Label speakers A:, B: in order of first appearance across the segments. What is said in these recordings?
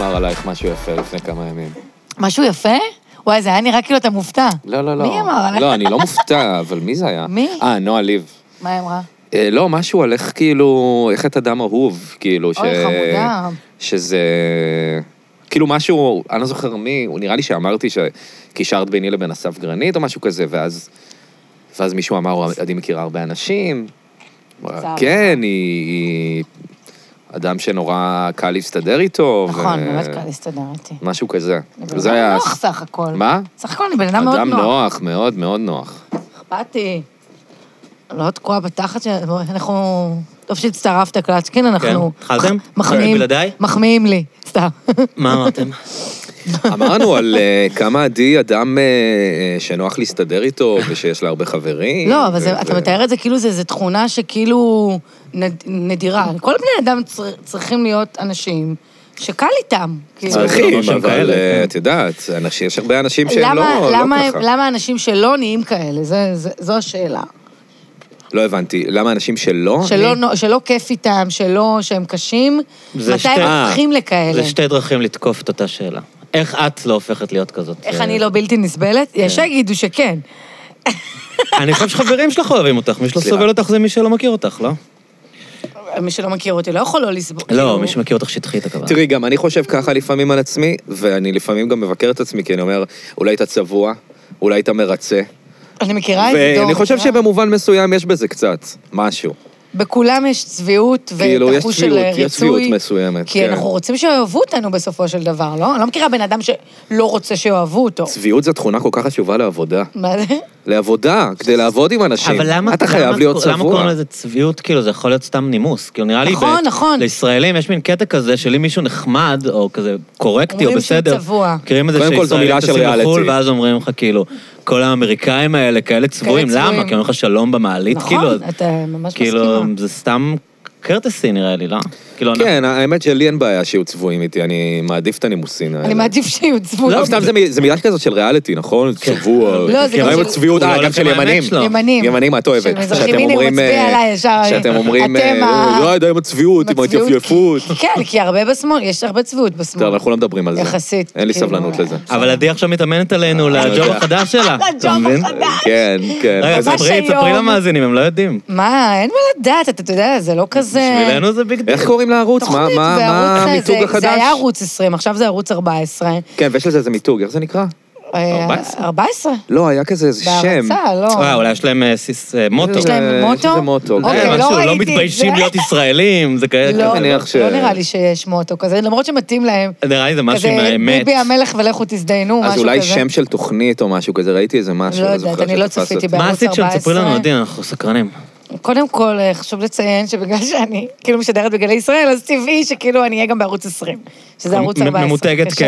A: עלייך משהו יפה לפני כמה ימים.
B: משהו יפה? וואי, זה היה נראה כאילו אתה מופתע.
A: לא, לא, לא.
B: מי אמר עלייך?
A: לא, אני לא מופתע, אבל מי זה היה?
B: מי?
A: אה, נועה ליב.
B: מה היא אמרה?
A: אה, לא, משהו על איך כאילו, איך את אדם אהוב, כאילו, ש...
B: אוי, חמודה.
A: שזה... כאילו משהו, אני לא זוכר מי, הוא נראה לי שאמרתי שקישרת ביני לבין אסף גרנית או משהו כזה, ואז, ואז מישהו אמר, אני מכירה הרבה אנשים. הוא אמר,
B: צר
A: כן, היא, היא אדם שנורא קל להסתדר איתו.
B: נכון, באמת קל להסתדר איתי.
A: משהו כזה.
B: אני לא,
A: לא,
B: בן
A: אה, זה
B: אדם
A: היה...
B: נוח סך הכל.
A: מה?
B: סך הכל אני בן אדם מאוד
A: אדם
B: נוח.
A: נוח, מאוד מאוד נוח.
B: אכפתי. לא תקועה בתחת שלנו, אנחנו... טוב שהצטרפת, קלצ'קין, אנחנו...
C: כן, התחלתם?
B: מח- מחמיאים.
C: בלעדיי?
B: מחמיאים לי, סתם.
C: מה אמרתם?
A: אמרנו על אה, כמה עדי אדם אה, אה, שנוח להסתדר איתו ושיש לה הרבה חברים.
B: לא, אבל
A: ו-
B: זה- אתה
A: ו-
B: מתאר את זה כאילו זה- זה תכונה שכאילו נד- נדירה. כל בני אדם צר- צריכים להיות אנשים שקל איתם. כאילו.
C: ממש
A: צריכים,
C: הם
A: אבל
C: כאלה,
A: אה,
C: כן.
A: את יודעת, אנשים- יש הרבה אנשים שהם
B: למה-
A: לא
B: למה
A: לא
B: הם-
A: ככה.
B: למה אנשים שלא נהיים כאלה? זה- זה- זו השאלה.
A: לא הבנתי, למה אנשים שלא...
B: שלא
A: אני-
B: נו- שלא כיף איתם, שלא, שהם קשים,
C: זה
B: מתי
C: שתי-
B: הם
C: אה,
B: הופכים לכאלה?
C: זה שתי דרכים לתקוף את אותה שאלה. איך את לא הופכת להיות כזאת?
B: איך
A: כן.
C: אה,
B: אני לא בלתי נסבלת? יש שיגידו שכן.
C: אני חושב שחברים שלך אוהבים אותך, מי שלא
A: סליחה.
C: סובל אותך זה מי שלא מכיר אותך, לא?
B: מי שלא מכיר אותי לא יכול לא לסבול.
C: לא,
B: כאילו,
C: מי שמכיר אותך שטחית הכוונה.
A: תראי, גם אני חושב ככה לפעמים על עצמי, ואני לפעמים גם מבקר את עצמי, כי אני אומר, אולי אתה צבוע, אולי אתה מרצה.
B: אני מכירה את זה, דור. אה?
A: ואני חושב
B: מכירה?
A: שבמובן מסוים יש בזה קצת, משהו.
B: בכולם יש צביעות
A: כאילו, יש
B: ותחוש של
A: צביעות,
B: ריצוי.
A: יש צביעות מסוימת,
B: כי
A: כן.
B: אנחנו רוצים שאוהבו אותנו בסופו של דבר, לא? אני לא מכירה בן אדם שלא רוצה שאוהבו אותו.
A: צביעות זו תכונה כל כך חשובה לעבודה.
B: מה זה?
A: לעבודה, כדי לעבוד עם אנשים.
C: אבל למה,
A: אתה
C: למה-
A: חייב להיות צבוע.
C: למה קוראים לזה צביעות? כאילו, זה יכול להיות סתם נימוס. כאילו, נראה לי...
B: נכון, נכון.
C: לישראלים יש מין קטע כזה של אם מישהו נחמד, או כזה קורקטי, או
B: אומרים שהוא
C: בסדר.
B: צבוע.
C: מכירים את זה
A: קודם כל, זו
C: שישראלים
A: מילה של
C: טסים לחו"ל,
A: ריאליטי.
C: ואז אומרים לך, כאילו, כל האמריקאים האלה כאלה צבועים,
B: כאלה צבועים.
C: למה? כי אומרים לך שלום במעלית,
B: נכון,
C: כאילו...
B: אתה ממש
C: כאילו,
B: מסכימה.
C: זה סתם קרטסי נראה לי, לא? כאילו, אנחנו-
A: כן, האמת שלי אין בעיה שיהיו צבועים איתי, אני מעדיף את הנימוסים האלה.
B: אני מעדיף שיוצבו.
A: לא, סתם זה מ- זה מילה כזאת של ריאליטי, נכון? צבוע.
B: לא, זה גם
A: ראינו
B: של-
A: צביעות,
C: הוא
A: אה,
C: כן. לא
A: גם
C: הולך
A: של
C: עם האמת
A: ימנים.
C: שלו.
B: ימנים.
A: ימנים את אוהבת.
B: של מזרחים,
A: שאתם
B: הנה, הוא
A: אומרים,
B: מצביע
A: אה,
B: עליי ישר.
A: שאתם אומרים, אה,
B: אתם ה-
A: לא יודע עם הצביעות, עם
B: מצביעות,
A: ההתייפייפות.
B: כי- כן, כי הרבה בשמאל, יש הרבה צביעות בשמאל.
A: טוב, אנחנו לא מדברים על זה.
B: יחסית,
A: אין לי
B: כאילו,
A: סבלנות
B: אה,
A: לזה.
C: אבל עדי עכשיו מתאמנת עלינו לג'וב
A: אה, יודע.
C: החדש שלה. אתה
B: לג'וב
C: מבין?
B: החדש.
A: כן, כן.
C: רגע,
A: אז-
B: ממש
C: ספרי, ספרי
B: היום.
C: למאזינים, הם לא יודעים.
B: מה, אין מה לדעת, אתה אתה יודע, זה לא כזה...
C: בשבילנו זה ביג דיל.
A: איך קוראים לערוץ? מה-
B: תוכנית
A: מה מה
B: בערוץ זה-
A: המיתוג
B: זה-
A: החדש?
B: זה היה ערוץ 20, עכשיו זה ערוץ 14.
A: כן, ויש לזה איזה מיתוג, איך זה נקרא?
B: אה,
C: 14?
B: 14?
A: לא, היה כזה איזה שם.
B: בהרצה, לא.
C: אה, אולי יש להם אה, סיס אה, מוטו.
B: יש להם
A: אה, יש
B: מוטו?
A: איזה מוטו.
B: אוקיי,
A: כן.
B: לא
C: אה, משהו,
B: ראיתי
C: לא
B: את
C: מתביישים
B: זה.
C: להיות ישראלים, זה כאלה.
B: לא,
C: כזה.
A: מניח ש-
B: לא נראה לי שיש מוטו כזה, למרות שמתאים להם.
C: נראה לי זה משהו עם
B: כזה
C: האמת.
B: ביבי המלך ולכו תזדיינו, משהו כזה.
A: אז אולי שם של תוכנית או משהו כזה, ראיתי איזה משהו.
B: לא
A: זוכר
B: יודעת, אני לא
A: שתפס
B: צפיתי
A: אותי.
B: ב-
C: מה
B: בערוץ
C: עשית שם?
B: 14?
C: תספרי לנו, עדי, אנחנו סקרנים.
B: קודם כל, אה, חשוב לציין שבגלל שאני כאילו משדרת בגלי ישראל, אז טבעי שכאילו אני אהיה גם בערוץ 20, שזה ערוץ
C: מ-
B: 14.
C: ממותגת כ...
B: קשה.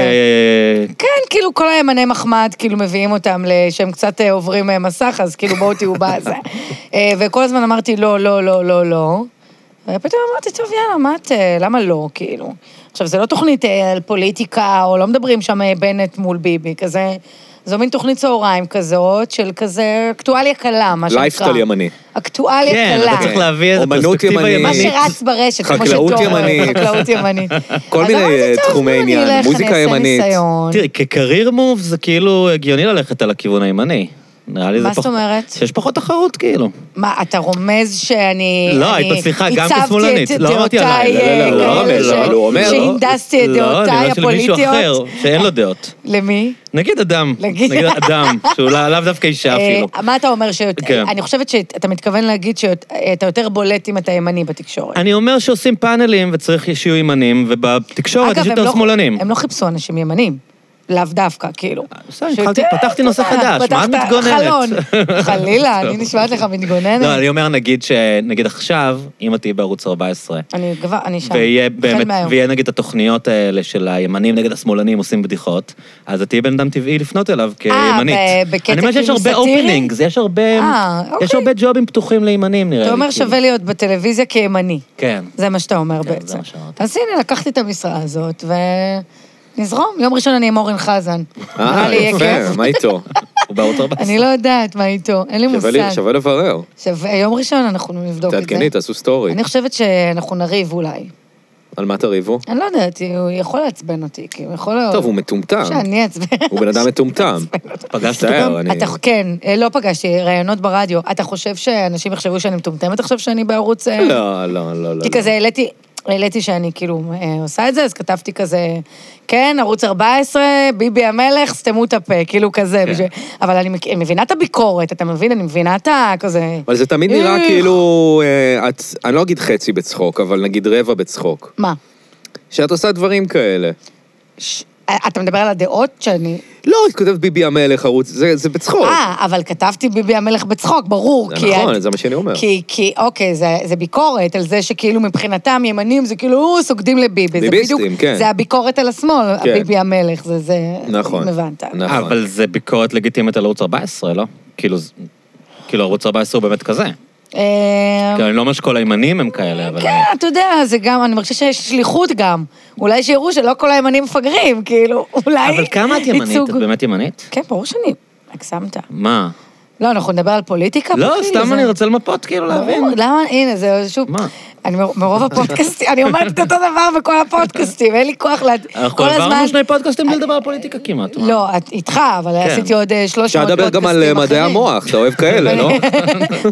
B: כן, כאילו כל הימני מחמד, כאילו מביאים אותם, ל- שהם קצת אה, עוברים אה, מסך, אז כאילו בואו תהיו בזה. אה, וכל הזמן אמרתי לא, לא, לא, לא, לא. ופתאום אמרתי, טוב, יאללה, מה את, אה, למה לא, כאילו? עכשיו, זה לא תוכנית אה, על פוליטיקה, או לא מדברים שם אה, בנט מול ביבי, כזה... זו מין תוכנית צהריים כזאת, של כזה אקטואליה קלה, מה שנקרא.
A: לייפסטייל ימני.
B: אקטואליה
C: כן,
B: קלה.
C: אתה צריך להביא איזה
A: אומנות
C: פרספקטיבה
A: ימנית.
B: מה
C: ימנית.
B: שרץ ברשת, כמו
A: חקלאות
B: שתור,
A: ימנית.
B: חקלאות ימנית.
A: כל
B: אז
A: מיני,
B: אמרתי,
A: אה,
B: טוב,
A: תחומי
B: נו, אני
A: עניין,
B: אלך,
A: מוזיקה
B: אני אעשה
A: ימנית.
B: ניסיון.
C: תראי, כקרייר מוב זה כאילו הגיוני ללכת על הכיוון הימני. נראה לי זה
B: מה
C: פחות...
B: זאת אומרת?
C: שיש פחות תחרות, כאילו.
B: מה, אתה רומז שאני...
C: לא,
B: אני
C: היית מצליחה גם
B: הצבתי
C: כשמאלנית.
B: את
C: לא אמרתי עליי.
A: לא,
B: דעותיי,
A: לא, לא, לא,
B: אה, כאלה
A: לא,
B: ש-
A: אבל הוא אומר,
B: שהנדסתי את
C: לא,
B: דעותיי
C: אני אומר של מישהו אחר,
B: הפוליטיות.
C: שאין לו דעות.
B: למי?
C: נגיד אדם.
B: נגיד-
C: נגיד אדם, שהוא לא- לאו דווקא אישה אפילו.
B: אה, מה אתה אומר? שיות-
C: כן.
B: אני חושבת שאתה מתכוון להגיד שאתה יותר בולט אם אתה ימני בתקשורת.
C: אני אומר שעושים פאנלים וצריך שיהיו ימנים, ובתקשורת יש
B: אגב, הם
C: יותר
B: לא-
C: שמאלנים. אה,
B: הם לא חיפשו אנשים ימנים. לאו דווקא, כאילו.
C: בסדר,
B: שיותר-
C: התחלתי- פתחתי נושא
B: אתה יודע,
C: חדש, מה את
B: פתחת
C: מתגוננת?
B: חלון. חלילה, אני נשמעת לך מתגוננת.
C: לא, אני אומר נגיד ש... נגיד עכשיו, אם את תהיי בערוץ 14,
B: אני כבר, אני שם.
C: ויהיה
B: החל
C: באמת,
B: מהיום.
C: ויהיה נגיד התוכניות האלה של הימנים נגד השמאלנים עושים בדיחות, אז את תהיי בן אדם טבעי לפנות אליו כימנית.
B: ב- אה, בקטע
C: אני אומר שיש
B: כאילו
C: הרבה
B: סאטירי?
C: אופנינגס, יש הרבה...
B: אה, אוקיי.
C: יש הרבה ג'ובים פתוחים לימנים, נראה לי.
B: אתה אומר
C: כאילו.
B: שווה להיות בטלוויזיה כימני.
C: כן.
B: זה מה שאתה אומר
C: כן, זה
B: בעצם.
C: מה שאמרתי.
B: אז הנה, לקחתי את המשרה הזאת, ונזרום. יום ראשון אני עם אורן חזן. נראה
A: אה,
B: לי יהיה
A: יפה,
B: כיף.
A: מה איתו?
C: הוא בערוץ 14.
B: אני לא יודעת מה איתו, אין לי
A: שווה לי-
B: מושג.
A: שווה לברר.
B: שווה, יום ראשון אנחנו נבדוק את זה.
A: תעדכני, תעשו סטורי.
B: אני חושבת שאנחנו נריב אולי.
A: על מה תריבו?
B: אני לא יודעת, הוא יכול לעצבן אותי, כאילו, הוא יכול...
A: טוב, הוא מטומטם.
B: שאני אעצבן.
A: הוא בן אדם מטומטם.
C: פגשת
A: מצטער,
C: אותו?
A: אני-
B: אתה, כן, אה, לא פגשתי, ראיונות ברדיו. אתה חושב שאנשים יחשבו שאני מטומטמת עכשיו שאני בערוץ... אה,
A: לא, לא, לא, לא.
B: כי כזה העליתי, העליתי שאני כאילו אה, עושה את זה, אז כתבתי כזה, כן, ערוץ 14, ביבי המלך, סתמו את הפה, כאילו כזה.
A: כן.
B: בשביל- אבל אני מכ- מבינה את הביקורת, אתה מבין? אני מבינה את ה... כזה...
A: אבל זה תמיד נראה
B: איך.
A: כאילו, אה, את, אני לא אגיד חצי בצחוק, אבל נגיד רבע בצחוק.
B: מה?
A: שאת עושה דברים כאלה.
B: ש- אה, אתה מדבר על הדעות שאני...
A: לא, את כותבת ביבי המלך ערוץ, זה, זה בצחוק.
B: אה, אבל כתבתי ביבי המלך בצחוק, ברור.
A: זה
B: כי
A: נכון,
B: את-
A: זה מה שאני אומר.
B: כי, כי, אוקיי, זה, זה ביקורת על זה שכאילו מבחינתם ימנים זה כאילו, או, סוגדים לביבי. זה
A: ביביסטים,
B: בדיוק-
A: כן.
B: זה הביקורת על השמאל,
A: כן.
B: הביבי המלך, זה זה...
A: נכון.
B: אם הבנת.
A: נכון.
C: אבל זה ביקורת לגיטימית על ערוץ 14, לא? כאילו, זה- כאילו ערוץ 14 הוא באמת
B: אמ-
C: כזה.
B: אה,
C: כאילו, אני לא אומר שכל הימנים הם כאלה, אבל...
B: כן, אתה יודע, זה גם, אני מרגישה שיש שליחות גם. אולי שיראו שלא כל הימנים מפגרים, כאילו, אולי...
C: אבל כמה את ימנית?
B: ייצוג-
C: את באמת ימנית?
B: כן, ברור שאני... הגזמת.
C: מה?
B: לא, אנחנו נדבר על פוליטיקה?
C: לא,
B: כאילו,
C: סתם
B: זה-
C: אני רוצה למפות, כאילו, להבין.
B: ברור, למה, הנה, זה שוב,
C: מה?
B: אני מ- מרוב הפודקאסטים, אני אומרת אותו דבר בכל הפודקאסטים, אין לי כוח לה...
C: אנחנו
B: כל
C: העברנו
B: הזמן- אה,
C: שני פודקאסטים בלי לדבר על פוליטיקה כמעט. מה?
B: לא, את- איתך, אבל
C: כן.
B: עשיתי עוד אה, 300
A: אפשר
B: פודקאסטים
A: לדבר
B: אחרים.
A: גם על אה, מדעי המוח, אתה אוהב כאלה, לא?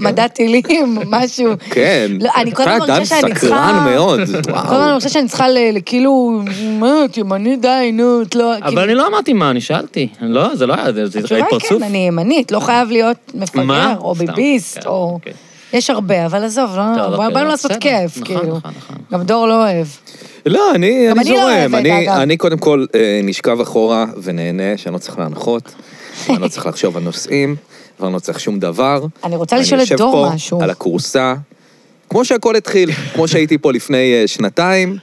B: מדע טילים, משהו.
A: כן.
B: לא, אני כל
A: אתה
B: הזמן
A: אדם
B: מרגישה שאני צריכה...
A: סקרן מאוד.
B: כל הזמן אני חושבת שאני צריכה ל- לכאילו, מה, תימני די, נו, את לא...
C: אבל
B: כאילו,
C: אני לא אמרתי מה, אני שאלתי. לא, זה לא היה, זה- זה
B: התשובה היא
C: התפרצות.
B: כן, אני ימנית, לא חייב להיות
C: מה?
B: מפגר, או
C: סתם,
B: ביביסט,
C: כן,
B: או...
C: אוקיי.
B: יש הרבה, אבל עזוב,
C: טוב,
B: לא,
C: אוקיי,
B: באנו
C: לא,
B: לעשות
C: בסדר.
B: כיף,
C: נכון,
B: כאילו.
C: נכון, נכון.
B: גם דור לא אוהב.
A: לא, אני,
B: גם
A: אני
B: אני לא
A: זורם.
B: אוהבת,
A: אני,
B: אגב.
A: אני קודם כל אה, נשכב אחורה ונהנה, שאני לא צריך להנחות, ואני לא צריך לחשוב על נושאים, ואני לא צריך שום דבר.
B: אני רוצה
A: ואני
B: לשאול את
A: יושב
B: דור
A: פה
B: משהו.
A: על הכורסה, כמו שהכל התחיל, כמו שהייתי פה לפני אה, שנתיים,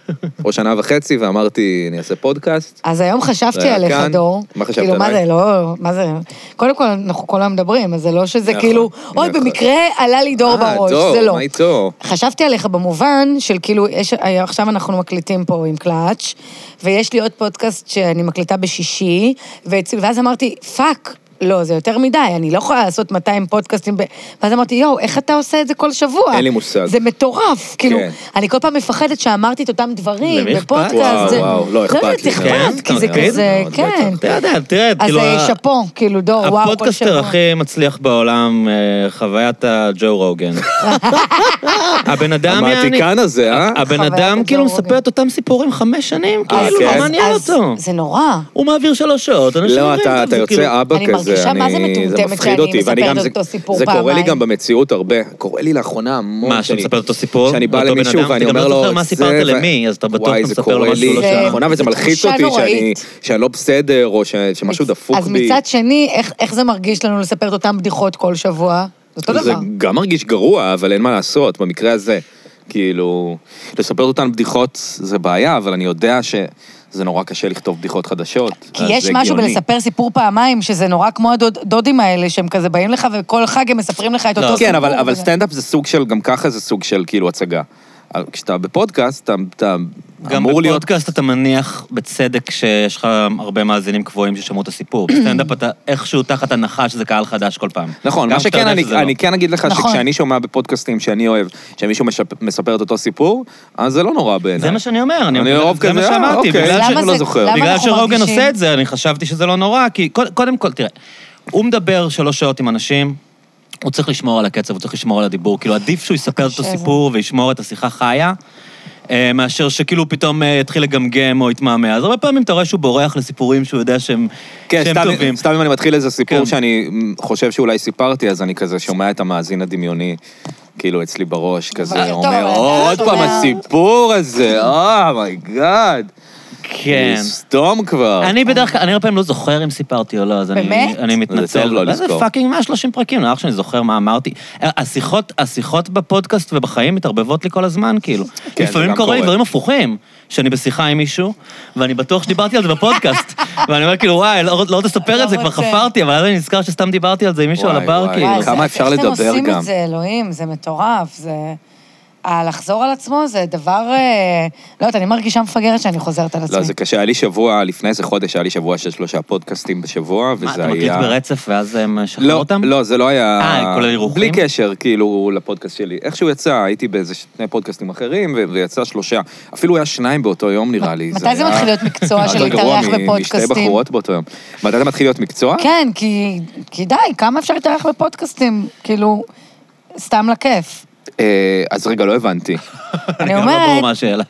A: או שנה וחצי, ואמרתי, אני אעשה פודקאסט.
B: אז היום חשבתי
A: זה
B: עליך,
A: כאן.
B: דור.
A: מה חשבת
B: כאילו, מה
A: עליי?
B: זה, לא, מה זה... קודם כל, אנחנו כל היום מדברים, אז זה לא שזה
A: נכון,
B: כאילו, אוי,
A: נכון.
B: במקרה עלה לי דור
A: אה,
B: בראש,
A: דור,
B: זה לא.
A: מה איתו?
B: חשבתי עליך במובן של כאילו, יש, עכשיו אנחנו מקליטים פה עם קלאץ', ויש לי עוד פודקאסט שאני מקליטה בשישי, ואצל, ואז אמרתי, פאק, לא, זה יותר מדי, אני לא יכולה לעשות 200 פודקאסטים, ב... ואז אמרתי, יואו, איך אתה עושה את זה כל שבוע?
A: אין לי מושג.
B: זה מטורף, כאילו,
A: כן.
B: אני כל פעם מפחדת שאמרתי את אותם דברים,
C: למי אכפת?
B: בפודקאסט.
A: וואו,
B: זה...
A: וואו, לא, אכפת
B: יודעת,
A: לי,
C: כן,
B: אכפת, כי זה
C: אוקיי.
B: כזה,
A: מאוד,
B: כן.
A: בטח.
C: אתה יודע, תראה,
B: אז
C: כאילו...
B: אה,
C: ה-
B: שאפו, כאילו, דור, וואו, כל שבוע.
C: הפודקאסטר הכי מצליח בעולם, אה, חוויית הג'ו רוגן. הבן אדם, יעני-
A: המעתיקן הזה, אה?
C: הבן
B: חוויית
C: אדם כאילו
B: הג'ו רוגן.
C: מספר את אותם סיפורים חמש שנים,
A: אה,
C: כאילו,
A: כן?
C: לא מעניין
B: אז
C: אותו.
B: זה נורא.
C: הוא מעביר שלוש שעות, אנשים
A: לא,
C: אומרים,
A: אתה,
C: טוב,
A: אתה
C: זה
A: יוצא
C: כאילו-
A: אבא
B: אני
A: כזה,
B: מרגישה מה זה מטומטמת
A: מפחיד
B: שאני
A: אותי, ואני גם-
B: מספרת אותו סיפור
A: זה קורה לי
B: פעמיים.
A: גם במציאות הרבה. קורה לי לאחרונה המון
C: מה, שאתה
A: שאני-
C: מספר אותו סיפור?
A: שאני בא
C: אותו בן
A: למישהו
C: אדם?
A: ואני
C: אתה גם
A: אומר
C: לא
A: לו...
C: זוכר מה
A: זה
C: סיפרת
A: ו-
C: למי, אז אתה בטוח
A: וואי,
C: אתה
A: זה
C: מספר לו
A: קורה
C: משהו
A: לי
C: לא
B: זה-
C: שלך.
A: לאחרונה, וזה
B: זו
A: מלחיץ
B: תחושה
A: אותי שאני-
B: נוראית.
A: שאני לא בסדר, או ש- שמשהו דפוק
B: אז
A: בי.
B: מצד שני, איך, איך זה מרגיש לנו לספר את אותן בדיחות כל שבוע? זה אותו
A: זה
B: דבר.
A: גם מרגיש גרוע, אבל אין מה לעשות, במקרה הזה. כאילו, לספר אותן בדיחות זה בעיה, אבל אני יודע שזה נורא קשה לכתוב בדיחות חדשות.
B: כי
A: אז
B: יש
A: אה, זה
B: משהו
A: הגיוני.
B: בלספר סיפור פעמיים, שזה נורא כמו הדודים האלה, שהם כזה באים לך וכל חג הם מספרים לך את
C: לא,
B: אותו סיפור.
A: כן, אבל, אבל
B: וזה-
A: סטנדאפ זה סוג של, גם ככה זה סוג של כאילו הצגה. אבל כשאתה בפודקאסט, אתה, אתה
C: גם
A: אמור להיות...
C: בפודקאסט אתה מניח בצדק שיש לך הרבה מאזינים קבועים ששמעו את הסיפור. בסטנדאפ אתה איכשהו תחת הנחה שזה קהל חדש כל פעם.
A: נכון,
C: גם
A: מה
C: כשאתה
A: שכן,
C: יודע
A: אני,
C: שזה לא.
A: אני כן אגיד לך
B: נכון.
A: שכשאני שומע בפודקאסטים שאני אוהב, שמישהו משפ, מספר את אותו סיפור, אז זה לא נורא בעיניי.
C: זה מה שאני אומר, אני
A: אני רוב
C: זה מה
A: כזה, אה,
C: שאמרתי,
A: אוקיי.
C: בגלל
B: למה
C: שאני
B: זה-
C: לא זוכר.
B: למה
C: בגלל
B: אנחנו
C: שרוגן
B: מרגישים-
C: עושה את זה, אני חשבתי שזה לא נורא, כי קוד- קודם כל, תראה, הוא מדבר שלוש שעות עם אנשים, הוא צריך לשמור על הקצב, הוא צריך לשמור על הדיבור, כאילו עדיף שהוא יספר את
B: קשה זה.
C: הסיפור וישמור את השיחה חיה. אה, מאשר שכאילו הוא פתאום אה, יתחיל לגמגם או יתמהמה. אז הרבה פעמים אתה רואה שהוא בורח לסיפורים שהוא יודע שהם
A: כן,
C: שהם
A: סתם,
C: טובים.
A: סתם אם אני מתחיל איזה סיפור
C: כן.
A: שאני חושב שאולי סיפרתי, אז אני כזה שומע את המאזין הדמיוני, כאילו אצלי בראש,
B: אבל
A: כזה
B: טוב,
A: אומר,
B: אבל
A: "או,
B: אתה
A: עוד פעם
B: שומע."
A: הסיפור הזה, אה, אומייגאד.
C: כן.
A: סתום כבר.
C: אני בדרך כלל, אני הרבה פעמים לא זוכר אם סיפרתי או לא, אז אני,
B: באמת?
C: אני
A: זה
C: מתנצל.
A: טוב לא
C: אבל זה
A: לזכור.
C: פאקינג 130 פרקים, נראה שאני זוכר מה אמרתי. השיחות, השיחות בפודקאסט ובחיים מתערבבות לי כל הזמן, כאילו.
A: כן, זה
C: לפעמים
A: גם
C: קורה לי
A: קורה.
C: דברים הפוכים, שאני בשיחה עם מישהו, ואני בטוח שדיברתי על זה בפודקאסט. ואני אומר כאילו, וואי, לא לא תספר
B: לא
C: את זה, כבר
B: רוצה."
C: חפרתי, אבל אז אני נזכר שסתם דיברתי על זה עם מישהו על
A: וואי,
C: הבר,
A: וואי.
C: כאילו.
B: וואי, זה-
A: כמה אפשר
B: איך
A: לדבר
B: אתם עושים
A: גם?
B: את זה, אלוהים, זה מטורף, זה... הלחזור על עצמו זה דבר... אה, לא יודעת, אני מרגישה מפגרת שאני חוזרת על עצמי.
A: לא, זה קשה. היה לי שבוע, לפני איזה חודש, היה לי שבוע של שלושה פודקאסטים בשבוע,
C: מה,
A: וזה
C: אתה
A: היה...
C: מקליט ברצף ואז הם שחררו
A: לא,
C: אותם?
A: לא, זה לא היה...
C: אה, כולל אירוחים?
A: בלי קשר, כאילו, לפודקאסט שלי. איכשהו יצא, הייתי באיזה שני פודקאסטים אחרים, ו- ויצא שלושה. אפילו היה שניים באותו יום, נראה לי.
B: מתי זה
A: היה-
B: מתחיל להיות מקצוע של
A: יותר גרוע
B: להתארח
A: מ-
B: בפודקאסטים?
A: משתי בחורות באותו יום. מתי זה מתחיל להיות מקצוע?
B: כן, כי, כי די, כמה אפשר להתארח בפודקאסטים? כאילו, סתם לכיף.
A: אה, אז רגע, לא הבנתי.
B: אני
C: גם לא ברור מה
B: אומרת,
C: השאלה.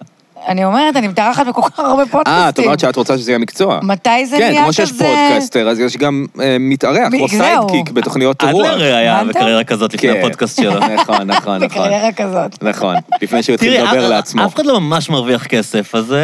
B: אני אומרת, אני מתארחת בכל כך הרבה פודקאסטים.
A: אה, את אומרת שאת רוצה שזה יהיה מקצוע.
B: מתי זה נהיה כזה...
A: כן, כמו שיש פודקאסטר, אז יש גם אה, מתארח,
B: מי-
A: או
B: זהו.
A: סיידקיק בתוכניות רוח.
C: אדלר היה
B: הבנת?
C: בקריירה כזאת לפני
A: לא, כן.
C: הפודקאסט שלו.
A: נכון, נכון, נכון.
B: בקריירה כזאת.
A: נכון, לפני שהוא התחיל
C: תראי,
A: לדבר
C: אף-
A: לעצמו.
C: אף אחד לא ממש מרוויח כסף, אז... אה,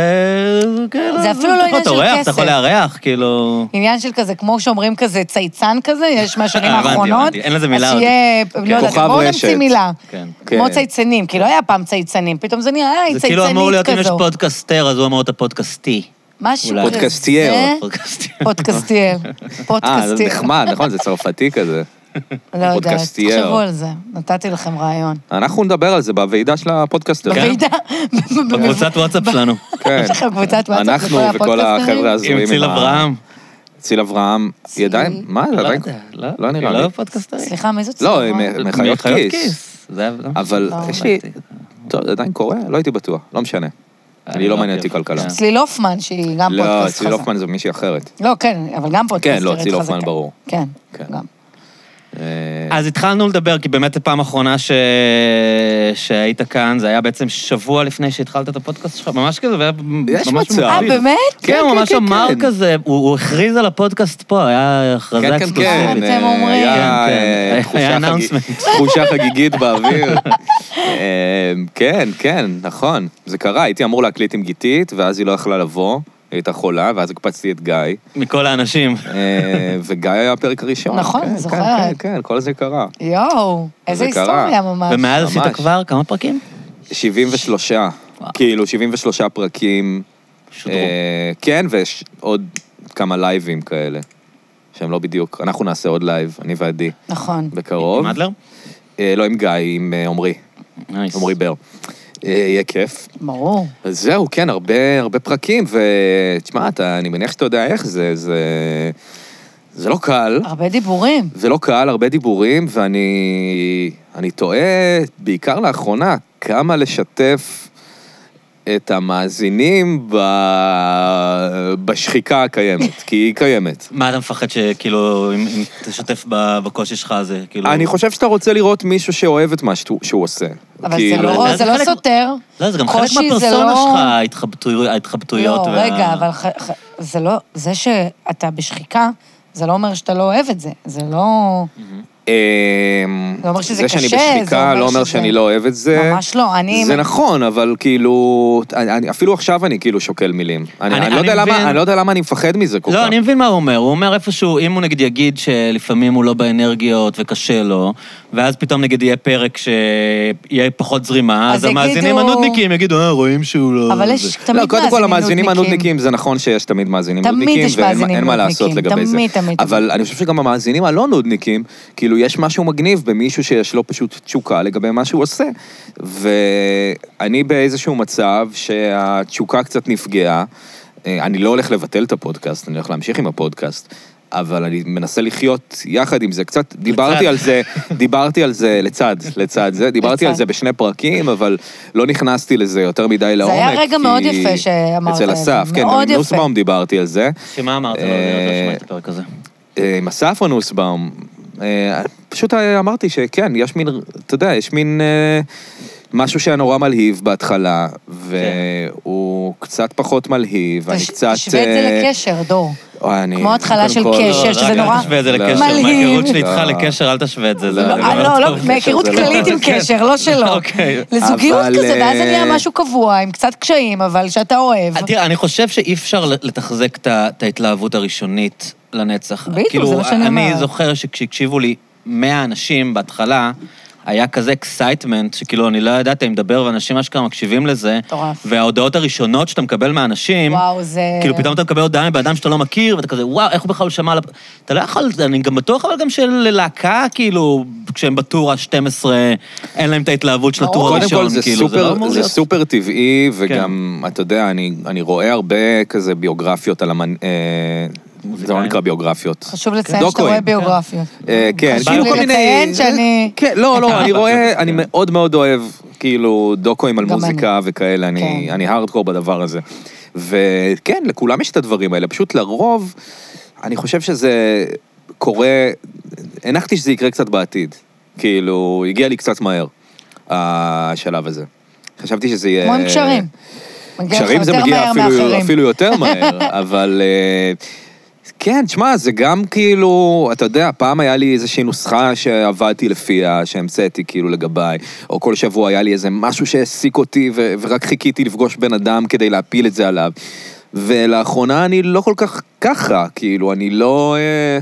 C: כן,
B: זה
C: אז
B: אפילו לא
C: אתה
B: עניין
C: יכול
B: של
C: לארח,
B: כסף.
C: אתה יכול לארח, כאילו...
B: עניין של כזה, כמו שאומרים כזה, צייצן כזה, יש מהשנים
C: הבנתי,
B: האחרונות.
C: הבנתי. אין לזה מילה
B: אז
C: עוד.
B: שיהיה, לא יודעת,
A: כוכב
B: בואו
A: רשת.
B: נמציא מילה.
C: כן.
B: כמו
A: כן.
B: צייצנים, כי לא היה פעם צייצנים, פתאום זה נראה, היי,
C: זה כאילו אמור
B: צייצנית
C: להיות, אם יש
B: כזו.
C: פודקאסטר, אז הוא אמור להיות הפודקאסטי.
B: משהו
C: אולי.
B: כזה. אה?
A: פודקאסטייר.
C: פודקאסטי.
B: פודקאסטייר.
A: אה, זה
B: פודקאסטייר.
A: נחמד, נכון, זה צרפתי כזה.
B: לא יודעת,
A: פודקאסטייר.
B: תחשבו על זה, נתתי לכם רעיון.
C: כן?
A: אנחנו נדבר על זה בוועידה של הפודקאסטר.
B: בוועידה,
C: בקבוצת וואטסאפ שלנו.
A: כן.
B: יש לכם קבוצת וואטסאפ
A: אנחנו
B: לכל
A: וכל
B: הפודקאסטרים?
A: החבר'ה הזויים.
C: עם ציל
A: ה-
C: אברהם.
A: ציל אברהם.
B: ציל.
A: ידיים? מה, זה
C: לא
A: עדיין?
C: יודע,
A: לא נראה
C: היא
A: לי.
C: לא פודקאסטרית.
B: סליחה, מי זאת?
A: לא,
B: סליחה?
A: הם- מחיות
C: מחיות
A: כיס.
C: זה היה- לא.
A: אבל
B: לא,
A: יש לי...
C: הבנתי.
A: טוב, זה עדיין קורה? לא הייתי בטוח, לא משנה. אני לא
C: לא
A: מעניין אותי
C: מכיר.
A: כלכלה.
C: כן.
B: צליל הופמן, שהיא גם
A: לא,
B: פודקאסט
A: ציל
B: חזק.
A: הופמן זו מישהי אחרת.
B: לא, כן, אבל גם פודקאסטרית
A: כן,
B: חזקה.
A: לא, ציל הופמן ברור.
B: כן,
A: כן.
B: גם.
A: אה,
C: אז התחלנו לדבר, כי באמת הפעם האחרונה ש... שהיית כאן, זה היה בעצם שבוע לפני שהתחלת את הפודקאסט שלך, ממש כזה, והיה
A: יש
C: ממש
A: מצב.
B: אה,
A: כן,
B: באמת?
C: כן, הוא ממש
A: כן,
C: אמר
A: כן.
C: כזה, הוא הוא הכריז על הפודקאסט פה, היה הכרזה
A: כן, כן, כן.
C: אקסקלוסיבית.
B: אתם
A: אה,
B: אומרים.
A: היה,
C: כן, כן.
A: אה, תחושה
C: היה
A: חגיג-
C: announcement.
A: תחושה חגיגית באוויר. אה, כן, כן, נכון. זה קרה, הייתי אמור להקליט עם גיתית, ואז היא לא יכלה לבוא, היא הייתה חולה, ואז הקפצתי את גיא.
C: מכל האנשים.
A: אה, וגיא היה הפרק הראשון.
B: נכון,
A: כן,
B: זוכרת.
A: כן, כן, כן, כל זה קרה.
B: יואו, איזה
A: זה קרה.
B: היסטוריה ממש.
C: ומאז עשית
A: ממש.
C: כבר כמה פרקים?
A: 73,
C: וואו.
A: כאילו, 73 פרקים.
C: שודרו.
A: אה, כן, ויש עוד כמה לייבים כאלה, שהם לא בדיוק, אנחנו נעשה עוד לייב, אני ועדי,
B: נכון.
A: בקרוב.
C: עם אדלר?
A: אה, לא עם גיא, עם אה, עמרי,
C: נייס.
A: עמרי בר. אה, יהיה כיף.
B: ברור.
A: אז זהו, כן, הרבה, הרבה פרקים, ותשמע, אתה- אני מניח שאתה יודע איך זה, זה... זה לא קל.
B: הרבה דיבורים.
A: זה לא קהל, הרבה דיבורים, ואני אני תוהה, בעיקר לאחרונה, כמה לשתף את המאזינים ב... בשחיקה הקיימת, כי היא קיימת.
C: מה אתה מפחד שכאילו, אם אם תשתף ב- בקושי שלך, זה כאילו...
A: אני חושב שאתה רוצה לראות מישהו שאוהב את מה שהוא, שהוא עושה.
B: אבל זה
A: כאילו-
B: לא- זה לא
C: חלק-
B: סותר.
C: לא, זה גם חלק
B: קושי זה
C: מהפרסונה
B: לא-
C: שלך, ההתחבטו- ההתחבטויות.
B: לא,
C: וה-
B: רגע, אבל ח- ח- זה לא, זה שאתה בשחיקה, זה לא אומר שאתה לא אוהב את זה. זה לא...
A: אמ,
B: זה אומר שזה
A: זה שאני
B: קשה, זה
A: בשחיקה
B: אומר
A: לא אומר
B: שזה-
A: שאני לא אוהב את זה.
B: ממש לא, אני...
A: זה נכון, אבל כאילו, אני, אני, אפילו עכשיו אני כאילו שוקל מילים. אני,
C: אני-
A: אני, לא יודע
C: אני מבין.
A: למה, אני לא יודע למה אני מפחד מזה כל כך.
C: לא, אני מבין מה הוא אומר. הוא אומר איפשהו, אם הוא נגיד יגיד שלפעמים הוא לא באנרגיות וקשה לו, ואז פתאום נגיד יהיה פרק שיהיה פחות זרימה,
B: אז
C: אז המאזינים
B: יגידו-
C: הנודניקים יגידו, אה, רואים שהוא לא...
B: אבל יש
C: זה."
B: תמיד מאזינים
A: לא,
B: נודניקים.
A: קודם כל, המאזינים הנודניקים, זה נכון שיש תמיד מאזינים
B: תמיד
A: נודניקים,
B: יש
A: ואין
B: מאזינים
A: אין מה לעשות
B: נודניקים,
A: לגבי זה.
B: תמיד, תמיד,
A: אבל אני חושב שגם המאזינים הלא נודניקים, כאילו, יש משהו מגניב במישהו שיש לו פשוט תשוקה לגבי מה שהוא עושה. ואני באיזשהו מצב שהתשוקה קצת נפגעה. אה, אני לא הולך לבטל את הפודקאסט, אני הולך להמשיך עם הפודקאסט. אבל אני מנסה לחיות יחד עם זה. קצת דיברתי על זה, דיברתי על זה לצד, לצד זה, דיברתי על
B: לצד.
A: זה בשני פרקים, אבל לא נכנסתי לזה יותר מדי
B: זה
A: לעומק.
B: היה רגע
A: כי-
B: מאוד יפה שאמרת
A: אצל
B: את זה,
A: אסף, כן, גם
B: מאוד
A: עם
B: יפה.
A: נוסבאום דיברתי על זה.
C: שמה אמרת לו? אני עוד לא שמעתי את הפרק הזה.
A: אה, עם אסף או נוסבאום? אה, פשוט אה, אמרתי שכן, יש מין, אתה יודע, יש מין אה, משהו שהיה נורא מלהיב בהתחלה, והוא קצת פחות מלהיב, ואני
B: תש-
A: קצת...
B: תשווה את זה
A: אה,
B: לקשר, דור.
A: וואי, אני-
B: כמו התחלה
A: קודם
B: של
A: כל-
B: קשר,
C: לא,
B: שזה
C: רק
B: נורא
C: אל תשווה את זה לקשר,
B: מלהיב.
C: מההיכרות שלי
A: לא.
C: איתך לקשר, אל תשווה את זה. זה
B: לא,
C: דבר
B: אה, לא, לא,
C: טוב.
B: מהיכרות
A: זה לא-
B: כללית עם
C: כן.
B: קשר, לא שלו.
C: אוקיי.
B: לזוגיות
A: אבל,
B: כזה, ואז זה
A: אה,
B: נהיה משהו קבוע, עם קצת קשיים, אבל שאתה אוהב.
C: אה, תראה, אני חושב שאי אפשר לתחזק את ה- את ההתלהבות הראשונית לנצח.
B: בדיוק,
C: כאילו,
B: זה מה שאני
C: אני
B: אומרת.
C: זוכר שכשהקשיבו לי 100 אנשים בהתחלה, היה כזה אקסייטמנט, שכאילו, אני לא ידעתי, אני מדבר, ואנשים אשכרה מקשיבים לזה.
B: מטורף.
C: וההודעות הראשונות שאתה מקבל מהאנשים,
B: וואו, זה...
C: כאילו, פתאום אתה מקבל הודעה מבן אדם שאתה לא מכיר, ואתה כזה, וואו, איך הוא בכלל שמע על... הפ-" אתה לא יכול, אני גם בטוח, אבל גם שללהקה, כאילו, כשהם בטור ה-12, אין להם את ההתלהבות של הטור
B: ברור.
A: קודם כל
C: הראשון,
A: זה
C: כאילו, זה לא
A: סופר,
C: אמור
A: זה
C: להיות.
A: סופר טבעי, וגם, אתה יודע, אני אני רואה הרבה כזה ביוגרפיות על המנ... אה, זה לא נקרא ביוגרפיות.
B: חשוב לציין שאתה
A: דוקואים. כן.
B: רואה ביוגרפיות.
A: אה, כן,
B: חשוב
A: כאילו
B: לי
A: כל מיני...
B: לציין שאני-
A: כן, לא, לא, אני רואה,
C: כן.
A: אני מאוד מאוד אוהב, כאילו, דוקואים על
B: גם
A: מוזיקה וכאלה, אני-
B: כן.
A: אני הארדקור בדבר הזה. וכן, לכולם יש את הדברים האלה, פשוט לרוב, אני חושב שזה קורה, הנחתי שזה יקרה קצת בעתיד. כאילו, הגיע לי קצת מהר, השלב הזה. חשבתי שזה יהיה...
B: כמו עם קשרים. מגיע לך
A: אה, קשרים זה
B: יותר
A: מגיע
B: מהר
A: אפילו,
B: מאחרים.
A: אפילו יותר מהר, אבל... אה, כן, תשמע, זה גם כאילו, אתה יודע, פעם היה לי איזושהי נוסחה שעבדתי לפיה, שהמצאתי כאילו לגביי, או כל שבוע היה לי איזה משהו שהעסיק אותי, ו- ורק חיכיתי לפגוש בן אדם כדי להפיל את זה עליו. ולאחרונה אני לא כל כך ככה, כאילו, אני לא... אה,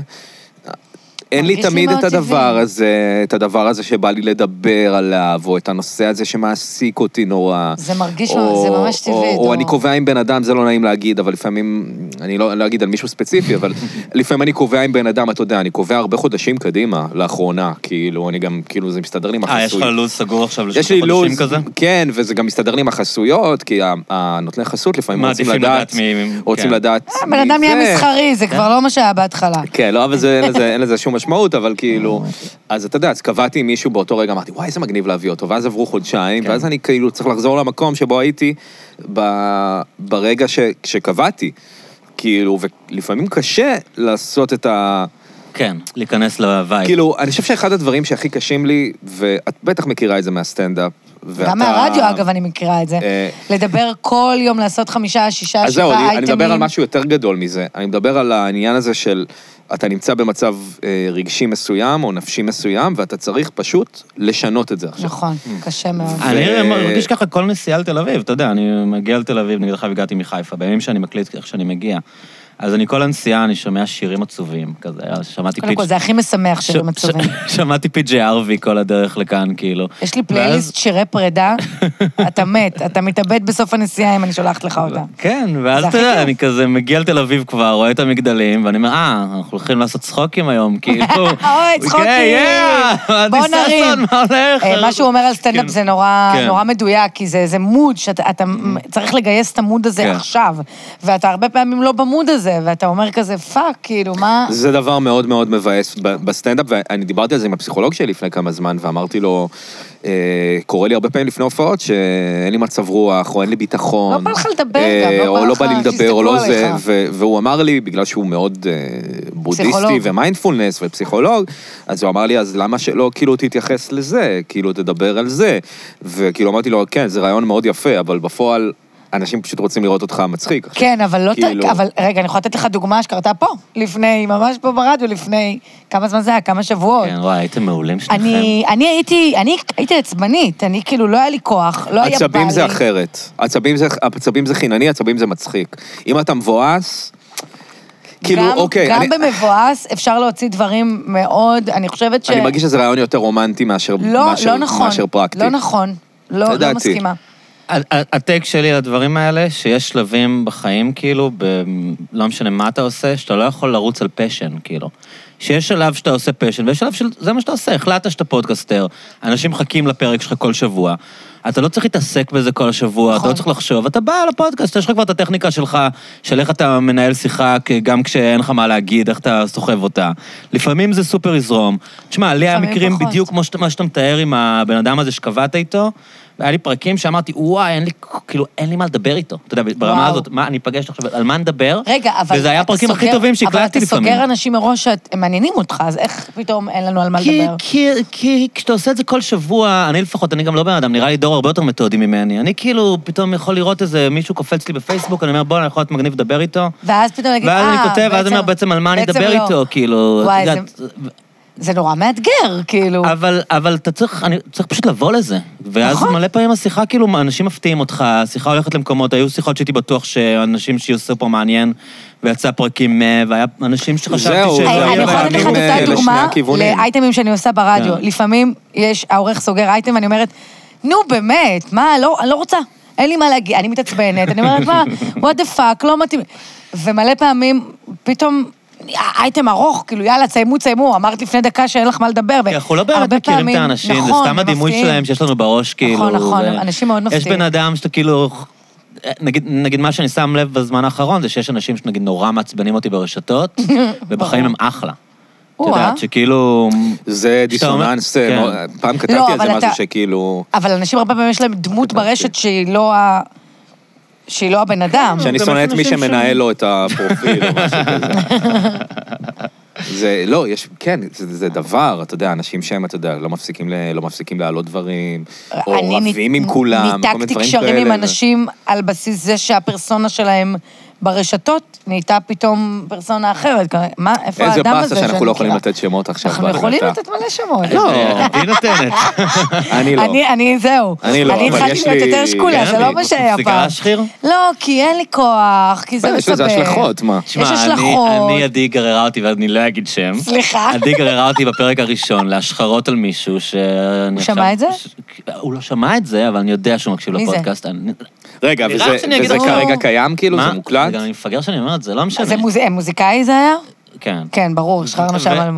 A: אין לי
B: מרגיש לי
A: תמיד
B: מאוד
A: את הדבר
B: טבעי.
A: הזה, את הדבר הזה שבא לי לדבר עליו, או את הנושא הזה שמעסיק אותי נורא.
B: זה מרגיש,
A: או-
B: זה ממש טבעי,
A: או-
B: דור.
A: או אני קובע עם בן אדם, זה לא נעים להגיד, אבל לפעמים, אני לא לא אגיד על מישהו ספציפי, אבל לפעמים אני קובע עם בן אדם, אתה יודע, אני קובע הרבה חודשים קדימה, לאחרונה, כאילו, אני גם, כאילו, זה מסתדר לי עם החסוי.
C: אה, יש לך לו"ז סגור עכשיו
A: יש
C: לשלושה
A: לי
C: חודשים
A: לו"ז,
C: כזה?
A: כן, וזה גם מסתדר לי עם החסויות, כי ה- הנותני חסות לפעמים
C: מה,
A: רוצים
C: עדיפים
A: לדעת,
C: לדעת מי-
A: רוצים
C: כן.
A: לדעת...
B: אה, בן אדם
A: מי
B: נהיה
A: זה.
B: מסחרי, זה כבר לא מה שהיה בהתחלה.
A: כן, לא, אבל זה, אין, לזה, אין לזה שום משמעות, אבל כאילו... אז אתה יודע, אז קבעתי עם מישהו באותו רגע, אמרתי, וואי, איזה מגניב להביא אותו, ואז עברו חודשיים,
C: כן.
A: ואז אני כאילו צריך לחזור למקום שבו הייתי ב, ברגע ש, שקבעתי. כאילו, ולפעמים קשה לעשות את ה...
C: כן, להיכנס לווייב.
A: כאילו, אני חושב שאחד הדברים שהכי קשים לי, ואת בטח מכירה את זה מהסטנדאפ, ואתה...
B: גם מהרדיו, אגב, אני מכירה את זה.
A: אה,
B: לדבר כל יום, לעשות חמישה, שישה, שבעה
A: אז זהו,
B: אייטמים.
A: אני, אני מדבר על משהו יותר גדול מזה. אני מדבר על העניין הזה של אתה נמצא במצב אה, רגשי מסוים או נפשי מסוים, ואתה צריך פשוט לשנות את זה עכשיו. Hmm. אה,
B: נכון, קשה מאוד.
C: אני
A: ו-
C: מרגיש ככה כל נסיעה לתל אביב, אתה יודע, אני מגיע לתל אביב, נגיד לך הגעתי מחיפה, בימים שאני מקליט, איך שאני מגיע. אז אני כל הנסיעה, אני שומע שירים עצובים, כזה, אז שמעתי
B: קודם כל,
C: פיג'
B: זה הכי משמח
C: ש-
B: שהם
C: ש-
B: עצובים.
C: שמעתי פיג'י ארווי כל הדרך לכאן, כאילו.
B: יש לי
C: ואז-
B: פלייליסט שירי פרידה, אתה מת, אתה מתאבד בסוף הנסיעה אם אני שולחת לך אותה.
C: כן, ואז
B: זה הכי
C: אתה יודע,
B: כיף.
C: אני כזה מגיע לתל אביב כבר, רואה את המגדלים, ואני אומר, אה, אנחנו הולכים לעשות צחוקים היום, כאילו.
B: אוי, צחוקים. בוא נרים.
C: מה הולך?
B: אה, מה שהוא אומר על סטנדאפ
C: כן.
B: זה נורא,
C: כן.
B: נורא מדויק, כי זה, זה מוד, שאתה אתה
A: Mm.
B: צריך לגייס את המוד הזה
C: כן.
B: עכשיו, ואתה הרבה פעמים לא במוד הזה, ואתה אומר כזה, פאק, כאילו, מה...
A: זה דבר מאוד מאוד מבאס ב- בסטנדאפ, ואני דיברתי על זה עם הפסיכולוג שלי לפני כמה זמן, ואמרתי לו, אה, קורה לי הרבה פעמים לפני הופעות שאין לי מצב רוח, או אין לי ביטחון.
B: לא בא לך לדבר גם, לא בא
A: או לא
B: לך
A: בא לי לדבר, או לא
B: שיסתכלו
A: זה,
B: עליך.
A: ו- והוא אמר לי, בגלל שהוא מאוד אה, בודהיסטי
B: פסיכולוג.
A: ומיינדפולנס ופסיכולוג, אז הוא אמר לי, אז למה שלא כאילו תתייחס לזה, כאילו תדבר על זה. וכאילו אמרתי לו, כן, זה רעיון מאוד יפה, אבל בפועל, אנשים פשוט רוצים לראות אותך מצחיק.
B: כן, אבל לא...
A: כאילו-
B: כאילו... אבל רגע, אני יכולה לתת לך דוגמה שקרתה פה, לפני, ממש פה ברדיו, לפני... כמה זמן זה היה? כמה שבועות.
C: כן, וואי, הייתם מעולים שניכם.
B: אני, אני הייתי, אני הייתי עצבנית, אני כאילו, לא היה לי כוח, לא היה בא לי.
A: עצבים זה אחרת. עצבים זה, עצבים זה חינני, עצבים זה מצחיק. אם אתה מבואס, כאילו,
B: גם,
A: אוקיי,
B: גם
A: אני,
B: במבואס אפשר להוציא דברים מאוד, אני חושבת ש...
A: אני מרגיש שזה רעיון יותר רומנטי מאשר,
B: לא,
A: מאשר,
B: לא נכון.
A: מאשר פרקטי.
B: לא נכון. לא, לא
A: לדעתי.
B: מסכימה.
C: ה- ה- הטייק שלי על הדברים האלה, שיש שלבים בחיים, כאילו, ב... לא משנה מה אתה עושה, שאתה לא יכול לרוץ על פשן, כאילו. שיש שלב שאתה עושה פשן, ויש שלב שזה מה שאתה עושה, החלטת שאתה פודקאסטר, אנשים מחכים לפרק שלך כל שבוע. אתה לא צריך להתעסק בזה כל השבוע, אתה
B: נכון.
C: לא צריך לחשוב, אתה בא לפודקאסט, יש לך כבר את הטכניקה שלך, של איך אתה מנהל שיחה, כ- גם כשאין לך מה להגיד, איך אתה סוחב אותה. לפעמים זה סופר יזרום. תשמע, לי היה
B: לפעמים
C: מקרים
B: פחות.
C: בדיוק כמו שאתה- מה שאתה מתאר עם הבן אדם הזה שקבעת איתו, היה לי פרקים שאמרתי, וואי, אין לי, כאילו, אין לי מה לדבר איתו. אתה יודע, ברמה
B: וואו.
C: הזאת, מה, אני אפגש עכשיו, על מה נדבר?
B: רגע, אבל...
C: וזה היה
B: אתה
C: הפרקים הכי
B: סוגר-
C: טובים שהקלטתי
B: אבל אתה
C: לפעמים.
B: סוגר אנשים מראש שהם מעניינים אותך, אז איך פתאום אין לנו על מה
C: כי,
B: לדבר?
C: כי, כי כשאתה עושה את זה כל שבוע, אני לפחות, אני גם לא בן אדם, נראה לי דור הרבה יותר מתועדי ממני. אני כאילו, פתאום יכול לראות איזה מישהו קופץ לי בפייסבוק, אני אומר, בוא'נה, יכול להיות מגניב לדבר איתו.
B: ואז פתאום להגיד, אה,
C: ואז אני כותב, ואז אני אומר,
B: בעצם
C: בעצם על מה אני
B: בעצם
C: אדבר
B: לא."
C: איתו, כאילו, את
B: וואי,
C: יודעת...
B: זה- זה נורא מאתגר, כאילו.
C: אבל, אבל אתה צריך, אני צריך פשוט לבוא לזה. ואז
B: נכון.
C: נכון. מלא פעמים השיחה, כאילו, אנשים מפתיעים אותך, השיחה הולכת למקומות, היו שיחות שהייתי בטוח שאנשים שעשו פה מעניין, ויצא פרקים 100, והיה אנשים שחשבתי
A: זהו,
C: שזה...
A: זה
B: אני
A: הרבה
B: אני יכולה לתת לך
A: פעמים, אה,
B: את
A: לשני
B: אותה דוגמה
A: הכיוונים.
B: לאייטמים שאני עושה ברדיו.
C: כן.
B: לפעמים יש, העורך סוגר אייטם ואני אומרת, נו באמת, מה, לא, אני לא רוצה, אין לי מה להגיד, אני מתעצבנת, אני אומרת, מה, what the fuck, לא מתאים. ומלא פעמים, פתאום... אייטם ארוך, כאילו יאללה, תסיימו, תסיימו, אמרת לפני דקה שאין לך מה לדבר. ו-
C: כי אנחנו לא באמת
B: הרבה
C: מכירים את
B: פעמים-
C: האנשים, זה
B: נכון,
C: סתם הדימוי
B: ומפתיעים.
C: שלהם שיש לנו בראש, כאילו.
B: נכון,
C: ו-
B: אנשים מאוד
C: יש
B: מפתיעים.
C: בן אדם שאתה כאילו... נגיד, נגיד מה שאני שם לב בזמן האחרון זה שיש אנשים שנגיד נורא מעצבנים אותי ברשתות, ובחיים הם אחלה. את
B: או-אה.
C: יודעת, שכאילו...
A: זה
C: שאתה אומר-
A: דיסוננס, אה,
C: כן.
A: מאוד- פעם
B: לא,
A: כתבתי על
B: אבל
A: זה משהו
B: אתה-
A: שכאילו...
B: אבל אנשים הרבה פעמים יש להם דמות ברשת שהיא לא ה... שהיא לא הבן אדם.
A: שאני
C: גם
A: שונא
C: יש
A: את מי
C: אנשים
A: שמנהל
C: שהם-
A: לו את הפרופיל או משהו כזה. זה, לא, יש, כן, זה, זה דבר, אתה יודע, אנשים שהם, אתה יודע, לא מפסיקים, ל, לא מפסיקים להעלות דברים, או
B: אני
A: רבים
B: נית-
A: עם כולם, כל מיני
B: ניתקתי
A: דברים
B: קשרים
A: כאלה.
B: עם אנשים על בסיס זה שהפרסונה שלהם ברשתות נהייתה פתאום פרסונה אחרת. מה, איפה
A: איזה
B: האדם הזה
A: באסה
B: שאני
A: שאנחנו לא יכולים
B: מכירה?
A: לתת שמות עכשיו.
B: אנחנו
A: בהקלטה.
B: יכולים לתת מלא שמות.
A: לא,
C: אה, היא נותנת.
A: אני לא.
B: אני, אני, זהו.
A: אני לא,
B: אני
A: אבל
B: התחלתי
A: יש
B: להיות
A: לי-
B: יותר שקולה,
A: כן,
B: זה לא
A: אני
B: מה שהיה
C: מפסיקה
B: פעם.
C: להשחיר?
B: לא, כי אין לי כוח, כי זה
A: אבל
B: מספר.
A: יש לזה השלכות, מה?
B: יש
C: אני-
B: השלכות.
C: אני, עדי גררה אותי, ואני לא אגיד שם.
B: סליחה.
C: עדי גררה אותי בפרק הראשון להשחרות על מישהו ש... הוא
B: שמע את זה?
C: הוא לא שמע את זה, אבל אני יודע שהוא מקשיב
B: מי זה?
C: לפודקאסט. אני-
A: רגע,
C: נראה
A: וזה,
C: שאני אגיד
A: וזה
B: לך-
A: כרגע קיים, כאילו,
C: מה?
A: זה מוקלט?
C: גם אני מפגר שאני אומר את זה, לא משנה.
B: זה מוז- אה, מוזיקאי זה היה?
C: כן.
B: כן, ברור, שחררנו
C: ו-
B: שם על...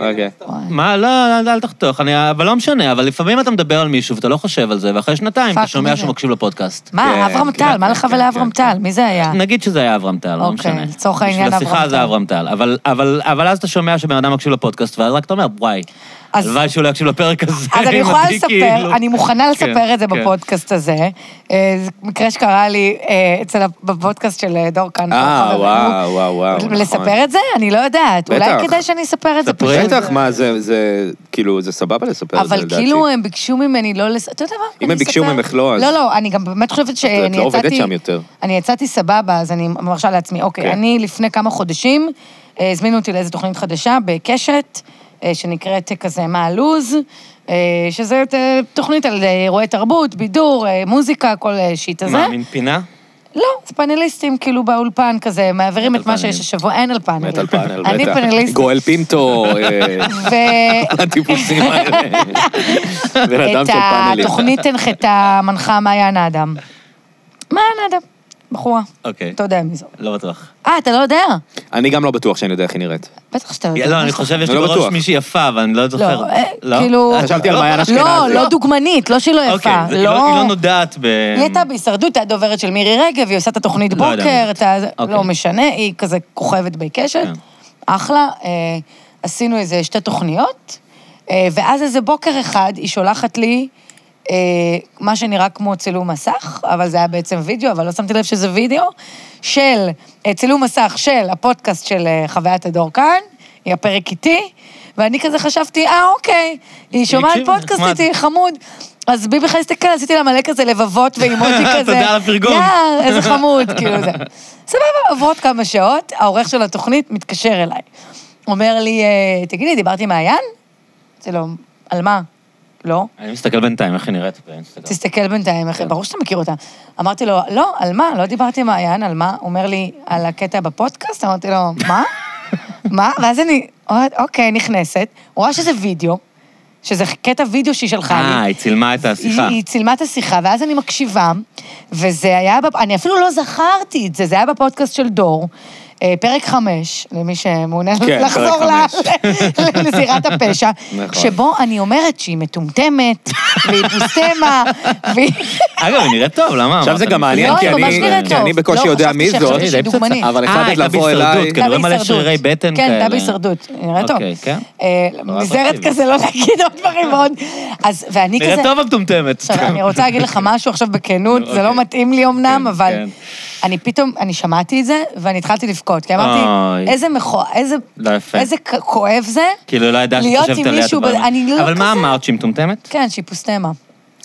A: רגע.
C: מה, לא, אל- אל תחתוך, אני- אבל לא משנה, אבל לפעמים אתה מדבר על מישהו ואתה לא חושב על זה, ואחרי שנתיים
B: פאק,
C: אתה שומע
B: מי זה?
C: שהוא מקשיב לפודקאסט.
B: מה,
A: כן,
B: אברהם
A: כן,
B: טל, מה
A: כן,
B: לך
A: כן,
B: ולאברהם
A: כן,
B: טל? מי זה היה?
C: נגיד שזה היה אברהם טל, לא
B: אוקיי,
C: משנה.
B: לצורך העניין
C: בשביל
B: אברהם
C: השיחה
B: טל.
C: זה אברהם טל. אבל- אבל אבל אז אתה שומע שבן אדם מקשיב לפודקאסט, ואז רק אתה אומר, וואי,
B: אז-
C: הלוואי שהוא לא יקשיב לפרק הזה.
B: אז אני יכולה
C: מדהים,
B: לספר,
C: כאילו."
B: אני מוכנה
C: כן,
B: לספר את זה
C: כן.
B: בפודקאסט הזה. אה, זה מקרה שקרה לי אה, אצל, ה- בפודקאסט של אה, דור כאן.
A: אה,
B: חברנו.
A: וואו, וואו, וואו, נכון.
B: לספר את זה? אני לא יודעת.
A: בטח.
B: אולי כדאי שאני אספר את זה
C: ספרי.
B: פשוט.
A: בטח, מה, זה, זה, כאילו, זה סבבה לספר את זה,
B: אבל
A: לדעתי.
B: כאילו הם ביקשו ממני לא לס... אתה יודע מה?
A: אם
B: אני
A: הם ביקשו
B: אספר.
A: ממך לא, אז-
B: לא, לא, אני גם באמת חושבת שאני
A: את
B: יצאתי...
A: לא עובדת שם יותר.
B: אני יצאתי סבבה, אז אני מרשה לעצמי.
A: כן.
B: אוקיי, אני לפני כמה חודשים, אה, הזמינו אותי לאיזו תוכנית חדשה בקשת, אה, שנקראת אה, כזה מה הלו"ז, אה, שזה אה, תוכנית על אה, אירועי תרבות, בידור, אה, מוזיקה, כל אה, שיט הזה.
C: מה, מין פינה?
B: לא, זה פאנליסטים כאילו באולפן כזה, מעבירים
C: מת
B: את מה
C: על
B: שיש
C: פאנלים.
B: השבוע, אין על פאנלים.
A: מת על פאנל, בטח.
B: אה, אני פאנליסט.
A: גואל פינטו, אה,
B: ו...
A: הטיפוסים האלה. בן אדם
B: את
A: של פאנליסט.
B: התוכנית הנחתה מנחה מעיין האדם. מעיין האדם, בחורה.
C: אוקיי.
B: אתה יודע מי זו.
C: לא בטוח.
B: אה, אתה לא יודע?
A: אני גם לא בטוח שאני יודע איך היא נראה.
B: בטח שאתה יודע.
C: לא, אני חושב, יש לי
A: לא
C: בראש
A: בטוח.
C: מישהי יפה, אבל אני לא זוכר.
B: לא, אה, כאילו-
A: חשבתי על
C: לא,
A: מעיין אשכנזי.
B: לא, לא דוגמנית, לא שהיא לא יפה.
C: אוקיי, זה- היא לא- היא לא
B: לא...
C: נודעת ב...
B: היא הייתה בהישרדות, היא הדוברת של מירי רגב, היא עושה את התוכנית
C: לא יודע מי
B: בוקר,
C: זאת.
B: את ה...
C: אוקיי.
B: לא משנה, היא כזה כוכבת בקשת.
C: כן.
B: אחלה. אה, עשינו איזה שתי תוכניות, אה, ואז איזה בוקר אחד היא שולחת לי אה, מה שנראה כמו צילום מסך, אבל זה היה בעצם וידאו, אבל לא שמתי לב שזה וידאו, של אה, צילום מסך של הפודקאסט של אה, חוויית הדור כאן, היא הפרק איתי, ואני כזה חשבתי, אה, אוקיי, היא שומעת
C: הקשיבה,
B: פודקאסט
C: נחמד.
B: איתי, חמוד. אז בי בכלל הסתכל, עשיתי לה מלא כזה לבבות ואימוג'י כזה.
C: תודה על הפרגון.
B: יאה, איזה חמוד, כאילו זה. סבבה, עוברות כמה שעות, העורך של התוכנית מתקשר אליי. אומר לי, אה, תגידי, דיברתי עם מעיין? אמרתי לו, על מה? לא.
C: אני מסתכל בינתיים, איך היא נראית באינסטגרם.
B: תסתכל בינתיים, אחי, ברור שאתה מכיר אותה. אמרתי לו, לא, על מה? לא דיברתי עם מעיין, על מה? הוא אומר לי, על הקטע בפודקאסט? אמרתי לו, מה? מה? ואז אני, אוקיי, נכנסת, רואה שזה וידאו, שזה קטע וידאו שהיא שלחה לי.
C: אה, היא צילמה את השיחה.
B: היא, היא צילמה את השיחה, ואז אני מקשיבה, וזה היה, בפ... אני אפילו לא זכרתי את זה, זה היה בפודקאסט של דור. אה, פרק חמש, למי שמעוניין
A: כן,
B: לחזור
A: פרק
B: ל-
A: חמש.
B: לזירת הפשע,
A: נכון.
B: שבו אני אומרת שהיא מטומטמת, והיא בוסטמה, והיא...
C: אגב, היא נראית טוב, למה?
A: עכשיו זה
C: אמרת,
A: גם מעניין,
B: לא,
A: כי
B: היא ממש
A: אני- כן.
B: נראית
A: כי
B: טוב.
A: אני בקושי
B: לא,
A: יודע
B: חשבתי
A: מי
B: שעכשיו
A: זאת,
B: שהיא דוגמנית.
A: אבל
C: אה,
A: החלטת
C: הייתה
A: לבוא
C: בהישרדות,
A: אליי.
C: כנראה מלא
B: בהישרדות.
C: שרירי בטן
B: כן,
C: כאלה.
B: הייתה בהישרדות, היא נראית טוב.
C: אוקיי, כן.
B: אה,
C: נורא
B: נזהרת
C: אטרקטיבית.
B: כזה לא להגיד עוד דברים מאוד. אז, ואני כזה...
C: נראית טוב המטומטמת.
B: עכשיו, אני רוצה להגיד לך משהו עכשיו בכנות, זה לא
C: כן. אוקיי.
B: מתאים לי אמנם,
C: כן,
B: אבל
C: כן.
B: אני פתאום, אני שמעתי את זה, ואני התחלתי לבכות, כי אמרתי,
C: אוי.
B: איזה מכוער, איזה-
C: לא יפה.
B: איזה כ- כואב זה.
C: כאילו, לא ידעה שאת
B: להיות
C: חושבת
B: עם
C: עליה את
B: מישהו ב-
C: הדברים.
B: אני לא
C: אבל
B: כזה-
C: מה אמרת, שהיא מטומטמת?
B: כן, שהיא פוסטמה.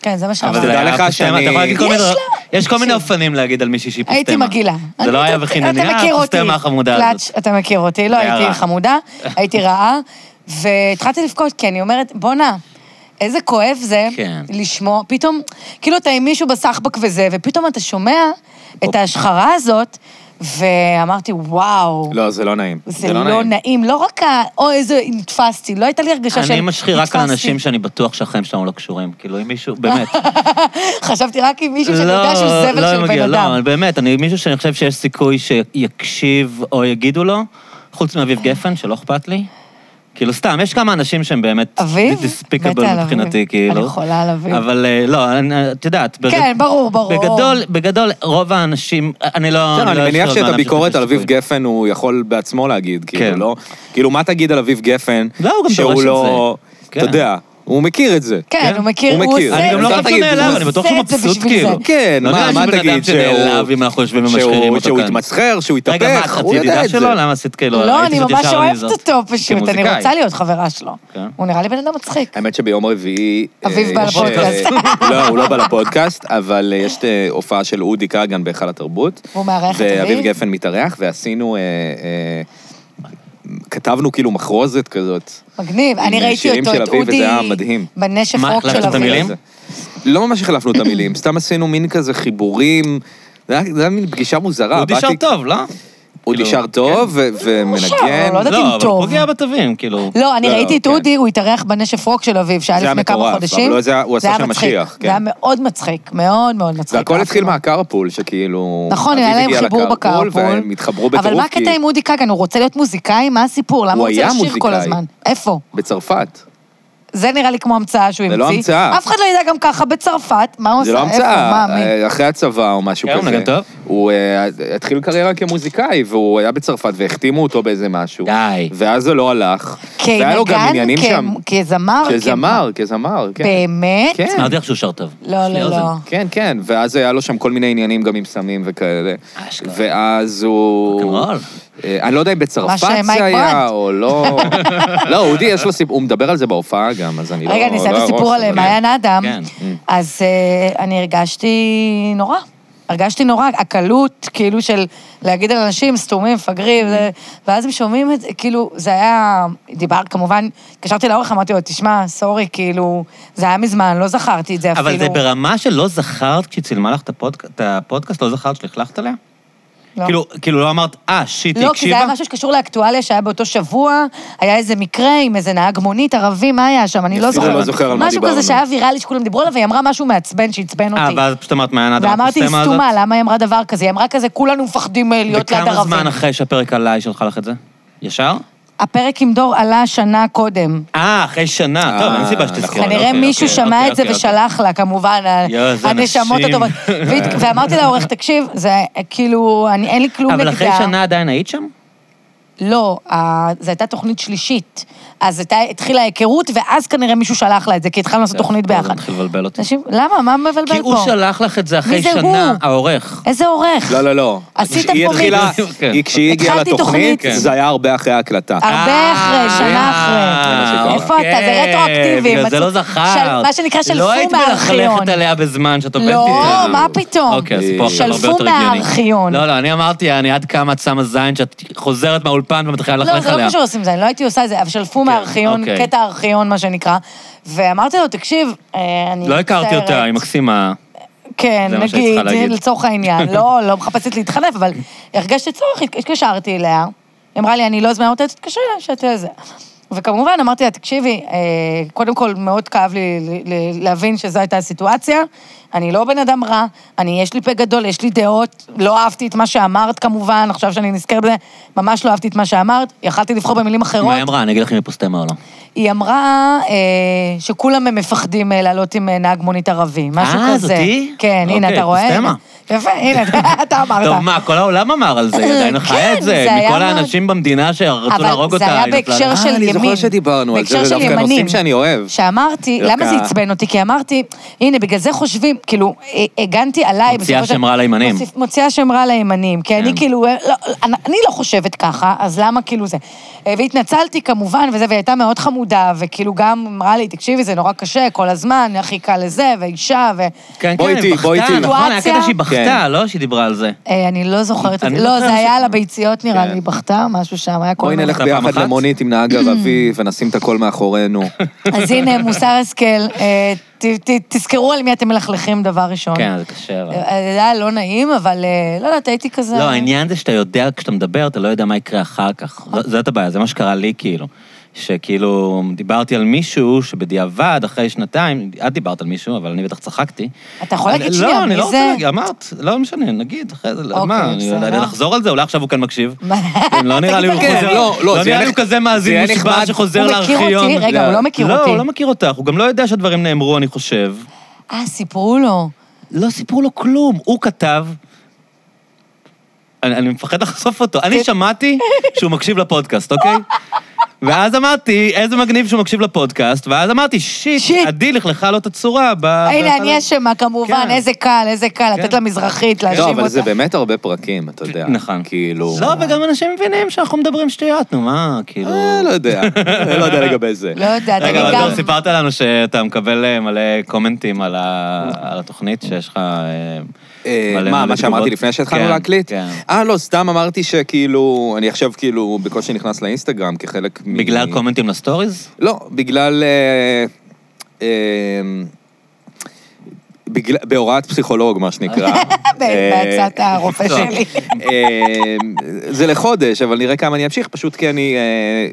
B: כן, זה מה
C: אבל
B: שאמרתי.
A: תדע
C: זה היה
A: לך
C: פוסטמה,
A: שאני-
C: אתה יכול להגיד כל
B: יש
C: מיני-
B: לה-
C: יש כל מיני
B: תקשיב.
C: אופנים להגיד על מישהי שהיא פוסטמה.
B: הייתי מגעילה.
C: זה
B: אני-
C: לא היה
B: אתה-
C: בחינם,
B: אתה מכיר אותי.
C: הפוסטמה החמודה
B: קלאץ',
C: הזאת.
B: אתה מכיר אותי, לא
C: זה היה
B: הייתי
C: רע.
B: חמודה, הייתי רעה. והתחלתי לבכות, כי אני אומרת, בואנה, איזה כואב זה
C: כן.
B: לשמוע, פתאום, כאילו אתה עם מישהו בסחבק וזה, ופתאום אתה שומע את ההשחרה הזאת, ואמרתי, וואו.
A: לא, זה לא נעים.
B: זה לא נעים, לא רק ה... או איזה נתפסתי, לא הייתה לי הרגשה של...
C: אני משחיר רק על
B: נתפסתי.
C: אנשים שאני בטוח שהחיים שלנו לא קשורים. כאילו, אם מישהו, באמת.
B: חשבתי רק עם מישהו שאני
C: לא,
B: יודע שהוא זבל
C: לא
B: של בן
C: מגיע,
B: אדם.
C: לא, אבל באמת, אני מישהו שאני חושב שיש סיכוי שיקשיב או יגידו לו, חוץ מאביב גפן, שלא אכפת לי. כאילו, סתם, יש כמה אנשים שהם באמת...
B: אביב? מתה על
C: דיספיקבל
B: אביב.
C: מבחינתי, כאילו.
B: אני חולה על אביב.
C: אבל אה, לא, אני- את יודעת. בג-
B: כן, ברור, ברור.
C: בגדול, בגדול, רוב האנשים, אני לא...
A: בסדר,
C: לא
A: כן, אני מניח שאת
C: אשאיר בענף של
A: הביקורת על אביב
C: סיכוי.
A: גפן הוא יכול בעצמו להגיד, כאילו,
C: כן.
A: לא? כאילו, מה תגיד על אביב גפן?
C: לא, הוא גם
A: שהוא
C: דורש את
A: לא-
C: זה.
A: אתה
C: כן.
A: יודע, הוא מכיר את זה.
B: כן,
C: כן,
B: הוא מכיר,
A: הוא
B: הוא
A: מכיר.
B: עושה
C: אני גם לא
A: זה-
C: חושב שהוא
A: תגיד,
C: נעלב,
A: הוא
C: אני בטוח שהוא
B: עושה את זה
C: מבסוט
B: בשביל
C: כאילו.
B: זה.
A: כן,
C: לא
A: מה-
C: נראה לי
A: מה
C: שבן
A: תגיד
C: אדם
A: שהוא-
C: שנעלב אם אנחנו יושבים ומשחירים
A: שהוא
C: אותו
A: שהוא
C: כאן.
A: יתמצחר, שהוא יתהפך,
C: רגע, מה,
A: הוא
C: חצי
A: יודע
C: ידידה
A: את זה.
C: שלו? למה עשית כאילו?
B: לא,
C: הייתי
B: אני
C: פשוט
B: ממש
C: ישר
B: אוהבת
C: לזאת.
B: אותו פשוט, אני
C: כמוזיקאי.
B: רוצה להיות חברה שלו.
C: כן.
B: הוא נראה לי בן אדם מצחיק.
A: האמת שביום רביעי...
B: אביב
A: אה,
B: בא
A: יש,
B: לפודקאסט.
A: אה, לא, הוא לא בא לפודקאסט, אבל אה, יש אה, הופעה של אודי כגן בהיכל התרבות.
B: והוא מארח את
A: ואביב
B: אביב?
A: גפן מתארח, ועשינו... אה, אה, כתבנו כאילו מחרוזת כזאת.
B: מגניב,
A: עם
B: אני ראיתי
A: שירים
B: אותו,
A: של
B: את
A: אביב,
B: אודי,
A: וזה היה מדהים.
B: בנשף
C: מה,
B: רוק של
C: החלפתם את
B: אביב.
C: המילים?
A: אה, לא ממש החלפנו את המילים, סתם עשינו מין כזה חיבורים. זה היה זה היה מין פגישה מוזרה.
C: אודי שר
A: באתי-
C: טוב, לא?
A: אודי
C: כאילו,
A: שר טוב, ו-
B: שר,
A: ומנגן.
B: לא יודעת אם
C: לא, אבל
B: טוב.
C: הוא פוגע בתווים, כאילו.
B: לא, אני
A: לא,
B: ראיתי את
A: כן.
B: אודי, הוא התארח בנשף רוק של אביב, שהיה
A: זה היה
B: לפני כמה
A: מטורף, אבל
B: חודשים.
A: לא, זה היה- הוא
B: זה
A: עשה
B: היה
A: שם
B: מצחיק.
A: משיח,
B: זה היה
A: כן.
B: מאוד מצחיק, מאוד מאוד מצחיק.
A: והכל התחיל
B: אהבתי
A: מהקרפול, שכאילו...
B: נכון, היה
A: אביב
B: להם
A: הגיע
B: חיבור
A: לקרפול,
B: בקרפול.
A: והם התחברו בטירוף,
B: אבל מה
A: כי
B: הקטע עם אודי כגן? הוא רוצה להיות מוזיקאי? מה הסיפור? למה
A: הוא
B: הוא רוצה
A: היה
B: לשיר כל
A: מוזיקאי.
B: הזמן? איפה?
A: בצרפת.
B: זה נראה לי כמו המצאה שהוא
A: זה
B: המציא.
A: לא המצאה.
B: אף אחד לא ידע גם ככה בצרפת, מה הוא עשה?
A: זה לא
B: איפה?
A: המצאה,
B: מה, מי?
A: אה, אחרי הצבא או משהו
C: כן, הוא
A: כזה.
C: נגן טוב.
A: הוא אה, התחיל קריירה כמוזיקאי, והוא היה בצרפת והחתימו אותו באיזה משהו.
C: די.
A: ואז זה לא הלך. והיה לו גם
B: כנגן,
A: עניינים
B: כ-
A: שם.
B: כזמר?
A: כזמר, כזמר,
B: כ-
A: כן.
B: באמת?
A: כן.
C: אמרתי לך שהוא שר טוב.
B: לא,
C: יש לי
B: לא,
C: אוזן.
B: לא.
A: כן, כן, ואז היה לו שם כל מיני עניינים גם עם סמים וכאלה.
C: אשכרה.
A: ואז הוא...
C: כמובן.
A: אה, אני לא יודע אם
B: מה
A: בצרפת
B: שמייק
A: זה היה
B: בונד.
A: או לא. לא, אודי יש לו סיפור, הוא מדבר על זה בהופעה גם, אז אני לא...
B: רגע, אני אסיים
A: לא
B: את הסיפור
A: ארוס,
B: על
A: אבל-
B: מעיין אדם.
C: כן.
A: mm.
B: אז אה, אני הרגשתי נורא. הרגשתי נורא, הקלות, כאילו, של להגיד על אנשים סתומים, מפגרים, זה- ואז הם שומעים את זה, כאילו, זה היה... דיבר, כמובן, התקשרתי לאורך, אמרתי לו, תשמע, סורי, כאילו, זה היה מזמן, לא זכרתי את זה אפילו.
C: אבל זה ברמה שלא זכרת כשהיא צילמה לך את הפודק- את הפודקאסט, לא זכרת שלכלכת עליה?
B: לא.
C: כאילו, כאילו לא אמרת, אה, שיט, היא
B: לא, כי זה
C: הקשיבה?
B: היה משהו שקשור לאקטואליה שהיה באותו שבוע, היה איזה מקרה עם איזה נהג מונית ערבי, מה היה שם? אני לא
A: אפילו
B: זוכרת.
A: לא זוכר על מה
B: משהו
A: דיברנו.
B: כזה שהיה ויראלי שכולם דיברו עליו, והיא אמרה משהו מעצבן שעצבן
C: אה,
B: אותי.
C: ואז פשוט אמרת, מעיין אדם,
B: ואמרתי, היא
C: הסצנה הזאת?
B: סתומה, למה היא אמרה דבר כזה? היא אמרה כזה, כולנו מפחדים אה, להיות ליד
C: וכמה
B: ערבים.
C: זמן אחרי שהפרק עלה היא שלחה לך את זה? ישר?
B: הפרק עם דור עלה שנה קודם.
C: אה, אחרי שנה. טוב,
A: אה,
C: אין סיבה שתזכרי.
B: כנראה
C: אוקיי,
B: מישהו
C: אוקיי,
B: שמע
C: אוקיי,
B: את זה
C: אוקיי,
B: ושלח לה, כמובן, אה,
C: יואו, איזה
B: הנשמות
C: אנשים.
B: הטובות. והת- ואמרתי לעורך, תקשיב, זה אה, כאילו, אני- אין לי כלום
C: אוקיי.
B: נגדה.
C: אבל אחרי שנה עדיין היית שם?
B: לא, אה, זו הייתה תוכנית שלישית. אז הייתה, התחילה ההיכרות, ואז כנראה מישהו שלח לה את זה, כי התחלנו לעשות תוכנית
C: אה, זה
B: ביחד.
C: לא, מתחיל לבלבל אותי.
B: אנשים, למה? מה מבלבל פה?
C: כי הוא שלח לך את זה אחרי
B: מי זה
C: שנה,
B: הוא?
C: העורך.
B: איזה עורך.
A: לא, לא, לא.
B: עשיתם
A: היא
B: פה
A: התחילה,
C: מיקס.
A: היא- כשהיא הגיעה
B: התחלתי
A: לתוכנית,
C: כן.
B: תוכנית.
A: זה היה הרבה אחרי ההקלטה.
B: הרבה
C: אה,
B: אחרי, שנה אחרי.
A: אה,
B: איפה אתה? זה
C: אוקיי,
B: רטרואקטיבי.
C: בגלל זה
B: מצאו-
C: לא זכרת.
B: של- מה שנקרא
C: לא
B: שלפו
C: היית
B: מהארכיון.
C: מלכלכת עליה בזמן שאת עובדת.
B: לא,
C: איתה.
B: מה
A: כן.
B: פתאום?
C: אוקיי, אז פה עכשיו הרבה
B: שלפו
C: יותר הגיוני.
B: מהארכיון.
C: לא, לא, אני אמרתי, אני עד כמה את שמה זין שאת חוזרת מהאולפן ומתחילה
B: לא,
C: ללכלך
B: זה לא
C: עליה.
B: קשור לשים זין, לא הייתי עושה את זה, אבל שלפו מהארכיון,
C: אוקיי.
B: קטע ארכיון, מה שנקרא. ואמרתי לו, תקשיב, אה, אני
C: לא הכרתי
B: מצטערת."
C: אותה, היא מקסימה.
B: כן,
C: זה מה שהיית
B: נגיד,
C: צריכה להגיד.
B: לצורך העניין, לא, לא מחפשת להתחנף, אבל הרגשתי צורך, התקשרתי אליה, היא אמרה לי, אני לא זמנה אותה, תתקשרי אליה, שאתה זה. וכמובן, אמרתי לה, תקשיבי, אה, קודם כל, מאוד כאב לי ל- ל- להבין שזו הייתה הסיטואציה, אני לא בן אדם רע, אני, יש לי פה גדול, יש לי דעות, לא אהבתי את מה שאמרת, כמובן, עכשיו שאני נזכרת בזה, ממש לא אהבתי את מה שאמרת, יכלתי לבחור במילים אחרות.
C: מה היא אמרה? אני אגיד לך אם היא פוסטמה או לא.
B: היא אמרה אה, שכולם הם מפחדים אה, לעלות עם אה, נהג מונית ערבי, משהו כזה.
C: אה, זאת היא?
B: כן, הנה,
C: אוקיי,
B: אתה רואה?
C: פוסטמה.
B: הנה. יפה, הנה, אתה- אתה אמרת.
C: טוב, מה, כל העולם אמר על זה, היא עדיין
B: כן,
C: חיה את זה.
B: זה היה
C: מכל
B: מאוד-
C: האנשים במדינה שרצו להרוג
B: אבל
C: אותה.
B: זה היה
C: היא אה, נפלה
B: בהקשר
C: לה-
B: של ימין.
A: אה, אני זוכר שדיברנו על זה,
B: בהקשר
A: זה
B: של
A: דווקא
B: ימנים.
A: נושאים שאני אוהב.
B: שאמרתי, למה זה
A: דווקא-
B: עצבן אותי? כי אמרתי, הנה, בגלל זה חושבים, כאילו, הגנתי עליי.
C: מוציאה
B: בסופו של-
C: שם רע לימנים.
B: מוסיף- מוציאה שם רע לימנים, כי אני
C: כן.
B: כאילו, אה, לא, אני- אני לא חושבת ככה, אז למה כאילו זה? אה, והתנצלתי כמובן, וזה, והיא הייתה מאוד חמודה, וכאילו גם אמרה לי, תקשיבי, זה נורא קשה כל הזמן, הכי קל לזה, ואישה, ו...
C: כן,
A: בואי
C: כן,
A: איתי,
C: היא בכתה,
A: בואי איתי.
C: נכון, היה קטע
B: סיטואציה?
C: שהיא בכתה,
A: כן.
C: לא שהיא דיברה על זה.
B: אה, אני לא זוכרת את
C: אני
B: זה. לא,
C: זוכר
B: זה
C: ש-
B: היה על הביציות נראה
A: כן.
B: לי, בכתה, משהו שם, היה כל
A: בואי
B: מיני...
A: נלך
C: פעם
A: ביחד
C: אחת?
A: למונית עם נהג ערבי ונשים את הכל מאחורינו.
B: אז הנה, מוסר השכל, אה, ת- ת- תזכרו על מי אתם מלכלכים דבר ראשון.
C: כן, זה קשה. אבל.
B: אה, זה היה לא נעים, אבל אה, לא יודעת, הייתי כזה...
C: לא, העניין זה שאתה יודע, כשאתה מדבר, אתה לא יודע מה יקרה אחר כך.
B: אוקיי.
C: ז- זאת הבעיה, זה מה שקרה לי, כאילו. שכאילו, דיברתי על מישהו שבדיעבד, אחרי שנתיים, את דיברת על מישהו, אבל אני בטח צחקתי.
B: אתה יכול להגיד
C: אני-
B: שנייה,
C: לא, אני
B: מי
C: לא
B: זה?
C: רוצה להגיד, אמרת, לא משנה, נגיד, אחרי זה,
B: אוקיי,
C: מה, אני
B: בסדר.
C: יודע לחזור על זה, אולי עכשיו הוא כאן מקשיב.
B: מה?
C: כן, לא נראה לי הוא
B: תגיד,
A: כן,
C: חוזר,
A: לא, לא,
C: לא
A: זה
C: נראה
A: היה
C: לי הוא
A: נח-
C: כזה
A: זה
C: מאזין
A: היה
C: מושבע
A: נחמד.
C: שחוזר
B: הוא מכיר
C: לארכיון.
B: אותי? רגע, הוא לא מכיר
C: לא,
B: אותי.
C: הוא לא מכיר אותך, הוא גם לא יודע שהדברים נאמרו, אני חושב.
B: אה, סיפרו לו.
C: לא סיפרו לו כלום. הוא כתב... אני, אני מפחד לחשוף אותו.
B: כן.
C: אני שמעתי שהוא מקשיב לפודקאסט, אוקיי? ואז אמרתי, איזה מגניב שהוא מקשיב לפודקאסט, ואז אמרתי, שיט,
B: שיט.
C: עדי לכלכה לו את הצורה. ב-
B: הנה,
C: ב-
B: אני אשמה, כמובן,
C: לא- כן.
B: איזה קל, איזה קל,
C: כן.
B: לתת לה מזרחית, להאשים
A: לא,
B: אותה.
A: אבל זה באמת הרבה פרקים, אתה יודע.
C: נכון.
A: כאילו...
C: לא, וגם אנשים מבינים שאנחנו מדברים שטויות, נו מה, כאילו...
A: אה, לא יודע, לא יודע לגבי זה.
B: לא יודע,
C: רגע,
B: תגיד
C: אבל
B: גם...
C: אתה סיפרת לנו שאתה מקבל אה, מלא קומנטים על ה- על התוכנית, שיש לך... אה,
A: אה,
C: מלא-
A: מה,
C: מלא
A: מה שאמרתי
C: תגובות.
A: לפני
C: כן,
A: שהתחלנו להקליט?
C: כן.
A: אה, לא, סתם אמרתי שכאילו, אני עכשיו כאילו בקושי נכנס לאינסטגרם כחלק מ...
C: בגלל קומנטים לסטוריז?
A: לא, בגלל... אה, אה, בגלל- בהוראת פסיכולוג, מה שנקרא.
C: אה,
B: בעצת הרופא
C: טוב.
B: שלי.
A: אה, זה לחודש, אבל נראה כמה אני אמשיך, פשוט כי אני... אה,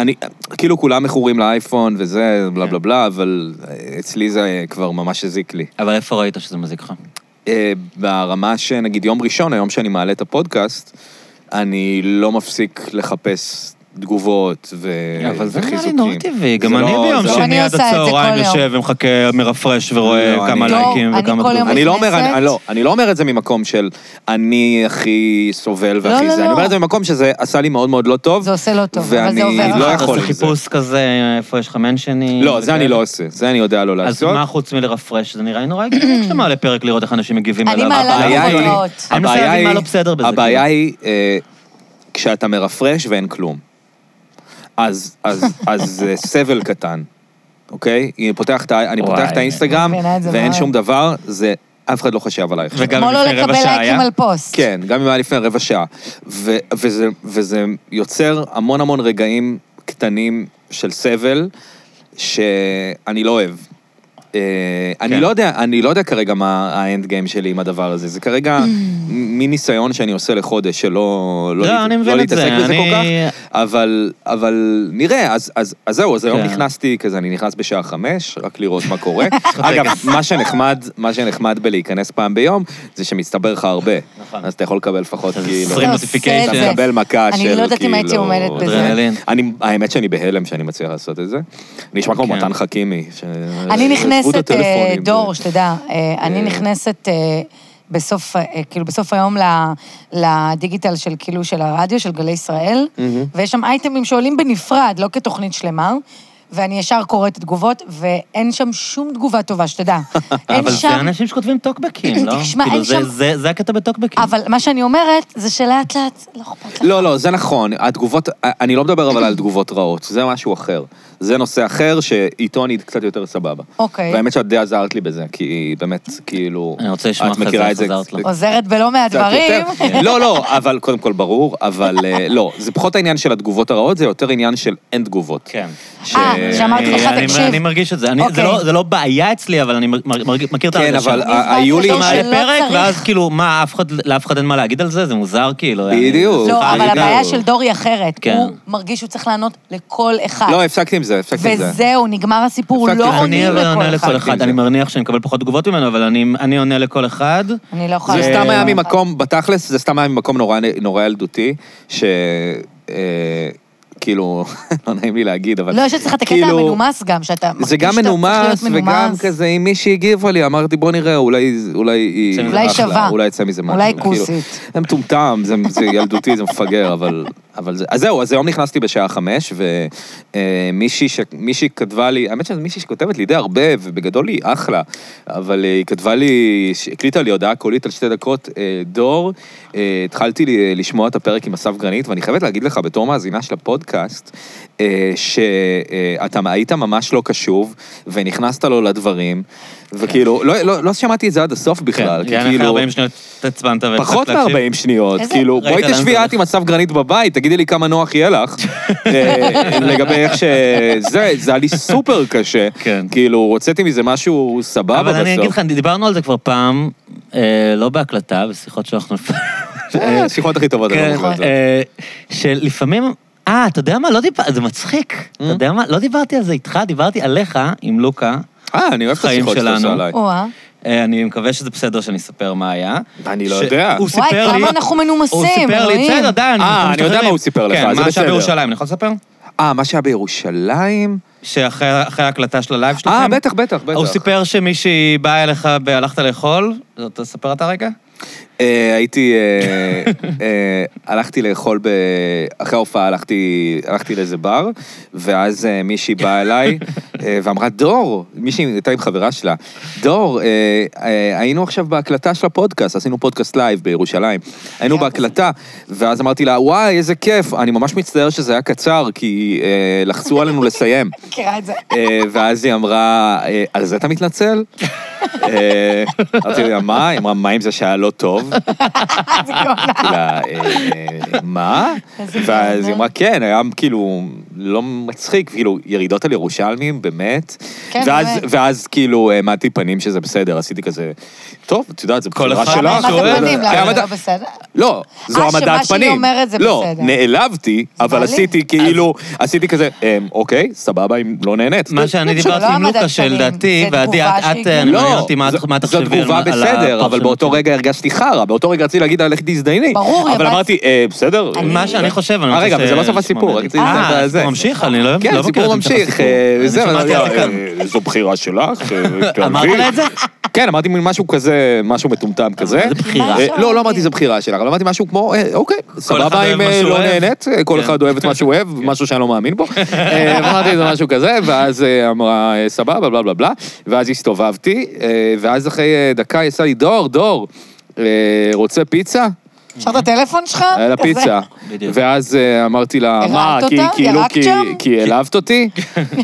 A: אני, כאילו כולם מכורים לאייפון וזה, בלה
C: כן.
A: בלה בלה, אבל אה, אצלי זה כבר ממש הזיק לי.
C: אבל איפה ראית שזה מזיק לך?
A: אה, ברמה שנגיד יום ראשון, היום שאני מעלה את הפודקאסט, אני לא מפסיק לחפש תגובות ו...
C: אה, אבל זה נראה לי
A: וחיזוקים.
C: נורא טבעי, גם
A: אה, זה
C: אני
A: לא-
C: ביום
A: זה לא-
B: אני
C: שני עד
B: עושה את זה
C: הצהריים
B: כל יום.
C: יושב ומחכה, מרפרש ורואה
A: לא,
C: כמה
A: אני-
C: לייקים
B: לא, אני
C: וכמה
B: כל יום
C: תגובות.
A: אני לא אומר,
B: בכנסת?
A: אני, אני לא, אני לא אומר את זה ממקום של אני הכי סובל
B: לא,
A: והכי
B: לא,
A: זה,
B: לא.
A: אני אומר את זה ממקום שזה עשה לי מאוד מאוד לא טוב.
B: זה עושה לא טוב, אבל זה עובר
A: ואני לא יכול
B: אחר
C: אתה
A: עם
C: עושה
A: זה.
C: אה, חיפוש כזה, איפה יש לך מנשני?
A: לא, זה אני לא עושה, זה אני יודע לא
C: אז
A: לעשות.
C: מה חוץ מלרפרש? זה נראה לי נורא הגיוני כשאתה מעלה פרק לראות איך אנשים מגיבים
B: אני
C: עליו.
B: מעלה
C: הבעיה
A: הבעיה
B: לא
A: היא-
C: היא-
B: הודעות.
C: אני מנסה
A: הבעיה
C: להבין מה
A: היא-
C: לא בסדר בזה.
A: הבעיה
C: כאילו.
A: היא אה, כשאתה מרפרש ואין כלום. אז, אז, אז זה סבל קטן, אוקיי? אני פותח את, ה- אני
C: וואי,
A: פותח את האינסטגרם,
B: אני מבינה את זה
A: ואין
B: מאוד.
A: שום דבר, זה, אף אחד לא חשב עלייך. עכשיו.
C: וגם
B: כמו לא
C: לפני רבע
B: לקבל
C: שעה
B: לייקים
C: היה?
B: על פוסט.
A: כן, גם אם היה לפני רבע שעה. ו- וזה, וזה יוצר המון המון רגעים קטנים של סבל, שאני לא אוהב. אה, אני,
C: כן.
A: לא יודע, אני לא יודע כרגע מה האנד גיים שלי עם הדבר הזה, זה כרגע מין ניסיון שאני עושה לחודש, שלא לא,
C: Mm. לא,
A: להת-
C: אני מבין
A: לא
C: את
A: להתעסק
C: זה,
A: בזה
C: אני-
A: כל כך, אבל, אבל נראה, אז, אז, אז זהו, אז היום
C: כן.
A: נכנסתי כזה, אני נכנס בשעה חמש, רק לראות מה קורה. אגב, מה שנחמד, מה שנחמד בלהיכנס פעם ביום, זה שמצטבר לך הרבה.
C: נכון.
A: אז אתה יכול לקבל לפחות
C: אז
A: כאילו...
C: עשרים
B: זה
C: notification.
B: עושה את זה.
A: לקבל מכה של כאילו...
B: אני לא יודעת אם הייתי עומדת בזה.
C: אדרנלין.
A: אני, האמת שאני בהלם שאני מצליח לעשות את זה. אני נשמע כמו
C: כן.
A: מתן חכימי. ש-
B: אני
A: עזבו את
B: נכנסת, אה,
A: הטלפונים.
B: דור, שתדע, אה, אני
A: אה.
B: נכנסת אה, בסוף, אה, כאילו בסוף היום ל- לדיגיטל של כאילו של הרדיו, של גלי ישראל,
A: מהמם.
B: ויש שם אייטמים שעולים בנפרד, לא כתוכנית שלמה. ואני ישר קוראת תגובות, ואין שם שום תגובה טובה, שתדע. אין
C: אבל זה
B: שם...
C: אנשים שכותבים טוקבקים, לא?
B: תשמע,
C: כאילו,
B: אין
C: זה-
B: שם-
C: זה- זה הקטע בטוקבקים.
B: אבל מה שאני אומרת, זה שלאט לאט לא אכפת לך.
A: לא, לא, זה נכון. התגובות, אני לא מדבר אבל על תגובות רעות, זה משהו אחר. זה נושא אחר שאיתו אני קצת יותר סבבה.
B: אוקיי.
A: והאמת שאת די עזרת לי בזה, כי באמת, כאילו...
C: אני רוצה לשמוע
A: את
C: אחרי
A: מכירה
C: זה
A: את זה
C: חזרת לו.
A: קצת
B: עוזרת בלא מעט דברים.
A: יותר. לא, לא, אבל קודם כל ברור, אבל אה, לא, זה פחות העניין של התגובות הרעות, זה יותר עניין של אין תגובות.
C: כן.
A: ש-
B: אה, שאמרתי
C: אני-
B: לך,
C: אני-
B: תקשיב.
C: אני מרגיש את זה. אני- זה
B: אוקיי.
C: לא- זה לא בעיה אצלי, אבל אני מר- מר- מכיר את
A: כן,
C: ההרגשה.
A: אבל
B: נשמע
A: ה- היו לי...
B: כזה
C: אתה מעלה
B: שלא
C: פרק,
B: צריך.
C: ואז כאילו, מה, אף אחד- לאף אחד אין מה להגיד על זה? זה מוזר, כאילו. אני-
A: בדיוק.
B: לא, אבל
A: בדיוק.
B: הבעיה של דור היא אחרת.
C: כן.
B: הוא מרגיש שהוא צריך לענות לכל אחד.
A: לא, הפסקתי עם זה, הפסקתי עם זה.
B: וזהו, נגמר הסיפור,
A: הפסקתי,
B: לא
C: אני
B: עונים
C: אבל עונה
B: לכל אחד.
C: לכל אחד, אני מניח שאני מקבל פחות תגובות ממנו, אבל אני- אני עונה לכל אחד.
B: אני לא יכולה...
A: זה
C: אה,
B: לענות
A: סתם היה
B: לכל אחד.
A: ממקום, בתכלס, זה סתם היה ממקום נורא- נורא ילדותי, ש... אה, כאילו, לא נעים לי להגיד, אבל...
B: לא, יש אצלך את הקטע
A: כאילו,
B: המנומס גם, שאתה מרגיש
A: זה גם
B: שאתה צריך
A: מנומס,
B: להיות
A: וגם
B: מנומס.
A: כזה, אם מישהי הגיבה לי, אמרתי, בוא נראה, אולי אולי היא...
C: אולי
A: אחלה,
B: שווה.
A: אולי יצא מזה משהו.
B: אולי
A: כאילו,
B: כוסית.
A: זה מטומטם, זה- זה ילדותי, זה מפגר, אבל אבל זה, אז זהו, אז היום נכנסתי בשעה חמש, ומישהי ש... מישהי כתבה לי, האמת שזו מישהי שכותבת לי די הרבה, ובגדול היא אחלה, אבל אה, היא כתבה לי, ש- הקליטה לי הודעה קולית על שתי דקות, אה, דור, אה, התחלתי ל- לשמוע את הפרק עם אסף גרנית, ואני חייבת להגיד לך, בתור מאזינה של הפודקאסט, אה, שאתה היית ממש לא קשוב, ונכנסת לו לדברים, וכאילו, לא, לא, לא שמעתי את זה עד הסוף בכלל, כי
C: כן, אחרי
A: כאילו...
C: 40 שניות התעצבנת והפסקת
A: פחות
C: להקשיב.
A: מ-40 שניות,
B: איזה-
A: כאילו,
C: ראית
A: בואי
C: לאן זה
A: תשבי
C: הולך?
A: את עם מצב גרנית בבית, תגידי לי כמה נוח יהיה לך. אה, לגבי איך ש... זה, זה היה לי סופר קשה.
C: כן.
A: כאילו, הוצאתי מזה משהו סבבה בסוף.
C: אבל אני אגיד לך, דיברנו על זה כבר פעם, אה, לא בהקלטה, בשיחות שאנחנו...
A: אה, השיחות הכי טובות. אני
C: כן,
A: אומר לך את זה.
C: אה, שלפעמים... אה, אתה יודע מה? לא דיבר... זה מצחיק.
A: Mm.
C: אתה יודע מה? לא דיברתי על זה איתך, דיברתי עליך עם לוקה.
A: אה, אני אוהב את
C: חיים
A: השיחות שאתה
C: שלנו.
A: עושה עליי.
B: או-אה.
C: אה, אני מקווה שזה בסדר שאני אספר מה היה.
A: אני לא
C: ש-
A: יודע.
C: הוא
B: וואי,
C: סיפר לי-
B: כמה אנחנו מנומסים,
C: הוא סיפר לי,
B: אלוהים.
C: בסדר, די, אנחנו
A: אה, אני יודע
C: משתחררים.
A: מה הוא סיפר לך,
C: כן,
A: זה
C: מה שהיה
A: בסדר.
C: בירושלים, אני יכול לספר?
A: אה, מה שהיה בירושלים?
C: שאחרי אחרי ההקלטה של הלייב שלכם?
A: אה, בטח, בטח, בטח.
C: הוא סיפר שמישהי באה אליך והלכת לאכול, זאת- תספר אתה רגע?
A: אה, הייתי, אה, אה, הלכתי לאכול, ב... אחרי ההופעה הלכתי, הלכתי לאיזה בר, ואז אה, מישהי באה אליי אה, ואמרה, דור, מישהי הייתה עם חברה שלה, דור, אה, אה, היינו עכשיו בהקלטה של הפודקאסט, עשינו פודקאסט לייב בירושלים, היינו
B: היה
A: בהקלטה, ואז אמרתי לה, וואי, איזה כיף, אני ממש מצטער שזה היה קצר, כי אה, לחצו עלינו לסיים.
B: מכירה את זה.
A: אה, ואז היא אמרה, אה, על זה אתה מתנצל? אה, אמרתי לה, מה? היא אמרה, מה אם זה שהיה לא טוב? אמרתי לה, "אה, אה, מה?
B: איזה
A: ואז היא
B: גאונה.
A: אמרה, כן, היה כאילו לא מצחיק, כאילו, ירידות על ירושלמים, באמת.
B: כן,
A: ואז-
B: באמת.
A: ואז כאילו העמדתי פנים שזה בסדר, עשיתי כזה, טוב, את יודעת, זה
C: כל
A: בחירה
C: אחד
A: שלך.
C: מה
B: העמדת
C: שהוא אוהב.
B: פנים,
A: כן,
B: למה זה
A: העמדת-
B: לא בסדר?
A: לא, זו
B: אה, שמה
A: העמדת פנים.
B: שהיא אומרת זה
A: לא,
B: בסדר.
A: נעלבתי, אבל
B: לי.
A: עשיתי כאילו, עשיתי כזה, "אמ, אוקיי, סבבה אם לא נהנית.
C: מה שאני דיברתי עם
B: העמדת
C: לוקה
B: פנים,
C: שלדעתי,
B: לא זה
C: ועדי,
B: תגובה
C: את, את,
B: שהיא-
C: כן, אני
A: לא,
C: מעניין אותי מה את-
A: זו-
C: מה אתה חושב
A: זו תגובה
C: על- על
A: בסדר, אבל
C: הפרשנות
A: באותו
C: שלי.
A: רגע הרגשתי חרא, באותו רגע רציתי להגיד, לך תזדייני.
B: ברור,
A: אבל
B: אבל-
A: אמרתי, "אה, בסדר.
C: מה שאני חושב, אני
A: אה,
C: רוצה
A: רגע, אבל זה לא
C: ש-
A: סוף
C: לשמוע
A: הסיפור,
C: את
A: רציתי
C: זה. אה,
A: זה.
C: הסיפור ממשיך, אני לא לא
A: כן,
C: מכיר
A: סיפור
C: את המשך
A: ממשיך,
C: הסיפור.
A: אה,
C: אני
A: זהו,
C: שמעתי על זה כאן.
A: אה, זו בחירה שלך. אה,
C: אמרת
A: תעמדי.
C: לה את זה?
A: כן, אמרתי מין משהו כזה, משהו מטומטם כזה.
C: זה בחירה.
A: אה, לא, לא אמרתי זה בחירה שלך, אבל אמרתי משהו כמו, אה, אוקיי,
C: אחד
A: סבבה
C: אוהב
A: אם
C: מה
A: אה,
C: שהוא
A: לא
C: אוהב.
A: נהנית, אה, כל
C: כן.
A: אחד אוהב את מה שהוא אוהב, משהו שאני לא מאמין בו. אה, אמרתי איזה משהו כזה, ואז אה, אמרה, אה, סבבה, בלה בלה בלה, ואז הסתובבתי, אה, ואז אחרי אה, דקה היא עשה לי, דור, דור, אה, רוצה פיצה?
B: אפשר את הטלפון שלך?
A: היה לה
B: כזה.
A: פיצה.
C: בדיוק.
A: ואז אה, אמרתי לה,
B: הרעבת
A: מה, כי-
B: אותה?
A: כאילו,
B: ירקת
A: כי-
B: שם?"
A: כי העלבת אותי?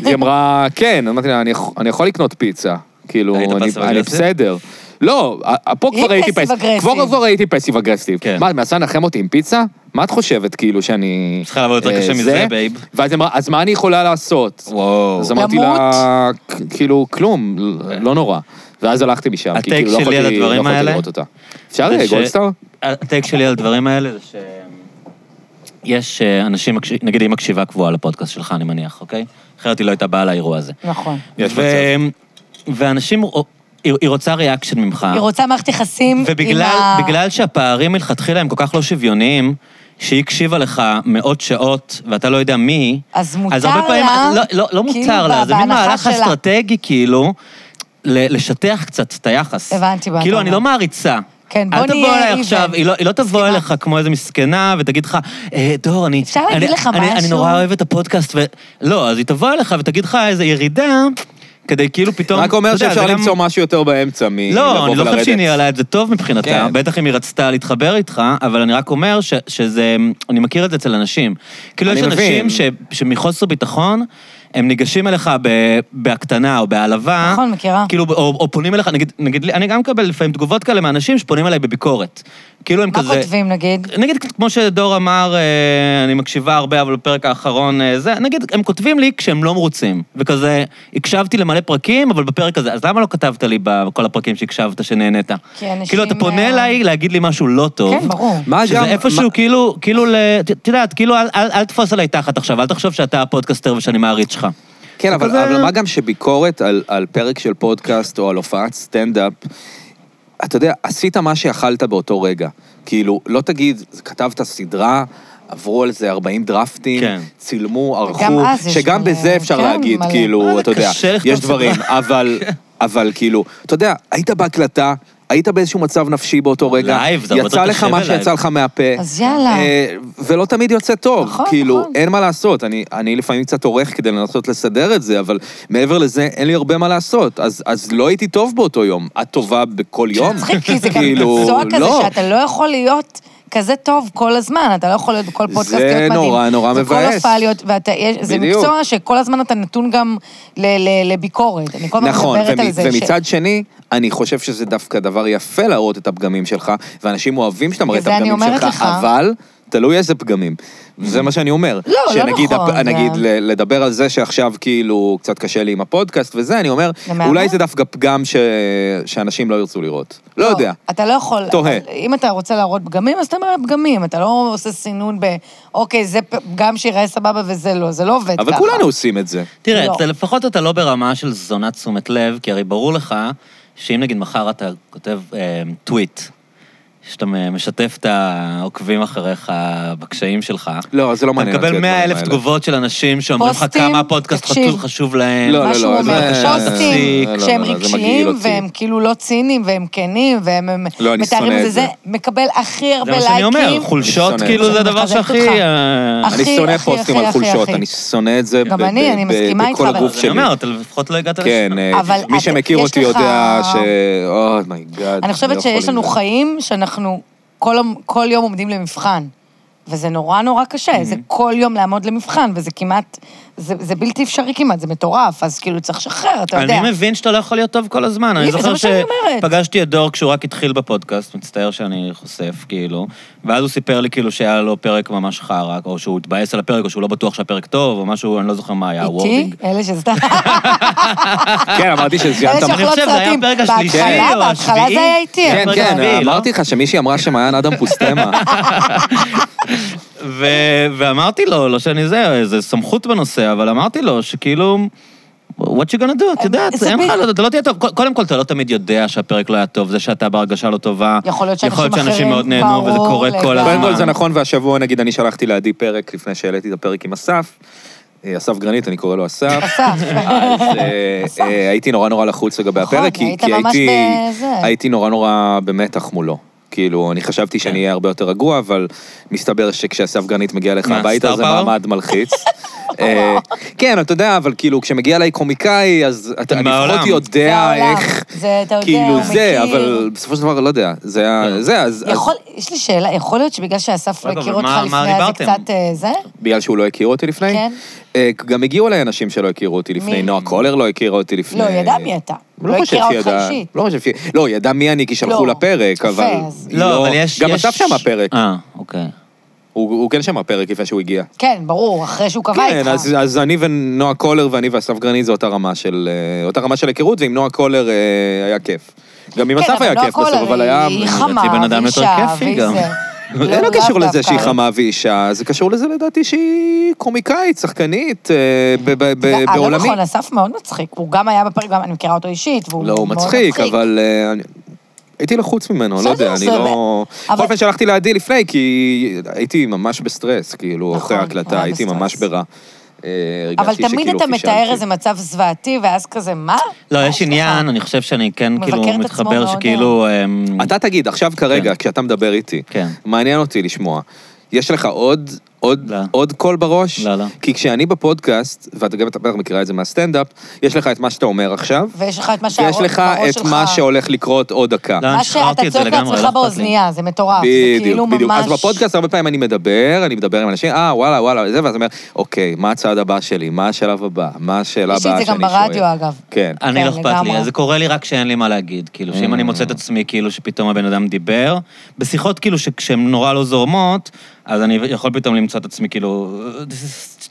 A: היא אמרה, כן. אמרתי לה, "אני יכול- אני יכול לקנות פיצה. כאילו,
C: היית
A: אני-
C: פסיב
A: אני
C: אגרסיב?
A: בסדר. לא, ה- פה
B: היא
A: כבר הייתי
B: פסיב
A: פסיב אגרסיב.
B: אגרסיב.
A: כבר כבר הייתי פסיב אגרסיב.
C: כן.
A: מה, את מנסה לנחם אותי עם פיצה? מה את חושבת, כאילו, שאני...
C: צריכה לעבוד יותר
A: אה,
C: קשה מזה, בייב.
A: ואז היא אמרה, אז מה אני יכולה לעשות?
C: וואו.
A: אז אמרתי לה, "כ- כאילו, כלום, לא נורא. ואז הלכתי משם, כי
C: הטייק
A: כאילו לא
C: שלי על
A: יכולתי לא
C: הדברים
A: יכולתי
C: האלה?
A: לראות אותה. אפשר אה,
C: זה ש- אה,
A: גולדסטאר?
C: הטייק שלי על הדברים האלה זה ש... יש אה, אנשים, מקש- נגיד היא מקשיבה קבועה לפודקאסט שלך, אני מניח, אוקיי? אחרת היא לא הייתה באה לאירוע הזה.
B: נכון.
A: יש
C: ו- ואנשים, רוא- היא היא רוצה ריאקשן ממך.
B: היא רוצה מערכת יחסים עם ה...
C: ובגלל בגלל שהפערים מלכתחילה הם כל כך לא שוויוניים, שהיא הקשיבה לך מאות שעות, ואתה לא יודע מי,
B: אז מותר
C: אז הרבה פעמים,
B: לה,
C: לא, לא, לא
B: כאילו,
C: מותר לה,
B: בה-
C: זה מין
B: בהנחה
C: מהלך
B: שלה.
C: אסטרטגי, כאילו, ל- לשטח קצת את היחס.
B: הבנתי מה אתה
C: כאילו, אני
B: אומר.
C: לא מעריצה.
B: כן, בוא
C: אל תבוא
B: נהיה
C: אליי
B: even.
C: עכשיו, היא לא, היא לא תבוא
B: מסכימה.
C: אליך כמו איזה מסכנה ותגיד לך, "אה, דור, אני...
B: אפשר להגיד
C: אני-
B: לך
C: אני- אני
B: משהו?"
C: נורא אוהב את הפודקאסט, ו... לא, אז היא תבוא אליך ותגיד לך איזה ירידה, כדי כאילו פתאום...
A: רק אומר
C: אתה יודע,
A: שאפשר
C: זה גם-
A: למצוא משהו יותר באמצע
C: לא, אני
A: מלבוא
C: לא חושב שהיא
A: ולרדת.
C: ניהלה את זה טוב מבחינתה,
A: כן.
C: בטח אם היא רצתה להתחבר איתך, אבל אני רק אומר ש- שזה, אני מכיר את זה אצל אנשים. כאילו,
A: אני
C: יש
A: מבין.
C: אנשים ש- שמחוסר ביטחון, הם ניגשים אליך ב- בהקטנה או בהעלבה.
B: נכון, מכירה.
C: כאילו, או או פונים אליך, נגיד- נגיד, לי- אני גם מקבל לפעמים תגובות כאלה מאנשים שפונים אליי בביקורת. כאילו הם
B: מה
C: כזה...
B: כותבים, נגיד?
C: נגיד, כמו שדור אמר, אה, אני מקשיבה הרבה, אבל בפרק האחרון אה, זה, נגיד, הם כותבים לי כשהם לא מרוצים. וכזה, הקשבתי למלא פרקים, אבל בפרק הזה, אז למה לא כתבת לי בכל הפרקים שהקשבת, שנהנית?
B: כי אנשים,
C: כאילו, אתה פונה
B: אה,
C: אליי להגיד לי משהו לא טוב.
B: כן, ברור.
A: מה גם-
C: שזה איפשהו,
A: מה-
C: כאילו, כאילו, ל- ת- את יודעת, כאילו, אל- אל אל תפוס עליי תחת עכשיו, אל תחשוב שאתה הפודקאסטר ושאני מעריץ שלך.
A: כן,
C: זה
A: אבל,
C: כזה-
A: אבל מה גם שביקורת על, על פרק של פודקאסט או על הופעת סטנדאפ, אתה יודע, עשית מה שיכלת באותו רגע. כאילו, לא תגיד, כתבת סדרה, עברו על זה 40 דרפטים,
C: כן.
A: צילמו, ערכו,
B: גם אז יש
A: שגם
B: מלא-
A: בזה אפשר
B: כן,
A: להגיד,
B: מלא.
A: כאילו,
C: מה, זה
A: אתה יודע,
C: קשה לכתוב
A: יש דברים, אבל אבל כאילו, אתה יודע, היית בהקלטה, היית באיזשהו מצב נפשי באותו רגע,
C: לייב, זה הרבה
A: יצא
C: יותר
A: לך
C: קשה
A: מה
C: בלייב.
A: שיצא לך מהפה.
B: אז יאללה.
A: אה, ולא תמיד יוצא טוב,
B: נכון,
A: כאילו,
B: נכון.
A: אין מה לעשות. אני, אני לפעמים קצת עורך כדי לנסות לסדר את זה, אבל מעבר לזה, אין לי הרבה מה לעשות. אז, אז לא הייתי טוב באותו יום. את טובה בכל יום?
B: מצחיק, כי זה גם
A: כאילו,
B: מקצוע כזה
A: לא.
B: שאתה לא יכול להיות כזה טוב כל הזמן, אתה לא יכול להיות בכל פודקאסט
A: זה
B: להיות מדהים.
A: נורא, נורא
B: זה כל
A: מבאס.
B: הופעה להיות, ואתה- יש- זה
A: בדיוק.
B: מקצוע שכל הזמן אתה נתון גם ל- ל- לביקורת. אני כל הזמן
A: נכון,
B: מדברת על
A: ומ-
B: זה. ש-
A: ומצד שני, אני חושב שזה דווקא דבר יפה להראות את הפגמים שלך, ואנשים אוהבים שאתה מראה את
B: וזה אני
A: הפגמים
B: אומרת
A: שלך,
B: לך.
A: אבל תלוי איזה פגמים. זה מה שאני אומר.
B: לא, לא
A: שנגיד,
B: נכון,
A: הפ-
B: זה-
A: נגיד, ל- לדבר על זה שעכשיו כאילו קצת קשה לי עם הפודקאסט וזה, אני אומר,
B: זה מהמם.
A: אולי זה דווקא פגם ש- שאנשים לא ירצו לראות. לא יודע.
B: אתה לא יכול.
A: תוהה.
B: אבל אם אתה רוצה להראות פגמים, אז אתה מראה פגמים. אתה לא עושה סינון ב, אוקיי, זה פגם שיראה סבבה וזה לא. זה לא עובד ככה.
A: אבל כולנו עושים את זה.
C: תראה,
B: לא.
C: אתה- לפחות אתה לא ברמה של זונת תשומת לב, כי הרי ברור לך שאם נגיד מחר אתה כותב אה, טוויט, שאתה מ- משתף את העוקבים אחריך בקשיים שלך,
A: לא, זה לא
C: אתה
A: מעניין. אותי
C: מקבל
A: הדברים
C: 100 אלף
A: האלה.
C: תגובות של אנשים שאומרים לך
B: פוסטים,
C: כמה הפודקאסט
B: תקשיב.
C: חשוב- חשוב להם.
A: לא,
B: מה
A: לא,
B: שהוא
A: לא,
B: אומר,
A: זה-
B: פוסטים,
A: לא, לא,
B: כשהם
A: לא, זה מגעיל
B: רגשיים,
A: אותי.
B: והם כאילו לא ציניים, והם כנים, והם הם
A: לא, אני
B: מתארים
A: שונא
B: את זה,
A: את זה.
B: זה מקבל הכי
C: זה
B: הרבה
C: מה
B: לייקים.
C: שאני אומר, חולשות
A: שונא.
C: כאילו זה הדבר
B: אה, מחזקת
C: שהכי...
B: אותך.
C: אה,
B: אחי,
A: אני שונא
B: אחי,
A: פוסטים
B: אחי,
A: על
B: אחי,
A: חולשות,
B: אחי.
A: אני שונא את זה.
B: גם
A: ב-
B: אני,
A: ב-
B: אני
A: ב-
B: מסכימה איתך,
A: בכל
B: אבל-
A: הגוף
C: אז אני
A: שלי.
C: אומר, אתה לפחות לא הגעת
A: כן,
C: לשם.
A: אה,
B: אבל
A: מי
B: את-
A: שמכיר
B: יש
A: אותי
B: לך-
A: יודע ש... Oh אומייגאד.
B: אני חושבת שיש לנו חיים שאנחנו כל, יום- כל יום עומדים למבחן, וזה נורא נורא קשה,
A: Mm-hmm.
B: זה כל יום לעמוד למבחן, וזה כמעט, זה, זה בלתי אפשרי כמעט, זה מטורף, אז כאילו צריך לשחרר, אתה יודע.
C: אני מבין שאתה לא יכול להיות טוב כל הזמן. אני
B: יפה, זה
C: זוכר
B: מה שאני אומרת.
C: שפגשתי את דור כשהוא רק התחיל בפודקאסט, מצטער שאני חושף, כאילו. ואז הוא סיפר לי כאילו שהיה לו פרק ממש חרא, או שהוא התבאס על הפרק, או שהוא לא בטוח שהפרק טוב, או משהו, אני לא זוכר מה היה,
B: איתי,
C: וורדינג.
B: אלה שזה סתם,
A: כן, אמרתי שזיינת מלא.
B: אלה
C: אני
B: שאוכלות
C: חושב, זה היה
B: סרטים.
C: הפרק השלישי
B: בהתחלה,
C: או
B: בהתחלה
C: השביעי?
B: זה היה איתי.
A: כן,
C: הפרק
A: כן,
C: הרביעי, לא?
A: אמרתי לך שמישהי אמרה שמעיין אדם פוסטמה.
C: ו- ואמרתי לו, לא שאני זה, זה סמכות בנושא, אבל אמרתי לו שכאילו... what you gonna do, את יודעת,
B: זה
C: אין
B: ב-
C: לך, לא- אתה לא תהיה טוב. ק- קודם כל, אתה לא תמיד יודע שהפרק לא היה טוב, זה שאתה בהרגשה לא טובה.
B: יכול להיות שאנשים אחרים-
C: מאוד נהנו, וזה
B: ברור
C: קורה כל
B: לגמרי.
C: הזמן.
A: קודם כל זה נכון, והשבוע נגיד אני שלחתי לעדי פרק לפני שהעליתי את הפרק עם אסף. אה, אסף גרנית, אני קורא לו אסף.
B: אסף.
A: אז אה, אה, הייתי נורא נורא לחוץ לגבי
B: נכון,
A: הפרק, כי
B: היית
A: כי
B: ממש
A: הייתי
B: בזה.
A: הייתי נורא נורא במתח מולו. כאילו, אני חשבתי שאני אהיה הרבה יותר רגוע, אבל מסתבר שכשאסף גרנית מגיע לך
C: מה,
A: הביתה
C: סטאר
A: זה
C: פאוור?
A: מעמד מלחיץ. אה, כן, אתה יודע, אבל כאילו, כשמגיע אליי קומיקאי, אז אתה- אני
C: בעולם.
A: לפחות
B: זה
A: יודע
B: העולם.
A: איך...
B: זה, אתה יודע,
A: כאילו
B: הוא
A: זה,
B: מכיר.
A: אבל בסופו של דבר, לא יודע. זה
C: כן.
A: היה... זה, אז... אז-
B: יכול, יש לי שאלה, יכול להיות שבגלל שאסף לא
C: רגע,
B: הכיר
C: אבל
B: אותך
C: מה-
B: לפני,
C: מה
B: אז זה
C: דיברתם?
B: קצת אה, זה?
A: בגלל שהוא לא הכיר אותי לפני?
B: כן.
A: אה, גם הגיעו אליי אנשים שלא הכירו אותי
B: מי?
A: לפני, נועה קולר לא הכירה אותי לפני.
B: לא, היא ידעה מי אתה.
A: לא
B: לא
A: חושב
B: הכירה
A: שהיא
B: אותך
A: ידעה-
B: אישית.
A: לא חושב שהיא... לא, היא ידעה מי אני כי שלחו
B: לא.
A: לה פרק,
B: יפה,
A: אבל...
B: אז-
A: היא
C: לא, אבל יש...
A: גם
C: יש-
A: אסף שם הפרק.
C: אה, אוקיי.
A: הוא הוא כן שמע פרק לפני שהוא הגיע.
B: כן, ברור, אחרי שהוא קבע
A: כן,
B: איתך.
A: אז, אז אני ונועה קולר ואני ואסף גרנית זה אותה רמה של, אה, אותה רמה של היכרות, ועם נועה קולר אה, היה כיף. גם עם
B: כן,
A: אסף היה
B: נועה
A: כיף בסוף,
B: קולר
A: אבל היה...
B: היא
C: לדעתי בן
B: חמה,
C: אדם יותר
B: ואישה,
C: כיפי
B: והיא
C: גם.
B: זה.
A: זה לא
B: לאו
A: קשור לזה שהיא
B: דווקא.
A: חמה והיא אישה, זה קשור לזה לדעתי שהיא קומיקאית, שחקנית, אה, ב- ב- ב-
B: אה, לא
A: בעולמי.
B: נכון, אסף מאוד מצחיק. הוא גם היה בפרק, גם אני מכירה אותו אישית, והוא
A: לא, הוא
B: מאוד
A: מצחיק, אבל... אה, אני- הייתי לחוץ ממנו, לא
B: בסדר,
A: יודע, אני
B: זה-
A: לא...
B: אבל-
A: בכל אופן שלחתי לעדי לפני, כי הייתי ממש בסטרס, כאילו,
B: נכון,
A: אחרי
B: הוא
A: ההקלטה,
B: היה
A: הייתי
B: בסטרס.
A: ממש ברע. אה,
B: אבל
A: הרגשתי
B: תמיד
A: שכאילו
B: אתה מתאר
A: פישלתי.
B: איזה מצב זוועתי, ואז כזה, מה?
C: לא,
B: מה
C: יש
B: לך?
C: עניין, אני חושב שאני כן
B: הוא מבקר
C: כאילו
B: אוקיי. את עצמו
C: מתחבר
B: מאוד, אה.
C: שכאילו... אמ,
A: אתה תגיד, עכשיו כרגע,
C: כן.
A: כשאתה מדבר איתי,
C: כן.
A: מעניין אותי לשמוע. יש לך עוד, עוד,
C: לא.
A: עוד קול בראש?
C: לא, לא.
A: כי כשאני בפודקאסט, ואת גם בטח מכירה את זה מהסטנדאפ, יש לך את מה שאתה אומר עכשיו,
B: ויש לך את מה שהראש
A: ויש
B: בראש
A: לך
B: שלך.
A: את מה שהולך לקרות עוד דקה.
C: לא, אני
B: מה
C: שחררתי
B: שאתה
C: את זה
B: צועק
C: לגמרי, לא
B: לעצמך
C: אכפת לי.
B: באוזנייה, זה מטורף. זה כאילו
A: בדיוק, בדיוק.
B: ממש...
A: אז בפודקאסט הרבה פעמים אני מדבר, אני מדבר עם אנשים, אה, וואלה, וואלה, זה, ואז אני אומר, אוקיי, מה הצעד הבא שלי? מה השלב הבא? מה השאלה
B: יש לי
A: הבאה
B: את
A: שאני
B: זה
A: שואל?
B: גם ברדיו, אגב.
A: כן.
C: אני
B: כן,
C: לא אכפת
B: לגמרי.
C: לי, זה קורה לי רק כשאין לי מה להגיד, כאילו, שאם
A: Mm.
C: אני מוצא את עצמי, כאילו, שפתאום הבן אדם דיבר, בשיחות, כאילו, שכשהן נורא לא זורמות, אז אני יכול פתאום למצוא את עצמי, כאילו...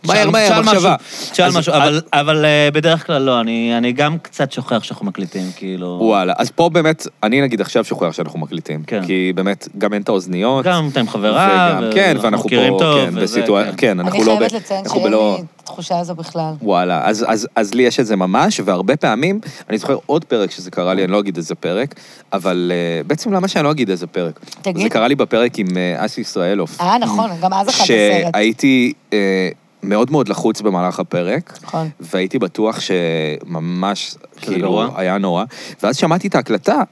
A: מהר,
C: שאל-
A: מהר,
C: שאל משהו,
A: מחשבה.
C: שאל
A: אז-
C: משהו, אבל- אבל אה, בדרך כלל לא, אני אני גם קצת שוכח שאנחנו מקליטים, כאילו...
A: וואלה, אז פה באמת, אני נגיד עכשיו שוכח שאנחנו מקליטים.
C: כן.
A: כי באמת, גם אין את האוזניות.
C: גם אתה עם חברה,
A: וגם, כן,
C: ואנחנו
A: ואנחנו
C: מכירים
A: פה,
C: טוב,
A: כן,
C: וזה,
A: בסיטואציה,
C: כן.
A: כן,
B: אני
A: אנחנו לא... ב-
B: חייבת לציין
A: אנחנו
B: שאין
A: בלא-
B: לי תחושה הזו בכלל.
A: וואלה, אז, אז, אז לי יש את זה ממש, והרבה פעמים, אני זוכר עוד פרק שזה קרה לי, אני לא אגיד איזה פרק, אבל uh, בעצם למה שאני לא אגיד איזה פרק?
B: תגיד.
A: זה קרה לי בפרק עם אה, אסי ישראלוף.
B: אה, נכון, גם אז אכלת סרט.
A: שהייתי אה, מאוד מאוד לחוץ במהלך הפרק.
B: נכון.
A: והייתי בטוח שממש,
C: שזה
A: כאילו,
C: נורא?
A: היה נורא. ואז שמעתי את ההקלטה,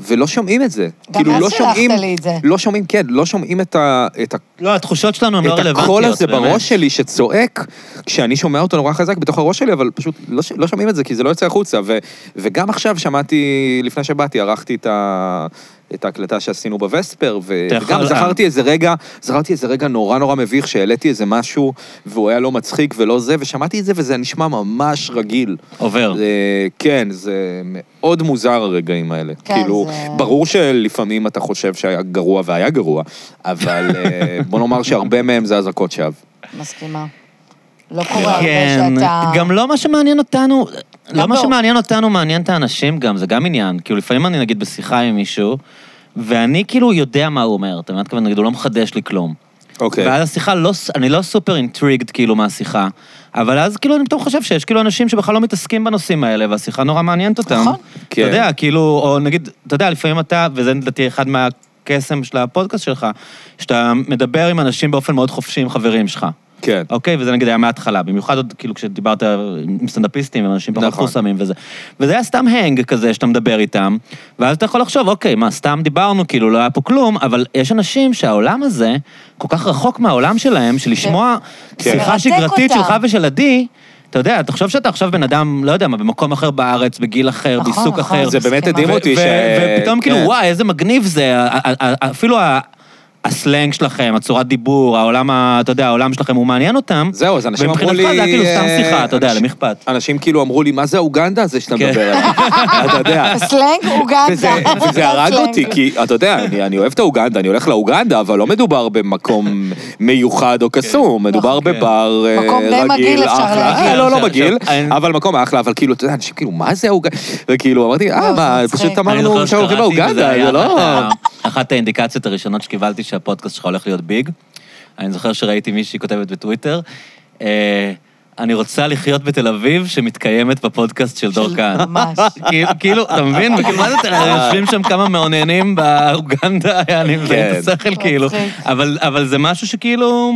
A: ולא שומעים את זה.
B: גם
A: כאילו,
B: אז
A: לא
B: שלחת
A: שומעים,
B: לי את זה.
A: לא שומעים, כן, לא שומעים את, ה, את, ה,
C: לא, התחושות שלנו הן לא
A: את
C: רלוונטיות.
A: הקול הזה
C: באמת.
A: בראש שלי שצועק, כשאני שומע אותו נורא חזק בתוך הראש שלי, אבל פשוט לא, ש- לא שומעים את זה, כי זה לא יוצא החוצה. ו, וגם עכשיו שמעתי, לפני שבאתי, ערכתי את ה... את ההקלטה שעשינו בווספר, ו-
C: אתה יכול-
A: וגם זכרתי איזה רגע, זכרתי איזה רגע נורא נורא מביך, שהעליתי איזה משהו, והוא היה לא מצחיק ולא זה, ושמעתי את זה, וזה נשמע ממש רגיל.
C: עובר.
A: זה, כן, זה מאוד מוזר הרגעים האלה.
B: כן,
A: כן, כאילו,
B: זה-
A: זה... ברור שלפעמים אתה חושב שהיה גרוע והיה גרוע, אבל אה, בוא נאמר שהרבה מהם זה אזעקות שווא.
B: מסכימה. לא קורה הרבה
C: כן,
B: שאתה...
C: גם לא מה שמעניין אותנו, לא מה
B: לא.
C: שמעניין אותנו מעניין את האנשים גם, זה גם עניין. כאילו, לפעמים אני נגיד בשיחה עם מישהו, ואני כאילו יודע מה הוא אומר, אתה מבין מה אתכוון? נגיד, הוא לא מחדש לי כלום.
A: אוקיי.
C: ואז השיחה לא, ס- אני לא סופר אינטריגד כאילו מהשיחה, אבל אז כאילו אני פתאום חושב שיש כאילו אנשים שבכלל לא מתעסקים בנושאים האלה, והשיחה נורא מעניינת אותם.
B: נכון.
A: כן.
C: אתה יודע, כאילו, או נגיד, אתה יודע, לפעמים אתה, וזה לדעתי אחד מהקסם של הפודקאסט שלך, שאתה מדבר עם אנשים באופן מאוד חופשי עם חברים שלך.
A: כן.
C: אוקיי, וזה נגיד היה מההתחלה, במיוחד עוד כאילו כשדיברת עם סטנדאפיסטים, עם אנשים פחות
A: נכון.
C: חוסמים וזה. וזה היה סתם הנג כזה שאתה מדבר איתם, ואז אתה יכול לחשוב, אוקיי, מה, סתם דיברנו, כאילו לא היה פה כלום, אבל יש אנשים שהעולם הזה כל כך רחוק מהעולם שלהם, שלשמוע
A: כן.
C: שיחה
B: מרתק
C: שגרתית
B: אותם.
C: שלך ושל עדי, אתה יודע, אתה חושב שאתה עכשיו בן אדם, לא יודע מה, במקום אחר בארץ, בגיל אחר,
B: נכון,
C: בעיסוק
B: נכון.
C: אחר.
A: זה באמת
B: מסכימה.
A: הדהים
C: ו-
A: אותי
C: ו-
A: ש...
C: ופתאום כאילו,
A: כן.
C: וואי, איזה מגניב זה, ה- ה- ה- אפילו ה- הסלנג שלכם, הצורת דיבור, העולם, ה- אתה יודע, העולם שלכם הוא מעניין אותם.
A: זהו, אז אנשים אמרו לי...
C: ומבחינתך זה היה כאילו סתם
A: אה,
C: שיחה, אתה יודע,
A: אנשים-
C: למי אכפת?
A: אנשים כאילו אמרו לי, מה זה האוגנדה הזה שאתה
C: כן.
A: מדבר עליו? אתה יודע.
B: סלנג אוגנדה.
A: וזה
B: לא
A: וזה הרג אותי, כי אתה יודע, אני, אני אוהב את האוגנדה, אני הולך לאוגנדה, אבל לא מדובר במקום מיוחד או קסום, מדובר
C: כן.
A: בבר אה,
B: נכון, מקום די
A: רגיל,
B: מגעיל, אפשר
A: אחלה.
B: להגיד.
A: אה, לא, לא
C: עכשיו,
A: מגעיל,
C: עכשיו, אני-
A: אבל מקום אחלה, אבל כאילו, אתה יודע, אנשים כאילו, מה זה האוגנדה? וכאילו, אמרתי,
B: לא,
A: אה,
B: זה
A: מה,
B: מצחיק.
A: פשוט
C: אני
A: אמרנו
C: זוכר
A: שאנחנו הולכים
C: שקראתי, וזה
A: לאוגנדה,
C: היה
A: זה לא...
C: אחת ה- אחת האינדיקציות הראשונות שקיבלתי שהפודקאסט שלך הולך להיות ביג. אני זוכר שראיתי מישהי כותבת בטוויטר, אה, אני רוצה לחיות בתל אביב שמתקיימת בפודקאסט של דור כהן.
B: ממש.
C: כאילו- כאילו, אתה מבין? וכאילו, מה זה, אתם יושבים שם כמה מאוננים באוגנדה, אני מבין את השכל, כאילו.
B: מצחיק.
C: אבל אבל זה משהו שכאילו...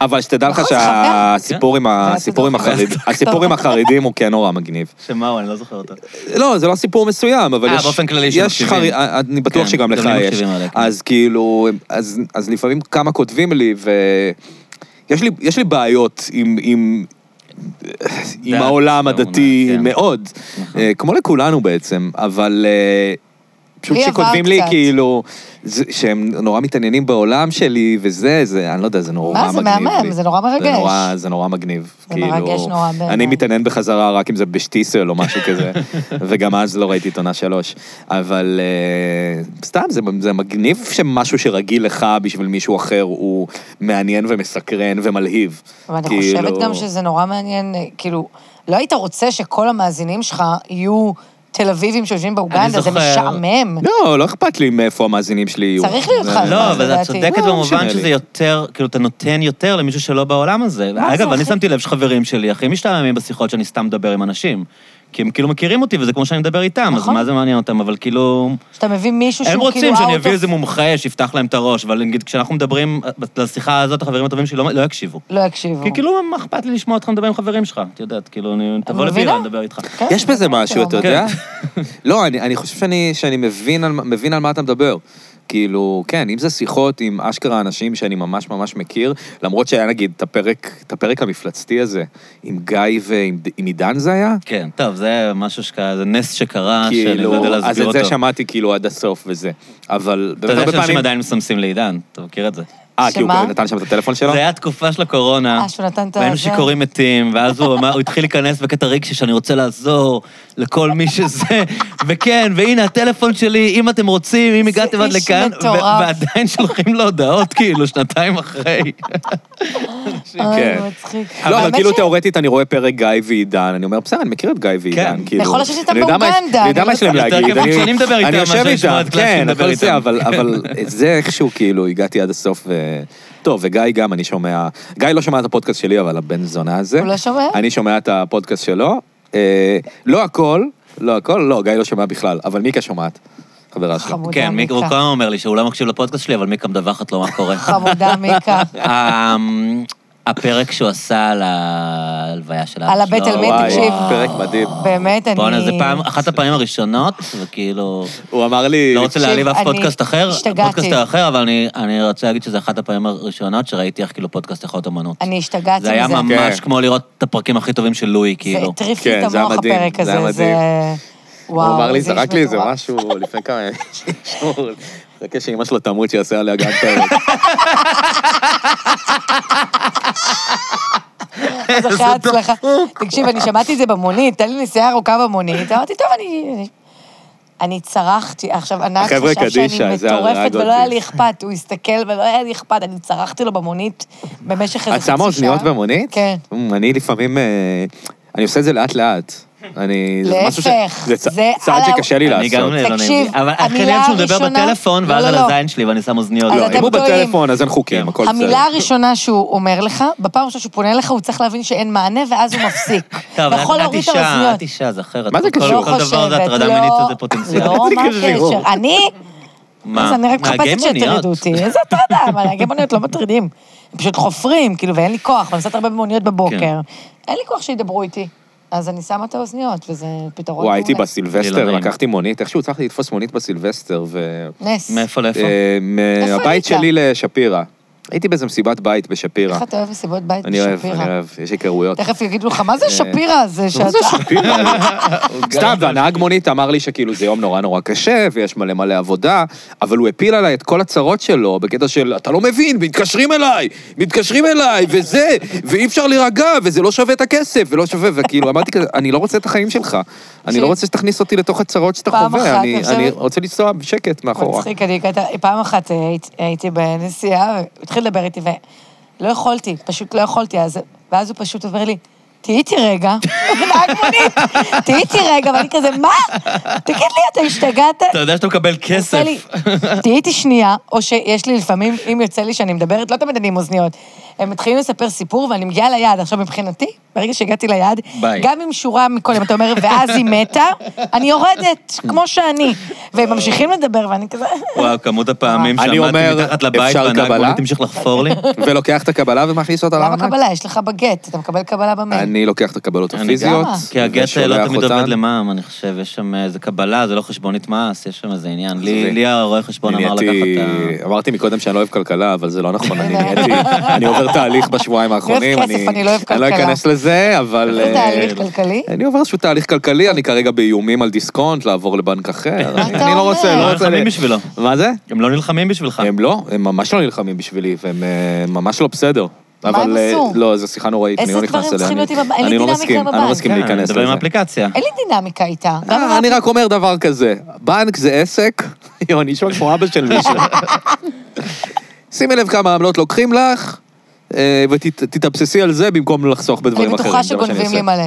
A: אבל שתדע לך
B: נכון, זה חבר.
A: שהסיפור עם ה-
B: זה
A: הסיפור עם
B: הסיפור.
A: החרדים, הסיפור עם החרדים הוא כן נורא מגניב.
C: שמה הוא, אני לא זוכר אותו.
A: לא, זה לא סיפור מסוים, אבל
C: אה,
A: יש...
C: באופן כללי
A: יש
C: שמקשיבים.
A: חרי- אני בטוח
C: כן,
A: שגם לך
C: גם לי
A: יש.
C: מקשיבים מלא, כן.
A: אז כאילו, אז, אז לפעמים כמה כותבים לי, ו... יש לי, יש לי בעיות עם, עם, עם
C: דת,
A: העולם הדתי
C: אמונה, כן.
A: מאוד,
C: נכון.
A: אה, כמו לכולנו בעצם, אבל אה, פשוט
B: לי עבר
A: שכותבים לי
B: קצת.
A: כאילו, זה- שהם נורא מתעניינים בעולם שלי וזה, זה, אני לא יודע, זה נורא
B: מה, זה
A: מגניב
B: מהמם,
A: לי.
B: זה נורא
A: זה
B: מרגש.
A: נורא, זה נורא מגניב. כאילו.
B: זה מרגש נורא בעיניי.
A: אני מתעניין בחזרה רק אם זה בשטיסל או משהו כזה, וגם אז לא ראיתי את עונה שלוש. אבל אה, סתם, זה, זה מגניב שמשהו שרגיל לך בשביל מישהו אחר הוא מעניין ומסקרן ומלהיב. כאילו-
B: אבל אני
C: כאילו-
B: חושבת גם שזה נורא מעניין, אה, כאילו, לא היית רוצה שכל המאזינים שלך יהיו תל אביבים שיושבים באוגנדה, זה
C: זוכר.
B: משעמם.
A: לא, לא אכפת לי מאיפה המאזינים שלי יהיו.
B: צריך להיות
A: זה-
B: חזק.
C: לא,
B: לדעתי.
C: אבל את צודקת
A: לא, לא
C: במובן
A: משנה
C: שזה
A: לי.
C: יותר, כאילו, אתה נותן יותר למישהו שלא בעולם הזה.
B: מה זה,
C: אגב, אני
B: אחי?
C: שמתי לב שחברים שלי הכי משתעממים בשיחות שאני סתם מדבר עם אנשים. כי הם כאילו מכירים אותי, וזה כמו שאני מדבר איתם, אז
B: נכון.
C: מה זה מעניין אותם, אבל כאילו...
B: שאתה מביא מישהו
C: הם
B: שהוא כאילו
C: רוצים שאני
B: out
C: אביא
B: of-
C: איזה מומחה שיפתח להם את הראש, אבל נגיד, כשאנחנו מדברים, לשיחה הזאת, החברים הטובים שלי לא- לא יקשיבו.
B: לא יקשיבו.
C: כי כאילו, מה אכפת לי לשמוע אותך מדבר עם חברים שלך? את יודעת, כאילו, אני... תבוא
B: לא מבינה.
C: לבירה, אני אדבר איתך.
B: כן,
A: יש בזה
B: זה
A: משהו,
B: כאילו,
A: אתה
B: אבל-
A: יודע? לא, אני, אני חושב שאני, שאני מבין, על, מה- מבין על מה אתה מדבר. כאילו, כן, אם זה שיחות עם אשכרה אנשים שאני ממש ממש מכיר, למרות שהיה נגיד את הפרק, את הפרק המפלצתי הזה, עם גיא ועם עם עידן זה היה?
C: כן, טוב, זה משהו שקרה, זה נס שקרה, שאני לא
A: כאילו,
C: יודע
A: אז
C: להסביר
A: את זה
C: אותו.
A: שמעתי כאילו עד הסוף וזה. אבל
C: אתה יודע שאנשים עדיין מסמסים לעידן, אתה מכיר את זה.
A: אה, כי הוא
B: שמה?
A: נתן שם את הטלפון שלו?
C: זה היה התקופה של הקורונה.
B: אה, שהוא נתן את
C: והיינו
B: הזה.
C: שיכורים מתים, ואז הוא אמר, הוא התחיל להיכנס בקטע רגשי שאני רוצה לעזור לכל מי שזה, וכן, והנה הטלפון שלי, אם אתם רוצים, אם
B: איזה
C: הגעתם עד
B: איש
C: לכאן, ו-
B: מטורף.
C: ועדיין שולחים לו הודעות, כאילו, שנתיים אחרי.
A: כן.
B: אוי, מצחיק.
A: לא, אבל
B: האמת
A: כאילו
B: ש-
A: תיאורטית אני רואה פרק גיא ועידן, אני אומר, בסדר, אני מכיר את גיא ועידן,
C: כן.
A: כאילו.
B: אתה יכול לשבת איתם
A: אני יודע מה-
B: באוגנדה,
A: אני יודע
B: אני
A: מה יש להם
B: לא
C: יודעת.
A: להגיד.
C: יותר כיף שאני מדבר איתם,
A: אני יושב
C: מאשר לשמוע
A: איתם,
C: את קלאסי
A: כן,
C: מדבר
A: הכל זה,
C: איתם.
A: אבל אבל את זה איכשהו כאילו הגעתי עד הסוף. ו- טוב, וגיא גם, אני שומע, גיא לא שומע את הפודקאסט שלי, אבל הבן זונה הזה.
B: הוא לא שומע?
A: אני שומע את הפודקאסט שלו. אה, לא הכל, לא הכל, לא, גיא לא שומע בכלל, אבל מיקה שומעת, חברה שלו.
B: חמודה
C: כן, מיקה, הוא כל
B: מיקה.
C: הזמן אומר לי שהוא לא מקשיב לפודקאסט שלי, אבל מיקה מדווחת לו מה קורה.
B: חמודה מיקה.
C: אמ, הפרק שהוא עשה על ההלוויה של אבא
B: על
C: שלו.
B: הבטלמן,
C: לא, וואי,
B: תקשיב.
C: וואו.
A: פרק מדהים.
B: באמת, אני...
C: בואנה, זה פעם, אחת הפעמים הראשונות, וכאילו...
A: הוא אמר לי...
C: לא רוצה
B: תקשיב,
C: להעליב אף
B: אני
C: פודקאסט אחר,
B: השתגעתי.
C: פודקאסט אחר, אבל אני- אני רוצה להגיד שזו אחת הפעמים הראשונות שראיתי איך כאילו פודקאסט יכול להיות אומנות.
B: אני השתגעתי
C: זה היה
B: מזה.
C: ממש
A: כן.
C: כמו לראות את הפרקים הכי טובים של לואי,
B: זה
C: כאילו.
B: הטריף לי
A: כן,
B: את
A: זה היה
B: המוח
A: מדהים,
B: הפרק
A: זה היה
B: הזה, זה...
A: מדהים. הוא
B: וואו,
A: אמר לי,
B: איזה איש
A: זרק לי איזה
B: מטורף.
A: משהו לפני כמה ימים. שהוא- מחכה שאמא שלו תמות שיעשה עליה גם פרק.
B: אז אחרי ההצלחה. תקשיב, אני שמעתי את זה במונית, תן לי נסיעה ארוכה במונית, אמרתי, טוב, אני... אני צרחתי, עכשיו, הנהג
A: החבר'ה
B: חשב
A: קדישא,
B: שאני
A: זה הרג
B: מטורפת
A: אותי.
B: ולא היה לי אכפת, הוא הסתכל ולא היה לי אכפת, אני צרחתי לו במונית במשך איזה
A: את
B: אה, חצי שעה.
A: שמה אוזניות במונית?
B: כן.
A: אמ, אני לפעמים... אה, אני עושה את זה לאט-לאט. אני... זה משהו ש-
B: להפך,
A: זה צ-
B: זה
A: צעד
B: על ה-
A: שקשה לי
C: אני גם
A: לעשות.
C: לא נהנה.
B: תקשיב,
C: אבל הכי
B: המילה
C: נהנה שהוא מדבר
B: הראשונה-
C: בטלפון,
B: לא,
C: ואז
B: לא,
C: על
B: לא.
C: הזין שלי ואני שם אוזניות.
B: אז
A: לא,
B: אתם
A: אם הוא
B: טועים.
A: בטלפון, אז אין
C: כן.
A: חוקים, הכל בסדר.
B: המילה הראשונה שהוא אומר לך, בפעם הראשונה שהוא פונה אליך, הוא צריך להבין שאין מענה, ואז הוא מפסיק.
C: טוב, אבל
B: יכול
C: את-
B: להוריד את
C: את אישה,
B: האוזניות.
C: את אישה, זה אחרת.
A: מה זה
C: כל-
A: קשור?
B: לא
A: לא
C: כל דבר זה
B: חושבת,
C: הטרדה
B: לא...
C: מינית וזה פוטנציאל.
B: לא,
A: זה
B: מה
A: קשור?
B: הקשר? אני?
C: מה?
B: אז אני רק מחפשת
C: נהגי מוניות.
B: שיטרדו אותי. איזה הטרדה, אבל נהגי מוניות לא מטרידים. הם פשוט חופרים, כאילו, ואין לי כוח, ואני נוסעת הרבה במוניות בבוקר.
C: כן.
B: אין לי כוח שידברו איתי. אז אני שמה את האוזניות, וזה פתרון
A: וואי,
B: מעולה.
A: הייתי בסילבסטר,
C: אילן רעים.
A: לקחתי מונית, איכשהו הצלחתי לתפוס מונית בסילבסטר, ו...
B: נס.
C: מאיפה לאיפה?
A: אה, מהבית
B: היית?
A: שלי לשפירא. הייתי באיזה מסיבת בית בשפירא.
B: איך אתה אוהב מסיבות בית
A: אני אוהב, אני
B: בשפירא?
A: אוהב, אה, יש היכרויות.
B: תכף יגידו לך, מה זה שפירא הזה שאתה...
A: סתם, והנהג מונית אמר לי שכאילו זה יום נורא נורא קשה, ויש מלא מלא עבודה, אבל הוא הפיל עליי את כל הצרות שלו, בקטע של, אתה לא מבין, מתקשרים אליי, מתקשרים אליי, וזה, ואי אפשר להירגע, וזה לא שווה את הכסף, ולא שווה, וכאילו, אמרתי כזה, אני לא רוצה את החיים שלך. אני לא רוצה שתכניס אותי לתוך הצרות שאתה
B: פעם אחת,
A: חווה, אני-
B: אני חושבת-
A: אני רוצה לנסוע בשקט מאחורה.
B: מצחיק, אני הגעת, פעם אחת אה, הייתי- הייתי בנסיעה, הוא התחיל לדבר איתי, ולא יכולתי, פשוט לא יכולתי, אז, ואז הוא פשוט אומר לי, תהיי איתי רגע, נהג מונית, תהיי איתי רגע, ואני כזה, מה? תגיד לי, אתה השתגעת?
C: אתה יודע שאתה מקבל כסף.
B: עושה לי, תהיי איתי שנייה, או שיש לי לפעמים, אם יוצא לי שאני מדברת, לא תמיד אני עם אוזניות. הם מתחילים לספר סיפור ואני מגיעה ליעד. עכשיו, מבחינתי, ברגע שהגעתי ליעד,
C: ביי.
B: גם עם שורה מקודם, אתה אומר, ואז היא מתה, אני יורדת, כמו שאני. והם ממשיכים לדבר, ואני כזה...
C: וואו, כמות הפעמים
A: אני
C: שעמדתי
A: אומר,
C: מתחת לבית,
A: אפשר
C: והנהג
A: קבלה?
C: מונית המשיך לחפור לי.
A: ולוקח את הקבלה ומכניס אותה
B: למה
A: לארנק.
B: קבלה? יש לך בגט, אתה מקבל קבלה במייל.
A: אני לוקח את הקבלות
C: אני
A: הפיזיות.
B: גם.
C: כי הגט לא
A: ושולח
C: תמיד עובד
A: אותן.
C: למע"מ, אני חושב, יש שם איזה קבלה, זה לא חשבונית מס, יש שם איזה עניין. לי
A: עזבי.
C: לי הרואה חשבון
A: אני
C: אמר לקחת
A: נהייתי,
C: את ה...
A: אמרתי מקודם שאני לא אוהב כלכלה, אבל זה לא נכון, אני נהייתי, אני עובר תהליך בשבועיים האחרונים,
B: אוהב כסף, אני לא אוהב
A: אני
B: כלכלה.
A: לא אכנס לזה, אבל...
B: זה לא
A: אה,
B: תהליך כלכלי?
A: אני עובר איזשהו תהליך כלכלי, אני כרגע באיומים על דיסקונט, לעבור לבנק אחר.
B: מה
A: אני-
B: אתה
A: אני לא
B: אומר?
A: רוצה,
C: הם
A: לא
C: לא
A: רוצה...
C: נלחמים
A: ל-
C: בשבילו.
A: מה זה?
C: הם לא נלחמים בשבילך.
A: הם לא, הם ממש לא נלחמים בשבילי, והם אה, ממש לא בסדר.
B: מה
A: אבל,
B: הם
A: אה,
B: עשו?
A: לא, זו שיחה נוראית, אני
B: איזה
A: לא נכנס
B: דברים
A: אליה.
B: צריכים להיות עם
A: אני-
B: הבנק? אין לי
A: אני לא
B: דינמיקה
A: מסכים,
B: עם
A: אני לא
B: הבנק.
A: מסכים
C: כן,
A: להיכנס
C: מדבר עם
A: לזה.
C: אפליקציה.
B: אין לי דינמיקה איתה. גם
A: אה,
B: אמרתי-
A: אני רק אומר דבר כזה, בנק זה עסק, יו, אני נשמע כמו אבא של מישהו. שימי לב כמה עמלות לוקחים לך, אה, ותתאבססי על זה במקום לחסוך
B: אני
A: בדברים אחרים.
B: בטוחה
A: זה מה שאני
B: שגונבים לי
A: עושה.
B: מלא.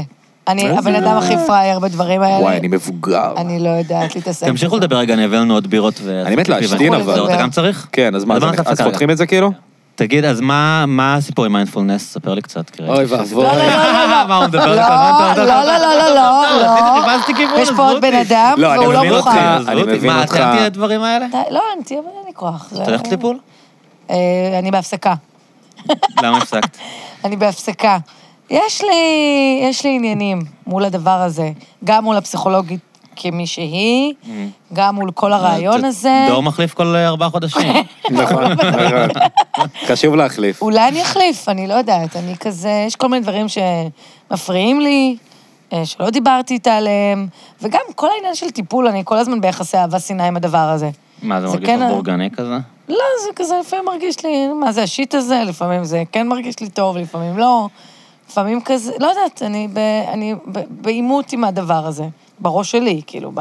B: אני
A: איזה-
B: הבן אדם הכי פראייר בדברים האלה.
A: וואי, אני מבוגר.
B: אני לא יודעת להתעסק.
C: תמשיכו
B: בזה.
C: לדבר רגע, נכון. אני אביא לנו עוד בירות ו...
A: אני מת להשתין,
C: פיבן.
B: אבל.
C: זהו, אתה גם צריך?
A: כן, אז מה,
C: אז
A: אז
C: בוא
A: אני-
C: נעשה
A: אז
C: הפסקה
A: פותחים את זה כאילו?
C: תגיד, אז מה מה הסיפור עם מיינדפולנס? ספר לי קצת. כי ראיתי
A: אוי
C: שזה-
A: ואבוי.
B: לא, לא, לא, לא, לא.
C: מה הוא מדבר?
B: לא,
C: אתה- אתה-
B: לא, לא, לא, לא, לא,
C: רציתי,
B: לא.
C: חיפשתי כיוון,
B: יש
C: עזבו
B: פה עוד
C: אותי.
B: בן אדם,
A: לא, אני
B: והוא לא
A: מבין אותך.
B: מוכן.
C: עזבו
A: אני
C: אותי.
A: מבין
C: מה,
A: אותך.
C: אתה תהיה הדברים האלה?
B: די, לא, אני תהיה, אבל אין לי כוח. זה-
C: את הולכת לטיפול?
B: אה, אני בהפסקה.
C: למה הפסקת?
B: אני בהפסקה. יש לי, יש לי עניינים מול הדבר הזה, גם מול הפסיכולוגית כמי שהיא, גם מול כל הרעיון הזה.
C: דור מחליף כל אה, ארבעה חודשים.
A: נכון, נכון. חשוב להחליף.
B: אולי אני אחליף, אני לא יודעת. אני כזה, יש כל מיני דברים שמפריעים לי, אה, שלא דיברתי איתה עליהם, וגם כל העניין של טיפול, אני כל הזמן ביחסי אהבה שנאה עם הדבר הזה.
C: מה, זה
B: זה
C: מרגיש
B: כן
C: לך
B: ה-
C: בורגני כזה?
B: לא, זה כזה לפעמים מרגיש לי, מה זה השיט הזה? לפעמים זה כן מרגיש לי טוב, לפעמים לא. לפעמים כזה, לא יודעת, אני ב- אני ב- בעימות עם הדבר הזה. בראש שלי, כאילו, ב...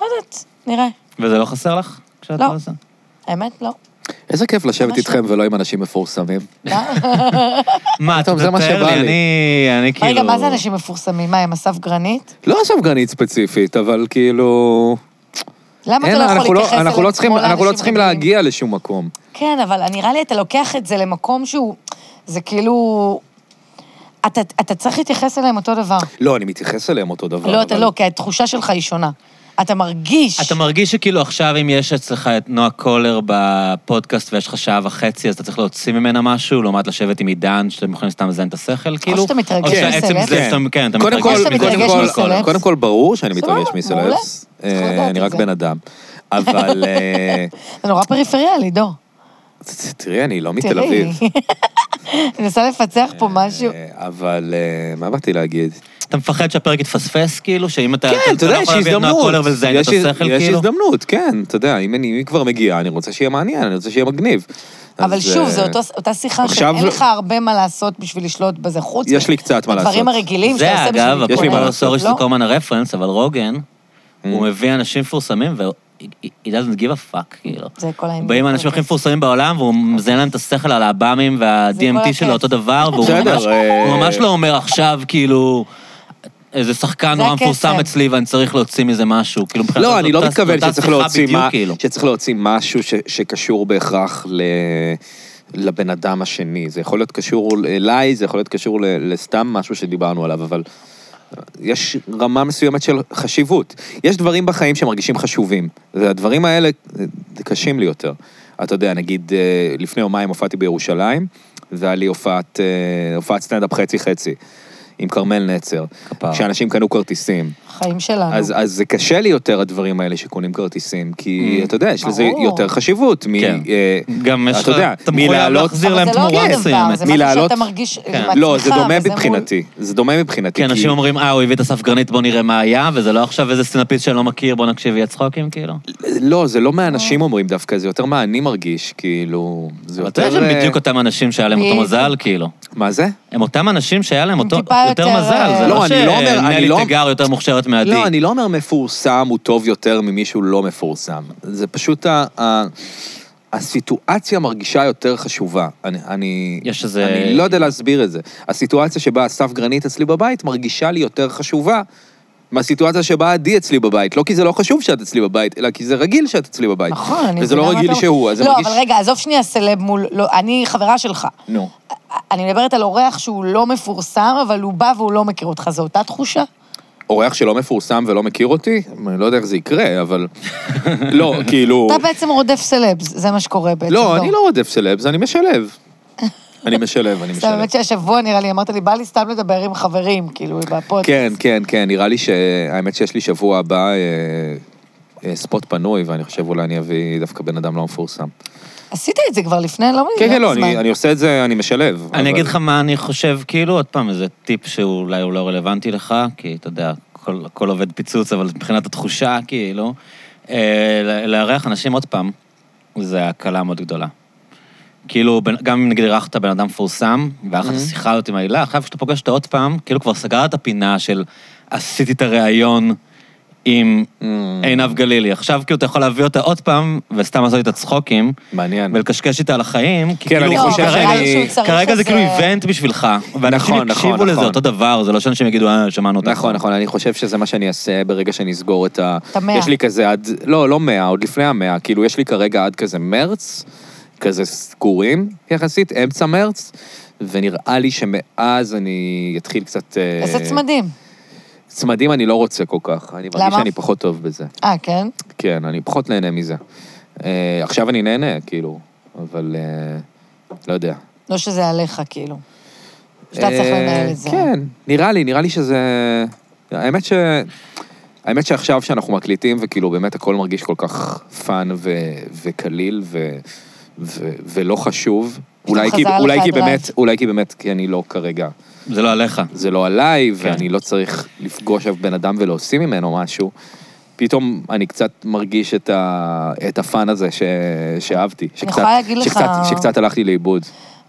B: לא יודעת, נראה.
C: וזה לא חסר לך? כשאת
B: לא.
C: לא עושה?
B: האמת, לא.
A: איזה כיף לשבת
B: ממש לא.
A: איתכם ולא עם אנשים מפורסמים.
C: מה, אתה
A: טוב, זה מה
C: תתאר
A: שבא
C: לי,
A: לי.
C: אני אני כאילו...
B: רגע, מה זה אנשים מפורסמים? מה, הם אסף גרנית?
A: לא ספגנית ספציפית, אבל כאילו...
B: למה אתה
A: אין,
B: לא יכול
A: אנחנו לא-
B: להתייחס אליהם
A: אנחנו
B: כמו
A: לא
B: לאנשים
A: צריכים- אנחנו לא צריכים
B: רגילים?
A: להגיע לשום מקום.
B: כן, אבל נראה לי אתה לוקח את זה למקום שהוא... זה כאילו... אתה, אתה צריך להתייחס אליהם אותו דבר.
A: לא, אני מתייחס אליהם אותו דבר.
B: לא, אתה
A: אבל-
B: לא, כי התחושה שלך היא שונה. אתה מרגיש.
C: אתה מרגיש שכאילו עכשיו אם יש אצלך את נועה קולר בפודקאסט ויש לך שעה וחצי, אז אתה צריך להוציא ממנה משהו, לעומת לשבת עם עידן, שאתם יכולים סתם לזיין את השכל, כאילו?
B: שאתה מתרגש
C: או
B: מסלב.
C: שעצם זה שאתה, כן, אתה
A: קודם
C: מתרגש
A: כל,
B: שאתה
C: מכל
A: קודם
B: מתרגש
A: כל-
B: מסלבס.
A: קודם כל, ברור שאני
B: סבבה,
A: מתרגש
B: מעולה.
A: מסלבס.
B: צריך
A: אה,
B: לדעת
A: אני
B: את
A: רק
B: זה.
A: בן אדם. אבל אה,
B: זה נורא פריפריאלי, דור.
A: ת- תראי, אני לא מתל
B: תראי.
A: אביב.
B: אני מנסה לפצח פה משהו.
A: אה, אבל אה, מה באתי להגיד?
C: אתה מפחד שהפרק יתפספס, כאילו? שאם אתה...
A: כן, אתה יודע, יש
C: לא יכול להביא את נועה
A: הזדמנות.
C: קולר ולזיין את
A: יש-
C: השכל, כאילו?
A: יש הזדמנות, כן, אתה יודע, אם אני כבר מגיעה, אני רוצה שיהיה מעניין, אני רוצה שיהיה מגניב.
B: אבל
A: אז,
B: שוב,
A: אה,
B: זו אותו- אותה שיחה
A: עכשיו-
B: שאין לך הרבה מה לעשות בשביל לשלוט בזה, חוץ
A: יש לי קצת מה
B: הדברים
A: לעשות.
B: הרגילים שאתה
C: זה
B: עושה בשביל...
C: אגב, אוקיי.
A: יש לי מה
C: אפרופו
A: לעשות,
C: סורי שזה
B: לא?
C: כל הזמן הרפרנס, אבל רוגן,
A: Mm.
C: הוא מביא אנשים מפורסמים, והיא doesn't give a fuck, כאילו.
B: לא, זה כל העניין.
C: באים האנשים הכי מפורסמים בעולם, והוא מזיין להם את השכל על העב"מים וה-DMT
B: הקטע.
C: שלו אותו דבר, והוא
A: בסדר,
C: ממש-
A: אה.
C: הוא ממש לא אומר עכשיו, כאילו... איזה שחקן
B: זה
C: נורא
B: הקסם.
C: מפורסם אצלי ואני צריך להוציא מזה משהו. כאילו, מבחינת
A: לא,
C: זאת
A: אני לא
C: אותה-
A: מתכוון
C: זאת אותה
A: שצריך
C: שיחה
A: להוציא
C: בדיוק,
A: מה-
C: כאילו.
A: שצריך להוציא משהו ש- שקשור בהכרח ל... לבן אדם השני. זה יכול להיות קשור אליי, זה יכול להיות קשור ל- לסתם משהו שדיברנו עליו, אבל אה, יש רמה מסוימת של חשיבות. יש דברים בחיים שמרגישים חשובים, והדברים האלה אה, קשים לי יותר. אתה יודע, נגיד, אה, לפני יומיים הופעתי בירושלים, והיה לי הופעת, אה, הופעת סטנדאפ חצי-חצי, עם כרמל נצר,
C: כפרה.
A: כשאנשים קנו כרטיסים.
B: חיים שלנו.
A: אז, אז זה קשה לי יותר הדברים האלה שקונים כרטיסים, כי אתה יודע, יש לזה
B: Mm. ברור.
A: יותר חשיבות מ...
C: כן.
A: אה,
C: גם יש
A: אתה יודע,
C: לך, אתה מחויב
A: מלהעלות-
C: להחזיר
B: אבל
C: להם
B: זה לא
C: תמורה
B: אותו דבר,
C: מסוימת.
B: זה משהו
A: מלהעלות-
B: שאתה מרגיש עם
C: כן.
B: עצמך.
A: לא, זה דומה
B: וזה מול-
A: מבחינתי. זה דומה מבחינתי.
C: כי אנשים אומרים, אה, הוא הביא את הספגרנית, בוא נראה מה היה, וזה לא עכשיו איזה סטנאפיסט שאני לא מכיר, בוא נקשיב, יהיה צחוקים, כאילו.
A: לא, זה לא מהאנשים אומרים דווקא, זה יותר מה אני מרגיש, כאילו... זה
C: אבל
A: יותר...
C: אתה יודע
A: אה,
C: שהם בדיוק אותם אנשים שהיה להם אותו
B: בדיוק.
C: מזל, כאילו.
A: מה זה?
C: הם אותם אנשים שהיה להם
B: הם
C: אותו
B: טיפה
C: יותר
B: יותר,
C: מזל,
B: אה,
C: זה
A: לא,
C: לא
A: אני לא אומר- אני
C: שנלי
A: לא-
C: תיגר יותר מוכשרת מעדי.
A: לא, אני לא אומר מפורסם הוא טוב יותר ממישהו לא מפורסם. זה פשוט ה... ה... הסיטואציה מרגישה יותר חשובה. אני, אני,
C: יש איזה-
A: אני לא יודע להסביר את זה. הסיטואציה שבה אסף גרנית אצלי בבית מרגישה לי יותר חשובה מהסיטואציה שבה עדי אצלי בבית. לא כי זה לא חשוב שאת אצלי בבית, אלא כי זה רגיל שאת אצלי בבית.
B: נכון, אני
A: וזה לא
B: מבינה מה
A: רגיל
B: אתה-
A: שהוא, אז זה
B: לא,
A: מרגיש...
B: אבל רגע, עזוב שנייה סלב מול... לא, אני חברה שלך.
A: נו.
B: אני מדברת על אורח שהוא לא מפורסם, אבל הוא בא והוא לא מכיר אותך, זו אותה תחושה?
A: אורח שלא מפורסם ולא מכיר אותי, אני לא יודע איך זה יקרה, אבל... לא, כאילו...
B: אתה בעצם רודף סלבס, זה מה שקורה בעצם.
A: לא, אני לא רודף סלבס, אני משלב. אני משלב, אני
B: זה
A: משלב.
B: באמת שהשבוע נראה לי, אמרת לי, בא לי סתם לדבר עם חברים, כאילו, בפודקאסט.
A: כן, כן, כן, נראה לי שהאמת שיש לי שבוע הבא אה, אה, ספוט פנוי, ואני חושב אולי אני אביא דווקא בן אדם לא מפורסם.
B: עשית את זה כבר לפני, לא מבין.
A: כן, כן, לא, אני אני עושה את זה, אני משלב. אבל-
C: אני אגיד לך מה אני חושב, כאילו, עוד פעם, איזה טיפ שאולי הוא לא רלוונטי לך, כי אתה יודע, הכל- הכל עובד פיצוץ, אבל מבחינת התחושה, כאילו, אה, ל- לארח אנשים עוד פעם, זה הקלה מאוד גדולה. כאילו, בן- גם אם נגיד אירחת בן אדם מפורסם, והיה
A: Mm-hmm.
C: לך את השיחה הזאת עם העילה, אחרי שאתה פוגש אותו עוד פעם, כאילו כבר סגרת את הפינה של עשיתי את הריאיון עם
A: Mm.
C: עינב גלילי. עכשיו כאילו אתה יכול להביא אותה עוד פעם, וסתם לעשות איתה צחוקים,
A: מעניין.
C: ולקשקש איתה על החיים,
A: כן,
C: כי כאילו...
A: אני
B: לא,
A: חושב
B: אבל
A: שאני-
B: נראה לי שהוא צריך
C: כרגע זה
B: איזה-
C: כאילו איבנט בשבילך, ואנשים
A: נכון,
C: יקשיבו
A: נכון,
C: לזה
A: נכון.
C: אותו דבר, זה לא שאנשים יגידו, אה, שמענו אותך.
A: נכון, נכון, אני חושב שזה מה שאני אעשה ברגע שנסגור את ה...
B: את המאה.
A: יש לי כזה עד... לא, לא מאה, עוד לפני המאה. כאילו, יש לי כרגע עד כזה מרץ, כזה סגורים יחסית, אמצע מרץ, ונראה לי שמאז אני אתחיל קצת... אה,
B: איזה צמדים.
A: צמדים אני לא רוצה כל כך. אני מרגיש
B: למה?
A: שאני פחות טוב בזה.
B: אה, כן?
A: כן, אני פחות נהנה מזה. אה, עכשיו אני נהנה, כאילו, אבל אה, לא יודע.
B: לא שזה עליך, כאילו. שאתה צריך
A: אה,
B: לנהל את זה.
A: כן, נראה לי, נראה לי שזה... האמת ש... האמת שעכשיו שאנחנו מקליטים, וכאילו באמת הכל מרגיש כל כך פאן ו... וקליל ו... ו... ולא חשוב. אולי כי,
B: חזר
A: אולי
B: לך
A: כי
B: הדרייב.
A: באמת, אולי כי באמת, כי אני לא כרגע,
C: זה לא עליך.
A: זה לא עליי,
C: כן.
A: ואני לא צריך לפגוש אף בן אדם ולהוציא ממנו משהו. פתאום אני קצת מרגיש את, ה... את הפאן הזה ש... שאהבתי. שקצת,
B: יכולה להגיד לך-
A: שקצת, שקצת הלך לי לאיבוד.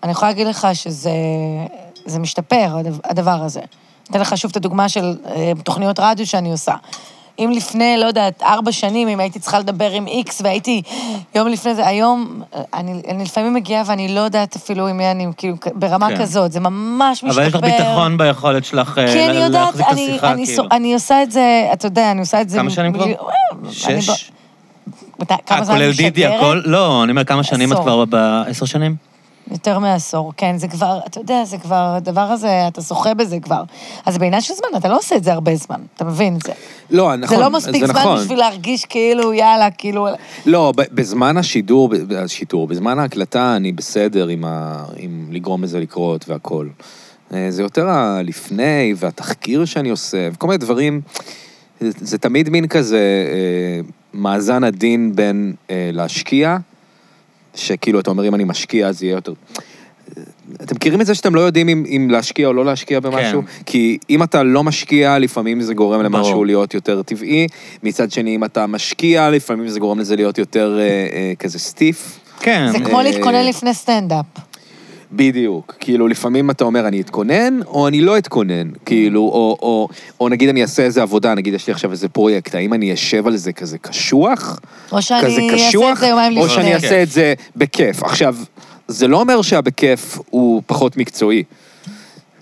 B: אני יכולה להגיד לך שזה זה משתפר, הדבר- הדבר הזה. אתן לך שוב את הדוגמה של אה, תוכניות רדיו שאני עושה. אם לפני, לא יודעת, ארבע שנים, אם הייתי צריכה לדבר עם איקס והייתי יום לפני זה, היום אה, אני, אני לפעמים מגיעה ואני לא יודעת אפילו עם מי אני, כאילו, ברמה
C: כן.
B: כזאת, זה ממש משתפר.
C: אבל יש לך ביטחון ביכולת שלך אה, לה-
B: כי אני יודעת,
C: להחזיק את
B: אני,
C: השיחה,
B: אני,
C: כאילו.
B: סו- אני עושה את זה, אתה יודע, אני עושה את זה...
C: כמה שנים כבר?
B: אני ב-
C: שש?
B: מתי-
C: אה,
B: כמה זמן אני
C: כולל
B: משדרת?
C: דידי, הכל? לא, אני אומר, כמה שנים את
B: עשור.
C: כבר בעשר שנים?
B: יותר מעשור, כן, זה כבר, אתה יודע, זה כבר, הדבר הזה, אתה שוחה בזה כבר. אז זה בעניין של זמן, אתה לא עושה את זה הרבה זמן, אתה מבין את זה.
A: לא, נכון,
B: זה לא מספיק זמן
A: נכון.
B: בשביל להרגיש כאילו, יאללה, כאילו...
A: לא, ב- בזמן השידור, ב- השידור, בזמן ההקלטה אני בסדר עם, ה, עם לגרום לזה לקרות והכול. אה, זה יותר הלפני והתחקיר שאני עושה, וכל מיני דברים. זה, זה תמיד מין כזה אה, מאזן עדין בין אה, להשקיע, שכאילו אתה אומר אם אני משקיע אז יהיה יותר... אה, אתם מכירים את זה שאתם לא יודעים אם, אם להשקיע או לא להשקיע במשהו?
C: כן.
A: כי אם אתה לא משקיע, לפעמים זה גורם למשהו
C: ברור.
A: להיות יותר טבעי. מצד שני, אם אתה משקיע, לפעמים זה גורם לזה להיות יותר אה, אה, כזה סטיף.
C: כן.
B: זה כמו
A: אה,
B: להתכונן לפני סטנדאפ.
A: בדיוק. כאילו, לפעמים אתה אומר, אני אתכונן, או אני לא אתכונן. כאילו, או, או, או נגיד אני אעשה איזה עבודה, נגיד יש לי עכשיו איזה פרויקט, האם אני אשב על זה כזה קשוח?
B: או
A: כזה
B: שאני אעשה את
A: קשוח,
B: זה יומיים
A: או שאני
B: לפני.
C: אעשה-
A: אעשה את זה בכיף. עכשיו, זה לא אומר שהבכיף הוא פחות מקצועי.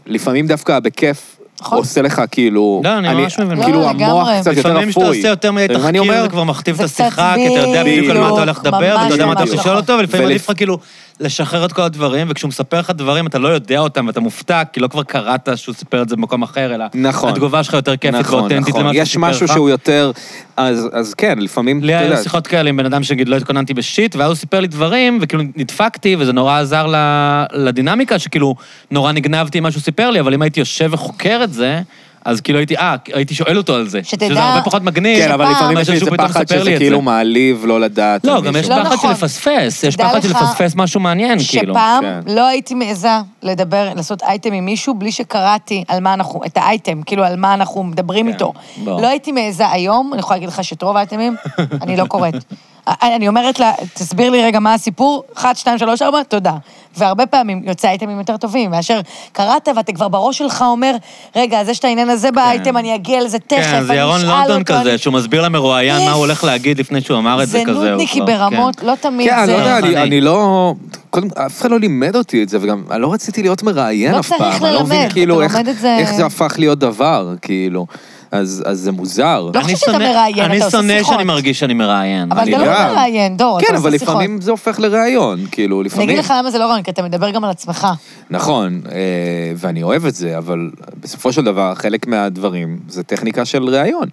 A: לפעמים דווקא הבכיף
B: נכון.
A: עושה לך כאילו...
C: לא, אני ממש מבין.
A: כאילו
B: לא,
A: המוח
B: לגמרי.
A: קצת יותר אפוי.
C: לפעמים כשאתה עושה יותר מדי
A: אתה מבין מה אני
C: תחקיר,
A: אומר?
C: זה כבר מכתיב את
B: זה
C: השיחה,
B: קצת
C: כי אתה יודע בדיוק על מה אתה
A: בדיוק,
C: הולך לדבר,
B: ממש
C: ואתה יודע מה אתה הולך
A: ממש
C: לשאול
B: נכון.
C: אותו, ולפעמים
A: ולפ-
C: עדיף לך כאילו לשחרר את כל הדברים, וכשהוא מספר לך דברים, אתה לא יודע אותם ואתה מופתע, כי לא כבר קראת שהוא סיפר את זה במקום אחר, אלא
A: נכון.
C: התגובה שלך יותר כיפית ואותנטית למה שהוא
A: יש
C: סיפר לך.
A: משהו שהוא יותר... אז אז כן, לפעמים,
C: אה. לי
A: אתה יודע,
C: היו שיחות כאלה עם בן אדם שנגיד לא התכוננתי בשיט, ואז הוא סיפר לי דברים, וכאילו נדפקתי, וזה נורא עזר ל- לדינמיקה, שכאילו נורא נגנבתי ממה שהוא סיפר לי, אבל אם הייתי יושב וחוקר את זה, אז כאילו הייתי, אה, הייתי שואל אותו על זה.
B: שתדע-
C: שזה הרבה פחות מגניב.
A: כן, אבל
B: שפעם-
A: לפעמים יש
C: מאשר
A: איזה
C: שהוא פתאום
A: פחד
C: מספר
A: שזה
C: לי את
A: כאילו
C: זה.
A: מעליב לא לדעת.
C: לא,
A: על
C: גם יש
A: מישהו.
B: לא
C: פחד של
B: נכון.
C: לפספס, יש
B: תדע
C: פחד של
B: לך
C: לפספס משהו מעניין, כאילו.
B: שפעם
A: כן.
B: לא הייתי מעיזה לדבר, לעשות אייטם עם מישהו בלי שקראתי על מה אנחנו, את האייטם, כאילו על מה אנחנו מדברים
C: כן,
B: איתו.
C: ברור.
B: לא הייתי מעיזה היום, אני יכולה להגיד לך שאת רוב האייטמים, אני לא קוראת. אני אומרת לה, תסביר לי רגע מה הסיפור, אחת, שתיים, שלוש, ארבע, תודה. והרבה פעמים יוצא אייטמים יותר טובים, מאשר קראת ואתה כבר בראש שלך אומר, רגע, אז יש את העניין הזה באייטם, אני אגיע לזה תכף, אני אשאל
C: כן,
B: אותו.
C: זה ירון לונדון
B: אני-
C: כזה, שהוא מסביר למרואיין
B: יש.
C: מה הוא הולך להגיד לפני שהוא אמר את זה כזה.
B: זה
C: או
B: נודניקי
C: לא,
B: ברמות,
C: כן.
B: לא תמיד
A: כן,
B: זה...
A: אני לא יודע, אני-
C: רוחני.
A: אני לא... קודם, אף אחד לא לימד אותי את זה, וגם אני לא רציתי להיות מראיין
B: לא
A: אף
B: צריך
A: פעם. אני לא
B: ללמד,
A: מבין
B: אתה
A: כאילו איך,
B: לומד את זה-
A: איך זה הפך להיות דבר, כאילו. אז, אז זה מוזר.
B: לא חושבת שאתה
C: אני שונא-
B: מראיין, אתה עושה
C: אני שונא
B: שיחות.
C: שאני מרגיש שאני מראיין.
B: אבל
C: אני
B: אתה לא
A: גם.
B: מראיין, דור, אתה
A: כן,
B: עושה
A: אבל
B: שיחות.
A: לפעמים זה הופך לראיון, כאילו,
B: אני
A: לפעמים...
B: אגיד לך למה זה לא רעיון, כי אתה מדבר גם על עצמך.
A: נכון, אה, ואני אוהב את זה, אבל בסופו של דבר, חלק מהדברים זה טכניקה של ראיון.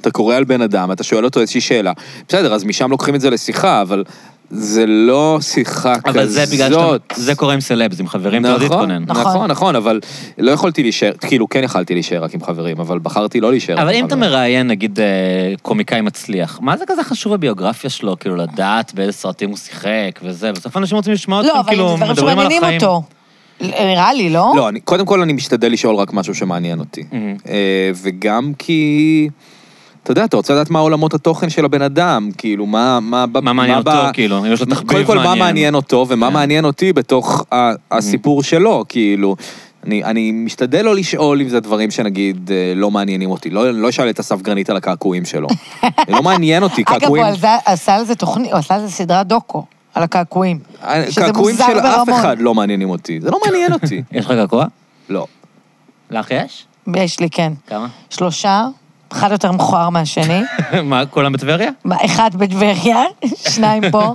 A: אתה קורא על בן אדם, אתה שואל אותו איזושהי שאלה. בסדר, אז משם לוקחים את זה לשיחה, אבל זה לא שיחה כזאת.
C: אבל זה בגלל שאתה... זה קורה עם סלבס, עם חברים, אתה לא תתכונן.
A: נכון,
B: נכון.
A: נכון, נכון, אבל לא יכולתי להישאר, כאילו כן יכלתי להישאר רק עם חברים, אבל בחרתי לא להישאר
C: אבל
A: עם
C: אם אתה
A: חברים.
C: מראיין, נגיד, אה, קומיקאי מצליח, מה זה כזה חשוב בביוגרפיה שלו, כאילו, לדעת באיזה סרטים הוא שיחק וזה? בסוף אנשים רוצים לשמוע
B: לא,
C: אתכם,
B: אבל
C: כאילו,
B: זה דברים
C: מדברים על
B: שמעניינים
C: החיים.
B: אותו. נראה לי, לא?
A: לא, אני, קודם כל אני משתדל לשאול רק משהו שמעניין אותי.
C: Mm-hmm.
A: אה, וגם כי, אתה יודע, אתה רוצה לדעת מה עולמות התוכן של הבן אדם, כאילו, מה... מה, ב-
C: מה מעניין
A: ב-
C: אותו, כאילו, אם יש לו תחביב
A: קודם כל, מה
C: מעניין.
A: מעניין אותו ומה
C: כן. Mm-hmm.
A: מעניין אותי בתוך ה- הסיפור שלו, כאילו. אני, אני משתדל לא לשאול אם זה דברים שנגיד אה, לא מעניינים אותי. לא, לא אשאל את אסף גרנית על הקעקועים שלו. זה לא מעניין אותי,
B: אגב,
A: קעקועים...
B: הוא על זה- עשה על זה תוכנית, הוא עשה על זה סדרת דוקו, על הקעקועים. שזה
A: אה, קעקועים
B: מוזר
A: של אף
B: ברמון.
A: אחד לא מעניינים אותי. זה לא מעניין אותי.
C: יש לך קעקוע?
A: לא.
C: לך יש?
B: יש לי, כן.
C: כמה?
B: שלושה, אחד יותר מכוער מהשני,
C: מה, כולם בטבריה?
B: מה, אחד בטבריה, שניים פה.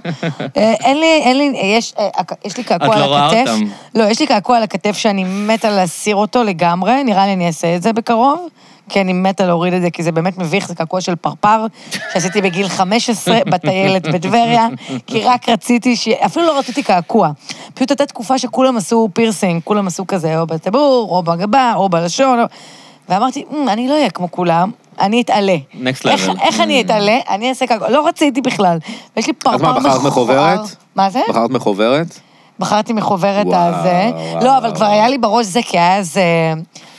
B: אה, אין לי, אין לי, יש, אה, הק- יש לי
C: את
B: קעקוע
C: לא
B: על
C: רואה
B: הכתף.
C: אותם.
B: לא, יש לי קעקוע על הכתף שאני מתה להסיר אותו לגמרי, נראה לי אני אעשה את זה בקרוב, כי אני מתה להוריד את זה, כי זה באמת מביך, זה קעקוע של פרפר, שעשיתי בגיל 15 בטיילת בטבריה, כי רק רציתי, ש... אפילו לא רציתי קעקוע. פשוט הייתה תקופה שכולם עשו פירסינג, כולם עשו כזה, או בטבור, או בגבה, או בלשון, או... ואמרתי, "מ, אני לא אהיה כמו כולם. אני אתעלה.
C: Next level.
B: איך, איך אני אתעלה? אני אעשה קעקוע. לא רציתי בכלל. ויש לי פרפר
A: אז מה,
B: מכוער.
A: בחרת מחוברת?
B: מה זה?
A: בחרת מחוברת?
B: בחרתי מחוברת
A: וואו,
B: הזה.
A: וואו,
B: לא, אבל כבר
A: וואו.
B: היה לי בראש זה, כי אז... אה,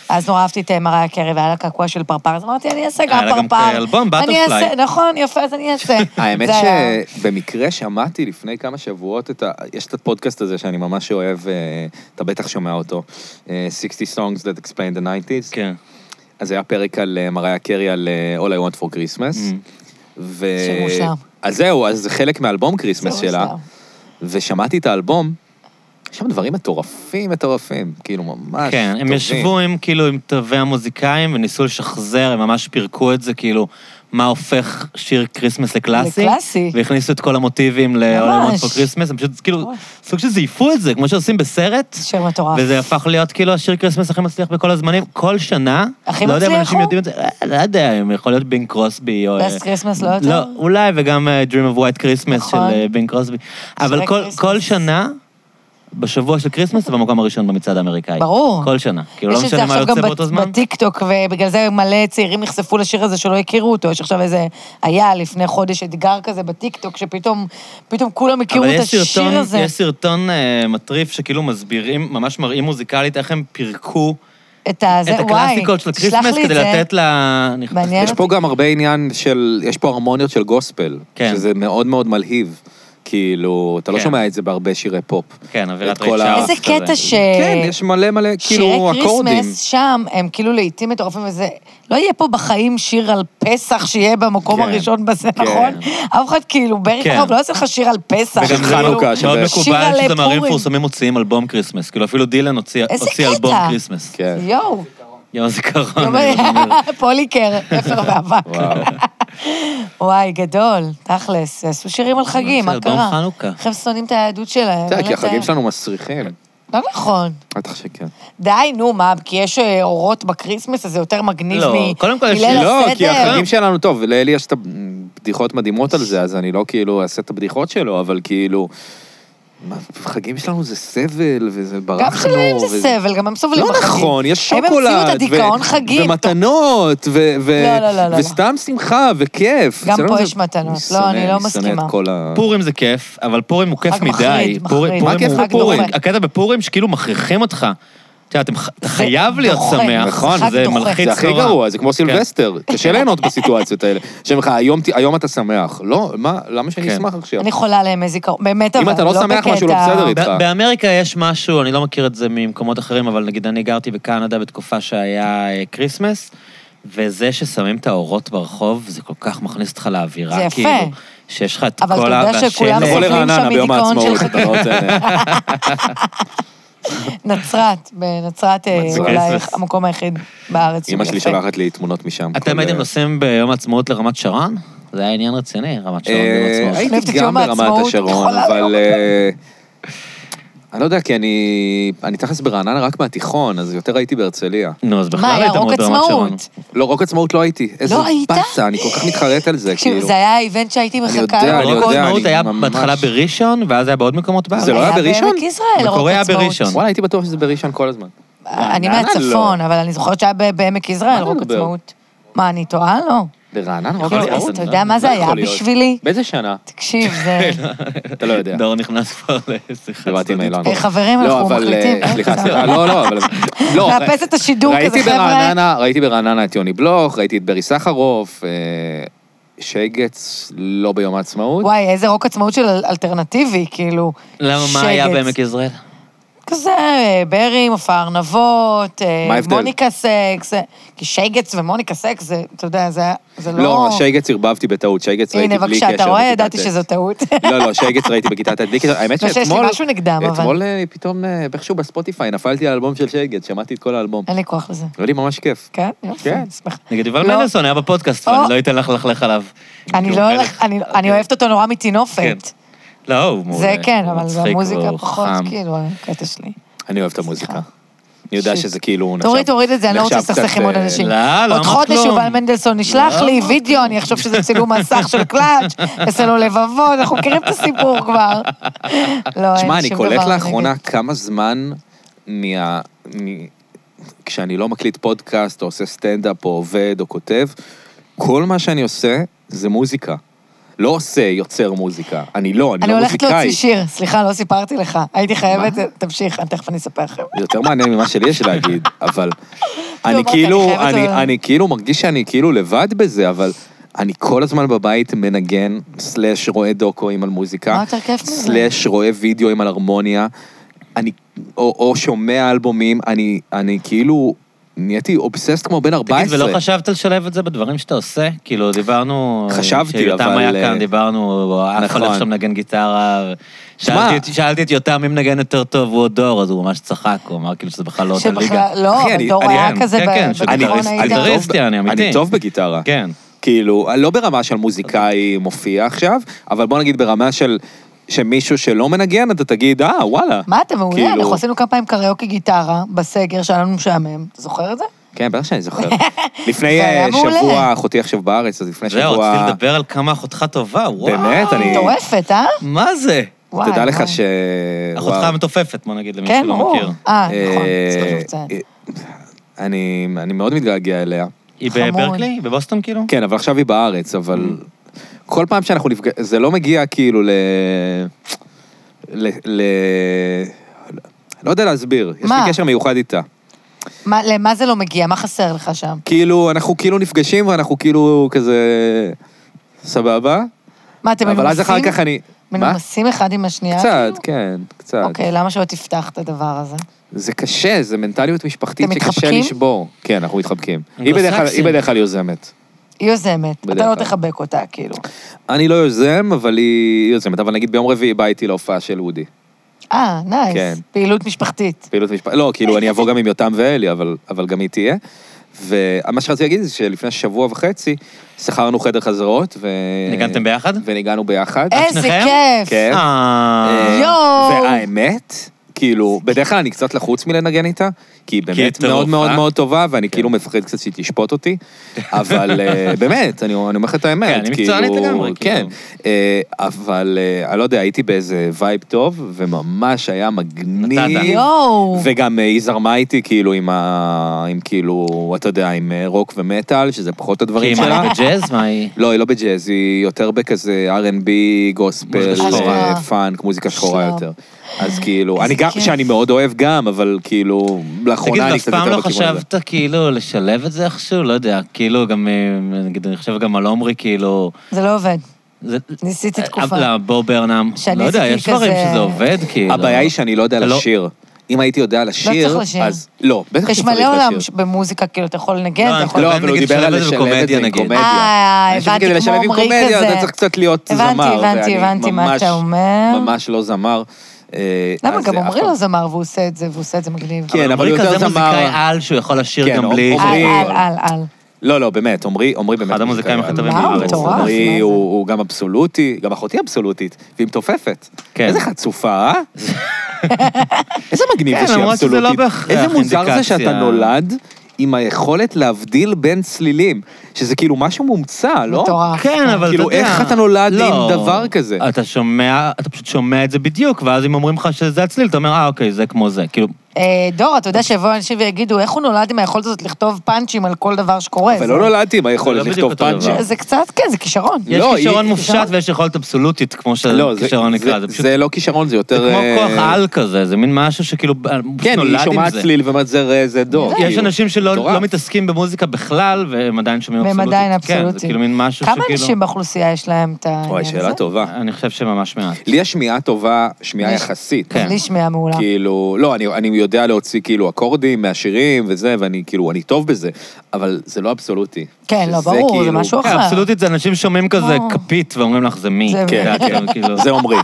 B: אז נורא אהבתי את אה, מריה קרי, והיה לה קעקוע של פרפר, אז אמרתי, אני אעשה
C: היה
B: גם
C: לה גם
B: פרפר.
C: אלבום,
B: אני
C: Butterfly.
B: אעשה, נכון, יפה, אז אני אעשה.
A: האמת
B: זה היה-
A: שבמקרה שמעתי לפני כמה שבועות את ה... יש את הפודקאסט הזה שאני ממש אוהב, אה, אתה בטח שומע אותו, אה, 60 Songs That Explain the 90's.
C: כן.
A: אז היה פרק על אה, מריה קרי על אה, All I Want for Christmas.
C: Mm.
A: ו...
B: שיר מושלם.
A: אז זהו, אז זה חלק מאלבום
B: זה
A: כריסמס שלה,
B: מוזר.
A: ושמעתי את האלבום, יש שם דברים מטורפים מטורפים, כאילו ממש
C: כן, הם
A: טובים.
C: ישבו עם, כאילו, עם תווי המוזיקאים וניסו לשחזר, הם ממש פירקו את זה, כאילו, מה הופך שיר כריסמס לקלאסי.
B: לקלאסי.
C: והכניסו את כל המוטיבים ל-All I want for Christmas, הם פשוט כאילו,
B: אוי.
C: סוג של זייפו את זה, כמו שעושים בסרט.
B: שיר מטורף.
C: וזה הפך להיות כאילו השיר כריסמס הכי מצליח בכל הזמנים, כל שנה.
B: הכי
C: לא יודע אם
B: מצליח
C: אנשים
B: הוא?
C: יודעים את זה, אה, לא יודע, אם יכול להיות בינג קרוסבי או...
B: Best
C: אה,
B: Christmas, לא יותר?
C: לא, אולי, וגם אה, Dream of White Christmas של
B: נכון.
C: אה, בינג קרוסבי. אבל כל-
B: Christmas.
C: כל שנה... בשבוע של כריסמס זה במקום הראשון במצעד האמריקאי.
B: ברור.
C: כל שנה. כאילו, לא
B: יש את זה
C: משנה מה
B: עכשיו
C: יוצא
B: גם
C: באותו
B: בת-
C: זמן.
B: בטיקטוק, ובגלל זה מלא צעירים נחשפו לשיר הזה שלא הכירו אותו. יש עכשיו איזה, היה לפני חודש אתגר כזה בטיקטוק, שפתאום פתאום כולם הכירו
C: אבל
B: את
C: יש
B: השיר
C: סרטון-
B: הזה.
C: יש סרטון אה, מטריף שכאילו מסבירים, ממש מראים מוזיקלית איך הם פירקו
B: את ה- זה-
C: את
B: וואי,
C: הקלאסיקות של
B: תשלח
C: כריסמס
B: לי את
C: כדי
B: זה.
C: לתת לה... אני-
B: מעניין.
A: יש פה גם הרבה עניין של, יש פה הרמוניות של גוספל,
C: כן.
A: שזה מאוד מאוד מלהיב. כאילו, אתה לא
C: כן.
A: שומע את זה בהרבה שירי פופ.
C: כן, אווירת
A: את כל
C: ריצ'ארד.
A: ה-
B: איזה קטע ש...
A: כן, יש מלא מלא, כאילו,
B: שירי לא
A: אקורדים.
B: כריסמס שם, הם כאילו לעיתים מטורפים, וזה... לא יהיה פה בחיים שיר על פסח שיהיה במקום
A: כן,
B: הראשון בזה,
A: כן.
B: נכון? אף אחד כאילו, ברי
C: כן.
B: חוב לא יעשה לך שיר על פסח.
A: וגם
C: וגם
B: כאילו.
C: זה
A: חנוכה,
C: מאוד
A: שזה-
B: שיר
C: מקובל
B: על אה,
C: שזמרים
B: פורים.
C: מפורסמים מוציאים אלבום כריסמס. כאילו אפילו דילן הוציא
B: איזה
C: הוציא
B: קטע.
C: אלבום כריסמס.
A: כן.
B: יואו.
C: יום הזיכרון.
B: פוליקר, אפר ואבק.
A: וואו.
B: וואי, גדול, תכלס, עשו שירים על חגים, מה
C: זה אלבום
B: קרה?
C: חנוכה.
B: איך הם שונאים את היהדות שלהם?
A: אתה יודע,
B: אין
A: כי
B: להם
A: החגים
B: זה.
A: שלנו מסריחים.
B: לא נכון.
A: בטח שכן.
B: די, נו, מה, כי יש אה, אורות בקריסמס, אז זה יותר מגניב
C: לא,
B: מ-
C: קודם כל יש-
B: מליל
A: לא, כי
B: הסדר.
A: החגים שלנו, טוב, לאלי יש את הבדיחות מדהימות על זה, אז אני לא כאילו אעשה את הבדיחות שלו, אבל כאילו... מה, החגים שלנו זה סבל, וזה ברחנו.
B: גם שלהם זה
A: וזה-
B: סבל, גם הם סובלים
A: לא
B: בחגים.
A: נכון, יש
B: הם המציאו את
A: שוקולד,
B: הדיכאון
A: ו-
B: חגים.
A: ומתנות, ו- ו-
B: לא, לא, לא, לא.
A: וסתם שמחה, וכיף.
B: גם
A: אצלנו
B: פה
A: זה-
B: יש מתנות.
A: אני
B: לא,
A: שונא,
B: אני לא
A: אני שונא
B: מסכימה.
A: את כל ה...
C: פורים זה כיף, אבל פורים הוא כיף
B: חג מחריד,
C: מדי.
B: מחריד.
C: פורים-
B: מה
C: פורים
A: כיף
C: הוא-
A: חג
C: פורים-
B: דוחה?
C: הקטע בפורים שכאילו מכריחים אותך. אתה יודע, אתם ח- אתה חייב להיות
B: דוחה.
C: שמח.
B: נכון. חג
C: זה
B: דוחה.
C: מלחיץ
A: זה
C: נורא.
A: הכי גרוע, זה כמו סילבסטר. קשה ליהנות בסיטואציות האלה. שאומרים לך, "היום ת- היום אתה שמח. לא, מה, למה שאני
C: כן.
A: אשמח עכשיו?
B: אני חולה עליהם מזיכרון, באמת, אבל
A: אם אתה לא שמח, משהו לא
B: בקטע-
A: בסדר איתך.
C: ב- באמריקה יש משהו, אני לא מכיר את זה ממקומות אחרים, אבל נגיד אני גרתי בקנדה בתקופה שהיה אה, כריסמס, וזה ששמים את האורות ברחוב, זה כל כך מכניס אותך לאווירה,
B: זה יפה.
C: כאילו, שיש לך את
B: אבל
C: כל
B: אתה
C: ה...
B: יודע שכולם
C: נכון.
A: תבוא
B: סובלים שם
A: לרעננה ביום
B: מדיכאון של
A: העצמאות, אתה לא רוצה...
B: נצרת, בנצרת אה,
A: מצחיק.
B: אולי המקום היחיד בארץ. שהוא
A: אמא שלי
B: יפה.
A: שולחת לי תמונות משם. אה,
C: אתם
A: כל-
C: הייתם נוסעים ביום העצמאות לרמת שרון? זה היה עניין רציני, רמת שרון
A: אה,
C: ביום
B: היית-
C: עצמאות.
B: אוהבת את
A: הייתי גם
B: יום
A: ברמת
B: העצמאות,
A: השרון,
B: יכולה
A: אבל...
B: לראות.
A: אה, אני לא יודע, כי אני... אני תכלס ברעננה רק מהתיכון, אז יותר הייתי בהרצליה.
C: נו, אז
B: מה,
C: בכלל
B: היה
C: הייתם
B: רוק
C: עוד ברמת שרון.
B: עצמאות?
A: לא, רוק עצמאות לא הייתי. איזה
B: לא היית?
A: באסה, אני כל כך מתחרט על זה,
B: תקשיב,
A: כאילו.
B: זה היה האיבנט שהייתי
A: אני
B: מחכה.
A: יודע,
B: לו.
A: אני
C: רוק
A: יודע,
C: עצמאות
A: אני
C: היה
A: ממש-
C: בהתחלה בראשון, ואז היה בעוד מקומות בארץ.
A: זה לא היה בראשון?
B: בעמק ישראל, רוק
C: מקורי היה
B: עצמאות.
C: בראשון.
A: וואלה, הייתי בטוח שזה בראשון כל הזמן.
B: אני
A: רעננה
B: מהצפון, אבל אני זוכרת שהיה ב- בעמק
A: אה, לא. מה
B: ישראל,
A: אתה
B: רוק
A: מדבר?
B: עצמאות. מה, אני טועה? לא.
A: ברעננה, רוק
C: יכול להיות.
A: עצמאות?
B: אז אתה יודע מה זה
A: לא
B: היה
A: יכול להיות.
B: בשבילי?
A: באיזה שנה?
B: תקשיב, זה...
A: אתה לא יודע.
C: דור נכנס כבר לשיחה.
A: דיברתי עם
C: צדדית.
A: אילן.
B: אה, חברים,
A: לא,
B: אנחנו
A: אבל, אה,
B: מחליטים.
A: סליחה, סליחה, לא, לא, אבל... לא,
B: מאפס את השידור כזה,
A: ראיתי
B: חבר'ה.
A: ברעננה, ראיתי ברעננה את יוני בלוך, ראיתי את ברי סחרוף, אה, שייגץ לא ביום העצמאות.
B: וואי, איזה רוק עצמאות של אל- אלטרנטיבי, כאילו.
C: למה, מה היה
B: שגץ.
C: בעמק יזרעאל?
B: כזה, אה, ברי, מופע ארנבות, אה,
A: מה ההבדל?
B: מוניקה סקס. אה, כי שייגץ ומוניקה סקס, זה, אתה יודע, זה זה לא...
A: לא, שייגץ ערבבתי בטעות, שייגץ ראיתי
B: הנה,
A: בלי קשר.
B: בבקשה, אתה רואה?
A: בכיתה
B: ידעתי
A: ט'.
B: שזו טעות.
A: לא, לא, שייגץ ראיתי בכיתה ט', בלי קשר. האמת
B: לא שיש לי
A: שאתמול...
B: משהו נגדם, אבל-
A: אתמול אה, פתאום, אה, איכשהו בספוטיפיי, נפלתי על אלבום של שייגץ, שמעתי את כל האלבום.
B: אין לי כוח לזה.
A: היה לי ממש כיף.
B: כן? יופי,
A: כן.
B: שמחה.
C: נגיד יובל
B: לא.
C: מנדלסון היה בפודקאסט,
B: או.
C: ואני לא אתן לך ללכלך עליו.
B: אני
A: כן.
C: כי
B: לא
C: הוא
B: הולך,
C: מלך.
B: אני- אני אוהבת אותו נורא
C: אוקיי. כן.
B: מטינופת.
C: לא, הוא מעולה.
B: זה כן,
C: הוא
B: אבל
C: מצחיק,
B: במוזיקה
C: הוא
B: פחות,
C: חכם.
B: כאילו, הקטע שלי.
A: אני אוהב את המוזיקה. אני יודע
B: שיט.
A: שזה כאילו...
B: תוריד,
A: נחשב-
B: תוריד את זה, אני לא רוצה
A: נחשב קצת,
B: לסכסך עם עוד
A: אה,
B: אנשים.
C: לא, לא
B: עוד
C: אמרת
B: חודש
C: כלום. לא.
B: יובל מנדלסון ישלח לי וידאו, אני אחשוב שזה צילום מסך של קלאץ', יעשה לו לבבות, אנחנו מכירים את הסיפור כבר. לא,
A: שמע,
B: אין
A: אני
B: שום
A: קולט
B: דבר
A: לאחרונה
B: נגד.
A: כמה זמן מה... מ- כשאני לא מקליט פודקאסט, או עושה סטנדאפ, או עובד, או כותב, כל מה שאני עושה זה מוזיקה. לא עושה יוצר מוזיקה. אני לא, אני
B: אני
A: לא
B: הולכת
A: מוזיקאי.
B: להוציא שיר, סליחה, לא סיפרתי לך. הייתי חייבת, תמשיך, אני תכף אני אספר לכם.
A: זה יותר מעניין ממה שלי יש להגיד, אבל... אני
B: אמרת,
A: כאילו,
B: אוקיי, אני חייבת אה,
A: אני-
B: ל-
A: אני כאילו מרגיש שאני כאילו לבד בזה, אבל... אני כל הזמן בבית מנגן, סלאש רואה דוקואים על מוזיקה.
B: מה יותר כיף מזה?
A: סלאש רואה וידאוים על הרמוניה. אני, או, או שומע אלבומים, אני, אני כאילו, נהייתי אובססט כמו בן
C: תגיד,
A: 14.
C: ולא חשבת לשלב את זה בדברים שאתה עושה? כאילו, דיברנו...
A: חשבתי,
C: כשיותם
A: אבל,
C: היה
A: אה,
C: כאן, דיברנו, אף
A: נכון.
C: אחד עכשיו מנגן גיטרה. שאלתי
A: שמע.
C: את- שאלתי את יותם אם נגן יותר טוב, הוא עוד דור, אז הוא ממש צחק, הוא אמר כאילו שזה בכלל לא אותה ליגה.
B: שבכלל, לא,
A: אחי,
B: אבל
A: אני-
B: דור
A: אני-
B: היה
C: כן,
B: כזה
C: כן, כן,
B: ב-
C: של
A: אני,
B: בתיכון
C: גיטריסט,
A: אני,
B: היית.
C: גיטריסט.
A: טוב,
C: גיטריסטי, אני אמיתי.
A: אני טוב בגיטרה.
C: כן.
A: כאילו, לא ברמה של מוזיקאי מופיע עכשיו, אבל בוא נגיד ברמה של... שמישהו שלא מנגן, אתה תגיד, אה, וואלה.
B: מה אתה מעולה?
A: כאילו-
B: אנחנו עשינו כמה פעמים קריוקי גיטרה בסגר שהיה לנו משעמם. אתה זוכר את זה?
A: כן, בטח שאני זוכר. לפני
B: זה
A: אה,
B: היה מעולה.
A: שבוע, אחותי עכשיו בארץ, אז לפני
C: זהו,
A: שבוע...
C: רציתי לדבר על כמה אחותך טובה, וואו.
A: באמת, אני...
B: מטורפת, אה?
C: מה זה?
B: וואי,
A: תדע לך
B: וואי.
A: ש...
C: אחותך
A: וואו.
C: המתופפת, בוא נגיד, למי
B: כן,
C: שלא
B: ברור.
C: מכיר.
B: אה, נכון, צריך
A: אה,
B: לציין.
A: אני אני מאוד מתגעגע אליה.
C: היא
B: חמוד.
C: בברקלי? היא בבוסטון כאילו?
A: כן, אבל עכשיו היא בארץ, אבל
B: Mm.
A: כל פעם שאנחנו נפגע... זה לא מגיע כאילו ל... ל... ל... לא יודע להסביר, יש
B: מה?
A: לי קשר מיוחד איתה.
B: מה- למה זה לא מגיע? מה חסר לך שם?
A: כאילו, אנחנו כאילו נפגשים ואנחנו כאילו כזה... סבבה?
B: מה, אתם
A: אבל אז אחר
B: מנומסים?
A: כך אני... מה?
B: מנומסים אחד עם השנייה?
A: קצת,
B: כאילו?
A: כן, קצת.
B: אוקיי, למה שלא תפתח את הדבר הזה?
A: זה קשה, זה מנטליות משפחתית
B: אתם
A: שקשה
B: מתחבקים?
A: לשבור. כן, אנחנו מתחבקים. היא
C: אנגלוסקסים.
A: בדרך כלל- היא בדרך כלל יוזמת.
B: היא יוזמת, אתה
A: בדרך
B: לא
A: כלל.
B: תחבק אותה, כאילו.
A: אני לא יוזם, אבל היא יוזמת. אבל נגיד ביום רביעי בא איתי להופעה של אודי.
B: אה,
A: כן.
B: נייס. פעילות משפחתית.
A: פעילות משפט... לא, כאילו, אני אבוא גם עם יותם ואלי, אבל, אבל גם היא תהיה. ומה שרציתי להגיד זה שלפני שבוע וחצי שכרנו חדר חזרות, ו...
C: ניגנתם ביחד?
A: וניגענו ביחד.
B: איזה
C: שניכם?
B: כיף!
A: כן.
C: אה...
A: אה,
B: יואו.
A: והאמת, כאילו, בדרך כלל אני קצת לחוץ מלנגן איתה, כי היא
C: היא
A: באמת
C: טירוף,
A: מאוד מאוד
C: אה?
A: מאוד טובה, ואני כאילו מפחד קצת שהיא תשפוט אותי, אבל אה, באמת, אני אני אומר לך את האמת.
C: כן, אני
A: כאילו,
C: מקצוענית לגמרי, כאילו.
A: כן, אה, אבל אה, אני לא יודע, הייתי באיזה וייב טוב, וממש היה
C: נתת.
A: מגניב.
B: יואו.
A: וגם אה, היא זרמה איתי כאילו עם ה... עם כאילו, אתה יודע, עם אה, רוק ומטאל, שזה פחות
C: כי
A: הדברים
C: מה,
A: שלה.
C: היא בג'אז? כאילו, מה היא?
A: לא, היא לא בג'אז, היא יותר בכזה R&B, גוספל,
C: מוזיקה
B: שחורה.
A: אה, פאנק, מוזיקה שחורה
B: שלום.
A: יותר. אז כאילו, אני
B: איזה
A: גם,
B: כיף.
A: שאני מאוד אוהב גם, אבל כאילו,
C: תגיד,
A: לאחרונה אני
C: אף
A: קצת
C: פעם
A: יותר
C: לא
A: בכיוון הזה.
C: חשבת כאילו לשלב את זה איכשהו? לא יודע, כאילו גם, אה, נגיד, אני חושב גם על עומרי, כאילו...
B: זה לא עובד.
C: זה-
B: ניסיתי תקופה.
C: אה, בוא ברנם.
B: שאני
C: לא יודע,
B: עשיתי
C: יש דברים
B: כזה-
C: שזה עובד, כאילו.
A: הבעיה היא שאני לא יודע
C: אתה לא-
A: לשיר. אם הייתי יודע
B: צריך
A: לשיר,
B: לשיר.
A: אז... לא, בטח
B: יש
A: שצריך לשיר.
B: מלא עולם ש- במוזיקה, כאילו, אתה יכול לנגן,
C: לא,
B: אתה
C: אני
B: יכול...
A: לא,
C: מתכוון,
A: אבל הוא
C: נגיד,
A: דיבר על
C: לשלב את זה
A: לשלב את זה
C: בקומדיה,
A: עם
C: נגיד.
A: קומדיה.
B: אה,
A: אני חושב
B: הבנתי,
A: שכדי לשלב
B: כמו
A: עם
B: עמרי
A: קומדיה,
B: כזה.
A: אתה צריך קצת להיות זמר.
B: הבנתי, הבנתי,
A: ואני
B: הבנתי מה
A: ממש-
B: אתה אומר.
A: ממש לא זמר. אה,
B: למה?
A: אז
B: גם
A: זה אף
B: עמרי
A: פעם-
B: לא זמר, והוא עושה את זה, והוא עושה את זה מגניב. אה,
A: כן, אבל הוא
C: עומרי
A: יותר
C: כזה מוזיקאי
A: זמר.
C: על שהוא יכול לשיר
A: כן,
C: גם
A: עומ-
C: בלי...
A: עומרי-
B: על,
A: עמרי-
B: על, על, על.
A: לא, לא, באמת, עמרי, עמרי באמת.
C: אחד המוזיקאים הכי טובים
B: וואו, בארץ. מטורף, מה
A: עמרי
B: זה?
A: הוא הוא גם אבסולוטי, גם אחותי אבסולוטית, והיא מתופפת.
C: כן.
A: איזה חצופה, אה? איזה מגניב
C: כן,
A: זה שהיא
C: למרות שזה לא
A: אבסולוטית.
C: בהכרח
A: איזה מוזר זה
C: אינדיקציה.
A: שאתה נולד עם היכולת להבדיל בין צלילים, שזה כאילו משהו מומצא, לא?
B: מטורף.
C: כן, אבל
A: כאילו,
C: אתה יודע...
A: איך אתה נולד
C: לא.
A: עם דבר כזה?
C: אתה שומע, אתה פשוט שומע את זה בדיוק, ואז אם אומרים לך שזה הצליל, אתה אומר, אה, אוקיי, זה כמו זה. כאילו,
B: אה, דור, אתה יודע שיבואו אנשים ויגידו, איך הוא נולד עם היכולת הזאת לכתוב פאנצ'ים על כל דבר שקורה?
A: אבל
B: זה-
A: לא נולדתי עם היכולת
C: זה לא
A: לכתוב
C: בדיוק אותו
A: פאנצ'ים.
C: דבר.
B: זה קצת, כן, זה כישרון.
C: יש
A: לא,
C: כישרון
A: היא-
C: מופשט ויש יכולת אבסולוטית, כמו
A: לא, זה-
C: שכישרון נקרא, זה
A: זה-
C: פשוט...
A: זה לא כישרון, זה יותר...
C: זה כמו
A: אה,
C: כוח על כזה, זה מין משהו שכאילו אה, פשוט
A: כן,
C: נולד
A: היא
C: עם
A: שומעת
C: זה. כן,
A: צליל ואומרת זה רע, זה דו.
C: יש
A: כאילו.
C: אנשים שלא
A: מטורף.
C: לא מתעסקים במוזיקה בכלל, והם עדיין שומעים
B: והם
C: אבסולוטית.
B: עדיין
C: כן, זה
B: אבסולוטית.
C: כאילו מין משהו
B: כמה
C: שכאילו...
B: אנשים באוכלוסייה יש להם את העניין הזה?
A: וואי, שאלה טובה.
C: אני חושב שממש מעט.
A: לי יש שמיעה טובה, שמיעה
B: יש-
A: יחסית.
C: כן.
B: לי שמיעה מעולה.
A: כאילו, לא, אני, אני יודע להוציא כאילו אקורדים מהשירים וזה, ואני כאילו, אני טוב בזה, אבל זה לא אבסולוטי.
B: כן, לא,
A: שזה
B: ברור, זה
A: כאילו-
B: משהו
C: כן,
B: אחר.
C: אבסולוטית זה אנשים שומעים כזה
B: וואו.
C: כפית ואומרים לך, זה מי.
B: זה
C: אתה יודע,
A: מי.
C: כאילו, כאילו-
A: זה עמרי.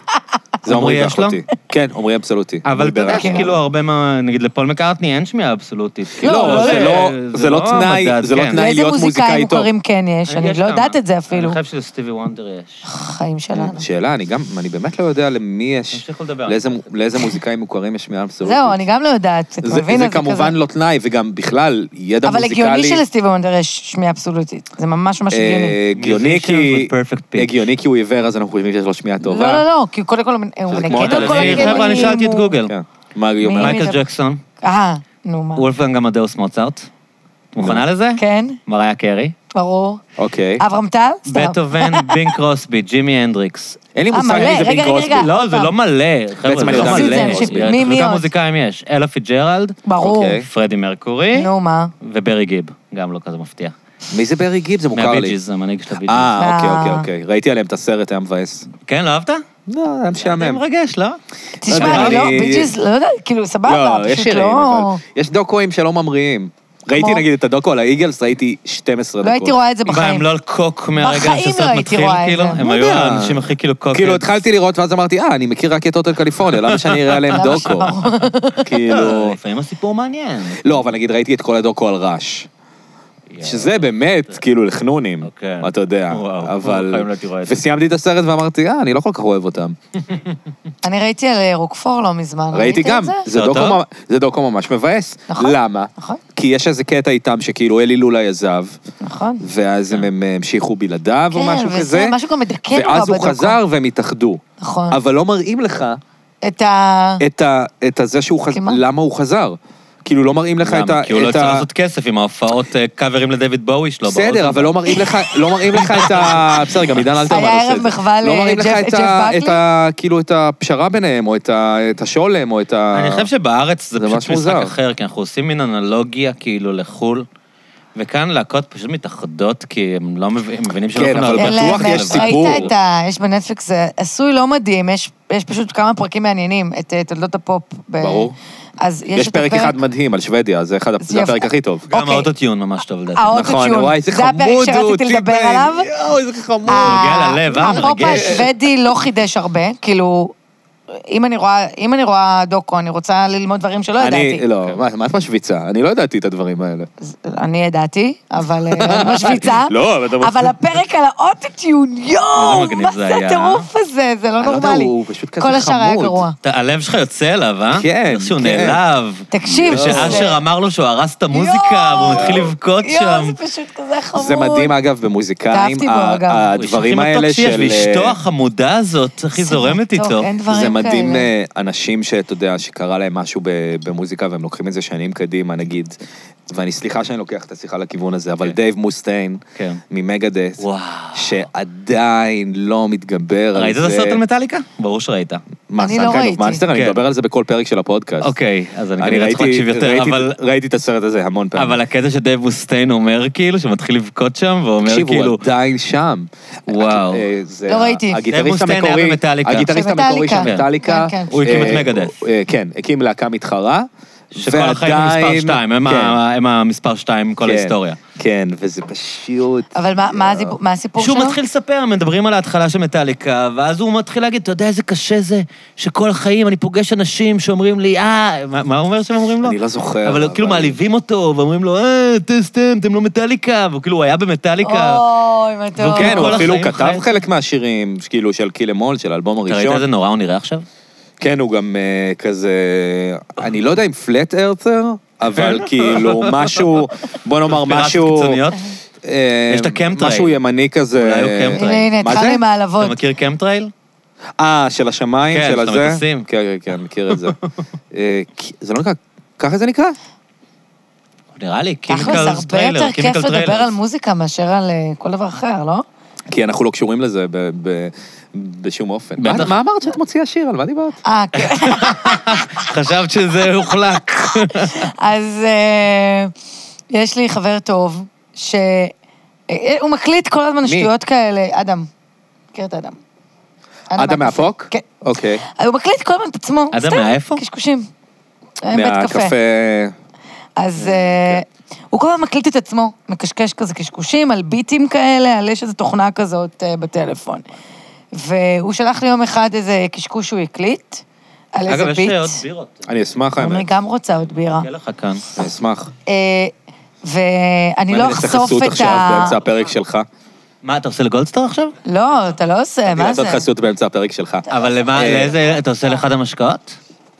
A: זה
C: עמרי
A: עמרי
C: יש לו?
A: ואחותי. כן, עמרי אבסולוטי.
C: אבל אתה
A: עמרי
C: יודע
A: ברק.
B: כן.
C: שכאילו הרבה מה... נגיד לפול מקארטני אין שמיעה אבסולוטית. כאילו,
A: לא, זה לא- זה לא תנאי-
C: מדד,
A: זה לא
C: כן.
A: תנאי
B: לאיזה
A: להיות
B: מוזיקאים
A: מוזיקאי טוב.
B: מוכרים כן יש? אני
C: יש
B: לא
C: כמה.
B: יודעת את זה אפילו.
C: אני חושב שלסטיבי וונדר יש.
B: חיים שלנו.
A: שאלה, אני גם, אני באמת לא יודע למי יש,
C: תמשיכו לדבר.
A: לאיזה מו- לאיזה מוזיקאים מוכרים יש שמיעה אבסולוטית.
B: זהו, אני גם לא יודעת. אתה
A: זה-
B: מבין?
A: זה
B: אז
A: כמובן
B: כזה-
A: לא תנאי, וגם בכלל, ידע
B: אבל
A: מוזיקלי...
B: הגיוני שלסטיבי וונדר יש שמיעה אבסולוטית. זה ממש ממש הגיוני.
A: אה, הגיוני כי...
C: Musicians with perfect pitch.
A: הגיוני כי הוא עיוור, אז אנחנו חושבים שיש לו שמיעה
B: לא,
A: טובה.
B: לא, לא, כי קודם כל הוא מנ- הוא
A: שזה
B: מנגן
A: כמו
B: את כל
A: הטלוויזיה.
B: הכלים.
C: חבר'ה, אני שאלתי את
B: הוא-
C: גוגל.
A: כן. מה היא
B: מי-
A: אומרת?
C: מייקל ג'קסון,
B: אה, נו מה.
C: וולפגנג עמדאוס מוצרט. את מוכנה לזה?
B: כן,
C: מריה קרי.
B: ברור.
A: אוקיי.
B: אברהם טל? סתם.
C: בטהובן, בינק קרוסבי, ג'ימי הנדריקס.
A: אין לי
B: אה,
A: מושג
B: מלא.
A: מי זה
B: רגע,
A: בינג
B: רגע,
A: קרוסבי.
B: רגע.
C: לא,
B: עוד
C: זה
B: פעם.
C: לא מלא, חבר'ה,
A: בעצם
C: זה
A: אני
C: לא
A: יודע מי זה.
C: מלא.
A: אנשים-
B: מי- מי
C: חלקם
B: עוד?
C: מוזיקאים יש. אלה פיג'רלד,
B: ברור.
A: אוקיי.
C: פרדי מרקורי,
B: נו מה.
C: וברי גיב, גם לא כזה מפתיע.
A: מי זה ברי גיב? זה מוכר לי.
C: מהביג'יז, המנהיג של הביג'יז.
A: אה, אוקיי,
B: אה.
A: אוקיי, אוקיי. ראיתי עליהם את הסרט, היה מבאס.
C: כן, לא אהבת?
A: לא, היה
C: זה
A: משעמם.
C: מרגש, לא?
B: תשמע,
A: יודע,
B: אני לא,
A: אני-
B: ביג'יז, לא יודעת, כאילו, סבבה,
A: לא, יש
B: פשוט
A: שירים,
B: לא...
A: אבל... יש דוקואים שלא ממריאים. ראיתי נגיד את הדוקו על האיגלס, ראיתי 12 דקות.
B: לא הייתי רואה את זה
C: מה,
B: בחיים.
C: הם לא על קוק מהרגע
B: בחיים
C: שהסרט
B: לא הייתי
C: מתחיל,
B: רואה את
C: כאילו?
B: זה.
C: הם
A: לא
C: היו
A: יודע.
C: האנשים הכי כאילו קוקט.
A: כאילו, התחלתי לראות, ואז אמרתי, אה, אני מכיר רק את הוטל קליפורניה, למה שאני אראה עליהם
B: למה
A: דוקו? כאילו...
C: לא, לפעמים הסיפור מעניין.
A: לא, אבל נגיד ראיתי את כל הדוקו על רעש. שזה באמת, כאילו, לחנונים,
C: אוקיי.
A: אתה יודע,
C: וואו,
A: אבל...
C: בחיים לא הייתי רואה את זה.
A: וסיימתי את הסרט ואמרתי, אה, אני לא כל כך אוהב אותם.
B: אני ראיתי על אה, רוקפור לא מזמן.
A: ראיתי
B: ראית את
A: גם,
B: זה?
A: זה
C: זה
A: דוקו
C: אותו?
A: ממ- זה דוקו ממש מבאס.
B: נכון.
A: למה?
B: נכון.
A: כי יש איזה קטע איתם שכאילו אלי לולאי עזב,
B: נכון.
A: ואז הם- הם המשיכו בלעדיו או משהו
B: כן, וזה
A: כזה,
B: משהו גם מדכא נורא
A: ואז הוא
B: בדוקו.
A: חזר והם התאחדו.
B: נכון.
A: אבל לא מראים לך
B: את ה...
A: את ה- את הזה שהוא חזר,
B: כמה?
A: למה הוא חזר. כאילו, לא מראים לך את ה...
C: למה? כי הוא לא
A: את
C: צריך
A: ה-
C: לעשות כסף עם ההופעות אה, קאברים לדויד בואי שלו.
A: בסדר,
C: באוזן.
A: אבל לא מראים לך, לא מרים לך את ה... בסדר, גם עידן אלתרמן
B: היה
A: עושה את זה.
B: ערב מחווה
A: לא מראים לך
B: לג'ף-
A: את
B: ג'ף
A: ה-
B: ברקלי?
A: את ה... כאילו, את הפשרה ביניהם, או את ה- את השולם, או את ה...
C: אני חושב שבארץ זה
A: זה ממש
C: פשוט משחק
A: מוזר.
C: אחר, כי אנחנו עושים מין אנלוגיה כאילו לחו"ל, וכאן להקות פשוט מתאחדות כי הם לא מב- הם מבינים שלא
A: כן,
C: יכולים
A: אבל
C: להרוויח
B: אלה,
A: בטוח יש
C: כסף.
B: ו-
A: סיפור.
B: ראית את ה... יש בנטפליקס, זה עשוי לא מדהים, יש, יש פשוט כמה פרקים מעניינים, את אה, תולדות הפופ. ב...
A: ברור.
B: אז יש,
A: יש
B: את
A: פרק
B: הפרק-
A: אחד מדהים על שוודיה, זה אחד-
B: זה
A: זה
B: יפה.
A: הפרק הכי טוב.
C: גם
B: אוקיי.
C: האוטוטיון ממש טוב לדעתי.
B: האוטו-
A: נכון,
B: טיון.
A: וואי, איזה
B: זה הפרק
A: חמוד הוא,
B: שרציתי לדבר
A: טיפן.
B: עליו. אה,
A: יואו, איזה חמוד.
C: נוגע ללב, אה?
B: הפופ
C: מרגש.
B: השוודי לא חידש הרבה, כאילו, אם אני רואה, אם אני רואה דוקו, אני רוצה ללמוד דברים שלא ידעתי.
A: אני, לא, מה- מה את משוויצה? אני לא ידעתי את הדברים האלה.
B: אז אני ידעתי, אבל אה, אני משוויצה.
A: לא, אבל אתה-
B: אבל הפרק על האוטוטיון,
C: איזה
B: יואו,
C: מגניב
B: מה
C: זה
B: זה
C: היה.
B: הטירוף הזה, זה לא
A: אני לא יודע,
B: נורמלי.
A: הוא פשוט כזה
B: כל השאר היה
A: חמוד.
B: גרוע.
C: אתה- הלב שלך יוצא אליו, אה?
A: כן,
C: איך שהוא
A: כן.
C: נעלב.
B: תקשיב, זה-
C: כשאשר אמר לו שהוא הרס את המוזיקה,
B: יואו.
C: והוא התחיל לבכות
B: יואו,
C: שם.
B: זה פשוט כזה חמוד.
A: זה מדהים, אגב, במוזיקאים,
B: אהבתי בו,
A: ה-
B: אגב.
A: הדברים האלה של... אה,
C: הוא איש הכי מתוק שיש, ואשתו החמודה הזאת, אחי,
B: זה
C: זורמת
B: מתוק,
C: איתו.
B: אין דברים
A: זה מדהים,
B: כאלה.
A: אה, אנשים שאתה יודע, שקרה להם משהו ב- במוזיקה והם לוקחים את זה שנים קדימה, נגיד, ואני, סליחה שאני לוקח את השיחה לכיוון הזה, אבל
C: כן.
A: דייב מוסטיין,
C: כן.
A: ממגדס,
C: וואו.
A: שעדיין לא מתגבר על
C: ראית
A: זה.
C: את הסרט על מטאליקה? ברור שראית.
A: מה,
B: אני לא
A: Some Kind of
B: ראיתי.
A: Monster? אני
C: כן.
A: מדבר על זה בכל פרק של הפודקאסט.
C: אוקיי, אז אני
A: אני
C: כנראה צריך
A: ראיתי-
C: להקשיב יותר,
A: ראיתי-
C: אבל...
A: ראיתי את הסרט הזה המון פעמים.
C: אבל הקטע שדייב מוסטיין אומר כאילו, שמתחיל לבכות שם, ואומר
A: תקשיב, הוא
C: כאילו,
A: עדיין שם.
C: וואו.
A: אה, זה
B: לא
A: ה-
B: ראיתי.
A: הגיטריסט
C: דב מוסטיין היה
A: המקורי,
C: במטאליקה.
A: הגיטריסט
B: של
A: המקורי של
B: מטאליקה.
A: מטאליקה.
B: כן, כן.
C: הוא הקים את
A: אה,
C: מגדס.
A: הוא- אה, כן, הקים להקה מתחרה.
C: שכל החיים הוא
A: ועדיין-
C: מספר 2,
A: כן,
C: הם המספר 2 כל
A: כן,
C: ההיסטוריה.
B: אוקיי.
A: כן, וזה פשוט...
B: אבל מה- מה הסיפור- מה הסיפור שלו?
C: כשהוא מתחיל לספר, מדברים על ההתחלה של מטאליקה, ואז הוא מתחיל להגיד, אתה יודע איזה קשה זה, שכל החיים אני פוגש אנשים שאומרים לי, אה, מה מה הוא אומר שהם אומרים לו?
A: אני לא זוכר,
C: אבל
A: אבל-
C: כאילו מעליבים אותו, ואומרים לו, אה, אתם סתם, אתם לא מטאליקה, והוא כאילו, הוא היה במטאליקה.
B: אוי, מתוק.
C: והוא
A: כן, הוא
C: כל
A: אפילו
C: החיים
A: כתב
C: חי-
A: חלק מהשירים, כאילו, של קיל אמול, של האלבום
C: אתה ראית
A: הראשון.
C: איזה נורא הוא נראה עכשיו?
A: כן, הוא גם אה, כזה... אני לא יודע אם פלט ארצר, אבל כאילו, משהו... בוא נאמר
C: אספירציות
A: משהו...
C: קיצוניות?
A: אה,
C: יש את הקמטרייל.
A: משהו ימני כזה.
C: אולי הוא קמטרייל.
B: הנה, הנה,
A: מה
B: התחלנו
A: זה?
B: עם העלבות.
C: אתה מכיר קמטרייל?
A: אה, של השמיים,
C: כן,
A: של
C: של
A: הזה?
C: המטוסים.
A: כן, כן, כן, מכיר את זה. אה, כי- זה לא נקרא... ככה זה נקרא?
C: נראה לי,
B: תכל'ס,
C: קימיקל
B: הרבה
C: טריילר,
B: יותר כיף
C: קימיקל
B: לדבר
C: טריילר.
B: על מוזיקה מאשר על אה, כל דבר אחר, לא?
A: כי אנחנו לא קשורים לזה ב- ב- בשום אופן. מה-
C: בטח.
A: מה אמרת שאת מוציאה שיר? על מה דיברת?
B: אה, כן.
C: חשבת שזה הוחלק.
B: אז אה, יש לי חבר טוב, שהוא מקליט כל הזמן שטויות כאלה, אדם. מכיר את אדם.
A: אדם אה, מהפוק?
B: כן.
A: אוקיי.
B: הוא מקליט כל הזמן את עצמו.
C: אדם
B: סתם,
C: מאיפה?
B: קשקושים. אה, בית קפה.
A: מהקפה... כן.
B: אז אה, הוא כל הזמן מקליט את עצמו, מקשקש כזה קשקושים על ביטים כאלה, על יש איזו תוכנה כזאת אה, בטלפון. והוא שלח לי יום אחד איזה קשקוש שהוא הקליט, על איזה
C: אגב,
B: ביט.
C: יש עוד בירות.
A: אני אשמח,
B: אני
A: האמת.
B: גם רוצה עוד בירה.
C: יהיה לך כאן.
A: אני אשמח.
B: אה, ואני
A: מה,
B: לא
A: אני אתן
B: אחשוף
A: חסות
B: את
A: עכשיו
B: ה...
A: באמצע הפרק שלך.
C: מה, אתה עושה לגולדסטאר עכשיו?
B: לא, אתה לא עושה,
A: אני
B: מה
A: לעשות
B: זה?
A: חסות באמצע הפרק שלך.
C: אבל למה,
A: אה,
C: לאיזה, אתה עושה לאחד המשקאות?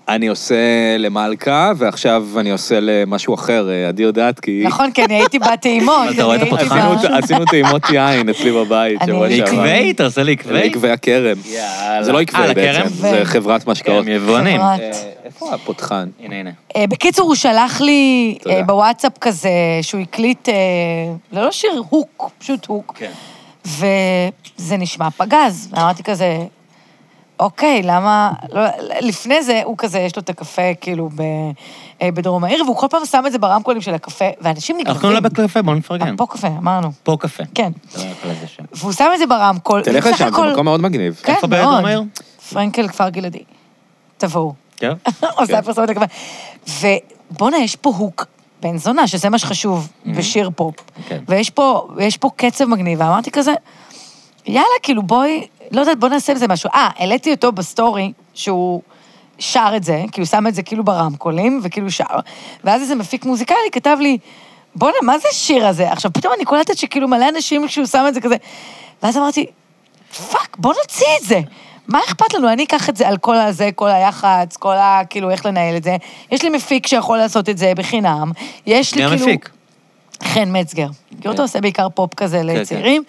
A: אני עושה למלכה, ועכשיו אני עושה למשהו אחר, אה, עדי יודעת, כי...
B: נכון, כי אני הייתי בטעימות.
C: אתה רואה את
B: אני הייתי
C: הפותחן?
B: ב-
A: עשינו את- עשינו טעימות יין אצלי בבית,
B: אני
A: שבוע
B: הייתי-
A: שעבר.
C: לעקבי? אתה עושה לעקבי?
A: לעקבי הכרם.
C: יאללה.
A: זה לא
C: אה,
A: עקבי
C: לכרם?
A: בעצם, זה
B: ו-
A: חברת משקאות.
C: הם יבואנים.
B: חברת.
A: אה, איפה הפותחן?
C: הנה, הנה.
B: אה, בקיצור, הוא שלח לי
A: תודה.
B: אה, בוואטסאפ כזה, שהוא הקליט, אה, זה לא שיר, הוק, פשוט הוק.
C: כן.
B: וזה נשמע פגז. אמרתי כזה, אוקיי, למה... לא, לפני זה, הוא כזה, יש לו את הקפה, כאילו, ב, אה, בדרום העיר, והוא כל פעם שם את זה ברמקולים של הקפה, ואנשים נגרמים.
C: אנחנו
A: לא
C: קוראים לה בקפה, בואו
A: כן.
C: נפרגן.
B: פה קפה, אמרנו.
C: פה קפה.
B: כן.
C: אתה לא יכול לזה שם.
B: והוא שם את זה ברמקול.
A: תלך
B: ובסך
A: לשם, זה
B: הכל-
A: מקום מאוד מגניב.
B: כן,
C: איפה
B: מאוד.
C: בדרום העיר?
B: פרנקל, כפר גלעדי. תבואו.
C: כן.
B: עושה פרסומת לקווה. ובואנה, יש פה הוק בן זונה, שזה מה שחשוב בשיר פופ.
C: Mm-hmm. כן.
B: ויש פה, יש פה קצב מגניב, ואמרתי כזה, יאללה, כאילו בואי, לא יודעת, בוא נעשה עם זה משהו. אה, העליתי אותו בסטורי, שהוא כאילו שר את זה, כי הוא שם את זה כאילו ברמקולים, וכאילו שר, ואז איזה מפיק מוזיקלי כתב לי, בואנה, מה זה השיר הזה? עכשיו, פתאום אני קולטת שכאילו מלא אנשים כשהוא שם את זה כזה, ואז אמרתי, פאק, בוא נוציא את זה. מה אכפת לנו? אני אקח את זה על כל הזה, כל היח"צ, כל ה... כאילו, איך לנהל את זה. יש לי מפיק שיכול לעשות את זה בחינם. יש לי
C: מי
B: כאילו...
C: המפיק?
B: חן מצגר. כי אותו עושה בעיקר פופ כזה
C: כן.
B: לצעירים.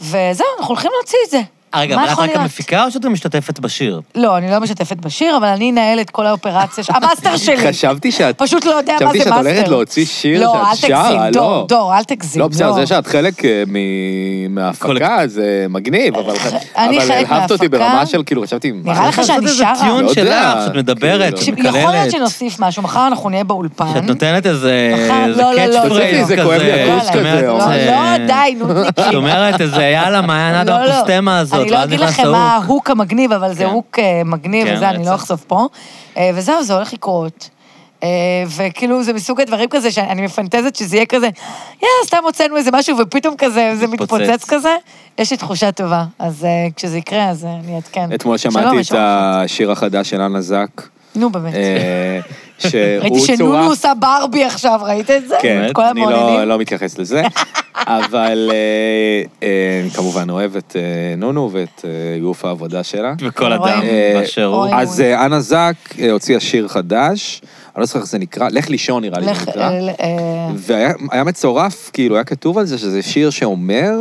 B: וזהו, אנחנו הולכים להוציא את זה.
C: אה, רגע,
B: מה
C: אבל את
B: יכול
C: רק
B: להיות?
C: המפיקה או שאת גם משתתפת בשיר?
B: לא, אני לא משתפת בשיר, אבל אני אנהל את כל האופרציה, ש- המאסטר שלי.
A: חשבתי שאת...
B: פשוט לא יודע מה זה מאסטר.
A: חשבתי שאת הולכת להוציא שיר
B: לא,
A: שאת
B: אל תגזים,
A: שרה,
B: דור,
A: לא.
B: דור, אל תגזים.
A: לא, בסדר, זה שאת חלק אה, מ- מההפקה זה מגניב, אבל
B: אני
A: אבל
B: חלק
A: אלהבת אותי
B: מההפקה.
A: ברמה של כאילו, חשבתי... מה
B: נראה
A: זה?
B: לך שאני
C: לעשות איזה
B: שרה?
C: טיון
A: לא יודע,
C: שלך, שאת מדברת,
A: כאילו.
B: תקשיב,
C: שאת
B: יכול להיות
C: מקללת.
B: שנוסיף משהו, מחר אנחנו נהיה באולפן.
C: שאת נותנת איזה
B: מחר-
C: איזה
B: לא, לא,
C: catch
B: לא,
C: phrase
B: לא, לא.
A: זה כואב לי
C: כזה,
A: הגוף
C: זאת
A: כזה,
C: אומרת,
B: לא,
A: או-
C: אה,
B: לא, די, נודניקים.
C: זאת אומרת, איזה יאללה, מעיין עד
B: לא, לא.
C: הפוסטמה הזאת,
B: אני לא
C: ואז
B: אגיד
C: נכנס
B: לכם
C: ההוא.
B: מה ההוק המגניב, אבל זה
C: כן.
B: הוק אה, מגניב,
C: כן,
B: וזה אני לא
C: רצח.
B: אחשוף פה. אה, וזהו, זה הולך לקרות. אה, וכאילו, זה מסוג הדברים כזה שאני מפנטזת שזה יהיה כזה, יא, סתם הוצאנו איזה משהו, ופתאום כזה, זה
C: מתפוצץ.
B: מתפוצץ כזה. יש לי תחושה טובה, אז אה, כשזה יקרה, אז אה, אני אעדכן.
A: אתמול
B: שלום,
A: שמעתי את
B: שלום.
A: השיר החדש של אנה זק,
B: נו, באמת.
A: אה,
B: ראיתי
A: שהוא
B: שנונו
A: צורף...
B: עושה ברבי עכשיו, ראית את זה?
A: כן,
B: את כל
A: אני לא,
B: המעוננים.
A: לא מתייחס לזה, אבל אה, אה, אני כמובן אוהב את אה, נונו ואת אה, יוף העבודה שלה.
C: וכל אדם
A: אה,
C: באשר הוא.
B: אוי.
A: אז אה, אנה זק אה, הוציאה שיר חדש, אני לא זוכר איך זה נקרא, לך לישון נראה לי לא זה
B: לך,
A: נקרא.
B: אה, אה,
A: והיה היה מצורף, כאילו, היה כתוב על זה שזה שיר שאומר,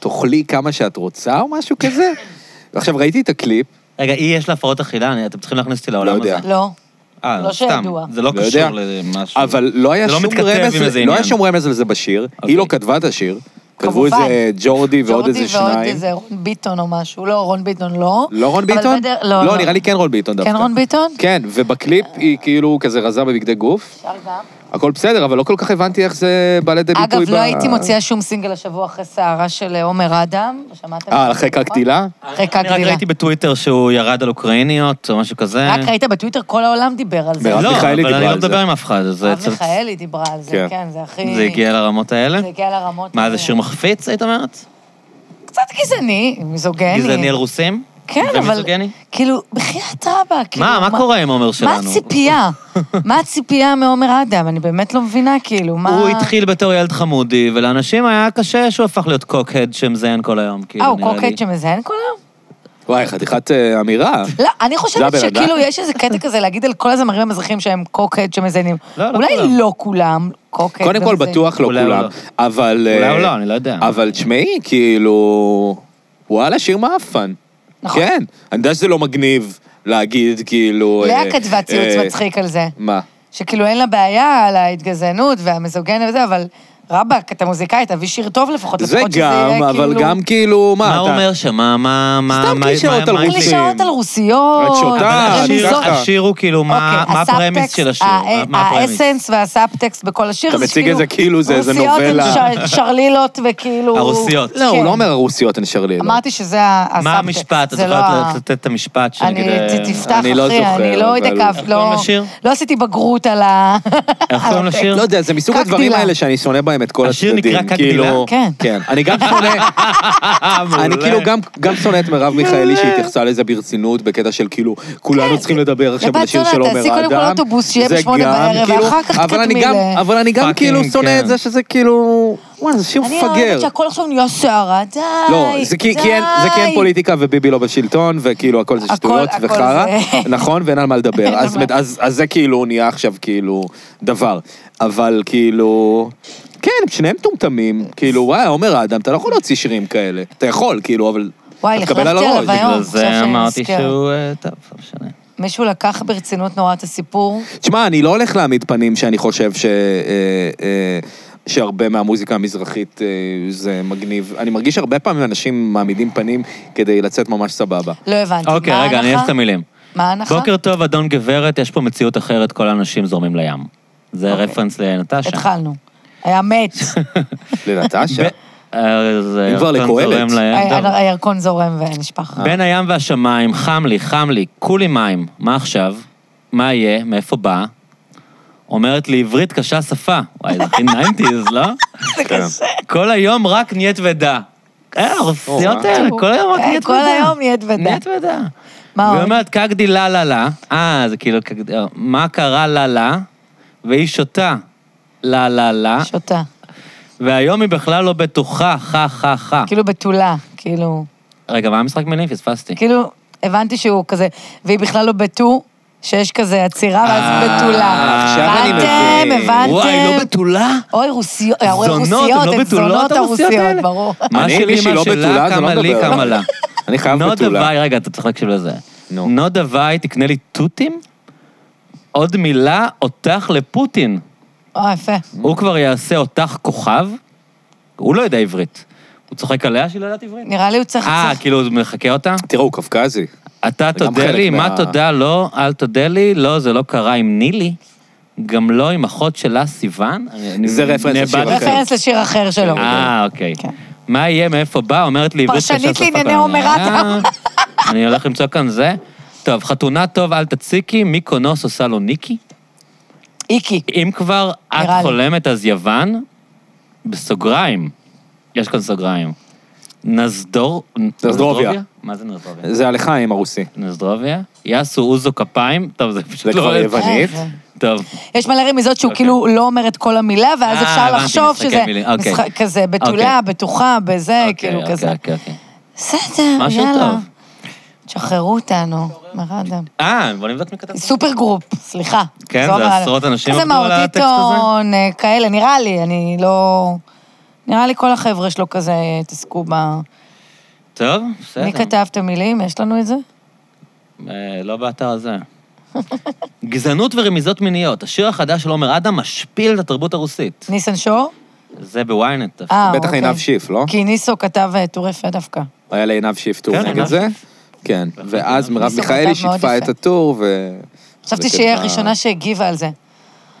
A: תאכלי כמה שאת רוצה או משהו כזה. ועכשיו ראיתי את הקליפ,
C: רגע, היא יש לה הפרעות אכילה, אני- אתם צריכים להכניס אותי
A: לא
C: לעולם הזה.
A: יודע.
B: לא.
C: אה,
B: לא
C: סתם.
B: שידוע.
C: זה לא
A: לא
C: קשור
A: יודע.
C: למשהו.
A: אבל לא היה
C: זה לא
A: שום
C: מתכתב
A: רמז,
C: עם איזה
A: לא היה
C: עניין.
A: שום רמז לזה בשיר,
C: אוקיי.
A: היא לא כתבה את השיר, כתבו
B: כמובן.
A: איזה ג'ורדי ועוד איזה
B: ג'ורדי ועוד
A: שניים.
B: איזה רון ביטון או משהו. לא, רון ביטון לא.
A: לא רון
B: אבל
A: ביטון?
B: בדר- לא,
A: לא, נראה לי כן רון ביטון דווקא.
B: כן רון ביטון?
A: כן, ובקליפ היא כאילו כזה רזה בבגדי גוף.
B: אפשר גם.
A: הכל בסדר, אבל לא כל כך הבנתי איך זה בא לידי ביטוי
B: אגב,
A: ב-
B: לא הייתי מוציאה שום סינגל השבוע אחרי סערה של עומר אדם. שמעתם?
A: אה, אחרי
B: נכון?
A: קקטילה?
B: אחרי קק
C: אני רק
B: גדילה.
C: ראיתי בטוויטר שהוא ירד על אוקראיניות או משהו כזה.
B: רק ראית בטוויטר, כל העולם דיבר על זה.
A: מרב
C: לא,
A: מיכאלי
C: אבל
A: דיברה
C: אני לא
A: על זה.
C: מדבר עם אף אחד. אז
B: מרב
C: זה-
B: מיכאלי דיברה על זה,
A: כן.
B: כן, זה הכי...
C: זה הגיע לרמות האלה?
B: זה הגיע לרמות.
C: מה,
B: האלה.
C: זה שיר מחפיץ, היית אומרת?
B: קצת גזעני, מיזוגני.
C: גזעני על רוסים?
B: כן, אבל...
C: ומיזוגני?
B: כאילו, בחייאת רבאק. כאילו,
C: מה, מה קורה עם עומר שלנו?
B: מה הציפייה? מה הציפייה מעומר אדם? אני באמת לא מבינה, כאילו, מה...
C: הוא התחיל בתור ילד חמודי, ולאנשים היה קשה שהוא הפך להיות קוקהד שמזיין כל היום, כאילו,
B: אה, הוא
C: נראה לי.
B: קוקהד שמזיין כל היום?
A: וואי, חתיכת אה, אמירה.
B: לא, אני
A: זה
B: חושבת
A: הבן אדם.
B: שכאילו יש איזה קטע כזה להגיד על כל הזמרים המזרחים שהם קוקהד שמזיינים.
C: לא, לא
B: אולי
C: כולם.
B: לא כולם קוקהד
A: קודם כל,
B: ומזיינים.
A: בטוח לא
C: אולי הוא
A: כולם,
C: לא.
A: אבל...
C: אולי
A: אה,
C: הוא לא, אני לא יודע.
A: אבל תשמעי, כאילו... וואלה, שיר מאפן.
B: נכון.
A: כן. אני יודע שזה לא מגניב להגיד, כאילו... אה,
B: לאה כתבה
A: אה,
B: ציוץ מצחיק על זה.
A: מה?
B: שכאילו אין לה בעיה על ההתגזענות והמיזוגניה וזה, אבל רבאק, אתה מוזיקאי, תביא שיר טוב לפחות,
A: זה
B: לפחות שזה יהיה
A: גם,
B: כאילו...
A: אבל גם כאילו, מה,
C: מה הוא
A: אתה-
C: אומר שם? מה, מה, מה,
A: סתם
C: מה-
A: קלישאות
C: מה-
A: על
C: מה-
A: רוסים.
B: קלישאות על רוסיות.
A: את שותה,
C: אבל
A: אה,
C: השיר-
B: רמיזות.
A: ככה.
C: השיר הוא כאילו, מה
B: אוקיי,
C: מה הפרמיס
B: הסאבטקסט, אה,
C: של השיר?
B: הא-
C: מה הפרמיס?
B: האסנס והסאבטקסט בכל השיר,
A: אתה
B: זה
A: מציג את זה כאילו זה איזה נובלה.
B: רוסיות הן ש- שרלילות וכאילו...
C: הרוסיות.
A: לא, הוא
B: כן.
A: לא אומר הרוסיות הן שרלילות.
B: אמרתי שזה ה- הסאבטקסט.
C: לא. מה המשפט? את
B: זה לא ה-
C: יכולת לתת את המשפט שאני
B: אני,
C: כדי...
B: ת- תפתח,
A: אני לא
B: אחי,
A: זוכר,
B: אני לא
A: אבל-
B: התעכבת,
C: קוראים
B: לא...
C: לשיר?
B: לא עשיתי בגרות על ה...
C: איך קוראים לשיר?
A: לא יודע, זה מסוג
B: קקטילה.
A: הדברים האלה שאני שונא בהם את כל
C: השיר
A: הצדדים.
C: נקרא
A: כאילו-
C: קקטילה?
B: כן.
A: כן. אני גם שונא,
C: אה, מעולה.
A: אני כאילו גם- גם שונא את מרב מיכאלי שהתייחסה לזה ברצינות, בקטע של כאילו, כולנו צריכים לדבר עכשיו
B: לבת
A: על השיר
B: זונה,
A: של עומר אדם.
B: כן. תעשי קודם כל אוטובוס, שיהיה
A: זה
B: בשמונה
A: גם,
B: בערב,
A: כאילו,
B: ואחר כך
A: אבל אני
B: תקדמי
A: גם-
B: ל-
A: אבל אני גם
C: פאקינג,
A: כאילו שונא את
C: כן.
A: זה שזה כאילו, וואי, זה שיר
B: אני אוהבת
A: מפגר.
B: שהכל עכשיו נהיה סערה, די,
A: לא, זה כי כי אין- זה כי אין
B: די.
A: פוליטיקה וביבי לא בשלטון, וכאילו הכל זה
B: הכל-
A: שטויות
B: הכל
A: וחרא,
B: זה-
A: נכון, ואין על מה לדבר.
B: אין על
A: אז-
B: מה.
A: אז אז זה כאילו נהיה עכשיו כאילו דבר. אבל כאילו... כן, שניהם מטומטמים, כאילו, וואי, עומר אדם, אתה לא יכול להוציא שירים כאלה. אתה יכול, כאילו, אבל...
B: וואי,
A: אתה תקבל על
B: לכלכתי עליו
A: הראש.
B: היום. עכשיו
C: בגלל לא, זה
B: לא, שאני
C: אמרתי
B: נזכרת.
C: שהוא... אה, טוב, לא משנה.
B: מישהו לקח ברצינות נורא את הסיפור.
A: תשמע, אני לא הולך להעמיד פנים שאני חושב ש... אה, אה, שהרבה מהמוזיקה המזרחית אה, זה מגניב. אני מרגיש שהרבה פעמים אנשים מעמידים פנים כדי לצאת ממש סבבה.
B: לא הבנתי.
C: אוקיי,
B: מה
C: רגע, אני
B: ההנחה?
C: אעשה את המילים.
B: מה ההנחה?
C: בוקר טוב, אדון גברת, יש פה מציאות אחרת, כל האנשים זורמים לים. זה
B: אוקיי.
C: רפרנס לנטשה.
B: התחלנו. היה מת.
A: לנטשה.
C: אז
A: אם כבר
C: הירקון
A: לקהלת.
C: זורם לים,
B: היה-
C: טוב.
B: הירקון זורם ונשפך.
C: בין הים והשמיים, חם לי, חם לי, כולי מים, מה עכשיו? מה יהיה? מאיפה בא? אומרת לי, עברית קשה שפה. וואי, זה הכי 90's, לא?
A: זה קשה.
C: כל היום רק נהיית ודה. אה, הרוסיות האלה, כל היום רק
B: אה,
C: נהיית
B: כל
C: ודה.
B: היום נהיית ודה.
C: נהיית ודה.
B: מה
C: והיא
B: עוד?
C: אומרת, קקדי לה אה, לה לה. אה, זה כאילו, "קקדי", מה קרה לה לה? והיא שותה. לה לה לה,
B: שותה.
C: והיום היא בכלל לא בטוחה, חה חה חה.
B: כאילו בתולה, כאילו.
C: רגע, מה המשחק מילים? פספסתי.
B: כאילו, הבנתי שהוא כזה, והיא בכלל לא בטו, שיש כזה עצירה, ואז
C: אה,
B: בתולה.
A: עכשיו אני מבין.
B: הבנתם, הבנתם.
C: וואי, לא בתולה?
B: אוי, רוסיות, אוי,
C: זונות,
B: רוסיות,
C: הן לא
B: הן
C: בתולות,
B: זונות
C: הרוסיות
B: הרוסיות,
C: האלה?
B: ברור.
C: מה
A: אני,
C: שלי,
A: מישהי
C: מה
A: לא בתולה,
C: שלה,
A: זה לא
C: כמה לי,
A: מדבר.
C: כמה לה. לא
A: אני חייב
C: נודה
A: בתולה.
C: ביי, רגע, אתה צריך להקשיב לזה.
A: נו.
C: נודה ביי, תקנה לי תותים? עוד מילה, אותך לפוטין.
B: אה, יפה.
C: הוא כבר יעשה אותך כוכב? הוא לא יודע עברית. הוא צוחק עליה שהיא לא יודעת עברית?
B: נראה לי הוא צריך...
C: אה,
B: צריך-
C: כאילו, הוא מחקה אותה?
A: תראו, הוא קווקזי.
C: אתה
A: גם
C: תודה
A: חלק
C: לי,
A: מה-
C: מה תודה לא, אל תודה לי, לא, זה לא קרה עם נילי, גם לא עם אחות שלה סיוון. אני-
A: זה
C: אני-
A: רפרנס לשיר
C: נאבדתי.
A: אחר.
B: רפרנס לשיר אחר שלו.
C: כן, אוקיי. אה, אוקיי.
B: כן.
C: מה יהיה, מאיפה בא? אומרת לי... עברית קשה,
B: פרשנית
C: שפה
B: לענייני
C: קלה.
B: הומרטה.
C: אה, אני הולך למצוא כאן זה. טוב, חתונה טוב, אל תציקי, מיקונוס עושה לו ניקי.
B: איקי.
C: אם כבר את
B: נראה לי.
C: חולמת, אז יוון, בסוגריים, יש כאן סוגריים. נזדור... מה זה נזדרוביה?
A: זה על לחיים הרוסי.
C: נזדרוביה? יאסו אוזו כפיים? טוב, זה פשוט
A: זה
C: לא...
A: כבר יוונית.
B: אה, זה-
C: טוב.
B: יש מלא רמיזות שהוא
C: אוקיי.
B: כאילו לא אומר את כל המילה, ואז
C: אה,
B: אפשר
C: הבנתי,
B: לחשוב
C: משחקי
B: שזה
C: מילים, אוקיי.
B: משחק כזה בתולה, בתוכה, בזה,
C: אוקיי,
B: כאילו
C: אוקיי,
B: כזה.
C: אוקיי, אוקיי.
B: בסדר,
C: משהו
B: יאללה.
C: טוב.
B: תשחררו אותנו, מרדם.
C: אה, בוא נבדוק מי כתב.
B: סופר גרופ, סליחה. לא זו
C: כן, זה
B: הבעיה.
C: עשרות אנשים
B: כזה
C: עבדו על
B: מאור
C: הטקסט הזה?
B: ביטון, אה, כאלה, נראה לי, אני לא... נראה לי כל החבר'ה שלו כזה התעסקו ב...
C: טוב, בסדר.
B: מי כתב את המילים? יש לנו את זה?
C: אה, לא באתר הזה. גזענות ורמיזות מיניות. השיר החדש של עומר אדם משפיל את התרבות הרוסית.
B: ניסן שור?
C: זה בוויינט. דווקא.
B: אה,
A: בטח
B: אוקיי.
A: עינב שיף, לא?
B: כי ניסו כתב אה, טור יפה דווקא.
A: היה לעינב שיף טור
C: כן,
A: נגד
C: עינב
A: זה. כן, ואז מרב
B: זה
A: מיכאלי
B: כתב מאוד
A: שיתפה
B: יפה.
A: את הטור, ו...
B: חשבתי
A: וכתבה-
B: שהיא הראשונה שהגיבה על זה.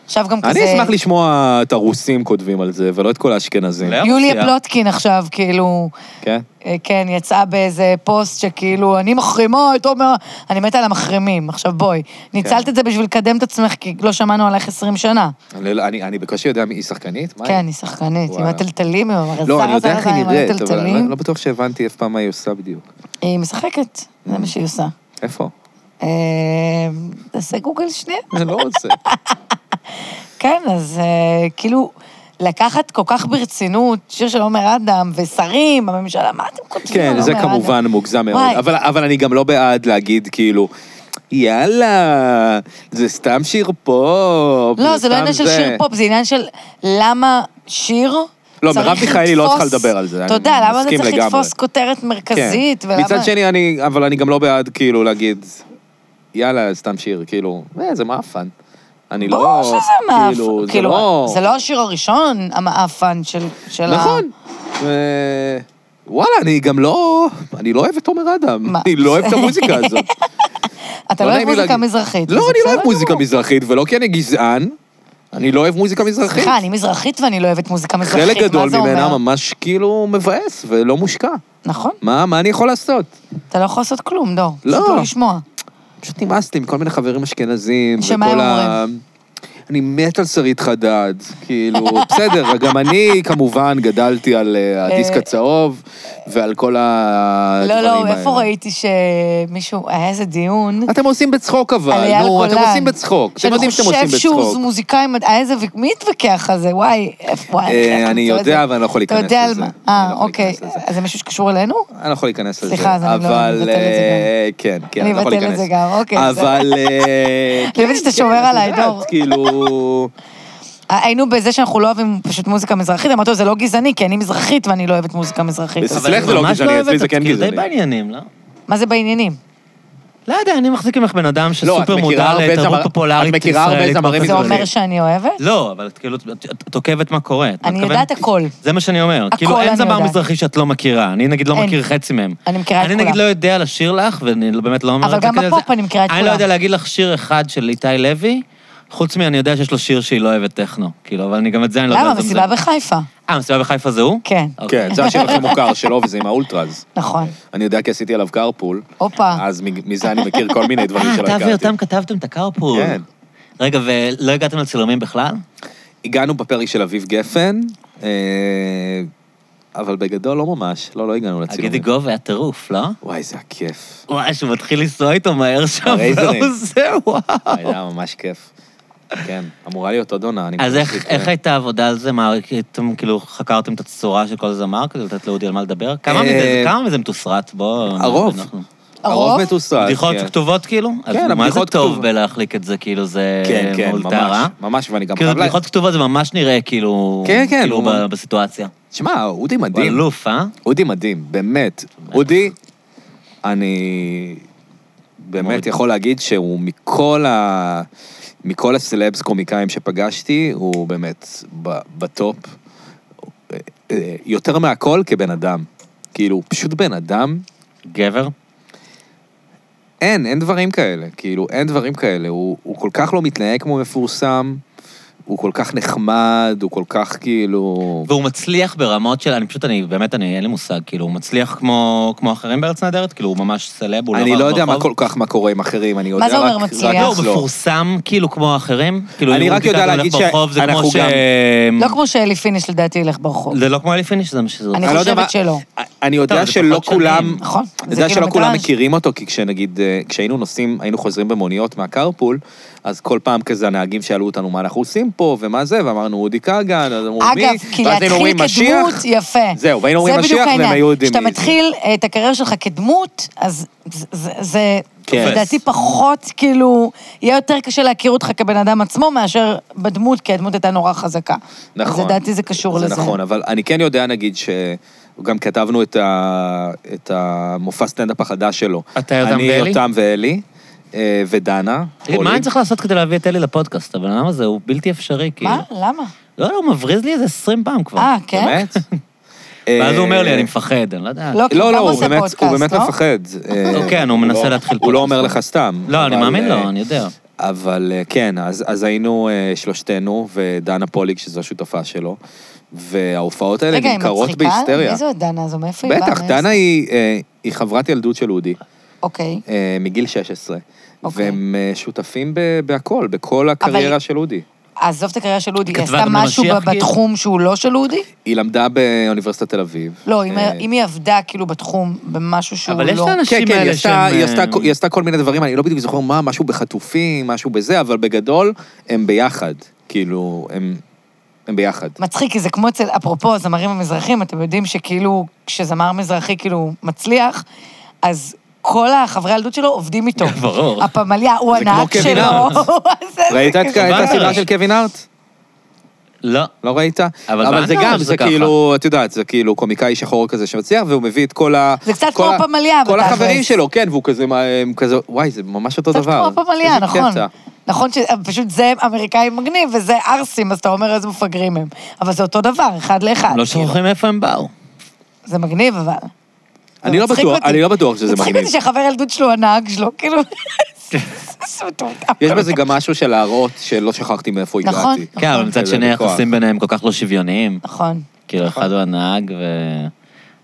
B: עכשיו גם כזה...
A: אני אשמח לשמוע את הרוסים כותבים על זה, ולא את כל האשכנזים.
C: לא?
B: יוליה
C: מופיעה.
B: פלוטקין עכשיו, כאילו,
A: כן?
B: אה, כן, יצאה באיזה פוסט שכאילו, אני מחרימה את עומר, אני מתה על המחרימים, עכשיו בואי.
A: כן.
B: ניצלת את זה בשביל לקדם את עצמך, כי לא שמענו עלייך 20 שנה.
A: אני לא- אני אני בקושי יודע מי היא שחקנית? מה
B: כן, היא שחקנית, עם
A: וואלה.
B: הטלטלים, עם המרזר,
A: לא, אני יודע איך היא
B: עם
A: נראית, אבל אני לא-
B: הטלטלים.
A: לא בטוח שהבנתי אף פעם מה היא עושה בדיוק.
B: היא משחקת, זה מה שהיא עושה.
A: איפה?
B: אה, תעשה גוגל שנייה.
A: אני לא רוצה.
B: כן, אז אה, כאילו, לקחת כל כך ברצינות שיר של עומר אדם ושרים בממשלה, מה אתם כותבים על
A: כן,
B: עומר
A: זה
B: אדם?
A: כמובן מוגזם מאוד,
B: לא, וואי.
A: אבל- אבל אני גם לא בעד להגיד כאילו... יאללה, זה סתם שיר פופ.
B: לא, זה
A: סתם
B: לא עניין של שיר פופ, זה עניין של למה שיר
A: לא,
B: צריך
A: מרב מיכאלי לא
B: לתפוס-
A: צריכה לדבר על זה, אני
B: תודה, למה זה
A: מסכים
B: צריך
A: לגמרי.
B: לתפוס כותרת מרכזית? ולמה-
A: כן. מצד שני, אני, אבל אני גם לא בעד כאילו להגיד, יאללה, סתם שיר, כאילו, אה, זה מאפן. אני לא...
B: ברור שזה מאפ...
A: כאילו, זה
B: כאילו,
A: לא...
B: זה לא השיר הראשון, המאפן של של ה...
A: נכון. אה, וואלה, אני גם לא... אני לא אוהב את עומר אדם.
B: מה?
A: אני לא אוהב את המוזיקה הזאת.
B: אתה לא
A: נעים
B: אוהב
A: לי
B: מוזיקה
A: להגיד.
B: מזרחית.
A: לא, אני
B: וזה
A: לא
B: בסדר
A: אוהב מוזיקה
B: גמור.
A: מזרחית, ולא כי אני גזען. אני לא אוהב מוזיקה מזרחית.
B: סליחה, אני מזרחית ואני לא אוהבת מוזיקה מזרחית,
A: חלק גדול
B: מה זה
A: ממנה
B: אומר?
A: ממש כאילו מבאס ולא מושקע.
B: נכון,
A: מה, מה אני יכול לעשות?
B: אתה לא יכול לעשות כלום, דור.
A: לא.
B: פשוט לשמוע.
A: פשוט נמאס לי מכל מיני חברים אשכנזים.
B: שמה
A: וכל
B: הם
A: ה- אני מת על שרית חדד, כאילו, בסדר, גם אני כמובן גדלתי על אה, הדיסק
B: אה,
A: הצהוב ועל כל הדברים
B: לא,
A: האלה.
B: לא, איפה ראיתי שמישהו, היה איזה דיון.
A: אתם עושים בצחוק
B: על
A: אבל,
B: אייל
A: נו, אתם
B: גולן.
A: עושים בצחוק. אתם
B: שאני
A: יודעים שאתם עושים
B: חושב שהוא
A: בצחוק.
B: מוזיקאי, מד- היה איזה, ו- מי התווכח על זה? וואי, איפה, וואי,
A: אה,
B: איך למצוא
A: אני
B: את
A: יודע,
B: זה?
A: אבל אני לא יכול
B: אתה
A: להיכנס
B: יודע על
A: לזה.
B: מה?
A: אני
B: אה,
A: לא יכול
B: אוקיי.
A: להיכנס לזה.
B: אז זה מישהו שקשור אלינו?
A: אני לא יכול להיכנס לזה.
B: סליחה, אז אני לא-
A: אבל,
B: מבטל את זה
A: אה, כן, כן,
B: אני
A: אני לא יכול
B: אבטל את
A: להיכנס.
B: זה גם, אוקיי, בסדר.
A: אבל... אה,
B: אני מבינה
A: כן,
B: שאתה
A: כן,
B: שומר
A: את
B: עליי,
A: יודעת,
B: דור.
A: כאילו...
B: היינו בזה שאנחנו לא אוהבים פשוט מוזיקה מזרחית, אמרתי לו, זה לא גזעני, כי אני מזרחית ואני לא אוהבת מוזיקה מזרחית.
A: בסדר.
B: אז-
A: אצלך זה לא
C: ממש
A: גזעני,
C: אוהבת
A: אצלי זה
C: את-
A: כן
C: כאילו,
A: גזעני.
C: די בעניינים, לא?
B: מה זה בעניינים?
C: לא יודע, אני מחזיק ממך בן אדם
A: לא, את
C: שסופר
A: מכירה
C: מודע
A: הרבה
C: לתרבות
A: זמר-
C: פופולרית
A: את מכירה הרבה
C: ישראלית.
A: זמרים
B: זה
A: מזרחית.
B: אומר שאני אוהבת?
C: לא, אבל את כאילו, את- את את עוקבת מה קורה.
A: לא,
C: את
B: אני
C: מתכוונת-
B: יודעת הכל.
C: זה מה שאני אומר.
B: הכל
C: כאילו, אין
B: אני
C: זמר
B: יודעת.
C: מזרחי שאת לא מכירה. אני נגיד לא
B: אין.
C: מכיר חצי מהם.
B: אני מכירה את
C: אני נגיד
B: כולם.
C: לא יודע לשיר לך, ואני לא- באמת לא אומר את
B: אבל
C: זה
B: גם
C: כדי
B: בפופ
C: זה.
B: אני מכירה את
C: אני לא
B: כולם.
C: יודע להגיד לך שיר אחד של איתי לוי, חוץ מאני יודע שיש לו שיר שהיא לא אוהבת טכנו. כאילו, אבל אני גם את זה אני לא יודע
B: למה?
C: לזמזם.
B: מסיבה בחיפה.
C: אה, מסיבה בחיפה זה הוא?
B: כן,
C: אוקיי.
A: כן, זה השיר הכי מוכר שלו, וזה עם האולטראז.
B: נכון.
A: אני יודע כי עשיתי עליו קרפול,
B: הופה.
A: אז מג- מזה אני מכיר כל מיני דברים
C: אה,
A: שלא
C: אתה
A: הכרתי.
C: ויותם כתבתם את הקרפול.
A: כן.
C: רגע, ולא הגעתם לצילומים בכלל?
A: הגענו בפרק של אביב גפן, אה, אבל בגדול לא ממש, לא, לא הגענו
C: הגידי
A: לצילומים.
C: גוב היה טירוף, לא?
A: וואי, זה הכיף.
C: וואי, שהוא מתחיל לנסוע איתו מהר שם,
A: הרייזרים.
C: והוא זה, וואו.
A: היה ממש כיף. כן, אמורה להיות עוד עונה, אני
C: אז
A: מקווה
C: איך
A: שזה
C: איך
A: יקרה.
C: הייתה העבודה על זה? מה, אתם כאילו חקרתם את הצורה של כל זמר כדי לתת לאודי על מה לדבר? כמה מזה-
A: אה,
C: כמה מזה מתוסרט? בואו...
A: הרוב.
C: אנחנו-
B: הרוב?
A: הרוב מתוסרט.
C: בדיחות
A: כן.
C: כתובות כאילו? אז
A: כן,
C: מה זה
A: הבדיחות
C: טוב
A: כתובות.
C: בלהחליק את זה, כאילו זה
A: כן, כן,
C: מול
A: ממש.
C: טהרה?
A: ממש, ואני גם
C: כאילו
A: חייב... לה-
C: בדיחות כתובות זה ממש נראה כאילו...
A: כן, כן,
C: כאילו
A: הוא-
C: ב- בסיטואציה.
A: שמע, אודי
C: הוא
A: מדהים.
C: אלוף, אה?
A: אודי מדהים, באמת. אודי, אני באמת
C: מוריד.
A: יכול להגיד שהוא מכל ה... מכל הסלבס קומיקאים שפגשתי, הוא באמת ב- בטופ. אה, אה, יותר מהכל כבן אדם. כאילו, הוא פשוט בן אדם
C: גבר?
A: אין, אין דברים כאלה. כאילו, אין דברים כאלה. הוא, הוא כל כך לא מתנהג כמו מפורסם, הוא כל כך נחמד, הוא כל כך כאילו...
C: והוא מצליח ברמות של... אני פשוט, אני באמת, אני, אין לי מושג, כאילו, הוא מצליח כמו, כמו אחרים בארץ נהדרת? כאילו, הוא ממש סלב, הוא לא
A: אני
C: רב
A: לא יודע מה
C: ברחוב?
A: כל כך מה קורה עם אחרים, אני יודע
B: מה
A: רק...
B: זה אומר מצליח?
C: לא,
A: רק
C: הוא
A: אצלו.
C: מפורסם כאילו כמו האחרים? כאילו,
A: אני
C: אם
A: רק
C: הוא
A: יודע
C: טיטה
A: להגיד
C: הולך ברחוב, זה כמו
A: שאנחנו
C: ש...
A: גם-
B: לא כמו שאלי פיניש לדעתי ילך ברחוב.
C: זה לא כמו אלי פיניש, זה מה שזה...
B: אני
A: אני לא יודע
B: חושבת
A: מה-
B: שלא.
A: אני יודע
C: טוב, זה
A: שלא
C: פחות שנים.
A: כולם...
B: נכון?
A: אני יודע שלא כולם
B: קילומטראז'.
A: מכירים אותו, כי כשנגיד, אה, כשהיינו נוסעים, היינו חוזרים במוניות מהקרפול, אז כל פעם כזה הנהגים שאלו אותנו מה אנחנו עושים פה, ומה זה, ואמרנו אודי כגן, אז אמרו מי,
B: אגב, כי
A: ואז היינו אומרים
B: להתחיל כדמות,
A: משיח,
B: יפה.
A: זהו, והיינו אומרים
B: זה בדיוק
A: משיח, והם
B: העניין.
A: היו יודעים מי
B: כשאתה
A: זה.
B: מתחיל אה, את הקריירה שלך כדמות, אז זה- זה- זה...
A: כן.
B: לדעתי פחות, כאילו, יהיה יותר קשה להכיר אותך כבן אדם עצמו מאשר בדמות, כי הדמות הייתה נורא חזקה.
A: נכון.
B: אז לדעתי זה קשור לזה.
A: זה נכון, אבל אני כן יודע, נגיד, ש... גם כתבנו את, ה... את המופע סטנדאפ החדש שלו.
C: אתה, יותם
A: אני,
C: ואלי?
A: יותם ואלי, אה, ודנה.
C: תגיד, מה
A: רולין.
C: אני צריך לעשות כדי להביא את אלי לפודקאסט? הבן אדם הזה הוא בלתי אפשרי, כאילו.
B: מה?
A: כן.
B: למה?
C: לא, לא, הוא מבריז לי איזה 20 פעם כבר.
B: אה, כן?
A: באמת?
C: ואז הוא אומר לי,
A: אה,
C: אני מפחד, אני לא יודע.
B: לא, כי
A: לא,
B: הוא
A: לא,
B: גם
A: הוא
B: עושה
A: באמת,
B: פודקאסט,
A: הוא באמת
B: לא?
A: מפחד. אה,
C: הוא כן, הוא מנסה
A: לא-
C: להתחיל
A: הוא לא
C: פודקאסט.
A: אומר לך סתם.
C: לא, אני
A: אבל,
C: מאמין
A: אה,
C: לו, אני יודע.
A: אבל אה, כן, אז, אז היינו אה, שלושתנו ודנה פוליק, שזו השותפה שלו, וההופעות האלה
B: רגע, היא
A: נמכרות
B: מצחיקה?
A: בהיסטריה.
B: מי זו דנה הזו? מאיפה היא באה?
A: בטח,
B: מה
A: דנה
B: היא...
A: היא, אה, היא חברת ילדות של אודי,
B: אוקיי.
A: אה, מגיל 16.
B: אוקיי.
A: והם אה, שותפים ב- בהכל, בכל הקריירה
B: אבל-
A: של אודי.
B: עזוב את הקריירה של אודי, היא
C: כתבה
B: עשתה
C: גם
B: משהו
C: במשיח,
B: ב-
C: כאילו?
B: בתחום שהוא לא של אודי?
A: היא למדה באוניברסיטת תל אביב.
B: לא, אם-
A: אה,
B: אם היא עבדה כאילו בתחום, במשהו שהוא לא...
C: אבל יש לאנשים-
A: כן, כן, היא
C: האלה
A: עשתה,
C: שהם,
A: היא,
C: אה,
A: עשתה, כל- היא עשתה כל מיני דברים, אני לא בדיוק זוכר מה, משהו בחטופים, משהו בזה, אבל בגדול, הם ביחד. כאילו, הם, הם ביחד.
B: מצחיק, כי זה כמו אצל, אפרופו הזמרים המזרחים, אתם יודעים שכאילו, כשזמר מזרחי כאילו מצליח, אז כל החברי הילדות שלו עובדים איתו.
C: ברור.
B: הפמליה, הוא
A: זה כמו
B: הנהג
A: קווין
B: שלו.
A: הארט.
B: זה- כאילו. זה
A: ראית את
B: כזה.
A: את
C: וואלה.
A: הסדרה של קווין הארט?
C: לא.
A: לא ראית?
C: אבל
A: אבל זה
C: באנגליה
A: גם,
C: זה
A: זה
C: ככה.
A: כאילו, את יודעת, זה כאילו קומיקאי שחור כזה שמצליח, והוא מביא את כל ה...
B: זה קצת
A: כל
B: כמו
A: ה-
B: פמליה
A: כל
B: בתכלס.
A: החברים שלו, כן, והוא כזה, מה, הם כזה, וואי, זה ממש אותו
B: קצת
A: דבר.
B: כמו הפמליה,
A: איזה
B: נכון.
A: קטע.
B: נכון שפשוט זה אמריקאי מגניב וזה ערסים, אז אתה אומר איזה מפגרים הם. אבל זה אותו דבר, אחד לאחד.
C: לא
B: כאילו.
C: שוכחים מאיפה הם באו.
B: זה מגניב, אבל.
A: אני לא
B: מצחיק
A: בטוח-
B: אותי.
A: אני לא בטוח שזה
B: מצחיק
A: מגניב.
B: אותי שחבר הילדות שלו, הנהג שלו, כאילו... זה- זה מטומטם.
A: יש בזה גם משהו של להראות שלא שכחתי מאיפה הגעתי.
B: נכון.
C: כן, אבל מצד
A: זה
C: שני,
A: בכוח.
C: היחסים ביניהם כל כך לא שוויוניים.
B: נכון.
C: כאילו, אחד הוא הנהג ו...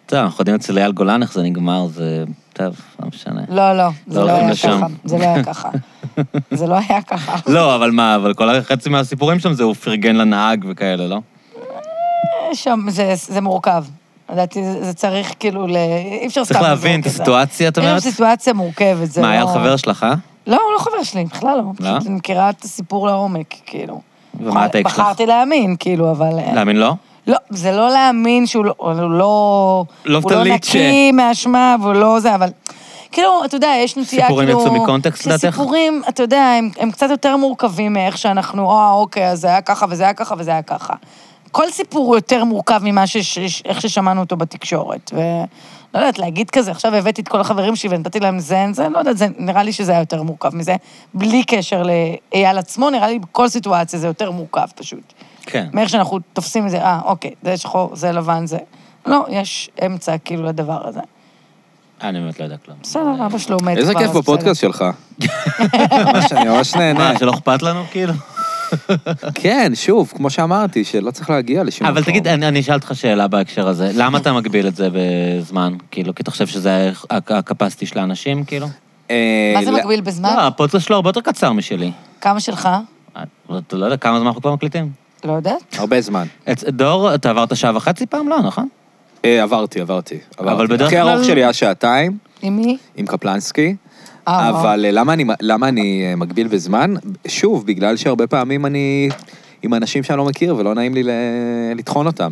C: טוב, אנחנו יודעים אצל אייל גולן איך זה נגמר, זה... טוב, לא משנה.
B: לא, לא, זה
C: לא
B: לא היה
C: הולכים
B: ככה.
C: לשם.
B: זה לא היה ככה. זה לא היה ככה.
C: לא, אבל מה, אבל כל החצי מהסיפורים שם זה הוא פרגן לנהג וכאלה, לא?
B: יש שם, זה- זה מורכב. לדעתי זה- זה צריך כאילו ל... אי אפשר סתם...
C: צריך להבין
B: לזרוק
C: את
B: זה. לא-
C: הסיטואציה, את
B: יש
C: אומרת?
B: שם סיטואציה מורכבת, זה לא...
C: מה, אייל חבר שלך, אה?
B: לא, הוא לא חבר שלי, בכלל לא.
C: לא?
B: פשוט אני מכירה את הסיפור לעומק, כאילו.
C: ומה הטייק שלך?
B: בחרתי להאמין, כאילו, אבל...
C: להאמין לא?
B: לא, זה לא להאמין שהוא לא... הוא לא,
C: לא
B: הוא לא
C: טלית
B: נקי מאשמה והוא לא זה, אבל... כאילו, אתה יודע, יש נטייה כאילו...
C: סיפורים יצאו מקונטקסט לדעתך?
B: סיפורים, אתה יודע, הם, הם קצת יותר מורכבים מאיך שאנחנו, או, אוקיי, אז זה היה ככה וזה היה ככה וזה היה ככה. כל סיפור הוא יותר מורכב ממה ש... ש- איך ששמענו אותו בתקשורת. ו... לא יודעת, להגיד כזה, עכשיו הבאתי את כל החברים שלי ונתתי להם זן, זה, לא יודעת, זה, נראה לי שזה היה יותר מורכב מזה. בלי קשר לאייל עצמו, נראה לי בכל סיטואציה זה יותר מורכב פשוט.
C: כן.
B: מאיך שאנחנו תופסים את זה, אה, אוקיי, זה שחור, זה לבן, זה... לא, יש אמצע כאילו לדבר הזה.
C: אני באמת לא יודע כלום.
B: בסדר, אבא שלו מת כבר,
A: איזה כיף
B: אז
A: בפודקאסט שלך. ממש, אני ממש נהנה.
C: מה, שלא אכפת לנו, כאילו?
A: כן, שוב, כמו שאמרתי, שלא צריך להגיע לשום מקום.
C: אבל תגיד, אני אני אשאל אותך שאלה בהקשר הזה. למה אתה מגביל את זה בזמן? כאילו, כי אתה חושב שזה הקפסיטי של האנשים, כאילו?
A: אה,
B: בסדר. מה זה
A: לא-
B: מגביל בזמן?
C: לא, הפודקאסט שלו הרבה יותר קצר משלי.
B: כמה שלך?
C: אתה לא יודע כמה זמן אנחנו כבר מקליטים?
B: לא יודעת.
A: הרבה זמן.
C: אצ- דור, אתה עברת שעה וחצי פעם? לא, נכון?
A: אה, עברתי, עברתי. עברתי.
C: אבל בדרך
A: הכי
C: כלל-
A: ארוך שלי היה שעתיים,
B: עם מי?
A: עם קפלנסקי.
B: אה,
A: אבל אה, למה אני, למה אני אה, מגביל בזמן? שוב, בגלל שהרבה פעמים אני עם אנשים שאני לא מכיר ולא נעים לי ל- לטחון אותם.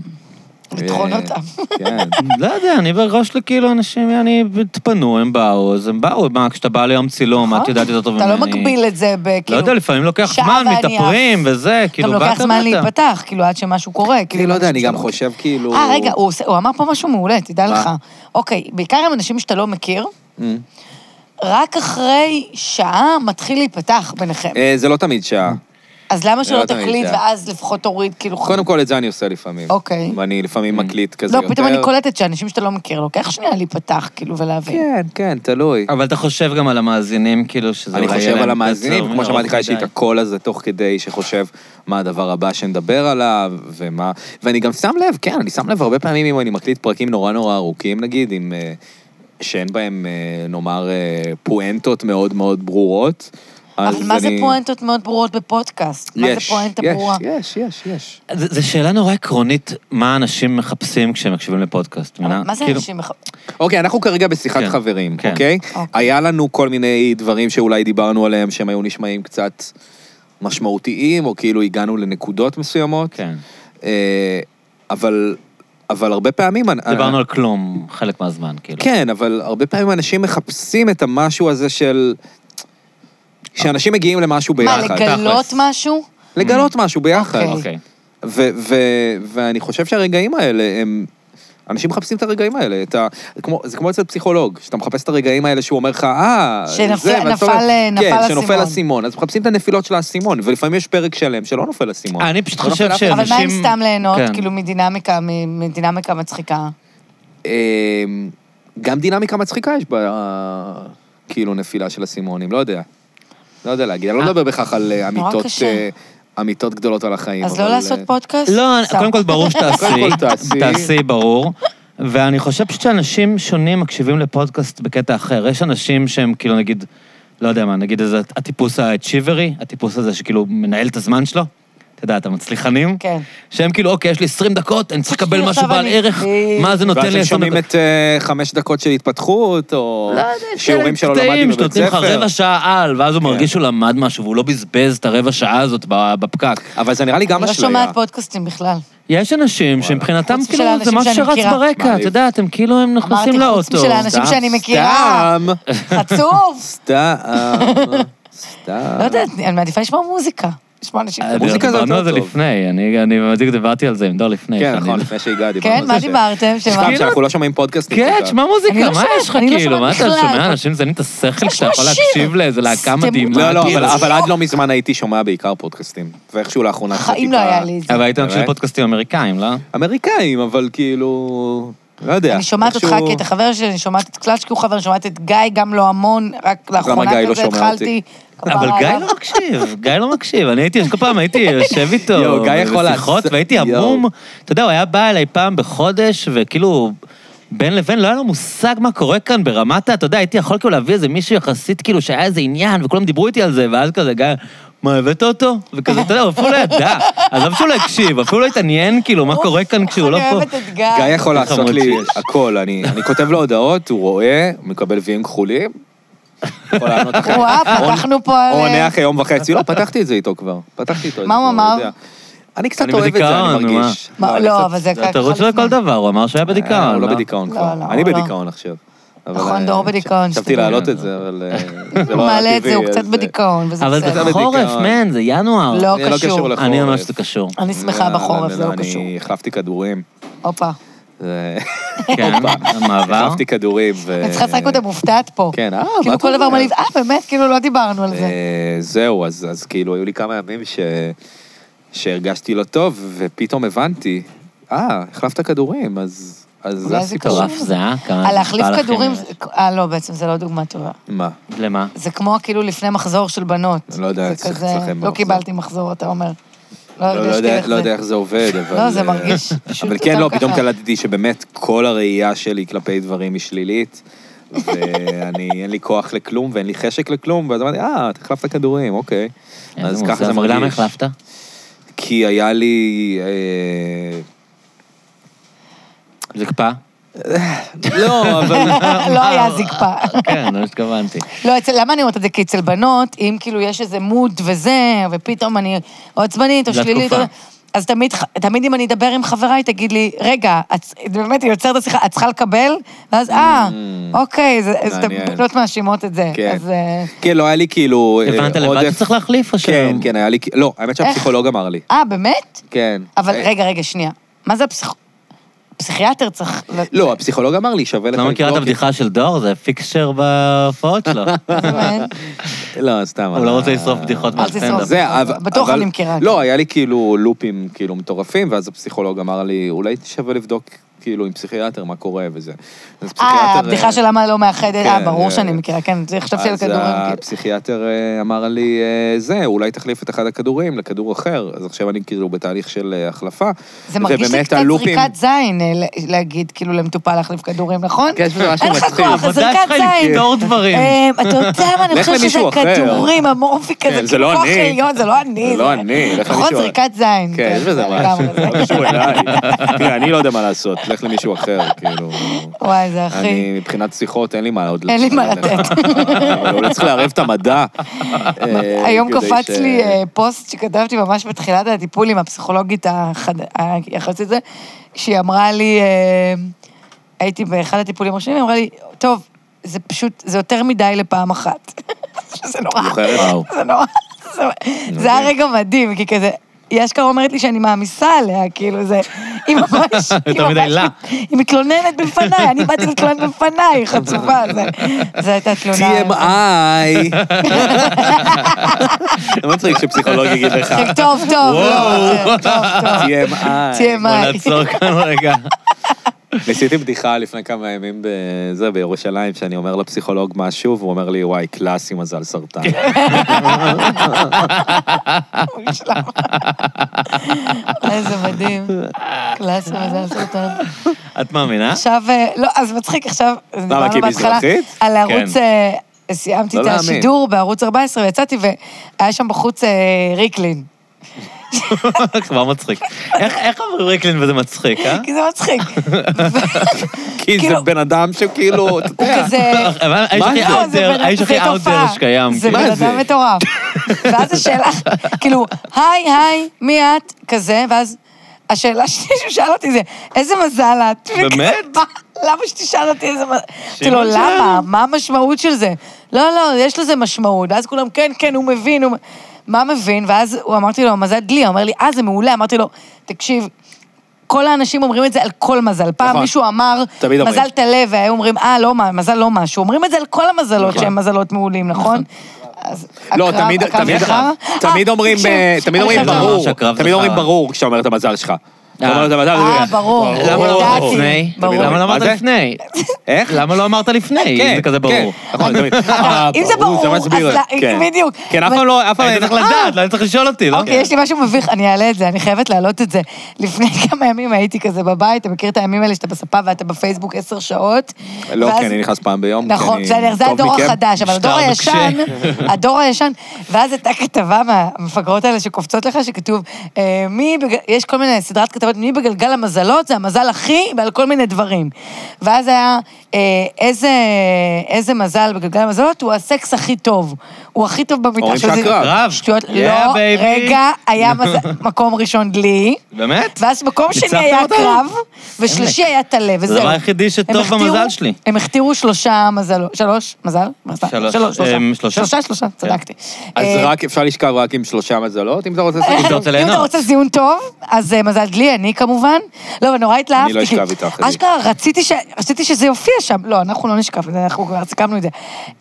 B: לטחון
A: אה,
B: אותם.
A: כן.
C: לא יודע, אני בראש לכאילו אנשים, אני, התפנו, הם באו, אז הם באו. מה, כשאתה בא ליום צילום, את יודעת יותר טוב ממני.
B: אתה לא מגביל את זה
C: לא
B: בכאילו...
C: יודע, לפעמים לוקח
B: שעה
C: זמן,
B: ואני
C: מתאפרים וזה, כאילו,
B: גם
C: באת,
B: לוקח זמן
C: באת.
B: להיפתח, כאילו, עד שמשהו קורה.
A: אני
B: כאילו,
A: לא יודע, אני
B: אנשים
A: גם
B: שלא
A: חושב כאילו...
B: אה, רגע, הוא עושה- הוא אמר פה משהו מעולה, תדע
A: מה?
B: לך. אוקיי, בעיקר עם אנשים שאתה לא מכיר,
C: Mm.
A: אה,
B: רק אחרי שעה מתחיל להיפתח ביניכם.
A: אה, זה לא תמיד שעה.
B: אז למה שלא
A: לא תמיד
B: תקליט
A: זה.
B: ואז לפחות תוריד, כאילו...
A: קודם כל, את זה אני עושה לפעמים.
B: אוקיי.
A: ואני לפעמים מקליט כזה
B: לא,
A: יותר.
B: פתאום אני קולטת שאנשים שאתה לא מכיר, לוקח שנייה להיפתח, כאילו, ולהבין.
A: כן, כן, תלוי.
C: אבל אתה חושב גם על המאזינים, כאילו, שזה
A: אני
C: אולי
A: חושב
C: יהיה להם לא,
A: על
C: יותר
A: המאזינים,
C: טוב,
A: כמו שאמרתי לך,
C: ארוך
A: יש לי את
C: מדי.
A: הקול הזה תוך כדי שחושב מה הדבר הבא שנדבר עליו, ומה... ואני גם שם לב, כן, אני שם לב הרבה פעמים אם אני מקליט פרקים נורא נורא ארוכים, נגיד, עם... אה, שאין בהם, אה, נאמר, אה, פואנטות מאוד מאוד ברורות.
B: אבל
A: אז
B: מה זה
A: אני-
B: פואנטות מאוד ברורות בפודקאסט? מה זה
A: יש,
B: פואנטה
A: יש,
B: ברורה?
A: יש, יש, יש.
C: זה- זו שאלה נורא עקרונית, מה אנשים מחפשים כשהם מקשיבים לפודקאסט,
B: אבל
C: מבינה?
B: מה זה
C: כאילו,
B: אנשים... מח-
A: אוקיי, אנחנו כרגע בשיחת
C: כן,
A: חברים,
C: כן.
A: אוקיי?
B: אוקיי.
A: היה לנו כל מיני דברים שאולי דיברנו עליהם, שהם היו נשמעים קצת משמעותיים, או כאילו הגענו לנקודות מסוימות.
C: כן.
A: אה, אבל, אבל הרבה פעמים... אני-
C: דיברנו על כלום חלק מהזמן, כאילו.
A: כן, אבל הרבה פעמים אנשים מחפשים את המשהו הזה של... שאנשים מגיעים למשהו
B: מה,
A: ביחד.
B: לגלות
C: תכלס.
B: משהו?
A: לגלות משהו ביחד.
B: אוקיי.
C: אוקיי.
A: ו- ו- ואני חושב שהרגעים האלה הם... אנשים מחפשים את הרגעים האלה, את ה... כמו, זה כמו אצל פסיכולוג, שאתה מחפש את הרגעים האלה שהוא אומר לך, אה...
B: שנפל-
A: זה", ואתה
B: נפל- אה,
A: אומר,
B: נפל
A: כן,
B: האסימון.
A: שנופל אסימון. אז מחפשים את הנפילות של האסימון, ולפעמים יש פרק שלם שלא נופל אסימון.
C: אני פשוט
A: לא נופל
C: חושב
A: אף אחד.
C: שאנשים...
B: אבל מה עם סתם ליהנות,
C: כן.
B: כאילו, מדינמיקה, מ- מדינמיקה מצחיקה?
A: אמ, גם דינמיקה מצחיקה יש בה, כאילו, נפילה של אסימונים, לא יודע. לא יודע להגיד, אני לא מדבר בהכרח על אה,
B: נורא
A: אמיתות,
B: קשה.
A: אה, אמיתות גדולות על החיים.
B: אז לא
A: אבל,
B: לעשות
A: אה,
B: פודקאסט?
C: לא,
B: סתם.
C: קודם כל ברור שתעשי,
A: קודם כל תעשי.
C: תעשי, ברור. ואני חושב פשוט שאנשים שונים מקשיבים לפודקאסט בקטע אחר. יש אנשים שהם כאילו נגיד, לא יודע מה, נגיד איזה הטיפוס האצ'יברי, הטיפוס הזה שכאילו מנהל את הזמן שלו. אתה יודע, את המצליחנים.
B: כן.
C: שהם כאילו, אוקיי, יש לי 20 דקות, אני צריך לקבל
B: עכשיו
C: משהו בעל
B: אני-
C: ערך, מה זה נותן
A: ואז
C: לי
A: הם
C: 20
A: שומעים
C: דקות?
A: את אה, חמש דקות של התפתחות, או
B: לא,
A: שיעורים שלא למדתי בבית
C: שנותנים לך
A: ספר. כן.
C: רבע שעה על, ואז הוא מרגיש שהוא למד משהו, והוא לא בזבז את הרבע שעה הזאת ב- בפקק.
A: אבל זה נראה לי גם
B: אני לא
A: אשליה.
C: אה.
B: שומעת פודקאסטים בכלל.
C: יש אנשים שמבחינתם
B: חוץ
C: כאילו
B: משל
C: זה
B: האנשים
C: משהו
B: שאני
C: שרץ
B: מכירה.
C: ברקע,
A: מעליב.
C: את יודעת, הם כאילו הם נכנסים
B: אמרתי, חוץ
C: לאוטו.
B: משל האנשים
A: סתם,
B: שאני מכירה.
A: סתם,
B: חצוף!
A: סתם, סתם. אה.
B: לא יודעת, אני מעדיפה לשמוע מוזיקה. לשמוע אנשים.
C: אה,
A: מוזיקה זה
C: דיברנו
A: יותר
C: על זה
A: טוב.
C: לפני, אני אני בדיוק דיברתי על זה עם דור לפני.
A: כן,
C: שאני- לא-
A: נכון, לפני שהגעתי.
B: כן, מה דיברתם? שמה?
A: סתם, שאנחנו לא שומעים פודקאסטים.
C: כן,
A: כל כך.
C: תשמע
B: אני לא
C: מוזיקה, מה
B: שומעת,
C: יש לך
B: אני לא
C: כאילו, מה
B: שומעת
C: אתה
B: בכלל.
C: שומע? אנשים מזיינים את השכל כשאתה יכול
B: לשמוע שיר.
C: להקשיב לאיזה
B: סתם
C: להקה מדהימה.
A: לא, לא,
C: כאילו.
A: אבל- אבל עד לא מזמן הייתי שומע בעיקר פודקאסטים. ואיכשהו לאחרונה...
B: חיים
A: קצת
B: לא
A: טיפה-
B: היה לי את זה.
C: אבל היית מקשיב
A: באמת?
C: לפודקאסטים אמריקאים, לא?
A: אמריקאים, אבל כאילו... לא יודע.
B: אני שומעת אותך
A: איכשהו-
B: כי אתה חבר שלי, אני שומעת את קלאץ' כי הוא חבר, אני שומעת את גיא גם לא המון, רק לאחרונה
A: גיא לא
B: כזה
A: שומע
B: התחלתי. כפרה
C: אבל גיא
B: עליו.
C: לא מקשיב, גיא לא מקשיב. אני הייתי, כל פעם הייתי יושב
A: יואו,
C: איתו
A: גיא יכול
C: בשיחות,
A: לעשות-
C: והייתי
A: יואו.
C: המום. אתה יודע, הוא היה בא אליי פעם בחודש, וכאילו, בין לבין לא היה לו מושג מה קורה כאן ברמת ה... אתה יודע, הייתי יכול כאילו להביא איזה מישהו יחסית, כאילו, שהיה איזה עניין, וכולם דיברו איתי על זה, ואז כזה, גיא... מה, הבאת אותו? וכזה, אתה יודע, הוא אפילו לא ידע. עזוב שהוא לא הקשיב, אפילו לא התעניין, כאילו, מה קורה כאן כשהוא לא
B: אני
C: פה.
B: אוהבת את גיא.
A: גיא יכול
C: הכי
A: לעשות
C: חמוד
A: לי
C: שיש.
A: הכל, אני אני כותב לו הודעות, הוא רואה, הוא מקבל ויים כחולים. יכול לענות אחרי-
B: וואה, פתחנו פה אה, על...
A: הוא עונה אחרי יום וחצי, לא, פתחתי את זה איתו כבר, פתחתי איתו. את
B: מה
A: זה
B: הוא
A: כבר,
B: אמר?
A: יודע. אני קצת
C: אני
A: אוהב את זה, אני
C: בדיכאון, נו,
A: מרגיש.
B: מה,
A: אני
B: לא,
A: קצת-
B: אבל זה
C: זה
B: ככה...
C: התירוץ שלו לכל דבר, הוא אמר שהוא היה בדיכאון.
A: הוא לא
C: מה?
A: בדיכאון
B: לא,
A: כבר.
B: לא,
A: אני
B: הוא לא.
A: בדיכאון עכשיו. אבל,
B: נכון,
A: אה,
B: דור בדיכאון,
A: חשבתי
B: שתדע.
A: להעלות את זה, אבל אה, זה
B: הוא
A: לא
B: מעלה את זה,
A: טבעי,
B: הוא קצת
A: אז, אה,
B: בדיכאון, וזה
C: אבל
B: בסדר.
A: אתה
C: זה חורף,
A: בדיכאון.
C: מן, זה ינואר.
B: לא
A: זה לא קשור
B: קשור.
A: לחורף.
C: אני אומר שזה קשור.
B: אני שמחה
A: לא, לא,
B: בחורף, זה לא קשור.
A: אני החלפתי כדורים. אה,
B: הופה.
A: זה-
C: כן, המעבר.
A: החלפתי כדורים. ו-
B: אני צריכה לשחק אותה מופתעת פה.
A: כן, אה, מה
B: כאילו
A: אתה
B: כל דבר
A: אומר?
B: מלא, אה, באמת, כאילו לא דיברנו על זה.
A: אה, זהו, אז, אז כאילו, היו לי כמה ימים ש... שהרגשתי לא טוב, ופתאום הבנתי, אה, החלפת כדורים, אז, אז
B: אולי
A: זה
B: זה
A: הסיפור.
C: מטורף זה, אה? כמה
B: על להחליף
C: בא לכם.
B: כדורים, זה- אה, לא, בעצם זה לא דוגמה טובה.
A: מה?
C: למה?
B: זה כמו כאילו לפני מחזור של בנות.
A: אני לא יודע,
B: זה
A: צריך-
B: כזה,
A: צריך להם
B: לא
A: מחזור.
B: קיבלתי מחזור, אתה אומר. לא
A: לא, לא,
B: הרגשתי
A: יודע,
B: איך
A: לא
B: זה.
A: יודע איך זה עובד, אבל...
B: לא, זה
A: אה,
B: מרגיש פשוט
A: אבל כן,
B: יותר
A: לא,
B: ככה.
A: פתאום קלטתי שבאמת כל הראייה שלי כלפי דברים היא שלילית, ואני, אין לי כוח לכלום ואין לי חשק לכלום, ואז אמרתי, אה, אתה החלפת כדורים, אוקיי. אז
C: איזה
A: ככה
C: מוזר.
A: זה מרגיש.
C: למה החלפת?
A: כי היה לי... אה,
C: זה קפא? לא, אבל...
A: אה,
B: לא היה זקפה.
C: כן, לא התכוונתי.
B: לא, אצל, למה אני אומרת את זה? כי אצל בנות, אם כאילו יש איזה מוד וזה, ופתאום אני או עצבנית או
C: לתקופה.
B: שלילית, או... לא, אז תמיד, ח- תמיד אם אני אדבר עם חבריי, תגיד לי, רגע, את, באמת, היא יוצרת את השיחה, את צריכה לקבל? ואז, אה, אוקיי, זה- אז אתם
A: Mm. מעניין.
B: בנות מאשימות את זה.
A: כן.
B: אז אה,
A: כן, לא, היה לי כאילו... אה,
C: הבנת לבד
A: עודף-
C: שצריך להחליף או ש...
A: כן, כן, היה לי... כ- לא, האמת שהפסיכולוג אמר לי.
B: אה, באמת?
A: כן.
B: אבל
A: אה,
B: רגע, רגע, שנייה. מה זה הפסיכ... פסיכיאטר צריך...
A: לא, הפסיכולוג אמר לי, שווה לך...
C: לא מכירה את
A: לבדוק
C: הבדיחה של דור? זה פיקשר בהופעות שלו.
B: באמת?
A: לא, סתם.
C: הוא לא רוצה לשרוף בדיחות
B: אל תשרוף.
C: מהסטנדאפ.
A: זה, אבל...
B: בטוח
A: אבל-
B: אני מכירה, כן.
A: לא, היה לי כאילו לופים כאילו מטורפים, ואז הפסיכולוג אמר לי, אולי שווה לבדוק כאילו עם פסיכיאטר מה קורה וזה. אז
B: אה,
A: פסיכיאטר,
B: הבדיחה של למה לא מאחדת, אה,
A: כן,
B: ברור
A: אה,
B: שאני מכירה, כן, זה חשבתי על
A: אז
B: כדורים. כאילו.
A: הפסיכיאטר אה, אמר לי, אה, זה, אולי תחליף את אחד הכדורים לכדור אחר. אז עכשיו אני כאילו בתהליך של אה, החלפה.
B: זה מרגיש לי
A: ובאמת
B: קצת
A: הלופים-
B: זריקת זין, אה, ל- להגיד כאילו למטופל להחליף כדורים, נכון?
A: כן, יש בזה משהו
B: אין לך
A: מצחיק.
B: כוח, זה
C: העבודה
B: זריקת
C: שלך היא
B: זין.
C: לפתור דברים.
B: אה, אתה יודע מה, אני
A: לך
B: חושבת שזה
A: למישהו אחר.
B: כדורים, המורפי כזה,
A: זה
B: כאילו
A: לא
B: כוח
A: אני.
B: עליון, זה לא אני.
A: זה לא אני, לך
B: נכון,
A: למישהו-
B: זריקת זין.
A: כן, יש בזה משהו.
B: לגמרי, זה-
A: לא קשור אליי. תראה, אני לא יודע מה לעשות, לך למישהו אחר, כאילו.
B: וואי, זה הכי...
A: אני, מבחינת שיחות, אין לי מה עוד
B: אין לי מה לתת.
A: אבל אולי צריך לערב את המדע. אה,
B: היום
A: כדי
B: קפץ
A: ש-
B: לי אה, פוסט שכתבתי ממש בתחילת הטיפול עם הפסיכולוגית החד- היחסית לזה, שהיא אמרה לי, אה, הייתי באחד הטיפולים הראשונים, היא אמרה לי, טוב, זה פשוט, זה יותר מדי לפעם אחת. זה נורא.
A: זוכרת?
B: זה נורא, זה- זה היה רגע מדהים, כי כזה, היא אשכרה אומרת לי שאני מעמיסה עליה, כאילו זה, היא ממש, היא
C: יותר מדי
B: ממש,
C: לה.
B: היא מתלוננת בפניי, אני באתי להתלונן בפניי, חצופה, זה- זו הייתה תלונה.
A: TMI. זה מצחיק שפסיכולוג יגיד לך.
B: טוב, טוב, טוב, לא,
C: וואו.
B: טוב, טוב.
A: TMI.
B: TMI.
C: בוא נעצור כאן רגע.
A: ניסיתי בדיחה לפני כמה ימים בזה, בירושלים, שאני אומר לפסיכולוג משהו, והוא אומר לי, וואי, קלאסי מזל סרטן.
B: איזה מדהים. קלאסי מזל סרטן.
C: את מאמינה?
B: עכשיו, אה, לא, אז מצחיק, עכשיו,
A: כי
B: אז דיברנו
A: היא
B: בהתחלה
A: מזרחית?
B: על הערוץ,
C: כן.
B: אה, סיימתי
A: לא
B: את
A: להאמין.
B: השידור בערוץ 14 ויצאתי, והיה שם בחוץ אה, ריקלין.
C: כבר מצחיק. איך איך אמרו ריקלין וזה מצחיק, אה?
B: כי זה מצחיק.
A: כי זה
B: כאילו-
A: בן אדם שכאילו, אתה
B: הוא
A: יודע.
B: כזה...
C: אה, אבל האיש
A: מה
C: הכי
A: זה?
B: לא, זה
C: אאוטדר,
B: בן-
C: האיש
B: זה
C: הכי
B: תופעה.
C: אאוטדר שקיים.
B: זה
C: כאילו.
A: מה
B: בן
A: זה?
B: אדם מטורף. ואז השאלה, כאילו, היי, היי, מי את? כזה, ואז השאלה שלי שהוא שאל אותי זה, איזה מזל את?
C: באמת?
B: וכזה, "מה? למה שתשאל אותי איזה מזל? אמרתי לו,
C: שמעון שאל.
B: למה? מה המשמעות של זה? לא, לא, יש לזה משמעות. ואז כולם, כן, כן, הוא מבין, הוא... מ-" מה מבין? ואז הוא אמרתי לו, מזל דלי, הוא אומר לי, אה, זה מעולה. אמרתי לו, תקשיב, כל האנשים אומרים את זה על כל מזל. פעם
A: נכון.
B: מישהו אמר,
A: תמיד אומרים.
B: מזל טלה, והיו אומרים, אה, לא, מה- מזל לא משהו. אומרים את זה על כל המזלות
A: נכון.
B: שהן מזלות מעולים, נכון? אז
A: לא,
B: הקרב-
A: תמיד-
B: הקרב
A: תמיד-
B: זכר?
A: תמיד
B: אה,
A: אומרים,
B: תקשיב,
A: אה, תמיד
B: אני
A: אומרים
B: חייבת
C: ברור.
B: לומר-
A: ברור,
C: שהקרב אה,
A: תמיד אומרים
C: זכר.
A: ברור כשאתה אומר את המזל שלך. אתה אומר את המזל, אה,
B: אה,
A: זה-
B: ברור.
C: למה לא אמרת
B: ידעתי.
C: לפני?
B: ברור.
C: למה לא אמרת
A: מה זה?
C: לפני?
A: איך?
C: למה לא אמרת לפני?
A: כן,
C: זה כזה ברור.
A: כן, נכון, תמיד.
B: אה, אם זה ברור,
A: זה מסביר.
B: אז לא-
A: כן.
B: בדיוק.
A: כן, אף
B: אבל-
A: פעם לא, אף פעם
C: אני צריך לדעת, לא היית צריך לשאול אותי, לא?
B: אה. אוקיי, יש לי משהו מביך, אני אעלה את זה, אני חייבת להעלות את זה. לפני כמה ימים הייתי כזה בבית, אתה מכיר את הימים האלה שאתה בספה ואתה בפייסבוק עשר שעות?
A: לא,
B: ואז-
A: כן, אני נכנס פעם ביום. כי
B: נכון,
A: אני
B: בסדר, זה
A: טוב
B: הדור
A: מכם.
B: החדש, אבל הדור
C: שטר
B: הישן, הדור הישן, ואז הייתה כתבה מהמפגרות האלה שקופצות לך, שכתוב, אה, מי, בג- יש כל מיני סדרת כתבות, מי בגלגל המזלות, זה המזל הכי, ועל כל מיני דברים. ואז היה, אה, איזה, איזה מזל בגלגל המזלות, הוא הסקס הכי טוב. הוא הכי טוב במיטה
A: אומרים
B: שלו. זה-
A: שהקרב.
C: רב.
B: שטויות,
C: Yeah,
B: לא,
C: baby.
B: רגע, היה מזל- מקום ראשון דלי.
C: באמת?
B: ואז מקום שני
C: ניצחתם
B: היה
C: אותם?
B: קרב, ושלישי היה טלה, וזהו.
C: הדבר היחידי שטוב
B: הם הכתירו-
C: במזל שלי.
B: הם הכתירו שלושה מזלות, שלוש? מזל? מזל?
C: שלוש.
B: שלוש,
C: אמ,
B: שלושה.
C: שלושה.
B: שלושה, שלושה, צדקתי.
A: אה, כן. אז
B: אה,
A: רק אפשר לשכב רק עם שלושה מזלות, אם אתה רוצה...
C: אתה רוצה
B: אם אתה
C: ליהנות.
B: רוצה זיון טוב, אז אה, מזל דלי, אני כמובן. לא, אבל נורא התלהבתי.
A: לא
B: כי
A: אשכב איתך, עדי.
B: אשכרה, רציתי ש- רציתי שזה יופיע שם. לא, אנחנו לא נשכב, זה- אנחנו כבר סיכמנו את זה.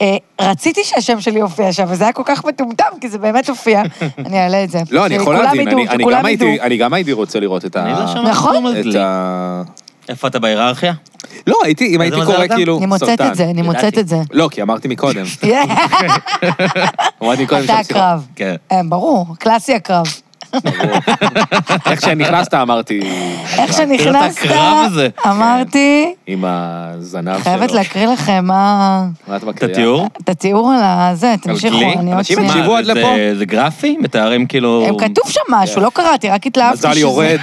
B: אה, רציתי שהשם שלי יופיע שם, וזה היה כל כך מטומטם, כי זה באמת הופיע. אני אעלה את זה.
A: לא, אני יכול
B: שכולם
A: להבין,
B: ידעו,
A: אני- אני
B: שכולם
A: גם הייתי-
B: ידעו.
A: אני גם הייתי רוצה לראות את ה...
C: אני לא שמעתי
B: נכון.
C: כלום על
A: את
C: דלי.
A: ה...
C: איפה אתה בהיררכיה?
A: לא, הייתי, אם הייתי
C: מזל
A: קורא
C: אתה?
A: כאילו
B: אני מוצאת
A: סרטן.
B: את זה, אני מוצאת
C: ידעתי.
B: את זה.
A: לא, כי אמרתי מקודם. אמרתי קודם
B: אתה
A: שהפסיכולוג-
B: הקרב.
C: כן.
B: אה, ברור, קלאסי הקרב.
A: איך שנכנסת אמרתי...
B: איך
C: תראה את
B: שנכנסת,
C: הקרב הזה. כן.
B: אמרתי,
A: עם הזנב שלו.
B: חייבת להקריא לכם מה-
A: מה את
C: את
A: מקריאה?
C: התיאור?
B: את התיאור על הזה, תמשיכו,
C: כלי?
B: אני עוד
A: אנשים
B: שנייה.
A: תקשיבו
C: מה,
A: עד
C: זה-
A: לפה.
C: זה גרפי? מתארים כאילו...
B: הם כתוב שם משהו, לא קראתי, רק התלהבתי שזה...
A: מזל יורד.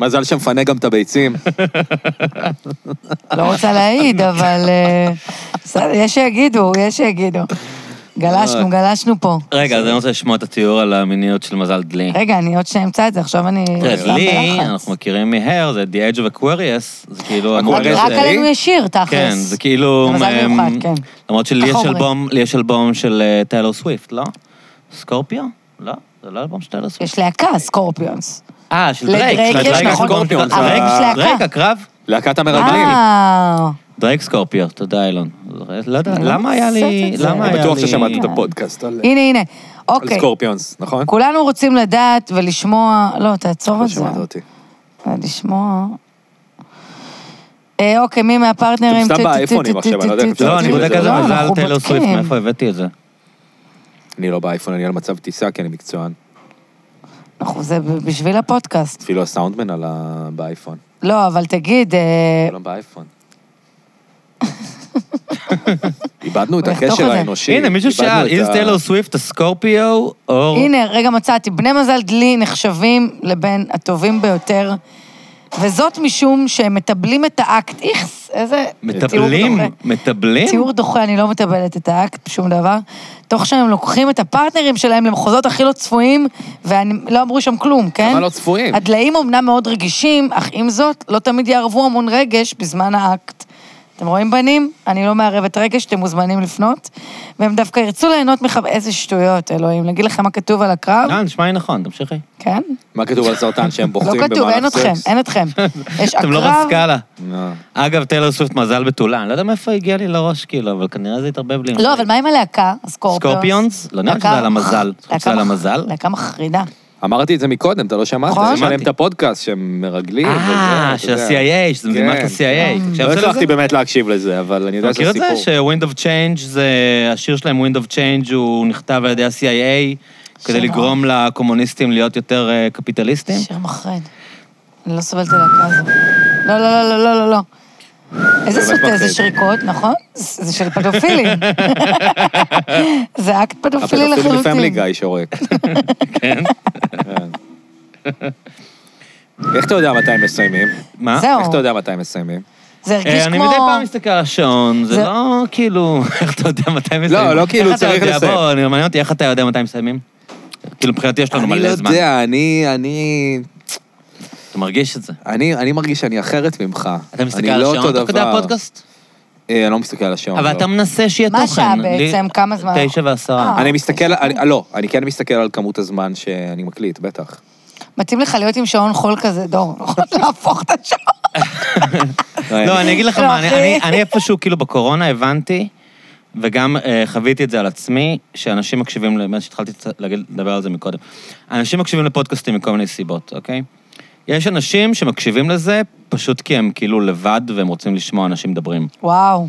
A: מזל שמפנה גם את הביצים.
B: לא רוצה להעיד, אבל... אה, בסדר, יש שיגידו, יש שיגידו.
C: אה.
B: גלשנו, גלשנו פה.
C: רגע, אז אני רוצה לשמוע את התיאור על המיניות של מזל דלי.
B: רגע, אני עוד שנייה אמצא את זה, עכשיו אני...
C: תראה,
B: סתם
C: דלי,
B: בלחץ.
C: כן, אנחנו מכירים מהר, זה The Age of Aquarius, זה כאילו... אמור
B: רק
D: אקוואריוס
B: רק
C: להיות-
B: עלינו יש שיר, תכלס.
C: כן, זה כאילו...
B: זה מזל
C: אמ,
B: מיוחד, כן.
C: למרות שלי יש
B: ככה
C: אלבום, לי יש אלבום של אה, טיילור סוויפט, לא? סקורפיו? לא, זה לא אלבום של טיילור סוויפט.
B: יש להקה, סקורפיונס.
C: אה, של
B: לדרייק
C: דרייק. של
B: יש,
C: דרייק
B: נכון.
C: סקורפיו. אה,
D: אבל
C: דרייק-
B: יש להקה.
C: דרייק הקרב?
A: להקת המרגלים.
B: אה,
C: דרייק סקורפיו, תודה אילון. לא יודע,
B: אני לא
C: למה היה לי...
B: מוצאת את זה.
C: למה
B: אני
C: היה לי...
A: אני בטוח ששמעת את הפודקאסט על
B: הנה, הנה.
A: על
B: אוקיי.
A: סקורפיונס, נכון?
B: כולנו רוצים לדעת ולשמוע... לא, תעצור את זה.
A: שמעת אותי.
B: לשמוע... אה, אוקיי, מי מהפרטנרים?
A: אתם סתם
B: טו- טו-
A: באייפונים
B: טו-
A: עכשיו,
B: טו-
A: אני לא יודע אם
B: טו-
A: אפשר
C: לא, אני
A: להציג את
C: בודק
A: זה.
C: איזה
B: לא,
C: מזל
B: אנחנו
C: טיילור סוויפט,
B: בודקים.
C: מאיפה הבאתי את זה?
A: אני לא באייפון, אני על מצב טיסה, כי אני מקצוען.
B: אנחנו- זה ב- בשביל הפודקאסט.
A: אפילו הסאונדמן על ה... באייפון.
B: לא, אבל תגיד, אה,
A: כולם באייפון. איבדנו את
B: הוא יחתוך
A: הקשר
B: את זה.
A: האנושי.
C: הנה, מישהו
A: איבדנו
C: שאל,
A: את
C: איז
A: ה-
C: טיילור סוויפט הסקורפיו או...
B: הנה, רגע מצאתי, בני מזל דלי נחשבים לבין הטובים ביותר, וזאת משום שהם מטבלים את האקט. איכס, איזה ציור
C: מטבלים,
B: דוחה.
C: מטבלים?
B: ציור דוחה, אני לא מטבלת את האקט בשום דבר. תוך שהם לוקחים את הפרטנרים שלהם למחוזות הכי לא צפויים, ולא אמרו שם כלום, כן?
D: למה לא צפויים?
B: הדלאים אומנם מאוד רגישים, אך עם זאת, לא תמיד יערבו המון רגש בזמן האקט. אתם רואים, בנים? אני לא מערבת רגש, אתם מוזמנים לפנות. והם דווקא ירצו ליהנות מח... איזה שטויות, אלוהים. להגיד לכם מה כתוב על הקרב?
C: אה, נשמע לי נכון, תמשיכי.
B: כן?
A: מה כתוב על סרטן שהם
B: לא
A: בוחרים
B: כתוב, אין אתכם, אין אתכם. יש
C: אתם לא
B: הקרב,
C: בסקאלה.
A: אין.
C: אגב, טיילור סוויפט מזל בתולה, אני לא יודע מאיפה הגיע לי לראש, כאילו, אבל כנראה זה התערבב לי. עם
B: לא,
C: זה.
B: אבל מה עם הלהקה? הסקורפיונס?
C: סקורפיונס? לא נראה לי
B: להקה-
C: שזה על המזל.
B: להקה
C: שזה על
B: מח-
C: המזל?
B: להקה מחרידה.
A: אמרתי את זה מקודם, אתה לא שמעת,
B: נכון.
A: יש עליהם את הפודקאסט שהם מרגלים. וזה,
C: אה,
A: אתה
C: של
A: יודע.
C: ה-CIA, שזה מזימה של
A: כן.
C: ה-CIA.
A: לא הצלחתי באמת להקשיב לזה, אבל אני
C: אתה
A: יודע
C: מכיר
A: שזה
C: את זה?
A: סיפור.
C: ש-Wind of Change זה, השיר שלהם, Wind of Change, הוא נכתב על ידי ה-CIA כדי
B: שלום.
C: לגרום לקומוניסטים להיות יותר אה, קפיטליסטים?
B: שיר מחרד. אני לא סובלת את הלהקה הזו. לא, לא, לא, לא, לא, לא, לא. איזה
A: באמת
B: סוטה, זה
A: מחריד.
B: שריקות, נכון? זה זה של פדופילים. זה אקט פדופילי
A: הפדופיל מפמילי
B: לחלוטין.
A: גיא שורק. כן. איך אתה יודע מתי הם מסיימים?
C: מה?
B: זהו.
A: איך אתה יודע מתי הם מסיימים?
B: זה הרגיש
C: אה, אני
B: כמו...
C: מדי פעם מסתכל על השעון, זה
B: זה-
C: לא כאילו, איך אתה יודע מתי מסיימים?
A: לא, לא כאילו
C: איך אתה
A: צריך
C: יודע?
A: לסיים.
C: בוא, אני- מעניין אותי איך אתה יודע מתי מסיימים. כאילו, מבחינתי יש לנו
A: אני לא
C: מלא זמן.
A: יודע, אני... אני...
C: אתה מרגיש את זה.
A: אני, אני מרגיש שאני אחרת ממך.
C: אתה מסתכל
A: אני
C: על
A: לא
C: השעון
A: אותו
C: תוך כדי
A: דבר.
C: הפודקאסט?
A: אה, אני לא מסתכל על השעון.
C: אבל
A: לא.
C: אתה מנסה שיהיה תוכן.
B: מה השעה
C: לי-
B: בעצם? כמה זמן?
C: תשע ועשרה.
B: אה.
A: אני מסתכל, אני, לא, אני כן מסתכל על כמות הזמן שאני מקליט, בטח.
B: מתאים לך להיות עם שעון חול כזה, דור. נכון? להפוך את השעון.
A: אה,
C: לא, אני אגיד לך
B: לא,
C: מה, אני-
B: אחי.
C: אני- אני איפשהו, כאילו, בקורונה הבנתי, וגם אה, חוויתי את זה על עצמי, שאנשים מקשיבים, מאז שהתחלתי קצת להגיד- לדבר על זה מקודם, אנשים מקשיבים לפודקאסטים מכל מיני סיבות, אוקיי? יש אנשים שמקשיבים לזה פשוט כי הם כאילו לבד והם רוצים לשמוע אנשים מדברים.
B: וואו.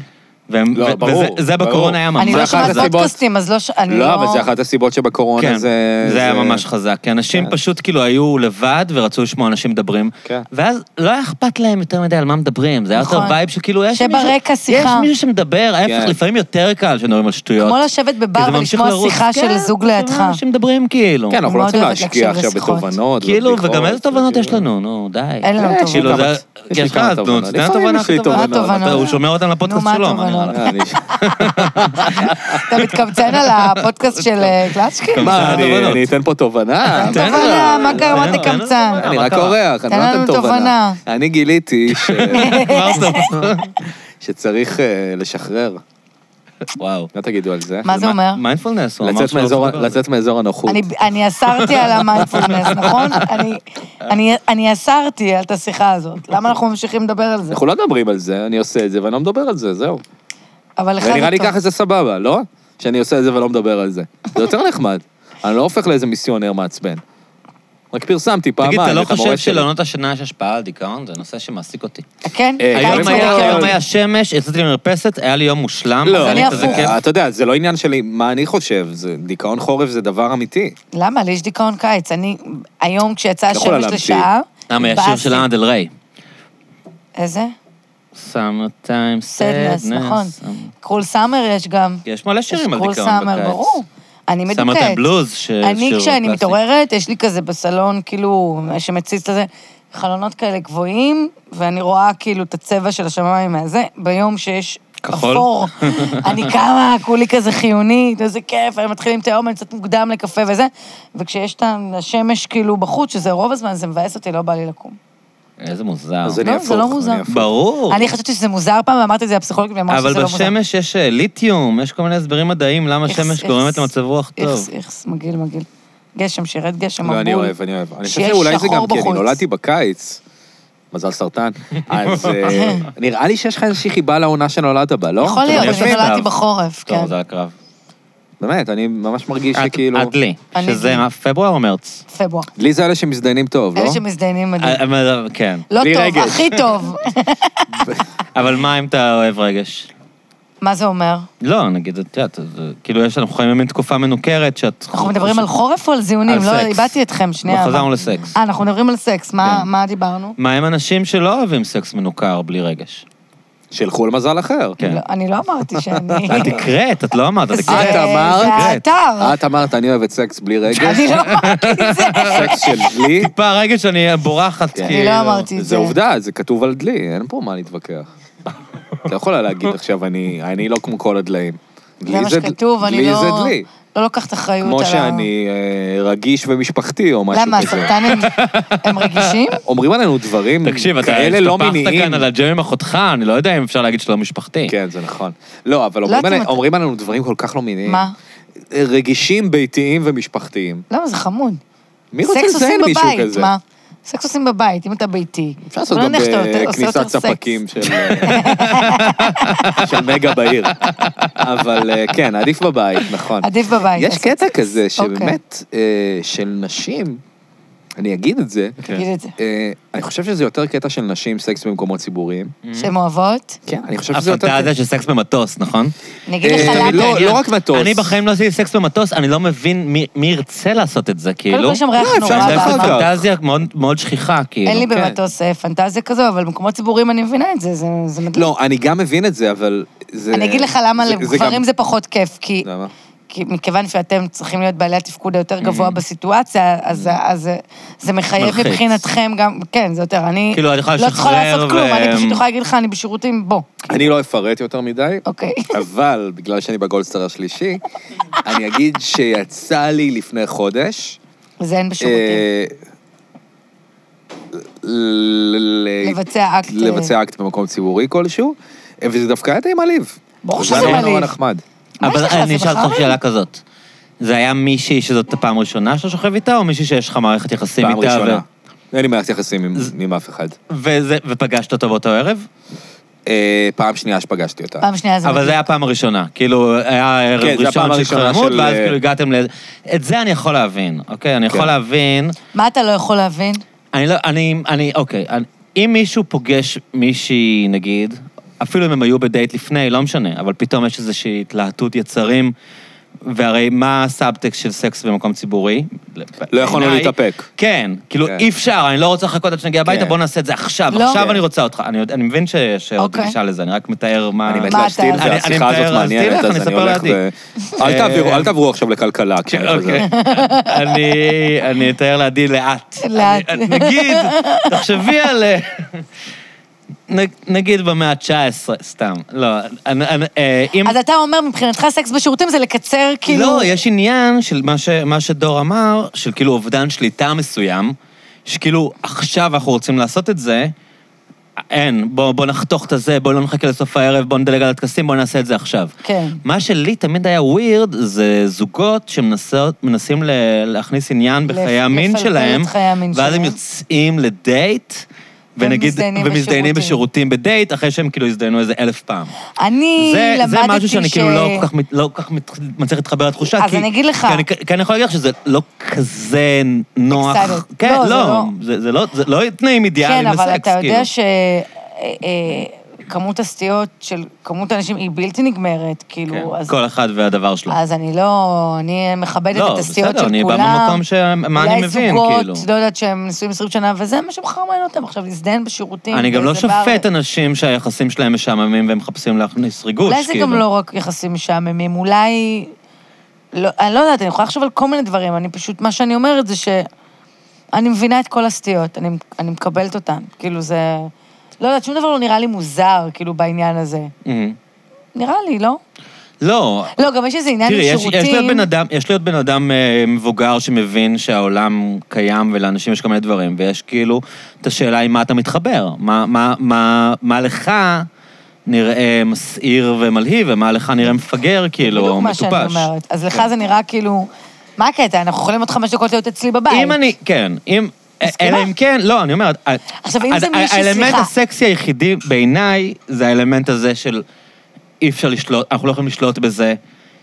C: והם,
A: לא,
C: ו-
A: ברור,
C: וזה, זה
A: ברור.
C: בקורונה היה ממש...
B: אני לא
A: אחת
B: שומעת
A: הסיבות.
B: פודקאסטים, אז לא... ש- אני
A: לא, אבל זה אחת הסיבות שבקורונה
C: כן,
A: אה, זה...
C: זה היה ממש חזק, כי אנשים
A: כן.
C: פשוט כאילו היו לבד ורצו לשמוע אנשים מדברים,
A: כן.
C: ואז לא היה אכפת להם יותר מדי על מה מדברים, זה היה יותר
B: נכון.
C: וייב שכאילו יש מישהו...
B: שברקע שיחה.
C: יש מישהו שמדבר, ההפך,
A: כן.
C: לפעמים יותר קל שמדברים על שטויות.
B: כמו לשבת
C: כי
B: בבר
C: זה ממשיך
B: ולשמוע
C: לרוץ.
B: שיחה של
C: כן,
B: זוג
C: שומע
B: לידך.
C: אנשים מדברים כאילו.
A: כן, לא אנחנו
B: מאוד
A: לא רוצים
B: אוהבת להקשיב
A: להשקיע עכשיו
B: לשיחות.
A: בתובנות.
C: כאילו,
A: ובביקורת,
C: וגם איזה תובנות יש
A: וכאילו-
C: לנו? נו, די.
B: אין לנו
A: כאילו- אה,
B: תובנות.
C: כאילו, זה...
A: יש לי
C: יש לך
A: כמה
C: תובנות,
A: תובנות.
C: תן
A: לפעמים
C: תובנה
A: יש לי
C: הכי טובה.
A: תובנות.
B: מה התובנות?
C: הוא שומע אותן לפודקאסט
B: נו, מה
C: שלו, מה נראה
B: התובנות?
C: לך?
A: אה, אני-
B: אתה מתקמצן על הפודקאסט של אה, קלצ'קין?
A: מה, אני-
C: תובנות.
A: אני אתן פה תובנה?
B: תן
A: אה,
B: תובנה, מה קרה, מה אתה קמצן?
C: אה,
A: אני רק אורח, אני
B: תן
A: לא
B: לנו
A: אתן
B: תובנה.
A: תובנה. אני גיליתי ש-
C: כבר טוב.
A: שצריך אה, לשחרר.
C: וואו.
A: מה תגידו על זה?
B: מה זה אומר?
C: מיינדפולנס, הוא אמר
A: לצאת
C: שלא
A: מאזור-
C: צריך לדבר לא על זה.
A: לצאת מאזור הנוחות.
B: אני- אני אסרתי על המיינדפולנס, נכון? אני- אני- אני אסרתי על את השיחה הזאת. למה אנחנו ממשיכים לדבר על זה?
A: אנחנו לא מדברים על זה, אני עושה את זה ואני לא מדבר על זה, זהו.
B: אבל לך זה
A: ונראה לי
B: טוב.
A: ככה זה סבבה, לא? שאני עושה את זה ולא מדבר על זה. זה יותר נחמד. אני לא הופך לאיזה מיסיונר מעצבן. רק פרסמתי
C: תגיד,
A: פעמיים
C: אתה לא
A: את המורה
C: חושב
A: שלי.
C: שלעונות השינה יש השפעה על דיכאון? זה נושא שמעסיק אותי.
B: כן?
A: אה,
B: קיץ
C: היום היה-
B: מלא
C: היום
B: כיף.
C: היה שמש, יצאתי למרפסת, היה לי יום מושלם.
A: לא,
B: אז
C: היה לי
B: אני
C: כזה
B: הפוך.
C: כיף.
A: אתה יודע, זה לא עניין שלי מה אני חושב, זה דיכאון חורף זה דבר אמיתי.
B: למה? לי יש דיכאון קיץ. אני, היום כשיצא
A: אתה יכול
B: השמש
A: להמציא.
B: לשעה...
C: למה, יש שיר
B: התבאסתי.
C: של אנה דל ריי.
B: איזה?
C: Summertime
B: סדנס,
C: sadness.
B: נכון. קרול סאמר יש גם.
C: יש מלא שירים על
B: יש
C: דיכאון
B: קרול
C: בקיץ.
B: סאמר, ברור. אני מדוכאת.
C: Summertime Blues, ש-
B: אני,
C: שיר
B: כשאני
C: קלאסי.
B: מתעוררת, יש לי כזה בסלון, כאילו, שמציץ לזה, חלונות כאלה גבוהים, ואני רואה כאילו את הצבע של השמיים מהזה, ביום שיש...
C: כחול.
B: אפור. אני קמה, כולי כזה חיונית, איזה כיף, אני מתחיל עם תהום, אני קצת מוקדם לקפה וזה, וכשיש את השמש כאילו בחוץ, שזה רוב הזמן, זה מבאס אותי, לא בא לי לקום.
C: איזה מוזר.
E: אז אני
B: לא, זה
E: הפוך,
B: לא
E: אני
B: מוזר.
E: הפוך.
C: ברור.
B: אני חשבתי שזה מוזר פעם, ואמרתי את זה לפסיכולוגית, והיא אמרה שזה לא
C: אבל
B: מוזר.
C: בשמש יש אה, ליתיום, יש כל מיני הסברים מדעיים למה
B: איכס,
C: שמש
B: איכס.
C: גורמת למצב רוח טוב.
B: איכס, איכס, מגעיל, מגעיל. גשם, שירת גשם, מבול.
A: לא, אני אוהב, אני אוהב. אני חושב
B: שיש
A: שאולי זה
B: שחור
A: גם כי אני
B: בחוץ.
A: נולדתי בקיץ. מזל סרטן. אז אה, נראה לי שיש לך איזושהי חיבה לעונה שנולדת בה, לא?
B: יכול
A: אתם
B: להיות,
A: מניחים?
B: אני
C: יפים,
B: נולדתי
C: אבל.
B: בחורף, כן.
C: טוב, זה הקרב.
A: באמת, אני ממש מרגיש שכאילו...
C: עד לי.
B: אני-
C: שזה מה, פברואר או מרץ?
B: פברואר.
A: לי זה אלה שמזדיינים טוב, לא?
B: אלה שמזדיינים מדהים.
C: אה, אבל- כן.
B: לא
A: בלי
B: טוב,
A: רגש.
B: הכי טוב.
C: אבל מה אם אתה אוהב רגש?
B: מה זה אומר?
C: לא, נגיד, את יודעת, זה- כאילו יש לנו חיים במין תקופה מנוכרת שאת...
B: אנחנו
A: לא,
B: מדברים על חורף או על זיונים?
C: על
B: לא,
C: סקס.
B: איבדתי אתכם, שנייה.
C: לא, חזרנו
B: אבל-
C: לסקס.
B: אה, אנחנו מדברים על סקס, מה-
C: כן.
B: מה דיברנו?
C: מה עם אנשים שלא אוהבים סקס מנוכר בלי רגש?
B: אה.
A: שילכו למזל אחר.
C: כן.
B: לא, אני לא אמרתי שאני...
C: את הקראת, את לא אמרת, את
B: זה-
C: הקראת.
A: את אמרת? אה,
B: זה
C: כן.
B: האתר.
A: את אמרת, אני אוהבת סקס בלי רגש,
B: אני לא אמרתי את זה.
A: סקס של דלי.
C: טיפה רגש אני בורחת, כאילו.
B: אני לא אמרתי את זה.
A: זה עובדה, זה כתוב על דלי, אין פה מה להתווכח. אתה יכולה להגיד עכשיו, אני אני לא כמו כל הדליים.
B: זה
A: דלי
B: מה
A: זה דל-
B: שכתוב, אני
A: דלי
B: לא...
A: זה דלי.
B: לא לוקחת אחריות על ה...
A: כמו שאני אה, רגיש ומשפחתי או משהו
B: למה,
A: כזה.
B: הסרטנים הם רגישים?
A: אומרים עלינו דברים
C: תקשיב, אתה
A: כאלה לא
C: הסתפחת
A: מיניים.
C: כאן על הג'ם עם אחותך, אני לא יודע אם אפשר להגיד שלא משפחתי.
A: כן, זה נכון. לא, אבל אומרים
B: יודעת אם
A: עלי-
B: אתה-
A: אומרים עלינו דברים כל כך לא מיניים.
B: מה?
A: רגישים ביתיים ומשפחתיים.
B: למה, זה חמוד.
A: מי רוצה
B: סקס
A: לזיין
B: עושים
A: מישהו
B: בבית,
A: כזה?
B: מה? סקס עושים בבית, אם אתה ביתי.
A: אפשר לעשות
B: אבל
A: גם
B: לא יודע איך אתה עושה יותר
A: בכניסת
B: סקס.
A: ספקים של של מגה בעיר. אבל אה, כן, עדיף בבית, נכון.
B: עדיף בבית.
A: יש
B: אז
A: קטע כזה
B: אוקיי.
A: שבאמת, אה, של נשים, אני אגיד את זה,
C: כן.
B: אוקיי. תגיד את זה.
A: אה, אני חושב שזה יותר קטע של נשים, סקס במקומות ציבוריים.
B: שהן אוהבות?
A: כן, אני חושב שזה יותר...
C: הפנטזיה של סקס במטוס, נכון?
B: אני אגיד
A: אה,
B: לך
A: לא,
B: למה.
A: לא רק מטוס.
C: אני בחיים לא עשיתי סקס במטוס, אני לא מבין מי- מי ירצה לעשות את זה, כאילו.
B: קודם כל יש שם ריח
A: לא,
B: נורא.
A: אפשר
C: זה
A: לעשות
B: בעבר.
A: אחר כך.
C: פנטזיה מאוד- מאוד שכיחה, כאילו.
B: אין לי
C: כן.
B: במטוס אה, פנטזיה כזו, אבל במקומות ציבוריים אני מבינה את זה, זה- זה מדהים.
A: לא, אני גם מבין את זה, אבל זה...
B: אני אגיד לך למה
A: זה- זה
B: לגברים
A: גם- לא.
B: זה פחות כיף, כי
A: למה?
B: כי מכיוון שאתם צריכים להיות בעלי התפקוד
A: Mm-hmm.
B: היותר גבוה בסיטואציה, אז אז זה- זה מחייב
C: מלחיץ.
B: מבחינתכם גם, כן, זה יותר, אני
C: כאילו, אני יכולה
B: לא צריכה
C: לשחרר
B: לעשות כלום,
C: ו-
B: אני פשוט יכולה להגיד לך, אני בשירותים, בוא,
A: אני לא אפרט יותר מדי,
B: אוקיי.
A: אבל בגלל שאני בגולדסטאר השלישי, אני אגיד שיצא לי לפני חודש.
B: זה אין בשירותים.
A: אה, ל- ל-
B: לבצע אקט, אה,
A: לבצע אקט במקום ציבורי כלשהו, אה, וזה דווקא היה די מעליב.
B: ברור
A: זה
B: שזה
A: היה נורא
B: מעליב.
A: נחמד.
B: מה יש
C: אבל
B: לך? זה
C: אני אשאל אותך
B: בחרם.
C: שאלה כזאת. זה היה מישהי שזאת הפעם הראשונה שאתה שוכב איתה, או מישהי שיש לך מערכת יחסים
A: פעם
C: איתה? ו-
A: ראשונה. אין לי מעט יחסים עם- עם אף אחד.
C: וזה- ופגשת אותו באותו ערב?
A: אה, פעם שנייה שפגשתי אותה.
B: פעם שנייה זה
C: אבל זה
B: מדהים.
C: היה הפעם הראשונה. כאילו, היה ערב
A: כן, זה הפעם
C: ראשון של
A: הראשונה
C: חרמות,
A: של- אה,
C: ואז כאילו הגעתם ל... את זה אני יכול להבין, אוקיי? אני יכול
A: כן.
C: להבין...
B: מה אתה לא יכול להבין?
C: אני לא... אני... אני... אוקיי. אני- אם מישהו פוגש מישהי, נגיד, אפילו אם הם היו בדייט לפני, לא משנה, אבל פתאום יש איזושהי התלהטות יצרים, והרי מה הסאבטקסט של סקס במקום ציבורי?
A: לא יכולנו
C: בעיניי-
A: להתאפק.
C: כן, כאילו
A: כן.
C: אי אפשר, אני לא רוצה לחכות עד שנגיע הביתה,
A: כן.
C: בוא נעשה את זה עכשיו,
B: לא.
C: עכשיו
B: כן.
C: אני רוצה אותך. אני יודע- אני מבין ש- שעוד
B: אוקיי.
C: גישה לזה, אני רק מתאר מה...
A: אני מת
B: מה
A: להשתיל,
B: אתה-
C: אני-
A: והשיחה
C: אני
A: הזאת
C: מתאר, אז תלך,
A: מעניינת,
C: אני
A: אז אני
C: אספר
A: הולך
C: לעדי.
A: ו... אל תעבירו- אל תעברו עכשיו לכלכלה כשאני חוזר.
C: אוקיי. אני, אני אתאר לעדי לאט.
B: לאט.
C: אני- נגיד, תחשבי על... אה, נ- נגיד במאה ה-19, סתם. לא, אני- אני- אה, אם...
B: אז אתה אומר, מבחינתך סקס בשירותים זה לקצר, כאילו...
C: לא, יש עניין של מה, ש, מה שדור אמר, של כאילו אובדן שליטה מסוים, שכאילו עכשיו אנחנו רוצים לעשות את זה, אין, בוא, בוא נחתוך את הזה, בוא לא נחכה לסוף הערב, בוא נדלג על הטקסים, בוא נעשה את זה עכשיו.
B: כן.
C: מה שלי תמיד היה ווירד, זה זוגות שמנסים ל- להכניס עניין בחיי
B: לפ-
C: המין
B: לפלפל
C: שלהם,
B: את חיי המין
C: ואז הם
B: שלהם.
C: יוצאים לדייט. ונגיד,
B: ומזדיינים בשירותים.
C: ומזדיינים בשירותים בדייט, אחרי שהם כאילו הזדיינו איזה אלף פעם.
B: אני
C: זה,
B: למדתי ש...
C: זה משהו שאני כאילו לא כל כך, מת- לא כל כך מת- מצליח להתחבר לתחושה.
B: אז
C: כי,
B: אני אגיד לך.
C: כי אני, כי אני יכול להגיד לך שזה לא כזה נוח.
B: Excited.
C: כן,
B: לא,
C: לא,
B: זה לא.
C: זה, זה לא, זה לא תנאים אידיאליים
B: כן,
C: לסקס,
B: אבל אתה
C: כאילו.
B: יודע שכמות הסטיות של כמות האנשים היא בלתי נגמרת,
C: כן,
B: כאילו, אז...
C: כל אחד והדבר שלו.
B: אז אני לא, אני מכבדת
C: לא,
B: את הסטיות
C: בסדר,
B: של
C: אני
B: כולם.
C: בא במקום ש- מה אני מבין,
B: אולי
C: כאילו.
B: זוגות, לא יודעת, שהם נשואים 20 שנה, וזה מה שמחרמן אותם עכשיו, להזדיין בשירותים.
C: אני גם לא
B: באיזה בר.
C: שופט אנשים שהיחסים שלהם משעממים והם מחפשים להכניס ריגוש,
B: אולי זה
C: כאילו.
B: גם לא רק יחסים משעממים, אולי... לא, אני לא יודעת, אני יכולה לחשוב על כל מיני דברים, אני פשוט, מה שאני אומרת זה ש... אני מבינה את כל הסטיות, אני, אני מקבלת אותן. כאילו, זה... לא יודעת, שום דבר לא נראה לי מוזר, כאילו, בעניין הזה.
C: מהמם.
B: נראה לי, לא?
C: לא,
B: לא, גם יש איזה עניין עם
C: תראי, יש,
B: שירותים.
C: יש, להיות בן אדם, יש להיות בן אדם אה, מבוגר שמבין שהעולם קיים ולאנשים יש כל מיני דברים, ויש כאילו את השאלה עם מה אתה מתחבר. מה, מה, מה, מה לך נראה מסעיר ומלהיב, ומה לך נראה מפגר, כאילו, או
B: בדיוק מה
C: מטופש. כן.
B: שאני אומרת. אז לך זה נראה כאילו... מה הקטע? אנחנו יכולים עוד חמש דקות להיות אצלי בבית.
C: אם אני, כן, אם...
B: מסכימה.
C: אלא אם כן, לא, אני אומרת...
B: עכשיו, אם
C: אז
B: זה
C: ה-
B: מישהי,
C: האלמנט
B: סליחה.
C: הסקסי היחידי בעיניי, זה האלמנט הזה של אי אפשר לשלוט, אנחנו לא יכולים לשלוט בזה.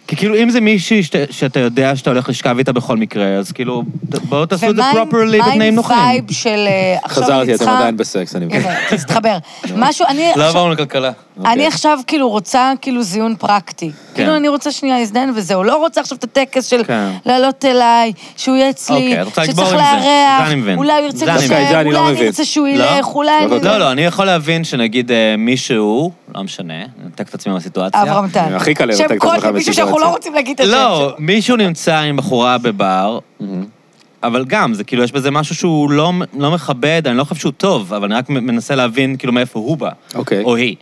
C: כי כאילו, אם זה מישהי שאת- שאתה יודע שאתה הולך לשכב איתה בכל מקרה, אז כאילו, ת- בואו תעשו את זה properly בתנאים
B: ומה עם
C: נוחים.
B: וייב של... אה, עכשיו
F: חזרתי,
B: אני
F: אתם
B: צריכה-
F: עדיין בסקס, אני מבין.
B: הנה, תתחבר. משהו, אני
C: לא
B: עכשיו...
C: עברנו לכלכלה. אוקיי.
B: אני עכשיו כאילו רוצה כאילו זיון פרקטי. כאילו אני רוצה שנייה להזדהן וזהו. לא רוצה עכשיו את הטקס של
C: כן.
B: לעלות אליי, שהוא יהיה אצלי,
C: אוקיי, את רוצה לגמור
B: שצריך
C: עם זה. זה
B: לארח,
C: אני מבין.
B: אולי הוא ירצה
C: זה אני
B: להישאר,
C: מבין.
F: דווקא את זה אני לא
B: אולי אני
F: מבין.
B: ארצה שהוא
C: לא?
B: ילך, אולי אני...
C: לא, לא, אני יכול להבין שנגיד אה, מישהו, לא משנה, נתק את עצמי מהסיטואציה.
B: אברהם טל.
F: הכי קל לרתק את
B: שם
F: עצמך
B: קוד למישהו שאנחנו לא
F: בסיטואציה.
B: רוצים להגיד את השם שלו.
C: לא, מישהו
B: כן.
C: נמצא עם בחורה בבר, אבל גם, זה כאילו, יש בזה משהו שהוא לא, לא מכבד, אני לא חושב שהוא טוב, אבל אני רק מנסה להבין כאילו מאיפה הוא בא.
F: אוקיי.
C: או היא.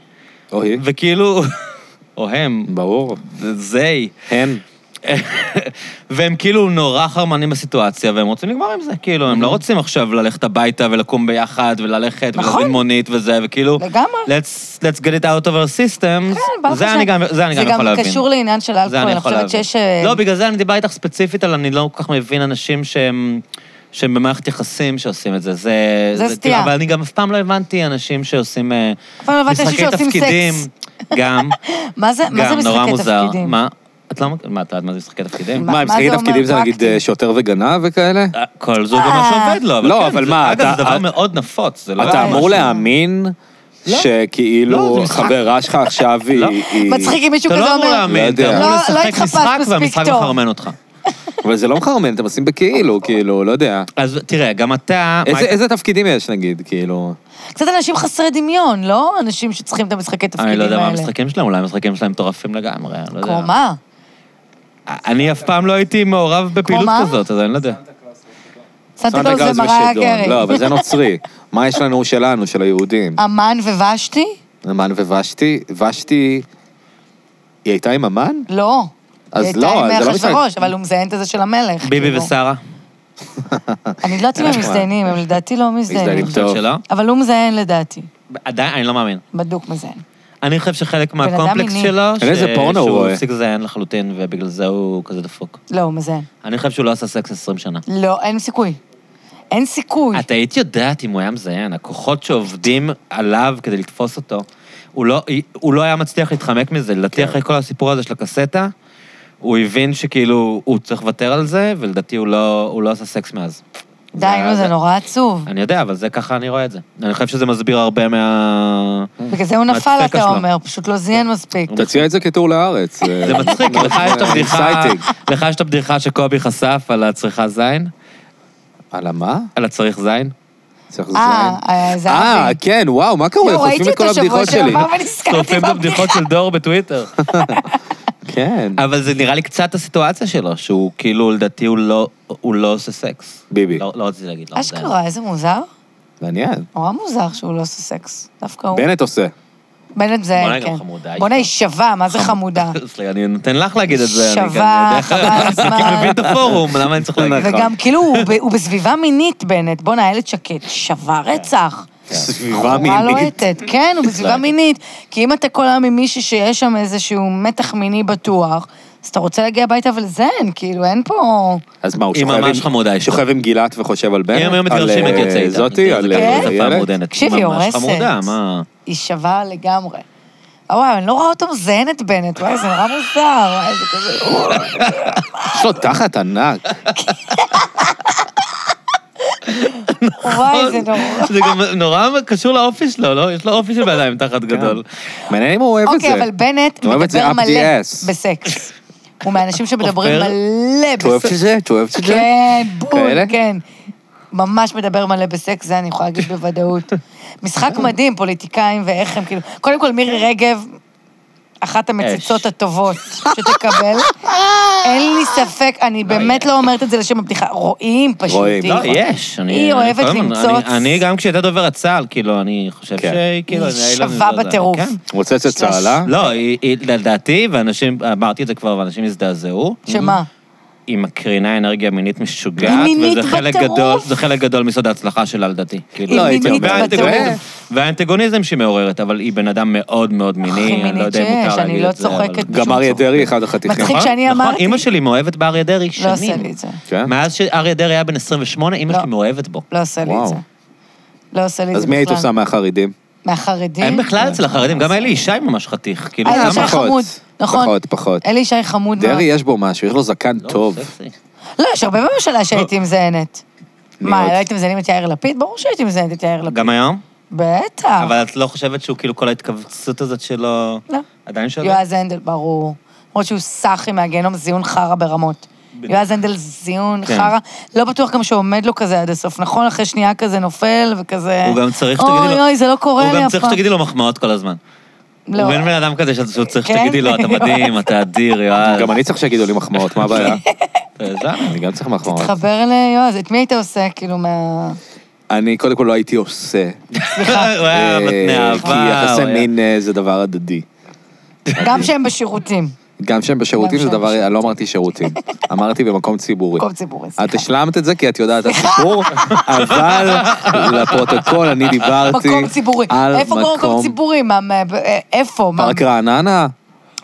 F: אוי,
C: וכאילו, או הם,
F: ברור.
C: זה היא.
F: הן.
C: והם כאילו נורא חרמנים בסיטואציה, והם רוצים לגמור עם זה, כאילו, הם לא
B: אוקיי.
C: רוצים עכשיו ללכת הביתה ולקום ביחד וללכת
B: נכון.
C: ולהזמין מונית וזה, וכאילו,
B: לגמרי.
C: let's, let's get it out of our systems,
B: כן, ברוך
C: זה
B: השם.
C: אני גם, זה אני גם יכול
B: זה
C: להבין.
B: גם קשור לעניין של
C: זה
B: אלכוהול,
C: אני
B: אני
C: יכול
B: חושבת
C: להבין.
B: שיש... אה,
C: לא, בגלל זה אני דיבר איתך ספציפית על אני לא כל כך מבין אנשים שהם... שהם במערכת יחסים שעושים את זה, זה...
B: זה סטייה.
C: אבל אני גם אף פעם לא הבנתי אנשים שעושים אה,
B: אף פעם לא הבנתי אנשים שעושים סקס.
C: גם,
B: מה זה מה זה
C: גם, נורא
B: משחקי
C: מוזר.
B: תפקידים?
C: מה? את לא מכירה, מה, את יודעת מה זה משחקי תפקידים?
B: מה-
F: מה, עם
B: מה זה
F: משחקי
B: אומר
F: תפקידים זה נגיד
B: פרקטי?
F: אה, שוטר וגנב וכאלה?
C: אה, כל זוג ומה שעובד לו, אבל
F: לא,
C: כן,
F: אבל
C: זה-
F: מה,
C: אגב,
F: אתה-
C: זה דבר
F: את-
C: מאוד נפוץ, זה לא...
F: אתה אמור
C: משהו-
F: להאמין
C: לא. לא, זה
F: שכאילו
C: משחק.
F: חברה שלך עכשיו
C: לא.
F: היא... היא-
B: מצחיק אם מישהו
C: אתה
B: כזה
C: לא אמור
B: אומר...
C: להאמין,
F: לא
C: אתה
F: יודע.
C: אמור
B: לא- לא
C: לשחק
B: התחפשת
C: משחק
B: מספיק
C: והמשחק
B: טוב.
C: מחרמן אותך.
F: אבל זה לא מחרמן, אתם עושים בכאילו, כאילו, לא יודע.
C: אז תראה, גם אתה...
F: איזה-
C: מייקל-
F: איזה תפקידים יש, נגיד, כאילו?
B: קצת אנשים חסרי דמיון, לא? אנשים שצריכים את המשחקי תפקידים
C: אני
B: האלה.
C: לא יודע מה המשחקים שלהם, אולי המשחקים שלהם מטורפים לגמרי, אני לא יודע.
B: כמו מה?
C: אני אף פעם לא הייתי מעורב בפעילות
B: מה?
C: כזאת, אז אני לא יודע.
B: סנטה
F: סנטה
B: קלאוס
F: קלאוס
B: זה מריה
F: ושדון. לא, אבל
B: קרי.
F: זה נוצרי. מה יש לנו שלנו, של היהודים?
B: המן ובשתי?
F: המן ושתי, ושתי... היא הייתה עם המן?
B: לא.
F: אז לא,
B: היא
F: זה
B: הייתה
F: לא
B: עם
F: משחק.
B: אחשוורוש, אבל הוא מזיין את הזה של המלך.
C: ביבי
B: כאילו.
C: ושרה?
B: אני לא יודעת אם הם מזדיינים, הם לדעתי לא מזדיינים.
F: מזדיינים.
C: אני חושב
F: טוב.
C: שלא?
B: אבל הוא מזיין לדעתי.
C: עדיין, אני לא מאמין.
B: בדוק מזיין.
C: אני חושב שחלק
B: אדם
C: מהקומפלקס
B: מיני.
C: שלו, ש-
F: אין איזה פורנו הוא
C: שהוא
F: רואה.
C: הפסיק לזיין לחלוטין, ובגלל זה הוא כזה דפוק.
B: לא, הוא מזיין.
C: אני חושב שהוא לא עשה סקס 20 שנה.
B: לא, אין סיכוי. אין סיכוי.
C: את היית יודעת אם הוא היה מזיין, הכוחות שעובדים עליו כדי לתפוס אותו, הוא לא, הוא לא היה מצליח להתחמק מזה,
F: כן.
C: לדעתי אחרי כל הסיפור הזה של הקסטה, הוא הבין שכאילו הוא צריך לוותר על זה, ולדעתי הוא לא, הוא לא עשה סקס מאז.
B: די, נו, זה נורא עצוב.
C: אני יודע, אבל זה ככה אני רואה את זה. אני חושב שזה מסביר הרבה מה...
B: בגלל זה הוא נפל,
C: מהדפקה
B: אתה
C: שלו.
B: אומר, פשוט לא זיין מספיק.
F: תציע את זה כטור לארץ. אה,
C: זה מצחיק, כי לך יש את הבדיחה,
F: exciting.
C: לך יש את הבדיחה שקובי חשף על הצריכה זין,
F: על המה?
C: על הצריך זין.
F: צריך
B: אה,
F: זין.
B: אה, זה
F: אה,
B: אבי.
F: כן, וואו, מה קורה?
B: יואו,
F: חושפים
B: ראיתי
F: את כל
B: אותו שבוע
F: הבדיחות שלי.
B: שעבר ונזכרתי
C: צורפים את
B: בבדיחה.
C: הבדיחות של דור בטוויטר.
F: כן,
C: אבל זה נראה לי קצת הסיטואציה שלו, שהוא כאילו, לדעתי, הוא לא, הוא לא עושה סקס.
F: ביבי.
C: לא, לא רציתי להגיד, לא יודע.
B: אשכרה, איזה מוזר.
F: מעניין.
B: נורא מוזר שהוא לא עושה סקס. דווקא הוא.
F: בנט עושה.
B: בנט זה,
C: בואנה, היא גם
B: כן.
C: חמודה, היא
B: בואנה, היא
C: גם.
B: שווה, מה זה חמודה?
C: סליחה, אני נותן לך להגיד את זה. אני גם
B: שווה,
C: יודע.
B: חבל על
C: אני
B: הזמן.
C: מבין את הפורום, למה אני צריך להגיד?
F: נכון.
B: וגם כאילו, הוא ב- הוא בסביבה מינית, בנט. בואנה, איילת שקד, שווה
C: כן.
B: רצח.
F: סביבה
B: בחורה
F: מינית.
B: לוהטת, כן, הוא בסביבה מינית. כי אם אתה כל היום עם מישהי שיש שם איזשהו מתח מיני בטוח, אז אתה רוצה להגיע הביתה ולזיין, כאילו, אין פה...
F: אז מה, הוא
C: היא
F: שוכב
C: ממש
F: עם-
C: חמודה, אישה.
F: שוכב עם גילת וחושב על בנט?
C: אם היום
F: על,
C: מתגרשים את
F: אה,
C: יוצאי איתה.
F: זאתי, על
C: זה
F: אה,
C: כזה
B: כן?
F: איילת?
C: מעודנת.
B: תקשיב, היא
C: ממש
B: הורסת.
C: חמודה, מה?
B: היא שווה לגמרי. אה, וואי, אני לא רואה אותו מזיין את בנט, וואי, זה נורא מוזר, וואי, זה כזה...
F: יש לו תחת ענק.
B: וואי, זה נורא.
C: אה, זה גם נורא קשור לאופי שלו, לא? יש לו אופי של בידיים תחת
B: כן.
C: גדול.
F: מעניין אם הוא אוהב את זה.
B: אוקיי, אבל בנט
F: הוא אוהב את זה
B: מדבר
F: up the
B: מלא
F: ass.
B: בסקס. הוא מהאנשים שמדברים
C: עופר?
B: מלא
F: את אוהבת את
B: בסקס.
F: זה? את אוהבת את זה?
B: כן, בול,
F: כאלה?
B: כן. ממש מדבר מלא בסקס, זה אני יכולה להגיד
C: אה.
B: בוודאות. משחק מדהים, פוליטיקאים ואיך הם כאילו... קודם כל, מירי רגב אחת המציצות
C: אש.
B: הטובות שתקבל. אין לי ספק, אני באמת לא אומרת את זה לשם הבדיחה. רואים פשוט.
G: רואים,
B: היא-
C: לא, יש. אני-
B: נכון. היא
C: אני
B: אוהבת
C: כל הזמן-
B: למצוץ.
C: אני- אני גם כשהייתה דוברת צה"ל, כאילו, אני חושב
G: כן.
C: שהיא כאילו...
B: היא
C: היה לה
B: שווה
C: מזוזה.
B: בטירוף.
C: כן.
A: מוצצת צהלה?
C: לא, היא- היא- לדעתי, ואנשים, אמרתי את זה כבר, ואנשים הזדעזעו.
B: שמה?
C: היא מקרינה אנרגיה מינית משוגעת,
B: היא מינית
C: וזה חלק
B: בטירוף.
C: גדול, זה חלק גדול מסוד ההצלחה שלה לדעתי. כאילו,
B: היא
A: לא, הייתי
B: מינית
A: אומר,
C: אה,
B: בטירוף.
C: והאנטגוניזם שהיא מעוררת, אבל היא בן אדם מאוד מאוד
B: הכי
C: מיני, אני לא
B: מינית
C: יודע אם
B: שיש,
C: מותר
B: אני
C: להגיד
B: לא
C: את זה. אבל-
B: צוחקת.
A: גם אריה דרעי אחד החתיכים.
B: מצחיק.
C: נכון,
B: שאני
C: נכון,
B: אמרתי.
C: אימא שלי מאוהבת באריה דרעי שנים.
B: לא עושה לי את זה.
A: כן?
C: מאז שאריה דרעי היה בן 28, אימא
B: לא.
C: שלי מאוהבת בו.
B: לא עושה לי את
A: וואו.
B: זה. לא עושה לי את זה בכלל.
A: אז מי היית עושה מהחרדים?
B: מהחרדים?
C: אין בכלל אצל החרדים, גם אלי ישי ממש חתיך. כאילו,
B: אלי
C: כמה-
B: ישי
A: פחות,
B: אה, חמוד. נכון.
A: פחות, פחות.
B: אלי ישי חמוד מאוד.
A: דרעי יש בו משהו, יש לו זקן
C: לא,
A: טוב.
C: סקסי.
B: לא, יש הרבה בממשלה
C: לא.
B: שהייתי מזיינת.
A: מי
B: מה,
A: עוד?
B: לא הייתי מזיינים את יאיר לפיד? ברור שהייתי מזיינת את יאיר לפיד.
C: גם היום?
B: בטח.
C: אבל את לא חושבת שהוא כאילו כל ההתכווצות הזאת שלו...
B: אה. לא.
C: עדיין שווה?
B: יועז הנדל, ברור. למרות שהוא סאחי מהגיהנום, זיון חרא ברמות. יועז הנדל זיון
C: כן.
B: חרא, לא בטוח גם שעומד לו כזה עד הסוף, נכון? אחרי שנייה כזה נופל וכזה...
C: הוא גם צריך שתגידי לו...
B: אה. אוי אוי, זה לא קורה לי אף פעם.
C: הוא גם צריך שתגידי לו מחמאות כל הזמן.
B: לא.
C: הוא בן בן אדם כזה שאת- שהוא צריך
B: כן?
C: שתגידי לו, אתה מדהים, אתה אדיר, יואל. אה,
A: גם אני צריך שיגידו לי מחמאות, מה הבעיה? אני גם צריך מחמאות.
B: תתחבר ליועז, את מי היית עושה, כאילו, מה...
A: אני קודם כל לא הייתי עושה.
C: הוא היה מתנה
A: אה, כי
C: אהבה.
A: יחסי
C: הוא היה-
A: מין אה, זה דבר הדדי.
B: גם שהם בשירותים.
A: גם שהם בשירותים
B: גם
A: זה
B: שהם
A: דבר, אני לא אמרתי שירותים, אמרתי במקום ציבורי.
B: מקום ציבורי,
A: את
B: סליחה.
A: השלמת את זה כי את יודעת את הסיפור, אבל לפרוטוקול אני דיברתי
B: מקום ציבורי.
A: על
B: איפה קורה מקום
A: מקום
B: ציבורי? מה- מה- אה, איפה? מה-
A: פארק רעננה?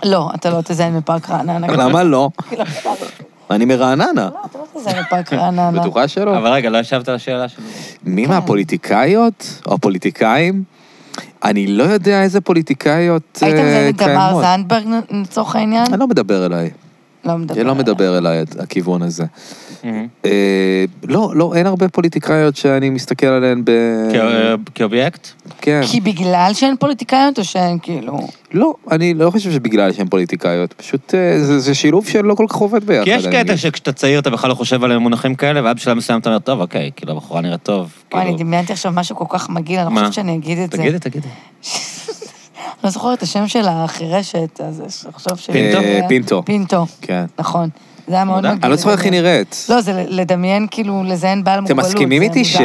B: לא, אתה לא תזיין מפארק רעננה.
A: למה לא?
B: לא, לא,
A: אני מרעננה.
B: אתה לא תזיין מפארק רעננה.
A: בטוחה שלא?
C: אבל רגע, לא השבת על השאלה שלי.
A: מי
B: כן.
A: מהפוליטיקאיות או הפוליטיקאים? אני לא יודע איזה פוליטיקאיות אה,
B: היית
A: קיימות.
B: מזיינת את תמר זנדברג נ- לצורך העניין?
A: אני לא מדבר אליי.
B: לא מדבר.
A: זה לא
B: עליה.
A: מדבר אליי, הכיוון הזה.
C: Mm-hmm.
A: אה, לא, לא, אין הרבה פוליטיקאיות שאני מסתכל עליהן ב...
C: כ- כאובייקט?
A: כן.
B: כי בגלל שהן פוליטיקאיות או שהן כאילו...
A: לא, אני לא חושב שבגלל שהן פוליטיקאיות, פשוט אה, זה זה שילוב שלא כל כך עובד ביחד.
C: כי יש
A: אני
C: קטע
A: מבין.
C: שכשאתה צעיר אתה בכלל לא חושב על מונחים כאלה, ואז בשלב מסוים אתה אומר, טוב, אוקיי, כאילו, הבחורה נראית טוב.
B: וואי, אני
C: כאילו."
B: דמיינתי עכשיו משהו כל כך מגעיל, אני לא
C: מה?
B: חושבת שאני אגיד את זה.
C: תגידי, תגידי.
B: אני לא זוכרת את השם של החירשת, אז יש- עכשיו ש...
C: פינטו?
A: אה, פינטו.
B: פינטו,
A: כן.
B: נכון. זה היה מאוד
C: מודע?
B: מגעיל.
A: אני לא זוכר איך היא
B: לדמיין.
A: נראית.
B: לא, זה ל- לדמיין כאילו, לזיין בעל
A: אתם
B: מוגבלות.
A: מסכימים
B: זה
A: איתי ש...
B: מוזר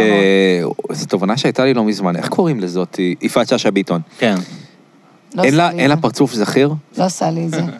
B: מאוד.
A: זו תובנה שהייתה לי לא מזמן, איך קוראים לזאתי? יפעת שאשא ביטון.
C: כן.
B: לא
A: אין לה-
B: עשה לי
A: אין לה
B: את זה.
A: פרצוף זכיר?
B: לא עשה לי את זה.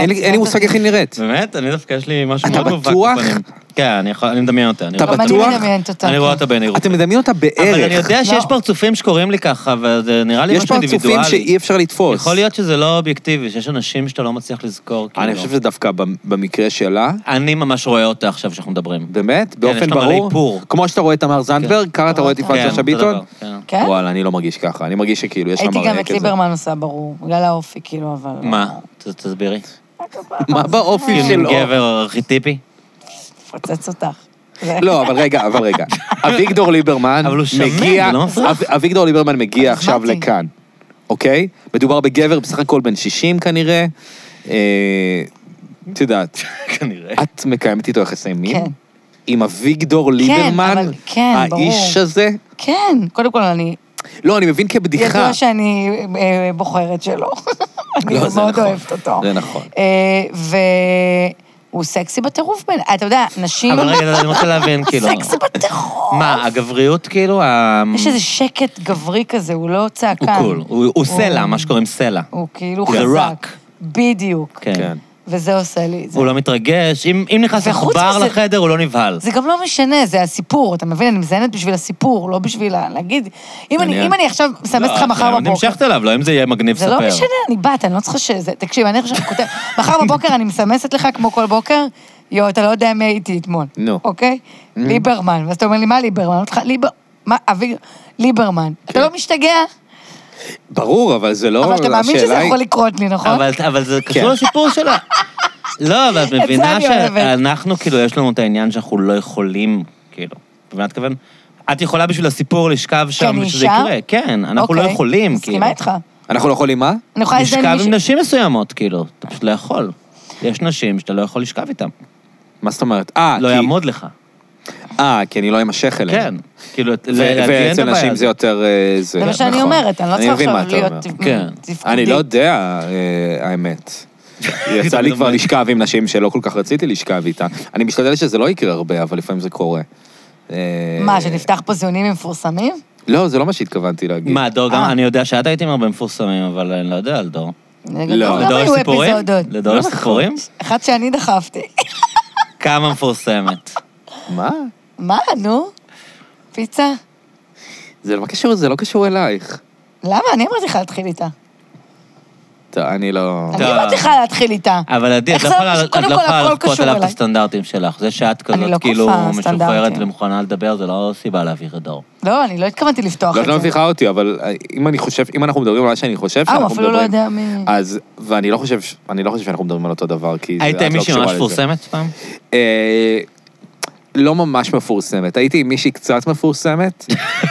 A: אין לי- אין לי מושג איך היא נראית.
C: באמת? אני דווקא יש לי משהו
A: אתה
C: מאוד מובהק.
A: בטוח?
C: בפנים. כן, אני יכול- אני מדמיין אותה. אני
A: אתה
C: רואה אותה.
B: גם
A: בטוח?
B: אני מדמיינת אותה. כן.
C: אני רואה אותה בעינירות.
A: אתם מדמיין אותה
C: אבל אני
A: בערך.
C: יודע שיש
B: לא.
C: פרצופים שקוראים לי ככה, וזה נראה לי
A: יש
C: משהו אינדיבידואלי.
A: פרצופים שאי אפשר לתפוס.
C: יכול להיות שזה לא אובייקטיבי, שיש אנשים שאתה לא מצליח לזכור.
A: אני
C: כאילו.
A: חושב שזה דווקא במ- במקרה שלה,
C: אני ממש רואה אותה עכשיו כשאנחנו מדברים.
A: באמת,
C: יש
A: באופן
C: לה מלא
A: ברור.
C: איפור.
A: כמו שאתה רואה את תמר זנדברג, ככה אתה רואה את יפעת
C: כן,
A: שאשא
C: אותו
A: ביטון?
C: דבר, כן.
B: כן?
A: וואלה, אני לא מרגיש ככה, אני מרגיש שכאילו יש לה
B: הייתי גם
A: מראה
B: את
A: כזה.
B: ליברמן עושה ברור, בגלל האופי, כאילו, אבל... לא.
C: מה? ת- תסבירי.
A: מה באופי
C: כאילו,
A: שלו?
C: מין גבר ארכיטיפי?
B: מפוצץ אותך. זה-
A: לא, אבל רגע, אבל רגע. אביגדור ליברמן
C: אבל הוא שמן,
A: מגיע,
C: זה לא מפריע.
A: אב- אביגדור ליברמן מגיע
B: אז
A: עכשיו
B: אמרתי.
A: לכאן, אוקיי? מדובר בגבר בסך הכל בן 60 כנראה. אה, את יודעת,
C: כנראה.
A: את מקיימת איתו יחסי מין?
B: כן.
A: עם אביגדור ליברמן?
B: אבל- כן, ברור.
A: האיש הזה?
B: כן, קודם כל אני...
A: לא, אני מבין כבדיחה.
B: ידוע שאני אה, בוחרת שלו. אני
A: לא, זה
B: מאוד
A: נכון.
B: אוהבת אותו.
A: זה נכון.
B: והוא סקסי בטירוף בין... אתה יודע, נשים...
C: אבל רגע, אני רוצה להבין, כאילו.
B: סקסי בטירוף.
C: מה, הגבריות כאילו? ה-
B: יש איזה שקט גברי כזה, הוא לא צעקן.
C: הוא קול, הוא הוא סלע, מה שקוראים סלע.
B: הוא כאילו
C: The
B: חזק.
C: Rock.
B: בדיוק.
C: כן.
B: וזה עושה לי את זה.
C: הוא לא מתרגש, אם אם נכנס
B: וחוץ
C: עכבר
B: מזה-
C: לחדר הוא לא נבהל.
B: זה גם לא משנה, זה הסיפור, אתה מבין? אני מזיינת בשביל הסיפור, לא בשביל ה- להגיד... אם אני
A: מעניין.
B: אם אני עכשיו מסמסת לך
C: לא,
B: מחר
C: אבל
B: בבוקר...
C: נמשכת אליו, לא אם זה יהיה מגניב
B: זה
C: ספר.
B: לא משנה, אני בת, אני לא צריכה שזה... תקשיב, אני עכשיו כותבת... מחר בבוקר אני מסמסת לך, כמו כל בוקר, יואו, אתה לא יודע מי הייתי אתמול.
A: נו. Mm.
B: אוקיי? ליברמן. ואז אתה אומר לי, מה ליברמן? אני אומרת לך, ליבר... מה, אבי... ליברמן. אתה לא משתגע?
A: ברור, אבל זה כן. לא...
B: אבל אתה מאמין שזה
A: השאלה היא-
B: יכול לקרות לי, נכון?
C: אבל, אבל זה
A: כן.
C: קשור לסיפור שלה. לא, אבל את
B: זה
C: מבינה
B: אני אוהבת.
C: שאנחנו, כאילו, יש לנו את העניין שאנחנו לא יכולים, כאילו. את מבינה את הכוון? את יכולה בשביל הסיפור לשכב שם,
B: אני
C: שזה
B: אישה?
C: יקרה. כן, אנחנו לא
B: אוקיי.
C: יכולים, כאילו.
B: מסכימה איתך.
A: אנחנו לא יכולים מה?
B: אני יכולה לזיין
C: לשכב
B: מישהו-
C: עם נשים מסוימות, כאילו. אתה פשוט לא יכול. יש נשים שאתה לא יכול לשכב איתן.
A: מה זאת אומרת? אה,
C: לא
A: כי-
C: יעמוד לך.
A: אה, כי אני לא אמשך אליהם.
C: כן, כאילו,
A: ו-
C: להגיע את
A: ואצל
C: הבעיה
A: נשים
C: הזאת.
A: זה יותר... אה, זה
B: זה מה שאני
A: נכון.
B: אומרת, אני לא צריכה
A: מבין מה
B: עכשיו
A: אתה
B: להיות
A: אומר.
B: תפ-
C: כן.
B: תפקודית.
A: אני לא יודע, אה, האמת. יצא לי כבר לשכב עם נשים שלא כל כך רציתי לשכב איתן. אני משתדל שזה לא יקרה הרבה, אבל לפעמים זה קורה. אה,
B: מה, שנפתח פה זיונים מפורסמים?
A: לא, זה לא מה שהתכוונתי להגיד.
C: מה, דור, גם
B: אה.
C: אני יודע שאת היית עם הרבה מפורסמים, אבל אני לא יודע על דור.
B: לא. גם
C: לדור יש
B: היו
C: סיפורים?
B: אפיזודות.
C: לדור יש סיפורים?
B: אחת שאני דחפתי.
C: כמה מפורסמת.
A: מה?
B: מה, נו? פיצה?
A: זה לא קשור, זה לא קשור אלייך.
B: למה? אני אמרתי לך להתחיל איתה.
A: טוב, אני לא...
B: אני אמרתי לך להתחיל איתה.
C: אבל עדי, את
B: איך
C: לא
B: זה-
C: יכולה
B: קודם
C: את לא
B: כל,
C: יכולה
B: הכל
C: לכפות
B: קשור
C: עליו את
B: אליי.
C: הסטנדרטים שלך. זה שאת
B: אני לא
C: כזאת כאילו
B: כופה
C: משוחררת
B: סטנדרטים.
C: ומוכנה לדבר, זה לא סיבה להעביר את דור.
B: לא, אני לא התכוונתי לפתוח
A: לא,
B: את
A: את
B: זה.
A: לא מביכה אותי, אבל אה, אם אני חושב, אם אנחנו מדברים על מה שאני חושב
B: אה,
A: שאנחנו
B: הוא
A: מדברים...
B: אפילו לא יודע מי...
A: אז, ואני לא חושב, ש- אני לא חושב שאנחנו מדברים על אותו דבר, כי... זה- את
C: הייתם
A: לא
C: מישהי
A: קשורה
C: ממש
A: לזה.
C: מפורסמת פעם?
A: אה, לא ממש מפורסמת. הייתי עם מישהי קצת מפורסמת,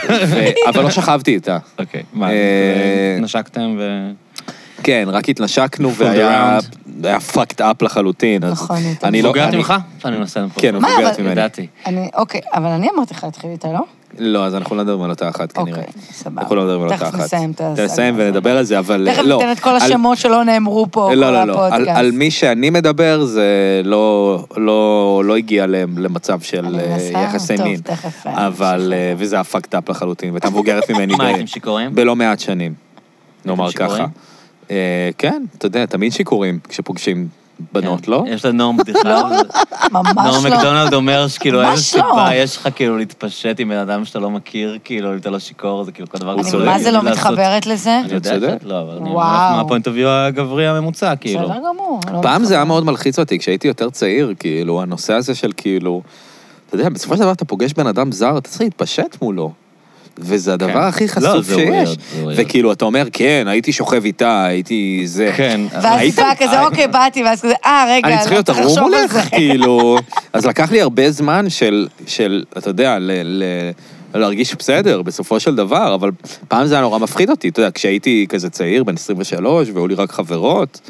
A: ו- אבל לא שכבתי איתה.
C: אוקיי. מה,
A: אה,
C: נשקתם ו...
A: כן, רק התנשקנו והיה
C: around.
A: היה fucked up לחלוטין. אז
B: נכון, הייתם.
A: אני לא...
C: בוגרת
A: אני-
C: ממך? אני מנסה לפה.
A: כן,
B: מה,
A: מבוגרת
B: אבל-
A: ממני.
C: ידעתי.
B: אני, אוקיי, אבל אני אמרתי לך להתחיל איתה, לא?
A: לא, אז אנחנו לא מדברים על אותה אחת כנראה.
B: אוקיי, סבבה.
A: אנחנו לא מדברים על אותה אחת.
B: תכף נסיים את הסאגה
A: נסיים
B: הזאת.
A: ונדבר על זה, אבל לא.
B: תכף ניתן את כל
A: על-
B: השמות שלא נאמרו פה, כל
A: לא, לא, לא. על-
B: הפודקאסט.
A: על מי שאני מדבר, זה לא, לא, לא הגיע להם למצב של
B: אני
A: אה,
B: מנסה,
A: יחסי
B: טוב,
A: מין.
B: תכף, אה,
A: אבל, אה, וזה הפקט אפ לחלוטין, והייתה מבוגרת ממני ב-
C: מה, הייתם שיכורים?
A: בלא מעט שנים, נאמר ככה.
C: שיכורים?
A: אה, כן, אתה יודע, תמיד שיכורים כשפוגשים בנות,
C: כן.
A: לא?
C: יש לנו נורם בדיחה.
B: ממש
C: נורם
B: לא.
C: מקדונלד אומר שכאילו
B: ממש
C: איזה
B: לא.
C: סיבה יש לך כאילו להתפשט עם בן אדם שאתה לא מכיר, כאילו אם אתה לא שיכור זה כאילו כל דבר.
B: אני
A: צודק.
B: מה זה לא
C: לעשות-
B: מתחברת לזה?
C: אני יודע
A: צודק.
C: שאת לא, אבל אני אומר
B: וואו.
C: לך מהפוינט אוף יו הגברי הממוצע, כאילו.
B: בסדר גמור. לא
A: פעם זה
B: מתחברת.
A: היה מאוד מלחיץ אותי, כשהייתי יותר צעיר, כאילו, הנושא הזה של כאילו, אתה יודע, בסופו של דבר אתה פוגש בן אדם זר, אתה צריך להתפשט מולו. וזה הדבר
C: כן.
A: הכי
C: לא,
A: חשוף
C: זה
A: שיש.
C: weird, זה weird.
A: וכאילו, אתה אומר, כן, הייתי שוכב איתה, הייתי זה.
C: כן.
B: ואז היא באה כזה, אוקיי, באתי, ואז כזה, אה, רגע,
A: אני צריך להיות ערום מולך, כאילו. אז לקח לי הרבה זמן של, של, אתה יודע, ל... ל... להרגיש בסדר בסופו של דבר, אבל פעם זה היה נורא מפחיד אותי, אתה יודע, כשהיתי כזה צעיר, בן 23, והיו לי רק חברות,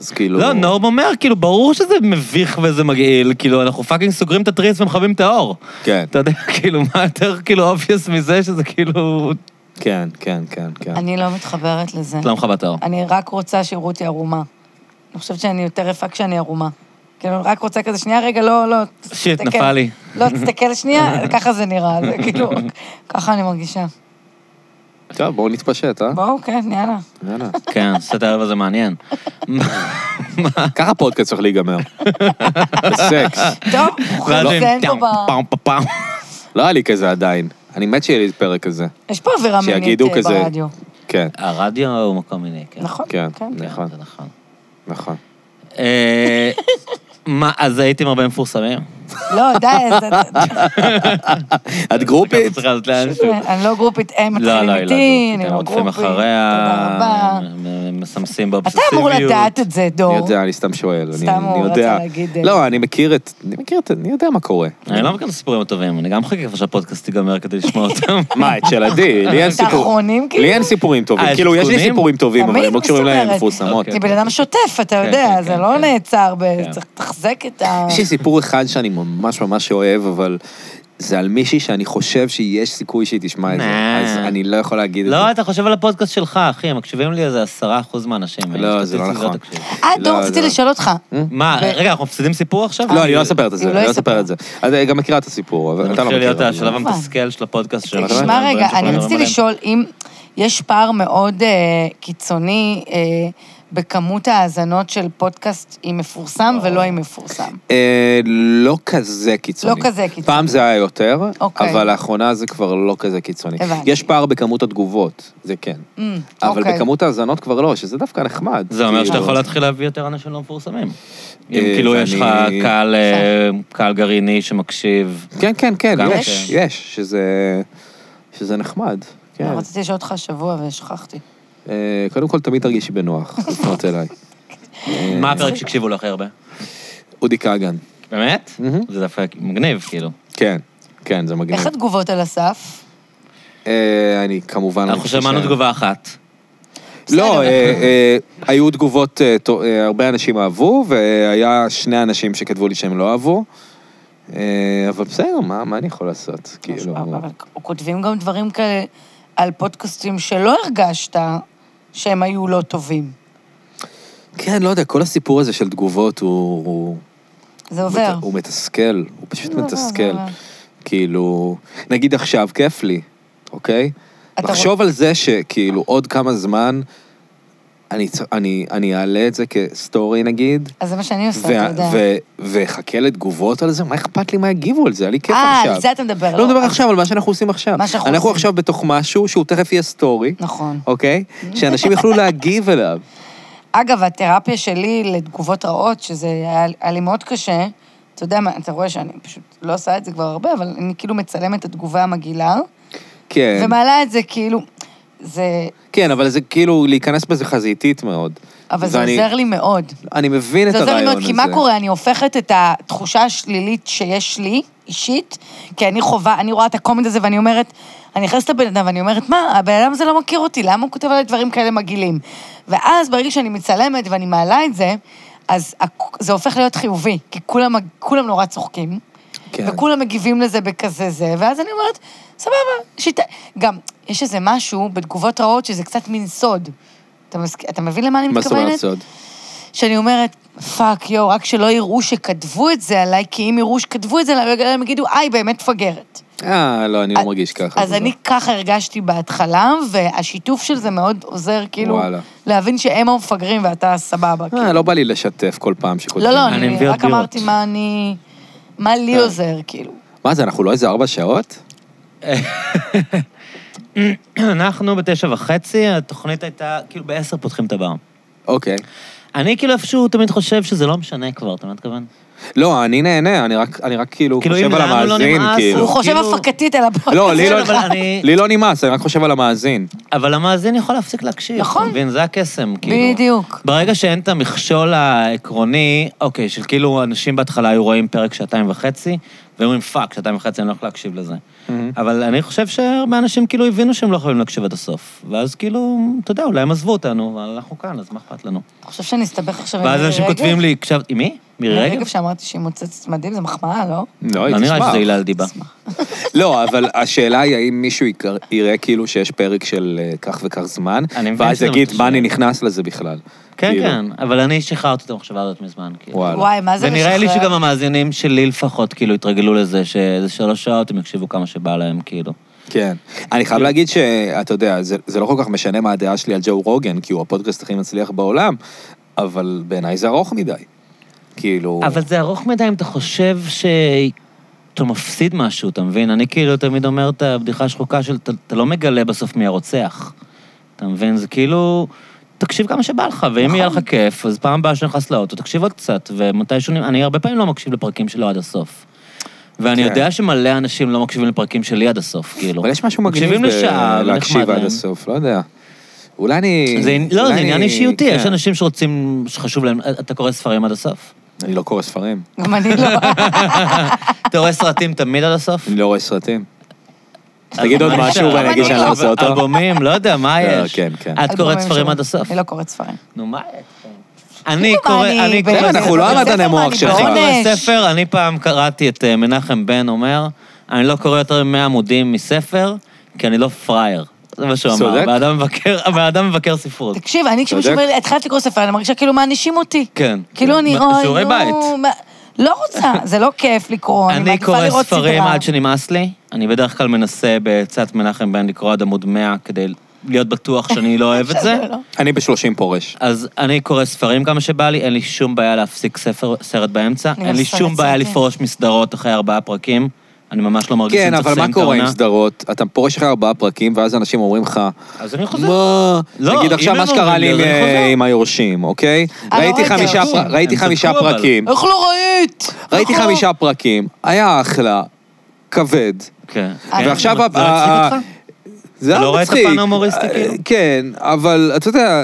A: אז כאילו...
C: לא, נורם אומר, כאילו, ברור שזה מביך וזה מגעיל, כאילו, אנחנו פאקינג סוגרים את התריס ומכבים את האור.
A: כן,
C: אתה יודע, כאילו, מה יותר כאילו אובייס מזה שזה כאילו...
A: כן, כן, כן, כן.
B: אני לא מתחברת לזה.
C: את לא מכבה את האור.
B: אני רק רוצה שיראו אותי ערומה. אני חושבת שאני יותר יפה כשאני ערומה. כאילו, רק רוצה כזה, שנייה, רגע, לא, לא.
C: שיט,
B: תסתכל.
C: נפל לי.
B: לא, תסתכל שנייה, ככה זה נראה, זה כאילו, ככה אני מרגישה.
A: טוב, בואו נתפשט, אה?
B: בואו, כן, יאללה.
A: יאללה.
C: כן, סט הערב הזה מעניין.
B: כן,
A: ככה פודקאסט צריך להיגמר. סקס.
B: טוב,
C: ואז
B: חוזרים
C: הם
B: פה ב-
C: פעם פעם פעם.
A: לא היה לי כזה עדיין. אני מת שיהיה לי פרק כזה.
B: יש פה אווירה מינית
A: שיגידו
B: אה,
A: כזה.
B: ברדיו.
A: כן,
C: הרדיו הוא מקום מיני, כן.
B: נכון?
A: כן,
C: כן,
A: נכון.
C: זה נכון.
A: נכון.
C: אה, מה, אז הייתם הרבה מפורסמים?
B: לא, די, זה-
A: את גרופית?
C: צריכה לעשות לאנשהו.
B: אני לא גרופית, הם
C: לא, לא,
B: מתחילים איתי, אני
C: היא לא גרופית, הם
B: לא
C: רודפים
B: גרופית,
C: אחריה,
B: תודה רבה.
C: הם- הם מסמסים
B: אתה
C: באובססיביות.
B: אמור לדעת את זה,
A: אני
B: דור.
A: יודע, אני סתם שואל. אני-
B: לא. סתם הוא
A: אני
B: רצה
A: יודע.
B: להגיד, אה.
A: לא, אני מכיר את... אני מכיר את... אני יודע מה קורה.
C: אני לא מכיר את הסיפורים הטובים, אני גם מחכה כבר שהפודקאסט ייגמר כדי לשמוע אותם.
A: מה, את של עדי? לי אין
B: את
A: סיפור.
B: האחרונים, כאילו?
A: לי אין סיפורים
C: אה,
A: טובים.
C: יש
A: כאילו, יש לי
C: עדכונים?
A: סיפורים טובים, אבל
B: תמיד,
A: הם לא קשורים
B: מה זאת
A: להם
B: אומרת?
A: מפורסמות.
B: אני בן אדם שוטף, אתה
C: כן,
B: יודע,
C: כן,
B: זה
C: כן,
B: לא
C: כן.
B: נעצר, ב-
C: כן.
B: צריך לתחזק את ה...
A: יש לי סיפור אחד שאני ממש ממש אוהב, אבל זה על מישהי שאני חושב שיש סיכוי שהיא תשמע את זה.
C: נה.
A: אז אני לא יכול להגיד את זה.
C: לא, אתה חושב על הפודקאסט שלך, אחי, הם מקשיבים לי איזה עשרה אחוז מהאנשים.
A: לא,
C: אה,
A: זה לא
C: סטטיסטית
A: נכון.
C: תקשיב.
B: אה, דור,
A: לא,
B: רציתי
A: לא.
B: לשאול אותך.
C: מה, רגע, אנחנו מפסידים סיפור עכשיו?
A: לא, אני לא אספר את זה,
B: הוא לא
A: אני לא
B: יספר.
A: אספר את זה. אז אני גם מכירה את הסיפור, אבל
C: זה
A: אתה לא מכיר.
C: מתחיל להיות
A: אבל-
C: השלב
B: כמובן.
C: המתסכל של הפודקאסט שלנו.
B: תשמע רגע, אני רציתי לשאול אם אה, יש פער מאוד אה, קיצוני אה, בכמות ההאזנות של פודקאסט עם מפורסם ולא עם מפורסם.
A: אה, לא כזה קיצוני.
B: לא כזה קיצוני.
A: פעם זה היה יותר,
B: אוקיי.
A: אבל לאחרונה זה כבר לא כזה קיצוני.
B: הבנתי.
A: יש פער בכמות התגובות, זה כן.
B: Mm,
A: אבל
B: אוקיי.
A: בכמות ההאזנות כבר לא, שזה דווקא נחמד.
C: זה אומר שאתה
A: כאילו.
C: יכול להתחיל להביא יותר אנשים לא מפורסמים. אם
A: אה,
C: כאילו יש לך
A: ואני-
C: קהל, אה, קהל גרעיני שמקשיב.
A: כן, כן, כן,
C: גם
A: יש,
C: כן.
A: יש, שזה- שזה נחמד. כן.
B: לא, רציתי לשאול אותך השבוע ושכחתי.
A: אה, קודם כל, תמיד תרגישי בנוח לפנות אליי. אה,
C: מה הפרק שהקשיבו לו הכי הרבה?
A: אודי כגן.
C: באמת?
A: מהמם.
C: זה דווקא מגניב, כאילו.
A: כן, כן, זה מגניב.
B: איך התגובות על הסף?
A: אה, אני כמובן...
C: אנחנו
A: חושב
C: שמענו
A: ש-
C: תגובה אחת.
A: לא,
B: בסדר,
A: אה, אה, היו תגובות, אה, טו- אה, הרבה אנשים אהבו, והיה שני אנשים שכתבו לי שהם לא אהבו. אה, אבל בסדר, מה מה אני יכול לעשות? כאילו...
B: אבל כותבים גם דברים כאלה על פודקאסטים שלא הרגשת שהם היו לא טובים.
A: כן, לא יודע, כל הסיפור הזה של תגובות הוא... הוא-
B: זה עובר.
A: מת- הוא מתסכל, הוא פשוט
B: זה עובר, זה
A: מתסכל.
B: עובר.
A: כאילו, נגיד עכשיו כיף לי, אוקיי?
B: אתה
A: לחשוב על זה שכאילו עוד כמה זמן אני צ- אני אני אעלה את זה כסטורי נגיד,
B: אז זה מה שאני עושה, אתה
A: וה-
B: יודע.
A: ו- ואחכה לתגובות על זה, מה אכפת לי מה יגיבו על זה? היה לי כיף
B: אה,
A: עכשיו.
B: על זה אתה מדבר.
A: לא מדבר עכשיו על מה שאנחנו עושים עכשיו.
B: מה שאנחנו
A: אנחנו
B: עושים.
A: עכשיו בתוך משהו שהוא תכף יהיה סטורי,
B: נכון.
A: אוקיי? שאנשים יוכלו להגיב אליו.
B: אגב, התרפיה שלי לתגובות רעות, שזה היה, היה לי מאוד קשה, אתה יודע מה, אתה רואה שאני פשוט לא עושה את זה כבר הרבה, אבל אני כאילו מצלמת את התגובה המגעילה,
A: כן.
B: ומעלה את זה כאילו, זה...
A: כן, אבל זה כאילו להיכנס בזה חזיתית מאוד.
B: אבל זה
A: ואני-
B: עוזר לי מאוד.
A: אני מבין את
B: זה
A: הרעיון הזה.
B: עוזר לי מאוד, כי מה קורה? אני הופכת את התחושה השלילית שיש לי, אישית, כי אני חווה, אני רואה את הקומד הזה ואני אומרת, אני נכנסת לבן אדם ואני אומרת, מה, הבן אדם הזה לא מכיר אותי, למה הוא כותב עלי דברים כאלה מגעילים? ואז ברגע שאני מצלמת ואני מעלה את זה, אז הכ- זה הופך להיות חיובי, כי כולם, כולם נורא צוחקים.
A: כן.
B: וכולם מגיבים לזה בכזה זה, ואז אני אומרת, סבבה, שיטה. גם, יש איזה משהו בתגובות רעות שזה קצת מין סוד. אתה, מסק... אתה מבין למה אני
A: מה
B: מתכוונת?
A: זאת אומרת סוד?
B: שאני אומרת, פאק, יואו, רק שלא יראו שכתבו את זה עליי, כי אם יראו שכתבו את זה עליי, הם יגידו, איי, באמת מפגרת.
A: אה, לא, אני לא מרגיש ככה.
B: אז
A: זה
B: אני
A: לא.
B: ככה הרגשתי בהתחלה, והשיתוף של זה מאוד עוזר, כאילו,
A: וואלה.
B: להבין שהם המפגרים ואתה סבבה. כאילו.
A: אה, לא בא לי לשתף כל פעם
B: לא,
A: שכותבים.
B: לא,
C: אני
B: אני
C: מביא עוד
B: רק אמרתי
C: בירות.
B: מה אני... מה
A: כן.
B: לי עוזר, כאילו.
A: מה זה, אנחנו לא איזה ארבע שעות?
C: אנחנו בתשע וחצי, התוכנית הייתה, כאילו בעשר פותחים את הבר.
A: אוקיי.
C: אני כאילו איפשהו תמיד חושב שזה לא משנה כבר, אתה מבין מה אני מתכוון?
A: לא, אני נהנה, אני רק- אני רק כאילו
C: כאילו, אם
A: חושב על
C: לנו לא
A: המאזין,
C: נמאס,
B: הוא
A: כאילו.
C: הוא
B: חושב
C: כאילו-
B: הפקתית על הפודקאסט.
A: לא, לי
C: כן,
A: לא-
C: אבל אני-
A: לי לא נמאס, אני רק חושב על המאזין.
C: אבל המאזין יכול להפסיק להקשיב.
B: נכון.
C: אתה מבין? זה הקסם, כאילו.
B: בדיוק.
C: ברגע שאין את המכשול העקרוני, אוקיי, של כאילו אנשים בהתחלה היו רואים פרק שעתיים וחצי, והם אומרים, פאק, שעתיים וחצי אני לא יכול להקשיב לזה. אבל אני חושב שהרבה אנשים כאילו הבינו שהם לא יכולים להקשיב עד הסוף. ואז כאילו, אתה יודע, אולי הם עזבו אותנו, אבל אנחנו כאן, אז מה אכפת לנו?
B: אתה חושב שנסתבך עכשיו עם אה, מירי
C: ואז
B: רגב?
C: אנשים כותבים לי, הקשבת, עם מי? מירי רגב?
B: רגב שאמרתי שהיא מוצצת מדהים, זה מחמאה, לא?
A: לא, היא
C: לא נראה לי
A: תשמע.
C: שזה הילה על דיבה.
A: לא, אבל השאלה היא האם מישהו יקר- יראה כאילו שיש פרק של אה, כך וכך זמן,
C: אני מבין
A: ואז
C: שזה
A: יגיד,
C: מתשמע.
A: מה אני נכנס לזה בכלל?
C: כן,
A: כאילו,
C: כן, אבל אני שחררתי את המחשבה הזאת מזמן, כאילו.
A: וואלה.
B: וואי, מה זה
C: ונראה לי
B: משחרר?
C: שגם המאזינים שלי לפחות, כאילו, התרגלו לזה שזה שלוש שעות, הם יקשיבו כמה שבא להם, כאילו.
A: כן. אני חייב להגיד שאתה יודע, זה, זה לא כל כך משנה מה הדעה שלי על ג'ו רוגן, כי הוא הפודקאסט הכי מצליח בעולם, אבל בעיניי זה ארוך מדי. כאילו...
C: אבל זה ארוך מדי אם אתה חושב ש... אתה מפסיד משהו, אתה מבין? אני כאילו תמיד אומר את הבדיחה השחוקה של "אתה- אתה לא מגלה בסוף מי הרוצח. אתה מבין? זה כאילו... תקשיב כמה שבא לך,
A: נכון.
C: ואם יהיה לך כיף, אז פעם הבאה שנכנס לאוטו, תקשיב עוד קצת, ומתישהו... נ- אני הרבה פעמים לא מקשיב לפרקים שלו עד הסוף. ואני
A: כן.
C: יודע שמלא אנשים לא מקשיבים לפרקים שלי עד הסוף, כאילו.
A: אבל יש משהו מגניב
C: מקשיבים
A: ב-
C: לשעה, ונחמד
A: להקשיב עד
C: להם.
A: הסוף, לא יודע. אולי אני...
C: זה, לא,
A: אולי
C: זה
A: אני-
C: עניין אישיותי,
A: כן.
C: יש אנשים שרוצים, שחשוב להם, אתה קורא ספרים עד הסוף?
A: אני לא קורא ספרים,
B: גם אני לא.
C: אתה רואה סרטים תמיד עד הסוף?
A: אני לא רואה סרטים. תגיד עוד
C: מה
A: משהו
C: נשאר?
A: ואני אגיד שאני לא עושה אותו.
C: אלבומים, לא יודע, מה
A: לא,
C: יש?
A: כן, כן.
C: את קוראת ספרים עד הסוף?
B: אני לא קוראת ספרים.
C: נו, מה יש? אני קורא,
B: אני
C: אני
B: בבית
C: קורא...
B: ספר,
A: אנחנו לא
B: בבית
A: המדעני
B: ספר,
A: מוח
B: אני
A: שלך.
C: אני
B: בעונש.
C: קורא ספר, אני פעם קראתי את אה, מנחם בן אומר, אני לא קורא יותר מ-100 עמודים מספר, כי אני לא פראייר. זה מה שהוא אמר.
A: צודק.
C: הבן אדם מבקר- הבן אדם מבקר ספרות.
B: תקשיב, אני כשמישהו
A: צודק.
B: אומר לי, התחלת לקרוא ספר, אני מרגישה כאילו מענישים אותי.
C: כן.
B: כאילו אני,
C: מה-
B: אוי, נו...
C: שיעורי בית.
B: מה- לא רוצה, זה לא כיף לקרוא, אני
C: אני
B: מעדיפה
C: קורא
B: לראות סדרה.
C: ספרים עד שנמאס לי. אני בדרך כלל מנסה בעצת מנחם בן לקרוא עד עמוד 100 כדי להיות בטוח שאני לא אוהב את זה.
A: אני בשלושים פורש.
C: אז אני קורא ספרים כמה שבא לי, אין לי שום בעיה להפסיק ספר, סרט באמצע,
B: אני
C: אין לי
B: עושה
C: שום
B: את זה,
C: בעיה
B: כן.
C: לפרוש מסדרות אחרי ארבעה פרקים, אני ממש לא מרגיש
A: כן,
C: שאני צריך
A: אבל מה
C: לסיים את
A: קורה עם
C: העונה.
A: סדרות? אתה פורש אחרי ארבעה פרקים, ואז אנשים אומרים לך,
C: אז אני חוזר.
A: מה?
C: לא,
A: נגיד
C: אם
A: עכשיו
C: הם
A: מה שקרה
C: אומרים
A: לי
C: לי, אז אני
A: עם- אה,
C: חוזר.
A: עם היורשים, אוקיי?
B: אה,
A: ראיתי
B: לא ראיתי
A: חמישה
B: היורשים.
A: פר- ראיתי
C: הם צדקו,
A: חמישה
C: אבל.
A: פרקים.
B: איך לא ראית?
A: ראיתי
B: איך
C: נכון.
B: לא?
A: חמישה פרקים, היה אחלה, כבד.
C: כן.
A: ועכשיו ה-
C: זה לא הצחיק
A: ה-
C: אותך?
A: זה היה
C: לא רואה את
A: מצחיק.
C: הפן ההומוריסטי, כאילו?
A: כן, אבל אתה יודע,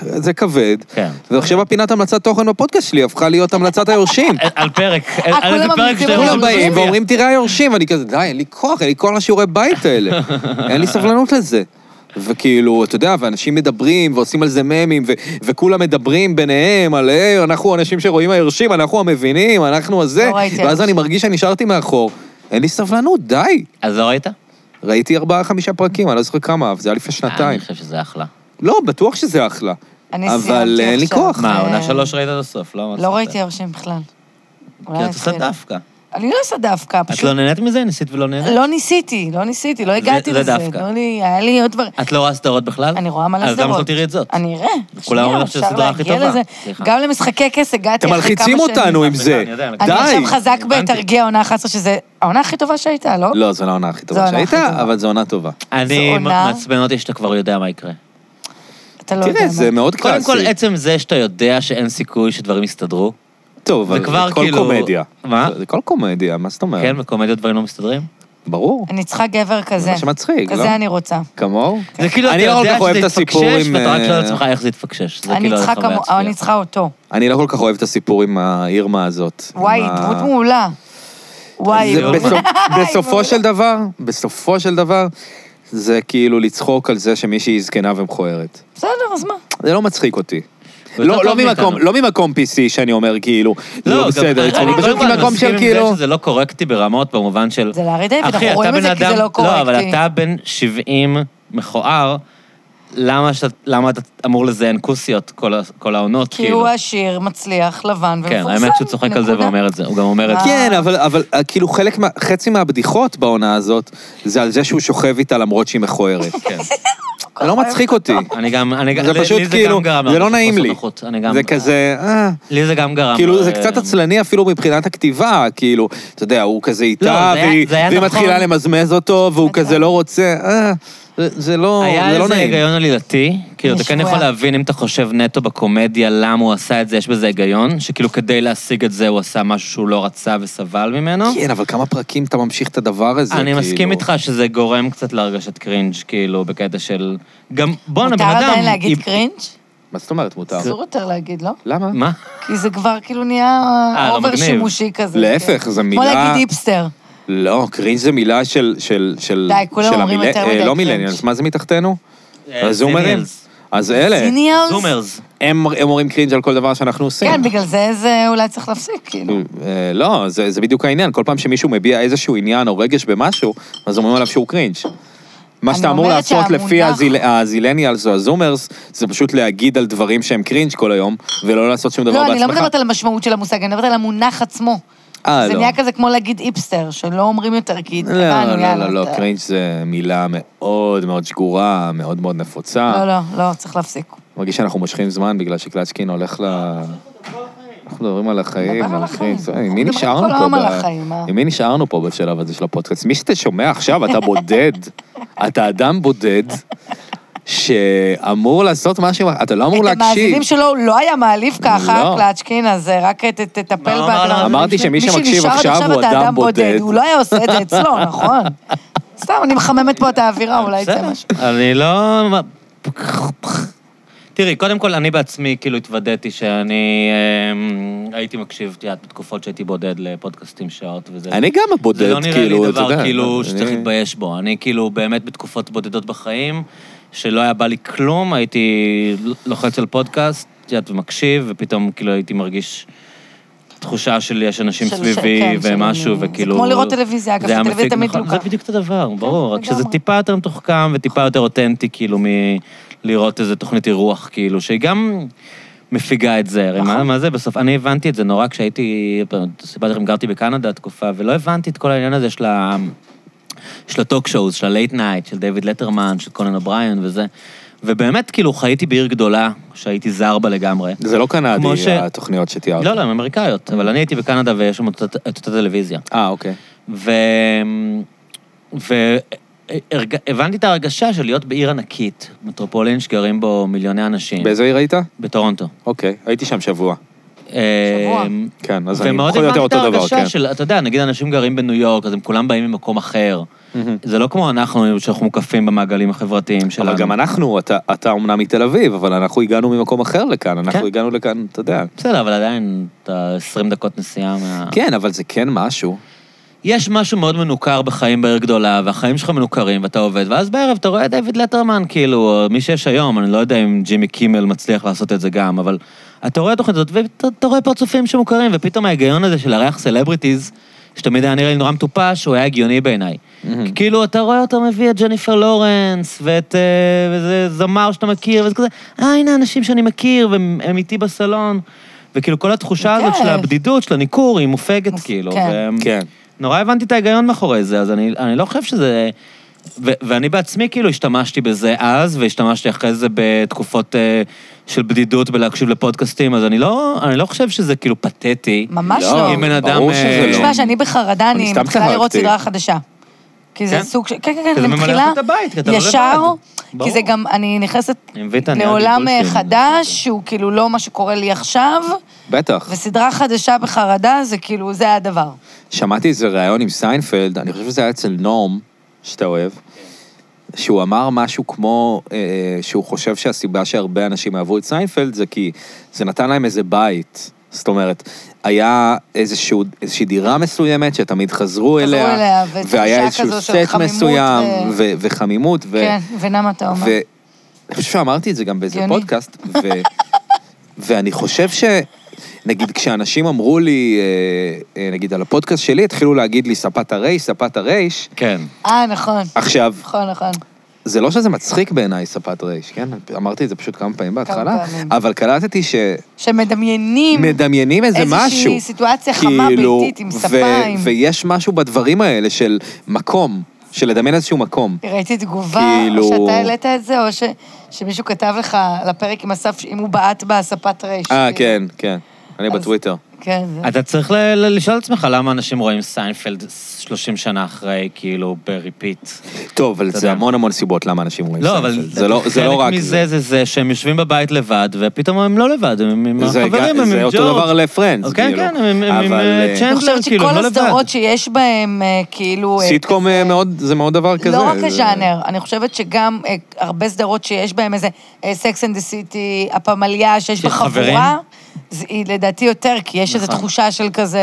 A: זה כבד.
C: כן.
A: ועכשיו הפינת המלצת תוכן בפודקאסט שלי הפכה להיות המלצת היורשים.
C: על פרק, על איזה
B: אה, כולם ממליצים
C: פרק לא שאתם
A: כולם
B: על היורשים.
A: באים ואומרים, תראה היורשים, ואני כזה, די, אין לי כוח, אין לי כוח לשיעורי בית האלה. אין לי סבלנות לזה. וכאילו, אתה יודע, ואנשים מדברים, ועושים על זה ממים, ו- וכולם מדברים ביניהם על, היי, אנחנו אנשים שרואים הירשים, אנחנו המבינים, אנחנו הזה,
B: לא ראיתי
A: ואז
B: הירשים.
A: אני מרגיש שנשארתי מאחור. אין לי סבלנות, די.
C: אז לא ראית?
A: ראיתי ארבעה, חמישה פרקים, אני לא זוכר כמה, אבל זה היה לפני שנתיים.
C: אני חושב שזה אחלה. לא,
A: לא, בטוח שזה אחלה.
B: אני
A: אבל
B: סיימתי
A: אין לי
B: עכשיו.
A: כוח.
C: מה,
B: אה,
C: עונה שלוש ראית עד הסוף, לא?
B: לא ראיתי הרשים בכלל. אולי
C: כי את עושה
B: נתחיל.
C: דווקא.
B: אני לא עושה דווקא,
C: את
B: פשוט...
C: לא נהנית מזה? ניסית ולא נהנית?
B: לא ניסיתי, לא ניסיתי, לא הגעתי
C: זה
B: לזה.
C: דווקא.
B: לא לי- היה לי עוד דברים.
C: את לא רואה סדרות בכלל?
B: אני רואה מלא סדרות.
C: אז למה לא תראי את זאת?
B: אני אראה.
C: כולם אומרים
B: שנייה,
C: שזו הסדרה
B: אפשר
C: הכי
B: להגיע
C: טובה.
B: לזה.
C: סליחה.
B: גם למשחקי כס הגעתי
A: אתם
B: אחרי כמה שנים.
A: מלחיצים אותנו עם זה.
C: אני יודע, אני
B: אני
C: יודע.
A: די.
B: עכשיו חזק
C: הבנתי.
B: בתרגיע עונה 11, שזה העונה הכי טובה שהייתה, לא?
A: לא, זו לא העונה הכי
B: זו
A: טובה
B: העונה הכי
A: שהייתה,
B: טובה.
A: אבל זו עונה טובה.
C: אני,
B: זו עונה.
C: מעצבן אותי שאתה כבר יודע מה יקרה.
B: אתה לא יודע
A: תראה,
B: מה.
A: זה מאוד
C: קודם
A: קלאסי.
C: כל, עצם זה שאתה יודע שאין סיכוי שדברים יסתדרו,
A: טוב,
C: זה
A: אבל
C: כבר
A: זה כל
C: כאילו-
A: קומדיה.
C: מה?
A: זה כל קומדיה, מה זאת אומרת?
C: כן, בקומדיות דברים לא מסתדרים?
A: כן. ברור.
B: אני צריכה גבר כזה.
A: זה מה שמצחיק, לא?
B: כזה אני רוצה.
A: כמוהו?
C: זה כאילו, אתה
A: אני לא כל
C: יודע
A: כך אוהב
C: שזה
A: את הסיפור
C: יתפקשש,
A: עם,
C: ואתה רק לא שואל את
A: אה,
C: עצמך איך זה יתפקשש. זה
B: אני
C: כאילו
B: צריכה
C: הרחבה
B: כמו...
C: הצפייה.
B: אני צריכה אותו.
A: אני לא כל כך אוהב את הסיפור עם האירמה הזאת.
B: וואי,
A: עם ה-
B: דמות מעולה. וואי,
A: זה
B: הוא-
A: בסופ- בסופו
B: מעולה.
A: של דבר, בסופו של דבר, זה כאילו לצחוק על זה שמישהי זקנה ומכוערת.
B: בסדר, אז מה?
A: זה לא מצחיק אותי.
C: הוא יותר
A: לא, לא,
C: טוב מאיתנו.
A: ממקום, לא ממקום PC שאני אומר כאילו, לא,
C: גם-
A: בסדר,
C: אני
A: אני פשוט
C: קודם כל
A: ממקום
C: מסכים
A: של
C: עם
A: כאילו,
C: זה שזה לא קורקטי ברמות, במובן של...
B: זה לארי דיוויד, אנחנו
C: אחי, אתה
B: רואים את
C: בן
B: זה כי זה
C: אדם-
B: לא קורקטי.
C: לא, אבל אתה בן 70 מכוער, למה שאת- למה אתה אמור לזיין כוסיות כל ה- כל העונות,
B: כי
C: כאילו?
B: הוא עשיר, מצליח, לבן ומפורסם.
C: כן, האמת שהוא צוחק על זה
B: נקודה.
C: ואומר את זה, הוא גם אומר את זה.
A: כן, אבל, אבל אה, כאילו חלק, מה, חצי מהבדיחות בעונה הזאת, זה על זה שהוא שוכב איתה למרות שהיא מכוערת.
C: כן.
A: זה לא מצחיק אותי.
C: אני גם, אני גם,
A: זה
C: לי-
A: פשוט
C: לי
A: כאילו,
C: גם גרם
A: זה לא
C: להרגשת
A: נעים
C: חוסר
A: לי.
C: נוחות, אני גם,
A: זה כזה, אה,
C: לי זה גם גרם.
A: כאילו זה
C: אה,
A: קצת עצלני אפילו מבחינת הכתיבה, כאילו, אתה יודע, הוא כזה איתה,
C: לא, זה היה-
A: והיא-
C: זה היה
A: והיא
C: נכון.
A: מתחילה למזמז אותו, והוא כזה לא רוצה, אה, זה- זה לא
C: היה
A: זה לא
C: איזה
A: נעים.
C: היגיון עלילתי, כאילו אתה כן
B: משוגע.
C: יכול להבין אם אתה חושב נטו בקומדיה למה הוא עשה את זה, יש בזה היגיון, שכאילו כדי להשיג את זה הוא עשה משהו שהוא לא רצה וסבל ממנו.
A: כן, אבל כמה פרקים אתה ממשיך את הדבר הזה,
C: אני
A: כאילו.
C: מסכים איתך שזה גורם קצת להרגשת קרינג', כאילו, בקטע של... גם, בואנה, בן
B: מותר
C: אדם...
B: עדיין להגיד
C: היא-
B: קרינג'?
A: מה זאת אומרת מותר?
B: אסור יותר להגיד, לא?
A: למה?
C: מה?
B: כי זה כבר כאילו נהיה
C: לא
B: אובר
C: מגניב.
B: שימושי כזה.
A: להפך,
B: כן.
A: זו
B: כמו
A: מילה-
B: להגיד היפסטר.
A: לא, קרינג' זה מילה של... של, של
B: די, כולם
A: של
B: אומרים
A: המילה-
B: יותר
A: אה,
B: מדי כן.
A: לא
B: קרינג'.
A: מילניאלס, מה זה מתחתנו?
C: אה,
A: הזומרים.
C: זיניאלס.
A: אז אלה,
B: סיניאלס?
C: זומרס.
A: הם הם אומרים קרינג' על כל דבר שאנחנו עושים.
B: כן, בגלל זה זה אולי צריך להפסיק, כאילו.
A: אה, לא, זה זה בדיוק העניין, כל פעם שמישהו מביע איזשהו עניין או רגש במשהו, אז אומרים עליו שהוא קרינג'. מה
B: אני
A: שאתה אמור
B: אומרת
A: לעשות לפי
B: שהמונח-
A: הזיל- הזילניאלס או הזומרס, זה פשוט להגיד על דברים שהם קרינג' כל היום, ולא לעשות שום דבר
B: לא,
A: בעצמך.
B: אני לא מדברת על המשמעות של המושג, אני מדברת על המונח עצמו.
A: אה,
B: זה
A: לא.
B: נהיה כזה כמו להגיד היפסטר, שלא אומרים יותר, כי
A: לא,
B: התרגלנו,
A: לא,
B: יאללה,
A: לא, לא,
B: אתה-
A: קרינג' זה מילה מאוד מאוד שגורה, מאוד מאוד נפוצה.
B: לא, לא, לא, צריך להפסיק.
A: מרגיש שאנחנו מושכים זמן בגלל שקלצ'קין הולך ל... אנחנו מדברים על החיים,
B: נדבר על
A: על
B: החיים.
A: החיים. עם מי
B: אנחנו
A: נשארנו
B: מדברים כל היום
A: פה?
B: על
A: ב-
B: החיים, אה?
A: עם מי נשארנו פה בשלב הזה של הפודקאסט? מי שאתה שומע עכשיו, אתה בודד. אתה אדם בודד שאמור לעשות משהו, אתה לא אמור
B: את
A: להקשיב.
B: המאזינים שלו לא היה מעליף ככה,
A: לא.
B: קלצ'קין, אז אה, רק ת-
C: מה
B: תטפל
C: הוא אמר
B: בהגנה.
C: לנו?
A: אמרתי שמי שמקשיב עכשיו הוא אדם בודד.
B: הוא לא היה עושה את זה אצלו, נכון? סתם, אני מחממת פה את האווירה, אולי יצא
C: בסדר.
B: משהו.
C: אני לא... תראי, קודם כל, אני בעצמי כאילו התוודעתי שאני אה, הייתי מקשיב, את יודעת, בתקופות שהייתי בודד לפודקאסטים שעות וזה.
A: אני גם
C: זה
A: הבודד,
C: לא נראה
A: כאילו,
C: לי
A: אתה יודע.
C: דבר כאילו
A: אני-
C: שצריך להתבייש בו. אני כאילו באמת בתקופות בודדות בחיים, שלא היה בא לי כלום, הייתי לוחץ על פודקאסט, את יודעת, ומקשיב, ופתאום כאילו הייתי מרגיש תחושה של יש אנשים
B: של-
C: סביבי
B: כן, של-
C: ומשהו,
B: זה
C: וכאילו...
B: כמו לראות טלוויזיה, אגב,
C: זה היה
B: שהטלוויזיה
C: מפיק,
B: תמיד
C: נכון.
B: דלוקה.
C: זה בדיוק אותו דבר, ברור, רק שזה
B: לגמרי.
C: טיפה יותר מתוחכם וטיפה יותר אותנטי, כאילו, מלראות איזה תוכנית אירוח, כאילו, שהיא גם... מפיגה את זה, הרי מה, מה זה בסוף? אני הבנתי את זה נורא כשהייתי, סיפרתי לכם, גרתי בקנדה תקופה, ולא הבנתי את כל העניין הזה של ה... של הטוק שואוז, של הלייט נייט, של דיוויד לטרמן, של קונן אובריין וזה. ובאמת, כאילו, חייתי בעיר גדולה, שהייתי זר בה לגמרי.
A: זה לא
C: כמו
A: קנדי,
C: ש-
A: התוכניות שתיארת.
C: לא, לא, הן אמריקאיות, אבל אני הייתי בקנדה ויש שם את אותה- את אותה טלוויזיה.
A: אה, אוקיי.
C: ו... והבנתי את ההרגשה של להיות בעיר ענקית, מטרופולין שגרים בו מיליוני אנשים.
A: באיזה עיר היית?
C: בטורונטו.
A: אוקיי, הייתי שם שבוע.
B: שבוע.
C: אמ,
A: כן, אז אני
C: ומאוד
A: פחות או יותר
C: הבנתי את
A: אותו דבר,
C: ההרגשה
A: כן.
C: של, אתה יודע, נגיד אנשים גרים בניו יורק, אז הם כולם באים ממקום אחר. זה לא כמו אנחנו, שאנחנו מוקפים במעגלים החברתיים שלנו.
A: אבל גם אנחנו, אתה, אתה אומנם מתל אביב, אבל אנחנו הגענו ממקום אחר לכאן, אנחנו
C: כן.
A: הגענו לכאן, אתה יודע.
C: בסדר, אבל עדיין, אתה 20 דקות נסיעה מה...
A: כן, אבל זה כן משהו.
C: יש משהו מאוד מנוכר בחיים בעיר גדולה, והחיים שלך מנוכרים, ואתה עובד, ואז בערב אתה רואה את דיוויד לטרמן, כאילו, או מי שיש היום, אני לא יודע אם ג'ימי קימל מצליח לעשות את זה גם, אבל אתה רואה את התוכנית הזאת, ואתה אתה רואה פרצופים שמוכרים, ופתאום ההיגיון הזה של לארח סלבריטיז, שתמיד היה נראה לי נורא מטופש, הוא היה הגיוני בעיניי. כי כאילו, אתה רואה אותו מביא את ג'ניפר לורנס, ואת אה, איזה זמר שאתה מכיר, וזה כזה, אה, הנה האנשים שאני מכיר, והם הם איתי בסלון. וכאילו, כל התחושה הזאת של
B: כן.
C: הבדידות, של הניכור, היא מופגת,
B: מופ-
C: כאילו.
B: כן.
C: ו-
A: כן.
C: נורא הבנתי את ההיגיון מאחורי זה, אז אני, אני לא חושב שזה... ו- ואני בעצמי כאילו השתמשתי בזה אז, והשתמשתי אחרי זה בתקופות אה, של בדידות בלהקשיב לפודקאסטים, אז אני לא, אני לא חושב שזה כאילו פתטי.
B: ממש לא.
C: אם בן אדם... אה,
A: ברור שזה לא.
B: תשמע, שאני בחרדה, אני
A: סתם
B: מתחילה לראות
A: צחקתי.
B: סדרה חדשה. כי זה
C: כן?
B: סוג של... כן, כן, כן,
C: כי זה
B: אני
C: ממלא
B: מתחילה
C: לך את הבית, כי אתה לא
B: ישר,
C: לבד.
B: כי זה
C: ברור.
B: גם, אני נכנסת
C: אני כן, מבין את הנראה
B: לעולם אה,
C: גלגול שלי.
B: חדש, שהוא כאילו לא מה שקורה לי עכשיו,
A: בטח.
B: וסדרה חדשה בחרדה, זה כאילו, זה הדבר.
A: שמעתי איזה ראיון עם סיינפלד, אני חושב שזה היה אצל נורם, שאתה אוהב, שהוא אמר משהו כמו, אה, אה, שהוא חושב שהסיבה שהרבה אנשים אהבו את סיינפלד זה כי זה נתן להם איזה בית. זאת אומרת, היה איזשהו, איזושהי דירה מסוימת שתמיד חזרו אליה,
B: אליה, ותחושה
A: והיה איזשהו
B: כזו של
A: סט
B: חמימות
A: מסוים,
B: ו-
A: ו- וחמימות, ו...
B: כן, מבינה מה אתה אומר.
A: ו- אני חושב שאמרתי את זה גם באיזה
B: הגיוני.
A: פודקאסט, ו... ואני חושב ש... נגיד, כשאנשים אמרו לי, אה, אה, נגיד, על הפודקאסט שלי, התחילו להגיד לי, ספת הרייש, ספת הרייש.
C: כן.
B: אה, נכון.
A: עכשיו,
B: נכון, נכון.
A: זה לא שזה מצחיק בעיניי, ספת רייש, כן? אמרתי את זה פשוט כמה פעמים בהתחלה,
B: פעמים.
A: אבל קלטתי
B: שמדמיינים
A: שמדמיינים איזה משהו.
B: איזושהי סיטואציה חמה
A: כאילו,
B: ביתית עם
A: ו-
B: שפיים.
A: ויש משהו בדברים האלה של מקום, של לדמיין איזשהו מקום.
B: ראיתי תגובה,
A: כאילו-
B: או שאתה העלית את זה, או ש... שמישהו כתב לך על הפרק עם אסף, אם הוא בעט בהספת רייש.
A: אה,
B: כאילו.
A: כן, כן. אני
B: אז-
A: בטוויטר.
B: כן, זה...
C: אתה צריך ל- ל- לשאול את עצמך למה אנשים רואים סיינפלד 30 שנה אחרי, כאילו, בריפיט.
A: טוב, אבל זה
C: יודע.
A: המון המון סיבות למה אנשים רואים
C: לא,
A: סנפלד.
C: אבל
A: זה לא, זה לא רק
C: חלק מזה זה זה שהם יושבים בבית לבד, ופתאום הם לא לבד, הם עם
A: זה
C: החברים,
A: גם-
C: הם עם ג'ורג'.
A: זה אותו דבר לפרנדס,
C: כן,
A: כאילו.
C: כן, הם- הם עם
A: אבל,
C: אה,
A: אה,
C: צ'נדלר,
B: אני חושבת
C: כאילו, הם
B: שכל
C: לא לבד.
B: הסדרות שיש בהן, אה, כאילו... אה,
A: סיטקום
B: כזה-
A: אה, מאוד, זה מאוד דבר כזה.
B: לא רק
A: זה-
B: לז'אנר, אני חושבת שגם אה, הרבה סדרות שיש בהן איזה אה, סקס אנד דה סיטי, הפמליה שיש בה
C: שיש חברים.
B: חבורה, זה- היא לדעתי יותר, כי יש איזו
C: נכון.
B: תחושה של כזה...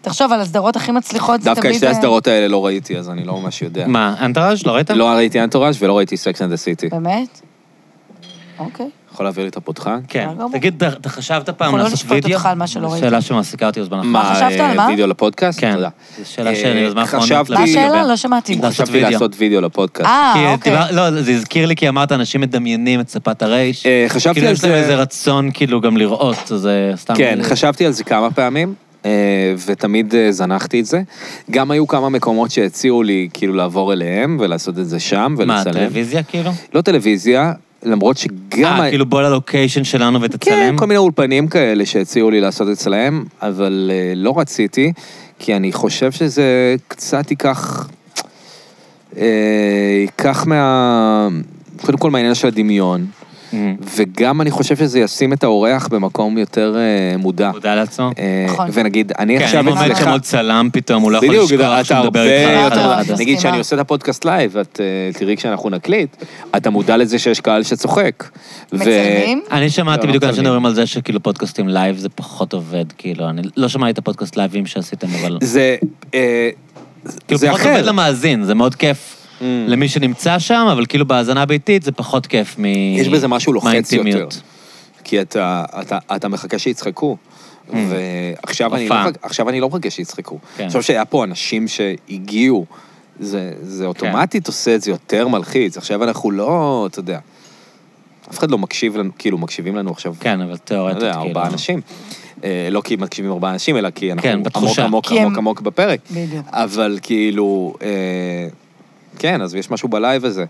B: תחשוב, על הסדרות הכי מצליחות, זה תמיד...
A: דווקא את שתי
B: אה,
A: הסדרות האלה לא ראיתי, אז אני לא ממש יודע.
C: מה, אנטראז' לא ראית?
A: לא ראיתי אנטוראז' ולא ראיתי סקס אנד הסיטי.
B: באמת? אוקיי.
A: יכול להביא לי את הפותחן?
C: כן.
B: בסדר גמור.
C: תגיד, אתה- אתה חשבת פעם
B: אנחנו לא
C: לעשות
B: נשפוט
C: וידאו?
B: אותך על מה שלא
C: זו
B: ראית.
C: שאלה שמעסיקה אותי בזמן האחרון.
B: מה חשבת על
A: אה,
B: מה?
A: וידאו לפודקאסט?
C: כן,
A: תודה.
C: זו שאלה שאני
A: אה,
C: בזמן האחרון...
A: חשבתי-
B: מה השאלה?
C: לגביה.
B: לא שמעתי.
C: אם לעשות
A: חשבתי
C: וידאו.
A: לעשות וידאו לפודקאסט.
C: כי
B: אה, אוקיי.
C: דיבר- לא, זה הזכיר לי כי אמרת, אנשים מדמיינים את ספת הרייש.
A: אה, חשבתי
C: כאילו,
A: על
C: יש להם
A: זה-
C: איזה רצון כאילו גם לראות, אז אה, סתם...
A: כן,
C: אה,
A: חשבתי על זה כמה פעמים, אה, ותמיד אה, זנחתי את זה. גם היו כמה מקומות שהציעו לי כאילו לעבור אליהם ולעשות את זה שם
C: מה,
A: ולצלם.
C: טלוויזיה כאילו?
A: לא טלוויזיה, למרות שגם...
C: אה, כאילו בוא ללוקיישן שלנו
A: כן,
C: ותצלם?
A: כל מיני אולפנים כאלה שהציעו לי לעשות אצלהם, אבל אה, לא רציתי, כי אני חושב שזה קצת ייקח... אה, ייקח מה... קודם כל מהעניין של הדמיון,
C: אה,
A: וגם אני חושב שזה ישים את האורח במקום יותר אה, מודע.
C: מודע לעצמו?
A: אה,
B: נכון.
A: ונגיד, אני
C: כן,
A: עכשיו
C: אם עומד שם עוד צלם פתאום, הוא לא יכול
A: בדיוק,
C: לשכוח
A: אתה
C: שהוא מדבר
A: הרבה
C: איתך.
B: אחד על
A: יותר...
B: אחד.
A: נגיד
B: מסכימה.
A: שאני עושה את הפודקאסט לייב, את אה, תראי כשאנחנו נקליט, אתה מודע לזה שיש קהל שצוחק. ו-
B: מצלמים?
C: אני
A: לא,
C: שמעתי
A: לא
C: בדיוק אנשים
A: מצלמים.
C: מדברים על זה שכאילו פודקאסטים לייב זה פחות עובד, כאילו, אני לא שמעתי את הפודקאסט לייבים שעשיתם, אבל...
A: זה... אה,
C: כאילו,
A: זה
C: פחות עובד
A: אחר. Mm.
C: למאזין, זה מאוד כיף למי שנמצא שם, אבל כאילו בהאזנה ביתית זה פחות כיף מ...
A: יש בזה משהו לוחץ יותר.
C: מהאינטימיות.
A: כי אתה, אתה, אתה מחכה שיצחקו. ועכשיו אני, לא,
C: הופעה.
A: מחכה- עכשיו אני לא מחכה שיצחקו.
C: Hmm. כן.
A: עכשיו שהיה פה אנשים שהגיעו, זה, זה אוטומטית עושה את זה יותר מלחיץ. עכשיו אנחנו לא, אתה יודע, אף אחד לא מקשיב לנו, כאילו מקשיבים לנו עכשיו,
C: כן, אבל
A: לא
C: תיאורטית,
A: יודע,
C: כאילו.
A: ארבעה אנשים. אה, לא כי מקשיבים ארבעה אנשים, אלא כי אנחנו
C: כן,
A: עמוק
C: בתחושה.
A: עמוק
B: כי הם-
A: עמוק עמוק בפרק.
B: בדיוק.
A: אבל כאילו, אה, כן, אז יש משהו בלייב הזה.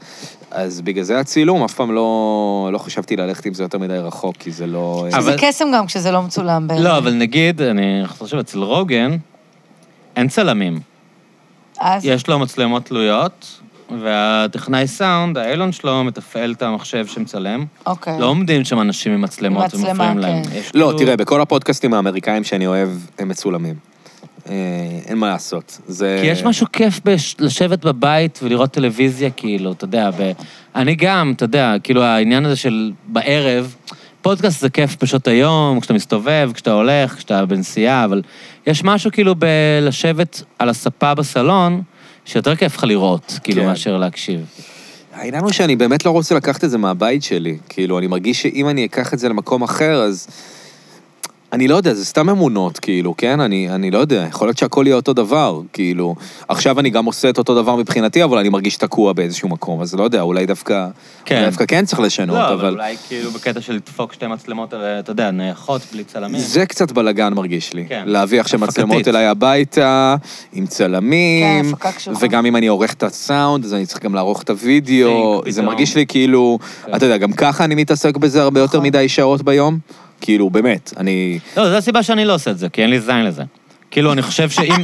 A: אז בגלל זה הצילום, אף פעם לא, לא חשבתי ללכת עם זה יותר מדי רחוק, כי זה לא... אה,
B: שזה
C: אבל-
B: קסם גם כשזה לא מצולם בעיניי.
C: לא, אבל נגיד, אני חושב שאצל רוגן, אין צלמים.
B: אז
C: יש לו מצלמות תלויות, והטכנאי סאונד, האילון שלו, מתפעל את המחשב שמצלם.
B: אוקיי.
C: לא עומדים שם אנשים עם מצלמות
B: מצלמה,
C: ומפריעים להם.
B: כן.
C: יש
A: לא,
C: כאילו-
A: תראה, בכל הפודקאסטים האמריקאים שאני אוהב, הם מצולמים. אה, אין מה לעשות. זה...
C: כי יש משהו כיף בלשבת בבית ולראות טלוויזיה, כאילו, אתה יודע, ב... אני גם, אתה יודע, כאילו, העניין הזה של בערב, פודקאסט זה כיף פשוט היום, כשאתה מסתובב, כשאתה הולך, כשאתה בנסיעה, אבל יש משהו כאילו בלשבת על הספה בסלון, שיותר כיף לך לראות, כאילו,
A: כן.
C: מאשר להקשיב.
A: העניין הוא שאני באמת לא רוצה לקחת את זה מהבית שלי. כאילו, אני מרגיש שאם אני אקח את זה למקום אחר, אז... אני לא יודע, זה סתם אמונות, כאילו, כן? אני, אני לא יודע, יכול להיות שהכל יהיה אותו דבר, כאילו. עכשיו אני גם עושה את אותו דבר מבחינתי, אבל אני מרגיש תקוע באיזשהו מקום, אז לא יודע, אולי דווקא...
C: כן.
A: כן. אולי דווקא כן צריך לשנות,
C: לא, אבל
A: אבל...
C: אולי כאילו בקטע של לדפוק שתי מצלמות, הרי, אתה יודע, נייחות, בלי צלמים.
A: זה קצת בלאגן מרגיש לי.
C: כן.
A: להביא עכשיו מצלמות
C: הפקתית.
A: אליי הביתה, עם
B: כן,
A: צלמים,
B: הפקה קשוחה.
A: וגם אם אני עורך את הסאונד, אז אני צריך גם לערוך את הוידאו.
C: פתאום.
A: זה מרגיש לי כאילו,
C: כן.
A: אתה יודע, גם ככה אני מתעסק בזה הרבה יותר מדי שעות ביום. כאילו, באמת, אני...
C: לא, זו הסיבה שאני לא עושה את זה, כי אין לי זין לזה. כאילו, אני חושב שאם...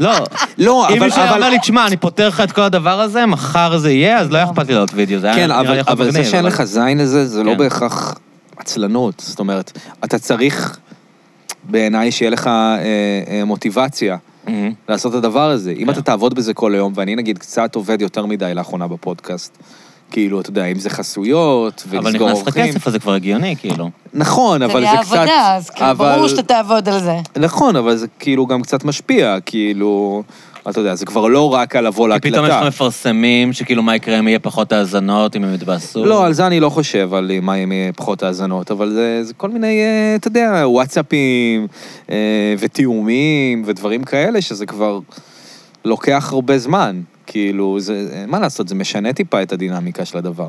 C: לא.
A: לא,
C: אם
A: אבל-
C: מישהו היה
A: אבל-
C: אומר לי, תשמע, אני פותר לך את כל הדבר הזה, מחר זה יהיה, אז לא היה אכפת לי לעלות וידאו. זה היה
A: כן,
C: נראה
A: אבל,
C: לי יכול
A: אבל זה
C: מגניב,
A: שאין
C: אבל-
A: לך זין לזה, זה לא
C: כן.
A: בהכרח עצלנות. זאת אומרת, אתה צריך, בעיניי, שיהיה לך אה, אה, מוטיבציה.
C: מהמם.
A: לעשות את הדבר הזה. אם
C: כן.
A: אתה תעבוד בזה כל היום, ואני נגיד קצת עובד יותר מדי לאחרונה בפודקאסט, כאילו, אתה יודע, אם זה חסויות,
C: אבל
A: ולסגור
C: נכנס לך
A: אורחים.
C: כסף, אז זה כבר הגיוני, כאילו.
A: נכון,
B: זה
A: אבל
B: נהיה
A: זה קצת...
B: עבודה, אז כאילו,
A: אבל-
B: ברור שאתה תעבוד על זה.
A: נכון, אבל זה כאילו גם קצת משפיע, כאילו... אתה יודע, זה כבר לא רק על לבוא
C: כי פתאום יש
A: להקלטה.
C: לך מפרסמים, שכאילו מה יקרה אם יהיה פחות האזנות, אם הם יתבאסו.
A: לא, על זה אני לא חושב, על מה עם אה, פחות האזנות, אבל זה, זה כל מיני, אה, אתה יודע, וואטסאפים אה, ותיאומים ודברים כאלה, שזה כבר לוקח הרבה זמן. כאילו, זה, אה, מה לעשות, זה משנה טיפה את הדינמיקה של הדבר.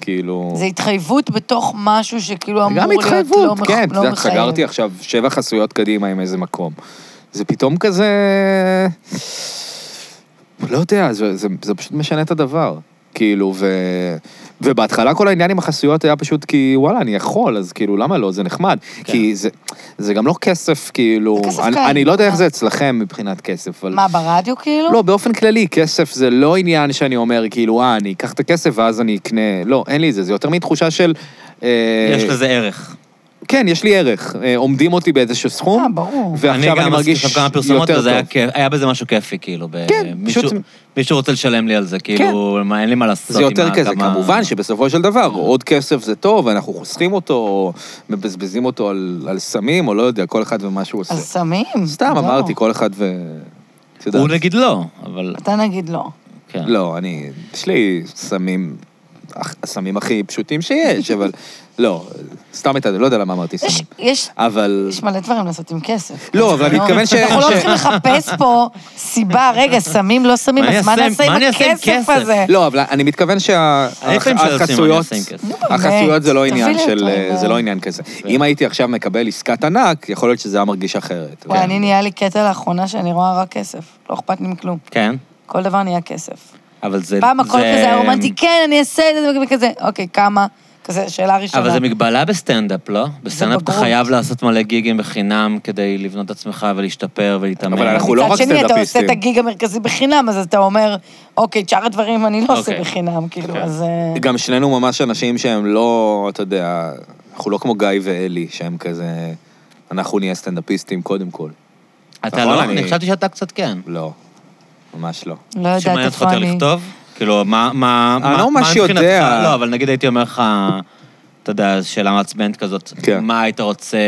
A: כאילו...
B: זה התחייבות בתוך משהו שכאילו אמור
A: גם
B: להיות לא
A: התחייבות,
B: מח-
A: כן,
B: לא
A: את יודעת,
B: מחייב.
A: סגרתי עכשיו שבע חסויות קדימה עם איזה מקום. זה פתאום כזה... לא יודע, זה, זה, זה פשוט משנה את הדבר. כאילו, ו... ובהתחלה כל העניין עם החסויות היה פשוט כי, וואלה, אני יכול, אז כאילו, למה לא? זה נחמד. כן. כי זה, זה גם לא כסף, כאילו...
B: זה כסף
A: אני,
B: קל.
A: אני לא יודע איך זה אצלכם מבחינת כסף, אבל...
B: מה, ברדיו כאילו?
A: לא, באופן כללי, כסף זה לא עניין שאני אומר, כאילו, אה, אני אקח את הכסף ואז אני אקנה... לא, אין לי את זה, זה יותר מתחושה של... אה,
C: יש לזה ערך.
A: כן, יש לי ערך. אה, עומדים אותי באיזשהו סכום.
B: אה, ברור.
C: אני
A: ועכשיו אני
C: גם עשיתי
A: מרגיש
C: עכשיו כמה פרסומות,
A: יותר
C: וזה היה
A: טוב.
C: כיף- היה בזה משהו כיפי, כאילו. ב-
A: כן,
C: מישהו-
A: פשוט- כן.
C: מישהו רוצה לשלם לי על זה, כאילו, מה, אין לי מה לעשות.
A: זה
C: עם
A: יותר כזה,
C: הכמה-
A: כמובן שבסופו של דבר, עוד כסף זה טוב, אנחנו חוסכים אותו, או מבזבזים אותו על על סמים, או לא יודע, כל אחד ומה שהוא עושה.
B: אז סמים.
A: סתם
B: לא.
A: אמרתי, כל אחד ו... את יודעת.
C: הוא נגיד לא, אבל...
B: אתה נגיד לא.
C: כן.
A: לא, אני... יש לי סמים, הח- הסמים הכי פשוטים שיש, אבל... לא, סתם את ה... לא יודע למה אמרתי
B: יש-
A: סמים.
B: יש
A: אבל...
B: יש מלא דברים לעשות עם כסף.
A: לא, אבל אני מתכוון ש-
B: אנחנו לא
A: ש-
B: צריכים לחפש פה סיבה, רגע, סמים, לא סמים,
C: מה אני
B: אז מה
C: אעשה עם-
B: נעשה
C: מה
B: עם
C: אני אעשה עם
B: הכסף
C: כסף?
B: הזה?
A: לא, אבל אני מתכוון
C: אני לפעמים שואל את עצמי מה אני
A: שהחסויות...
C: עושה עם כסף.
A: החסויות זה לא
B: תביא לי אה.
A: עניין
B: אותו,
A: של...
B: אבל-
A: זה לא עניין כזה. אם הייתי עכשיו מקבל עסקת ענק, יכול להיות שזה היה מרגיש אחרת.
B: וואי,
A: כן.
B: אני נהיה לי קטע לאחרונה שאני רואה רק כסף. לא אכפת לי מכלום.
C: כן,
B: כל דבר נהיה כסף.
C: אבל זה...
B: פעם הכל
C: זה-
B: כזה היה רומנטי, כן, אני אעשה את זה וכזה. אוקיי, כמה? כזה, שאלה ראשונה.
C: אבל זה מגבלה בסטנדאפ, לא? בסטנדאפ אתה
B: בגרות.
C: חייב לעשות מלא גיגים בחינם כדי לבנות את עצמך ולהשתפר ולהתאמן.
A: אבל אנחנו
B: מצד
A: לא רק
B: שני, אתה עושה
A: סטנדאפיסטים.
B: את הגיג המרכזי בחינם, אז אתה אומר, אוקיי, את שאר הדברים אני לא עושה
C: אוקיי.
B: בחינם, כאילו, אז... אה,
A: גם שנינו ממש אנשים שהם לא, אתה יודע, אנחנו לא כמו גיא ואלי, שהם כזה... אנחנו נהיה סטנדאפיסטים קודם כל.
C: אתה
A: נכון,
C: לא?
A: אני-
C: אני חשבתי שאתה קת כן.
A: לא, ממש לא.
B: לא יודעת
C: שמעניין אותך
B: איפה
C: יותר
B: אני...
C: לכתוב? כאילו, מה, מה,
A: אני
C: מה,
A: לא
C: מה
A: ממש יודע.
C: מבחינתך- לא, אבל נגיד הייתי אומר לך, אתה יודע, שאלה מעצבנת כזאת,
A: כן.
C: מה היית רוצה,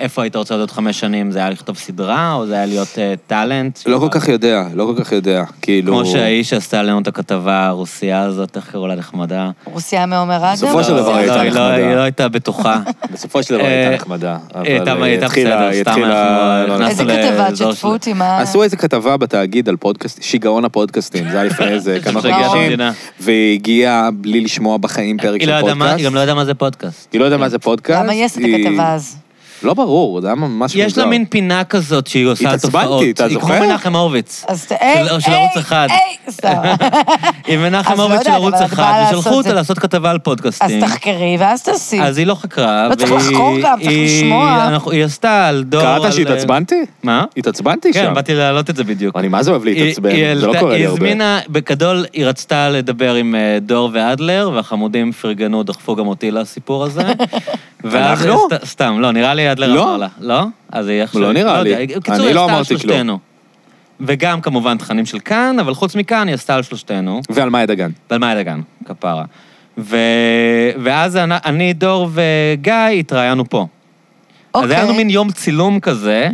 C: איפה היית רוצה להיות עוד חמש שנים, זה היה לכתוב סדרה, או זה היה להיות אה, טאלנט?
A: לא כל כך יודע, לא כל כך יודע. כאילו...
C: כמו שהאיש שעשתה עלינו את הכתבה הרוסיה הזאת, איך קראו לה נחמדה?
B: רוסיה מעומר אדם?
A: בסופו של
B: לא,
A: דבר
B: זה
A: הייתה
C: לא,
B: לא-
C: היא לא-
A: נחמדה.
C: היא לא הייתה בטוחה.
A: בסופו של דבר
C: אה,
A: הייתה נחמדה, אבל
C: הייתה-
A: היא
C: הייתה
A: התחילה...
C: בסדר,
A: היא
C: סתם
A: התחילה-
C: אנחנו-
A: לא,
C: נכנסנו
B: איזה
C: ל-
B: כתבה,
C: לאזור
B: תשתפו
C: של-
B: אותי, מה...
A: עשו איזה כתבה בתאגיד על פודקאסט, שיגעון הפודקאסטים, זה היה לפני איזה כמה
B: שהגיע
A: חודשים,
C: למדינה.
A: והיא הגיעה בלי לשמוע בחיים פרק
C: היא
A: של
C: לא ידעה מה-
A: פודקאסט.
C: היא גם לא כן. ידעה מה זה פודקאסט.
A: היא לא יודעת מה זה פודקאסט.
B: למה יש את
A: היא-
B: הכתבה אז?
A: לא ברור, זה היה ממש מוזר.
C: יש לה מין פינה כזאת שהיא עושה על
A: התעצבנתי,
C: תופעות.
A: אתה
C: היא
A: זוכר?
C: כמו מנחם הורוביץ.
B: אז ת- היי,
C: של- של
B: היי,
C: ערוץ אחד.
B: היי, סתם.
C: היא
B: אז
C: מנחם
B: לא
C: הורוביץ של
B: יודעת,
C: ערוץ
B: אבל את באה
C: אחד,
B: לעשות
C: ושלחו אותה
B: זה.
C: לעשות כתבה על
B: אז
C: פודקאסטים.
B: תחקרי ואז תעשי.
C: אז היא לא חקרה,
B: לא צריך
C: והיא-
B: לחקור גם, צריך
C: היא-
B: לשמוע.
C: אנחנו- היא עשתה על דור... על-
A: קראת שהתעצבנתי?
C: מה?
A: התעצבנתי שם.
C: כן, באתי להעלות את זה בדיוק.
A: אני מה זה אוהב להתעצבן,
C: היא- היא
A: זה לא
C: העלתה-
A: קורה לי
C: היא
A: הרבה.
C: הזמינה, בגדול, היא רצתה לדבר עם אה, דור ואדלר, והחמודים פרגנו, דחפו גם אותי לסיפור הזה. ואז
A: אנחנו?
C: היא עשתה- סתם, לא, נראה לי אדלר
A: לא.
C: אמר לה. לא? אז היא עכשיו...
A: לא נראה לי.
C: יודע, בקיצור,
A: אני
C: היא
A: לא
C: עשתה על
A: אמרתי כלום.
C: שלושתנו. וגם, כמובן, תכנים של כאן, אבל חוץ מכאן, היא עשתה על שלושתנו.
A: ועל מאי דגן.
C: ועל מאי דגן, כפרה. ו... ואז אני, אני, דור וגיא התראיינו פה. אז
B: אוקיי.
C: היה לנו מין יום צילום כזה,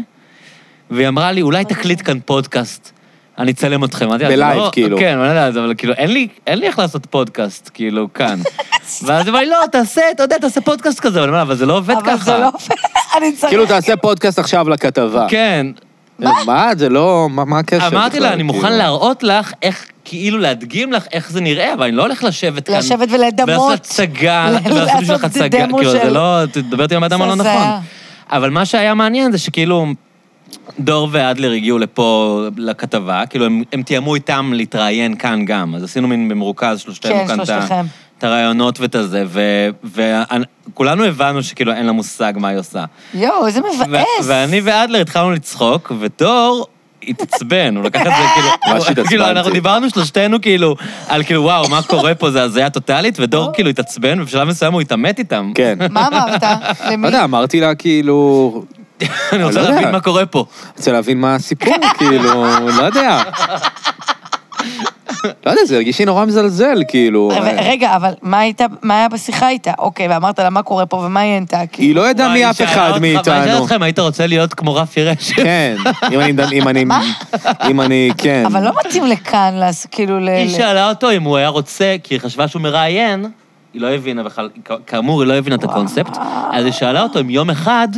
C: והיא אמרה
B: אוקיי.
C: לי, אולי תקליט כאן פודקאסט, אני אצלם אתכם. אמרתי לה,
A: בלייב,
C: "לא,
A: כאילו."
C: כן, אני לא יודעת, אבל כאילו, אין לי, אין לי איך לעשות פודקאסט, כאילו, כאן. ואז היא אמרה לי, לא, תעשה, אתה יודע, תעשה פודקאסט כזה. אבל אני אומר, אבל זה לא עובד ככה.
B: אבל זה לא עובד, אני צריך...
A: כאילו, תעשה פודקאסט עכשיו לכתבה.
C: כן.
A: מה? זה לא... מה- מה הקשר?
C: אמרתי לה,
A: בכלל,
C: אני מוכן
A: כאילו?"
C: להראות לך איך, כאילו להדגים לך איך זה נראה, אבל אני לא הולך לשבת כאן.
B: לשבת ולדמות.
C: ולעשות הצגה,
B: ל-
C: לעשות
B: לעשות
C: בשבילך הצגה.
B: דמו
C: כאילו, זה
B: של-
C: לא, תדברת עם האדם הלא
B: זה- זה
C: נכון.
B: היה.
C: אבל מה שהיה מעניין זה שכאילו, דור ואדלר הגיעו לפה, לכתבה, כאילו, הם, הם תיאמו איתם להתראיין כאן גם, אז עשינו מין במרוכז שלושתנו
B: כן,
C: כאן את ה-
B: שלושתכם.
C: את הרעיונות ואת הזה, וכולנו הבנו שכאילו אין לה מושג מה היא עושה.
B: יואו, איזה
C: ו-
B: מבאס.
C: ואני ואדלר התחלנו לצחוק, ודור התעצבן, הוא לקח את זה כאילו...
A: ממש התעצבנתי.
C: כאילו, אנחנו דיברנו שלושתנו כאילו, על כאילו, וואו, מה קורה פה, זה הזיה טוטאלית, ודור כאילו התעצבן, ובשלב מסוים הוא התעמת איתם.
A: כן.
B: מה אמרת? למי?
A: לא יודע, אמרתי לה, כאילו...
C: אני רוצה
A: לא יודע.
C: להבין מה קורה פה.
A: רוצה להבין מה הסיפור, כאילו, לא יודע. לא יודע, זה הרגיש לי נורא מזלזל, כאילו.
B: ו- רגע, אבל מה הייתה, מה היה בשיחה איתה? אוקיי, ואמרת לה מה קורה פה ומה היא ענתה?
A: היא לא ידעה
C: וואי,
A: מי אף
C: שאלה
A: אחד
C: אותך- מה שאלה
A: מאיתנו.
C: אתכם, היית רוצה להיות כמו רפי רשף?
A: כן, אם אני... אם אני... אם אני... כן.
B: אבל לא מתאים לכאן, לעשות- כאילו, ל...
C: היא
B: ל-
C: שאלה אותו אם הוא היה רוצה, כי היא חשבה שהוא מראיין, היא לא הבינה בכלל, כ- כאמור, היא לא הבינה את הקונספט, אז היא שאלה אותו אם יום אחד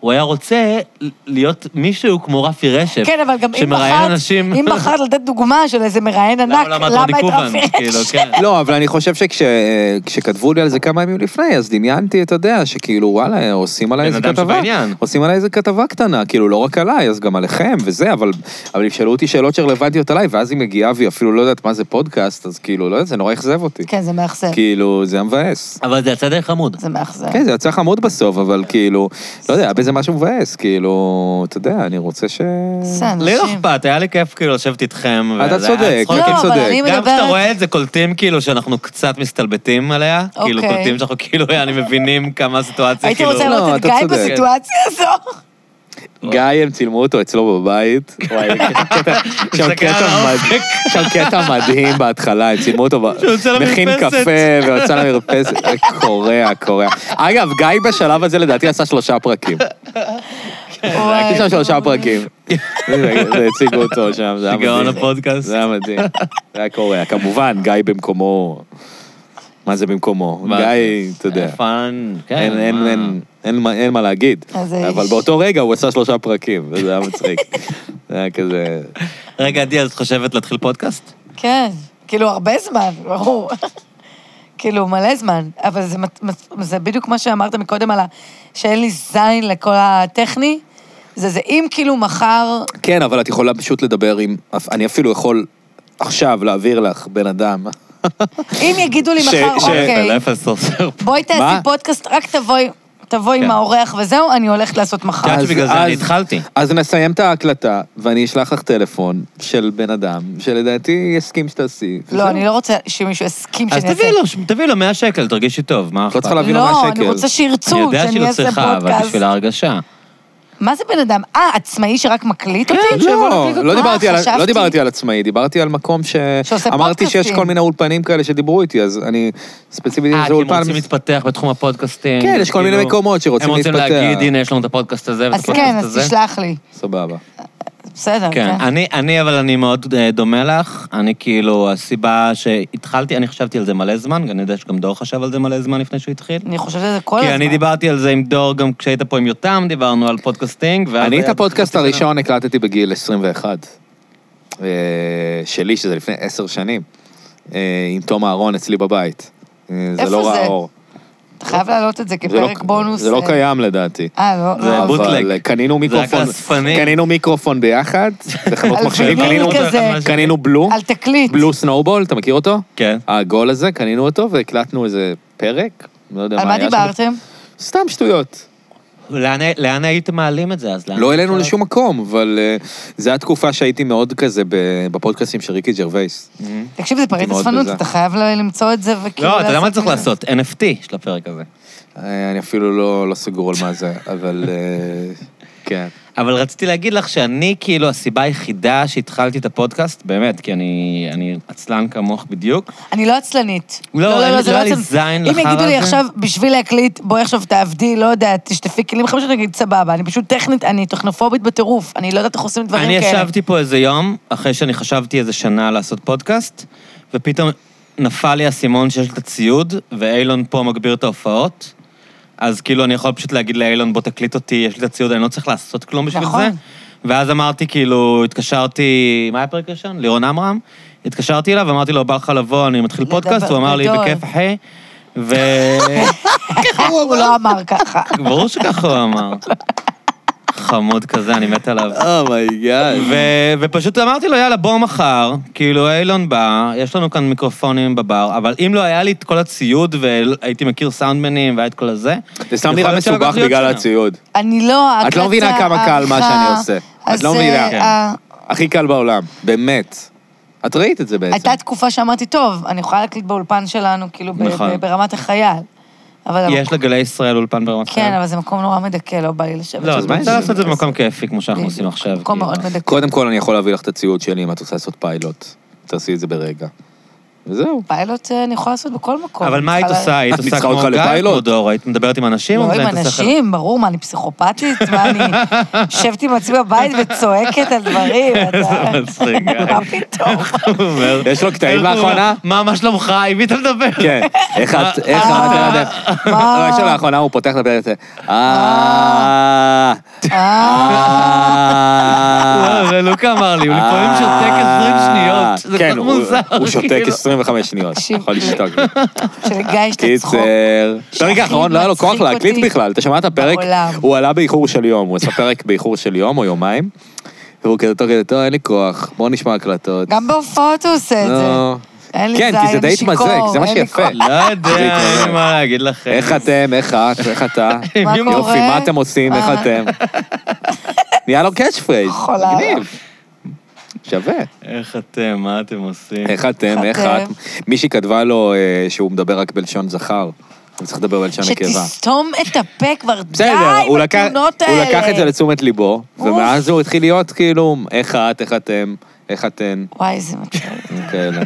C: הוא היה רוצה ל- להיות מישהו כמו רפי רשף,
B: כן, אבל גם אם
C: שמראיין
B: בחרת,
C: אנשים...
B: אם בחרת לתת דוגמה של איזה מראיין ענק,
C: למה למה את רוני
B: למה את
C: קובן?
B: רפי
C: כאילו, כן.
A: לא, אבל אני חושב שכשכתבו לי על זה כמה ימים לפני, אז דמיינתי, אתה יודע, שכאילו, וואלה, עושים עליי
C: בן
A: איזה
C: אדם
A: כתבה.
C: שבעניין.
A: עושים עליי איזה כתבה קטנה, כאילו, לא רק עליי, אז גם עליכם וזה, אבל אבל ישאלו אותי שאלות שרלוונטיות עליי, ואז היא מגיעה והיא אפילו לא יודעת מה זה פודקאסט, אז כאילו, לא יודעת, זה נורא אכזב אותי.
B: כן, זה מאכזב.
A: כאילו, זה היה מבאס.
C: אבל זה יצא די חמוד.
B: זה מאכזב.
A: כן, זה יצא חמוד בסוף, אבל כאילו, לא יודע, היה בזה משהו מבאס, כאילו, אתה יודע, אני רוצה ש...
B: זה אנשים.
C: לי לא אכפת, היה לי כיף כאילו לשבת איתכם.
A: אתה
C: וזה היה
A: צודק,
C: צחוק. כאילו,
A: לא,
B: לא, אבל
A: צודק.
B: אני
C: גם כשאתה
B: מדברת...
C: רואה את זה, קולטים כאילו שאנחנו קצת מסתלבטים עליה. כאילו
B: אוקיי.
C: קולטים שאנחנו כאילו, אני מבינים כמה הסיטואציה
B: הייתי
C: כאילו...
B: רוצה לראות את
A: לא, אתה
B: גיא
A: צודק.
B: בסיטואציה הזו.
A: גיא, הם צילמו אותו אצלו בבית. וואי, קטע- שם
C: מסתכל על
A: קטע
C: האופק.
A: מדהים, שם קטע מדהים בהתחלה, הם צילמו אותו, ב-
C: שהוא יוצא
A: מכין
C: למרפסת.
A: קפה ויוצא למרפסת, קורע, קורע. אגב, גיא בשלב הזה לדעתי עשה שלושה פרקים. יש שם
B: כן.
A: שלושה פרקים. זה הציגו אותו שם, זה היה
C: שיגעון
A: מדהים.
C: הפודקאסט.
A: זה היה מדהים, זה היה קורע. כמובן, גיא במקומו, מה זה במקומו?
C: מה?
A: גיא, אתה יודע.
C: פאן, כן.
A: אין, אין,
C: מה?
A: אין, אין, מה- אין מה להגיד.
B: אז אה, האיש.
A: אבל באותו רגע הוא עשה שלושה פרקים, וזה היה מצחיק. זה היה כזה...
C: רגע, עדי, אז את חושבת להתחיל פודקאסט?
B: כן, כאילו הרבה זמן, ברור. כאילו מלא זמן, אבל זה, מת- מת- זה בדיוק מה שאמרת מקודם על ה... שאין לי זין לכל הטכני, זה זה אם כאילו מחר...
A: כן, אבל את יכולה פשוט לדבר עם... אני אפילו יכול עכשיו להעביר לך בן אדם.
B: אם יגידו לי
A: ש-
B: מחר,
A: ש-
B: אוקיי,
C: אפס סורסר.
B: בואי תעשי
A: מה?
B: פודקאסט, רק תבואי, תבואי
C: כן.
B: עם האורח וזהו, אני הולכת לעשות מחר.
C: את יודעת
A: אז-
C: שבגלל זה אני
A: אז-
C: התחלתי.
A: אז נסיים את ההקלטה, ואני אשלח לך טלפון של בן אדם, שלדעתי יסכים שתעשי. וזהו.
B: לא, אני לא רוצה שמישהו יסכים שאני
C: אז
B: אעשה...
C: תביאי לו, ש- תביאי לו 100 שקל, תרגישי טוב, מה
A: לא
C: אכפת?
A: צריכה להביא לו 100
B: לא,
A: שקל.
B: אני רוצה
C: כאילו. אני
B: שירצו
C: יודע שהיא
B: שאני
C: לא
B: אעשה
C: צריכה, אבל
B: פודקאסט.
C: בשביל ההרגשה.
B: מה זה בן אדם? אה, עצמאי שרק מקליט
C: כן,
B: אותי? כן, שיבוא
A: לא,
B: להקליט אותי?
A: לא דיברתי
B: אה,
A: על-
B: חשבתי-
A: לא דיברתי על עצמאי, דיברתי על מקום ש...
B: שעושה
A: אמרתי שיש
B: פודקאסטים.
A: כל מיני אולפנים כאלה שדיברו איתי, אז אני ספציפית
C: אה,
A: איזה
C: כי הם
A: אולפן...
C: רוצים להתפתח בתחום הפודקאסטים.
A: כן, יש כל
C: כאילו,
A: מיני מקומות שרוצים
C: הם רוצים
A: להתפתח.
C: להגיד, הנה, יש לנו את הפודקאסט הזה ואת
B: אז
C: הפודקאסט
B: כן, אז
C: הזה.
B: תשלח לי.
A: סבבה.
C: אה,
B: בסדר,
C: כן,
B: כן.
C: אני, אני, אבל אני מאוד אה, דומה לך. אני כאילו, הסיבה שהתחלתי, אני חשבתי על זה מלא זמן, אני יודע שגם דור חשב על זה מלא זמן לפני שהוא התחיל.
B: אני חושבת על זה כל הזמן.
C: כי אני דיברתי על זה עם דור, גם כשהיית פה עם יותם, דיברנו על פודקאסטינג. ואז
A: אני את
C: היה- כן.
A: הפודקאסט הראשון הקלטתי בגיל 21. אה, שלי, שזה לפני עשר שנים. אה, עם תום אהרון אצלי בבית. אה, זה
B: איפה
A: לא ראה
B: זה?
A: אור.
B: אתה חייב להעלות את זה
A: זה לא-
B: כפרק בונוס.
A: זה לא
B: אה,
A: קיים לדעתי.
B: אה, לא,
C: זה
B: לא.
C: בוט-
A: אבל
C: bootleg.
A: קנינו
C: זה רק
A: מיקרופון,
C: לאספנים.
A: קנינו מיקרופון ביחד, לחנות
B: על
A: מחשבים,
B: ויניל
A: קנינו-
B: כזה.
A: קנינו בלו,
B: על תקליט.
A: בלו סנואובול, אתה מכיר אותו?
C: כן.
A: הגול הזה, קנינו אותו והקלטנו איזה פרק, לא יודע
B: על
A: מה
B: מה
A: היה שם.
B: דיברתם?
A: סתם שטויות.
C: לאן, לאן הייתם מעלים את זה אז? לאן
A: לא העלינו לשום מקום, אבל אה, זו הייתה תקופה שהייתי מאוד כזה ב- בפודקאסטים של ריקי ג'רווייס.
B: תקשיב, זה פריט
A: מאוד
B: אספנות,
A: בזה.
B: אתה חייב ל- למצוא את זה וכאילו...
C: לא, אתה יודע מה צריך
B: מזה.
C: לעשות? NFT של הפרק הזה.
A: אה, אני אפילו לא- לא סגור על מה זה, אבל... אה, כן.
C: אבל רציתי להגיד לך שאני, כאילו, הסיבה היחידה שהתחלתי את הפודקאסט, באמת, כי אני, אני עצלן כמוך בדיוק,
B: אני לא עצלנית.
C: לא, אין לי-
B: זה
C: לא היה לי
B: עצלנות.
C: זין
B: אם
C: לחרא
B: יגידו לי
C: הזה.
B: עכשיו, בשביל להקליט, בואי עכשיו תעבדי, לא יודעת, תשטפי כלים חמישה, אני אגיד סבבה. אני פשוט טכנית, אני טכנופובית בטירוף. אני לא יודעת איך עושים דברים
C: אני
B: כאלה.
C: ישבתי פה איזה יום, אחרי שאני חשבתי איזה שנה לעשות פודקאסט, ופתאום נפל לי האסימון שיש לי את הציוד, ואילון פה מגביר את ההופעות. אז כאילו, אני יכול פשוט להגיד לאילון, בוא תקליט אותי, יש לי את הציוד, אני לא צריך לעשות כלום בשביל
B: נכון.
C: זה. ואז אמרתי, כאילו, התקשרתי, מה היה הפרק הראשון? לירון עמרם? התקשרתי אליו, אמרתי לו, בא לך לבוא, אני מתחיל
B: לדבר
C: פודקאסט, הוא אמר לי,
B: גדול.
C: בכיף, אחי. ו...
B: הוא לא אמר ככה.
C: ברור שככה הוא אמר. חמוד כזה, אני מת עליו.
A: אומייגאד.
C: ו- ופשוט אמרתי לו, יאללה, בוא מחר, כאילו, אילון בא, יש לנו כאן מיקרופונים בבר, אבל אם לא היה לי את כל הציוד והייתי מכיר סאונדמנים והיה את כל הזה,
A: זה סתם
C: יכול
A: נראה
C: להיות שלקח
A: מסובך
C: לי עוד
A: בגלל
C: שנה.
A: הציוד.
B: אני לא...
A: את לא מבינה
B: ההקלטה,
A: כמה קל מה
B: העריכה.
A: שאני עושה. את
B: אז,
A: לא
B: אה,
A: מבינה.
C: כן.
B: ה-
A: הכי קל בעולם, באמת. את ראית את זה בעצם.
B: הייתה תקופה שאמרתי, טוב, אני יכולה להקליט באולפן שלנו, כאילו, ב-
C: נכון.
B: ב- ברמת החייל. אבל...
C: יש לגלי ישראל אולפן ברמת
B: כן, אבל זה מקום נורא מדכא, לא בא לי לשבת.
C: לא,
B: שם.
C: אז
A: מה
C: רוצה
A: זה?
C: לעשות את זה במקום כיפי, כמו שאנחנו עושים
B: בדיוק,
C: עכשיו.
B: מקום
C: כאילו.
B: מאוד מדכא.
A: קודם כל, אני יכול להביא לך את הציוד שלי אם את רוצה לעשות פיילוט. תעשי את זה ברגע. וזהו.
B: פיילוט אה, אני יכולה לעשות בכל מקום.
C: אבל
B: אני
C: מה היית
B: צריכה לה-
C: עושה? היית
A: את
C: עושה
A: ניצחה
C: כמו
A: אותך
C: גיא
A: לפיילוט?
C: פרודור, היית מדברת עם אנשים?
B: לא,
C: אבל
B: עם
C: היית עושה-
B: אנשים, ברור, מה, אני פסיכופתית? מה, אני יושבת עם עצמי בבית וצועקת על דברים? אתה-
C: זה מצחיק,
A: אה.
C: גיא.
B: מה פתאום?
C: הוא אומר-
A: יש לו קטעים
C: הוא אומר,
A: לאחרונה?
C: מה, מה שלומך? עם מי אתה מדבר?
A: כן, איך את, איך את, לא יודע.
C: אה.
B: מה?
A: לא, יש לו לאחרונה, הוא פותח את הפרק הזה. אה... אה...
C: וואו, ולוקה אמר לי, הוא לפעמים שותק 20 שניות, זה
A: כן,
C: כל כך
A: הוא-
C: מוזר.
A: הוא שותק
C: כאילו.
A: 25 שניות,
B: תקשיב,
A: יכול לשתוק.
B: שלגיא יש את
A: קיצר,
B: הצחוק.
A: פרק
B: שהכי
A: האחרון לא היה לו כוח
B: מצחיק
A: להקליט
B: אותי
A: בכלל, אתה שמעת פרק?
B: בעולם.
A: הוא עלה באיחור של יום, הוא עשה פרק באיחור של יום או יומיים, והוא כזה תוך כדי, טוב, אין לי כוח, בואו נשמע הקלטות.
B: גם בהופעות הוא עושה את זה.
A: נו.
B: אין לי
A: כן,
B: זין,
A: כי זה די
B: אני שיכור,
A: התמזג, זה מה
B: אין לי
A: שיפה.
B: כוח.
C: לא יודע,
A: זה
C: אין
A: התמזל.
C: לי מה להגיד לכם.
A: איך אתם, איך את, איך אתה?
B: מה קורה?
A: יופי, מה אתם עושים, איך
B: אה.
A: אתם? נהיה לו קאץ' פרייז.
B: חולה עליו.
A: שווה.
C: איך אתם, מה אתם עושים?
A: איך אתם,
B: איך
A: איך
B: אתם?
A: את? מישהי כתבה לו אה, שהוא מדבר רק בלשון זכר. הוא צריך לדבר בלשון נקבה.
B: שתסתום את הפה כבר, די
A: אה. בסדר, הוא
B: עם
A: לקח-
B: התלונות
A: הוא
B: האלה.
A: לקח את זה לתשומת ליבו,
B: אוף.
A: ומאז הוא התחיל להיות כאילו, איך את, איך אתם, איך אתן,
B: וואי, זה מצחיק.
A: אה, כאלה.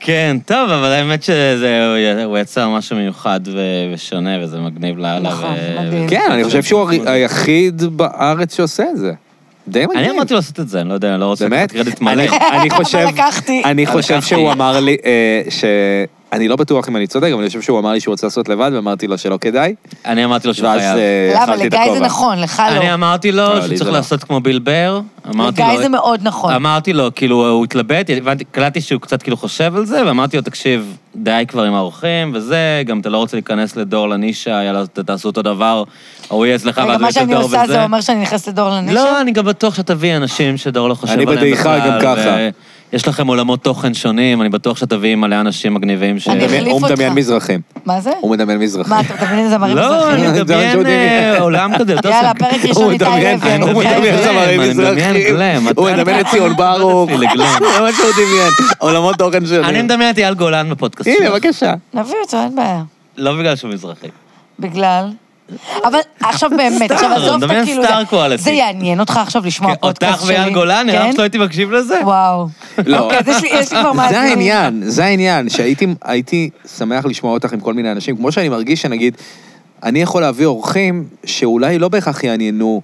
C: כן, טוב, אבל האמת שזה, הוא י- הוא יצר משהו מיוחד ו- ושונה, וזה מגניב לאללה.
B: נכון,
C: ו-
B: מדהים.
A: כן, אני חושב שהוא הרי- היחיד בארץ שעושה את זה. די מגניב.
C: אני אמרתי לו לעשות את זה, אני לא יודע, אני לא רוצה
A: באמת?
C: לקחת קרדיט מלא.
A: אני- אני חושב...
B: אבל לקחתי.
A: אני
C: אבל
A: חושב
C: לקחתי.
A: שהוא אמר לי אה, ש... אני לא בטוח אם אני צודק, אבל אני חושב שהוא אמר לי שהוא רוצה לעשות לבד, ואמרתי לו שלא כדאי,
C: אני אמרתי לו שהוא
A: ואז
C: חייב.
A: אה,
B: למה,
A: אכלתי את הכובע.
B: לגיא זה נכון, לך
C: אני
B: לא.
C: אמרתי לו
A: לא, לי זה
C: שצריך
A: לא.
C: לעשות כמו ביל בר. אמרתי
B: לגיא
C: לו...
B: זה מאוד נכון.
C: אמרתי לו, כאילו, הוא התלבט, הבנתי- קלטתי שהוא קצת כאילו חושב על זה, ואמרתי לו, תקשיב, די כבר עם האורחים וזה, גם אתה לא רוצה להיכנס לדור לנישה, יאללה, ת- תעשו אותו דבר, ההוא יהיה אצלך
B: רגע,
C: ואז הוא
B: מה
C: יהיה
B: שאני
C: לדור וזה.
B: עושה זה אומר שאני נכנסת לדור לנישה?
C: לא, אני גם בטוח שתביא אנשים שדור לא חושב
A: אני
C: עליהם בכלל.
A: בדעיכה גם ככה.
C: ו- יש לכם עולמות תוכן שונים, אני בטוח שתביא מלא אנשים מגניבים ש...
B: אני
A: הוא מדמיין-
B: אחליף
A: הוא מדמיין
B: אותך.
A: מזרחים.
B: מה זה?
A: הוא מדמיין מזרחים.
B: מה, אתה מדמיין זמרים
C: לא,
B: מזרחים?
C: אני
A: זה מה שהוא
C: מדמיין
A: דמיין.
C: אה, עולם כזה, יותר
B: יאללה,
C: סבבה.
B: פרק ראשון
A: הוא
B: איתי
A: מדמיין,
B: לוי, אני
A: הוא מדמיין
C: גלם,
B: חייבת.
A: זמרים
C: אני מדמיין
A: מזרחים.
C: גלם, אתה-
A: הוא מדמיין את ציון ברוך.
C: לא יודעת לי, לגלם.
A: זה מה שהוא דמיין. עולמות תוכן שונים.
C: אני מדמיין את אייל גולן בפודקאסט
A: הנה,
C: שלך.
A: בבקשה.
B: נביא אותו, אין בעיה.
C: לא בגלל שהוא מזרחי.
B: בגלל? אבל עכשיו באמת, עכשיו עזוב את
C: מדמיין
B: כאילו...
C: סטאר
B: זה-
C: קואליטי.
B: זה יעניין אותך עכשיו לשמוע
C: כן, אותך
B: פודקאסט שלי.
C: ויאן גולן, נראה
B: כן?
C: לך שלא הייתי מקשיב לזה?
B: וואו.
A: לא.
B: אוקיי, אז יש לי יש לי כבר
A: זה
B: מאזינים.
A: העניין, זה העניין, שהייתי הייתי שמח לשמוע אותך עם כל מיני אנשים, כמו שאני מרגיש שנגיד, אני יכול להביא אורחים שאולי לא בהכרח יעניינו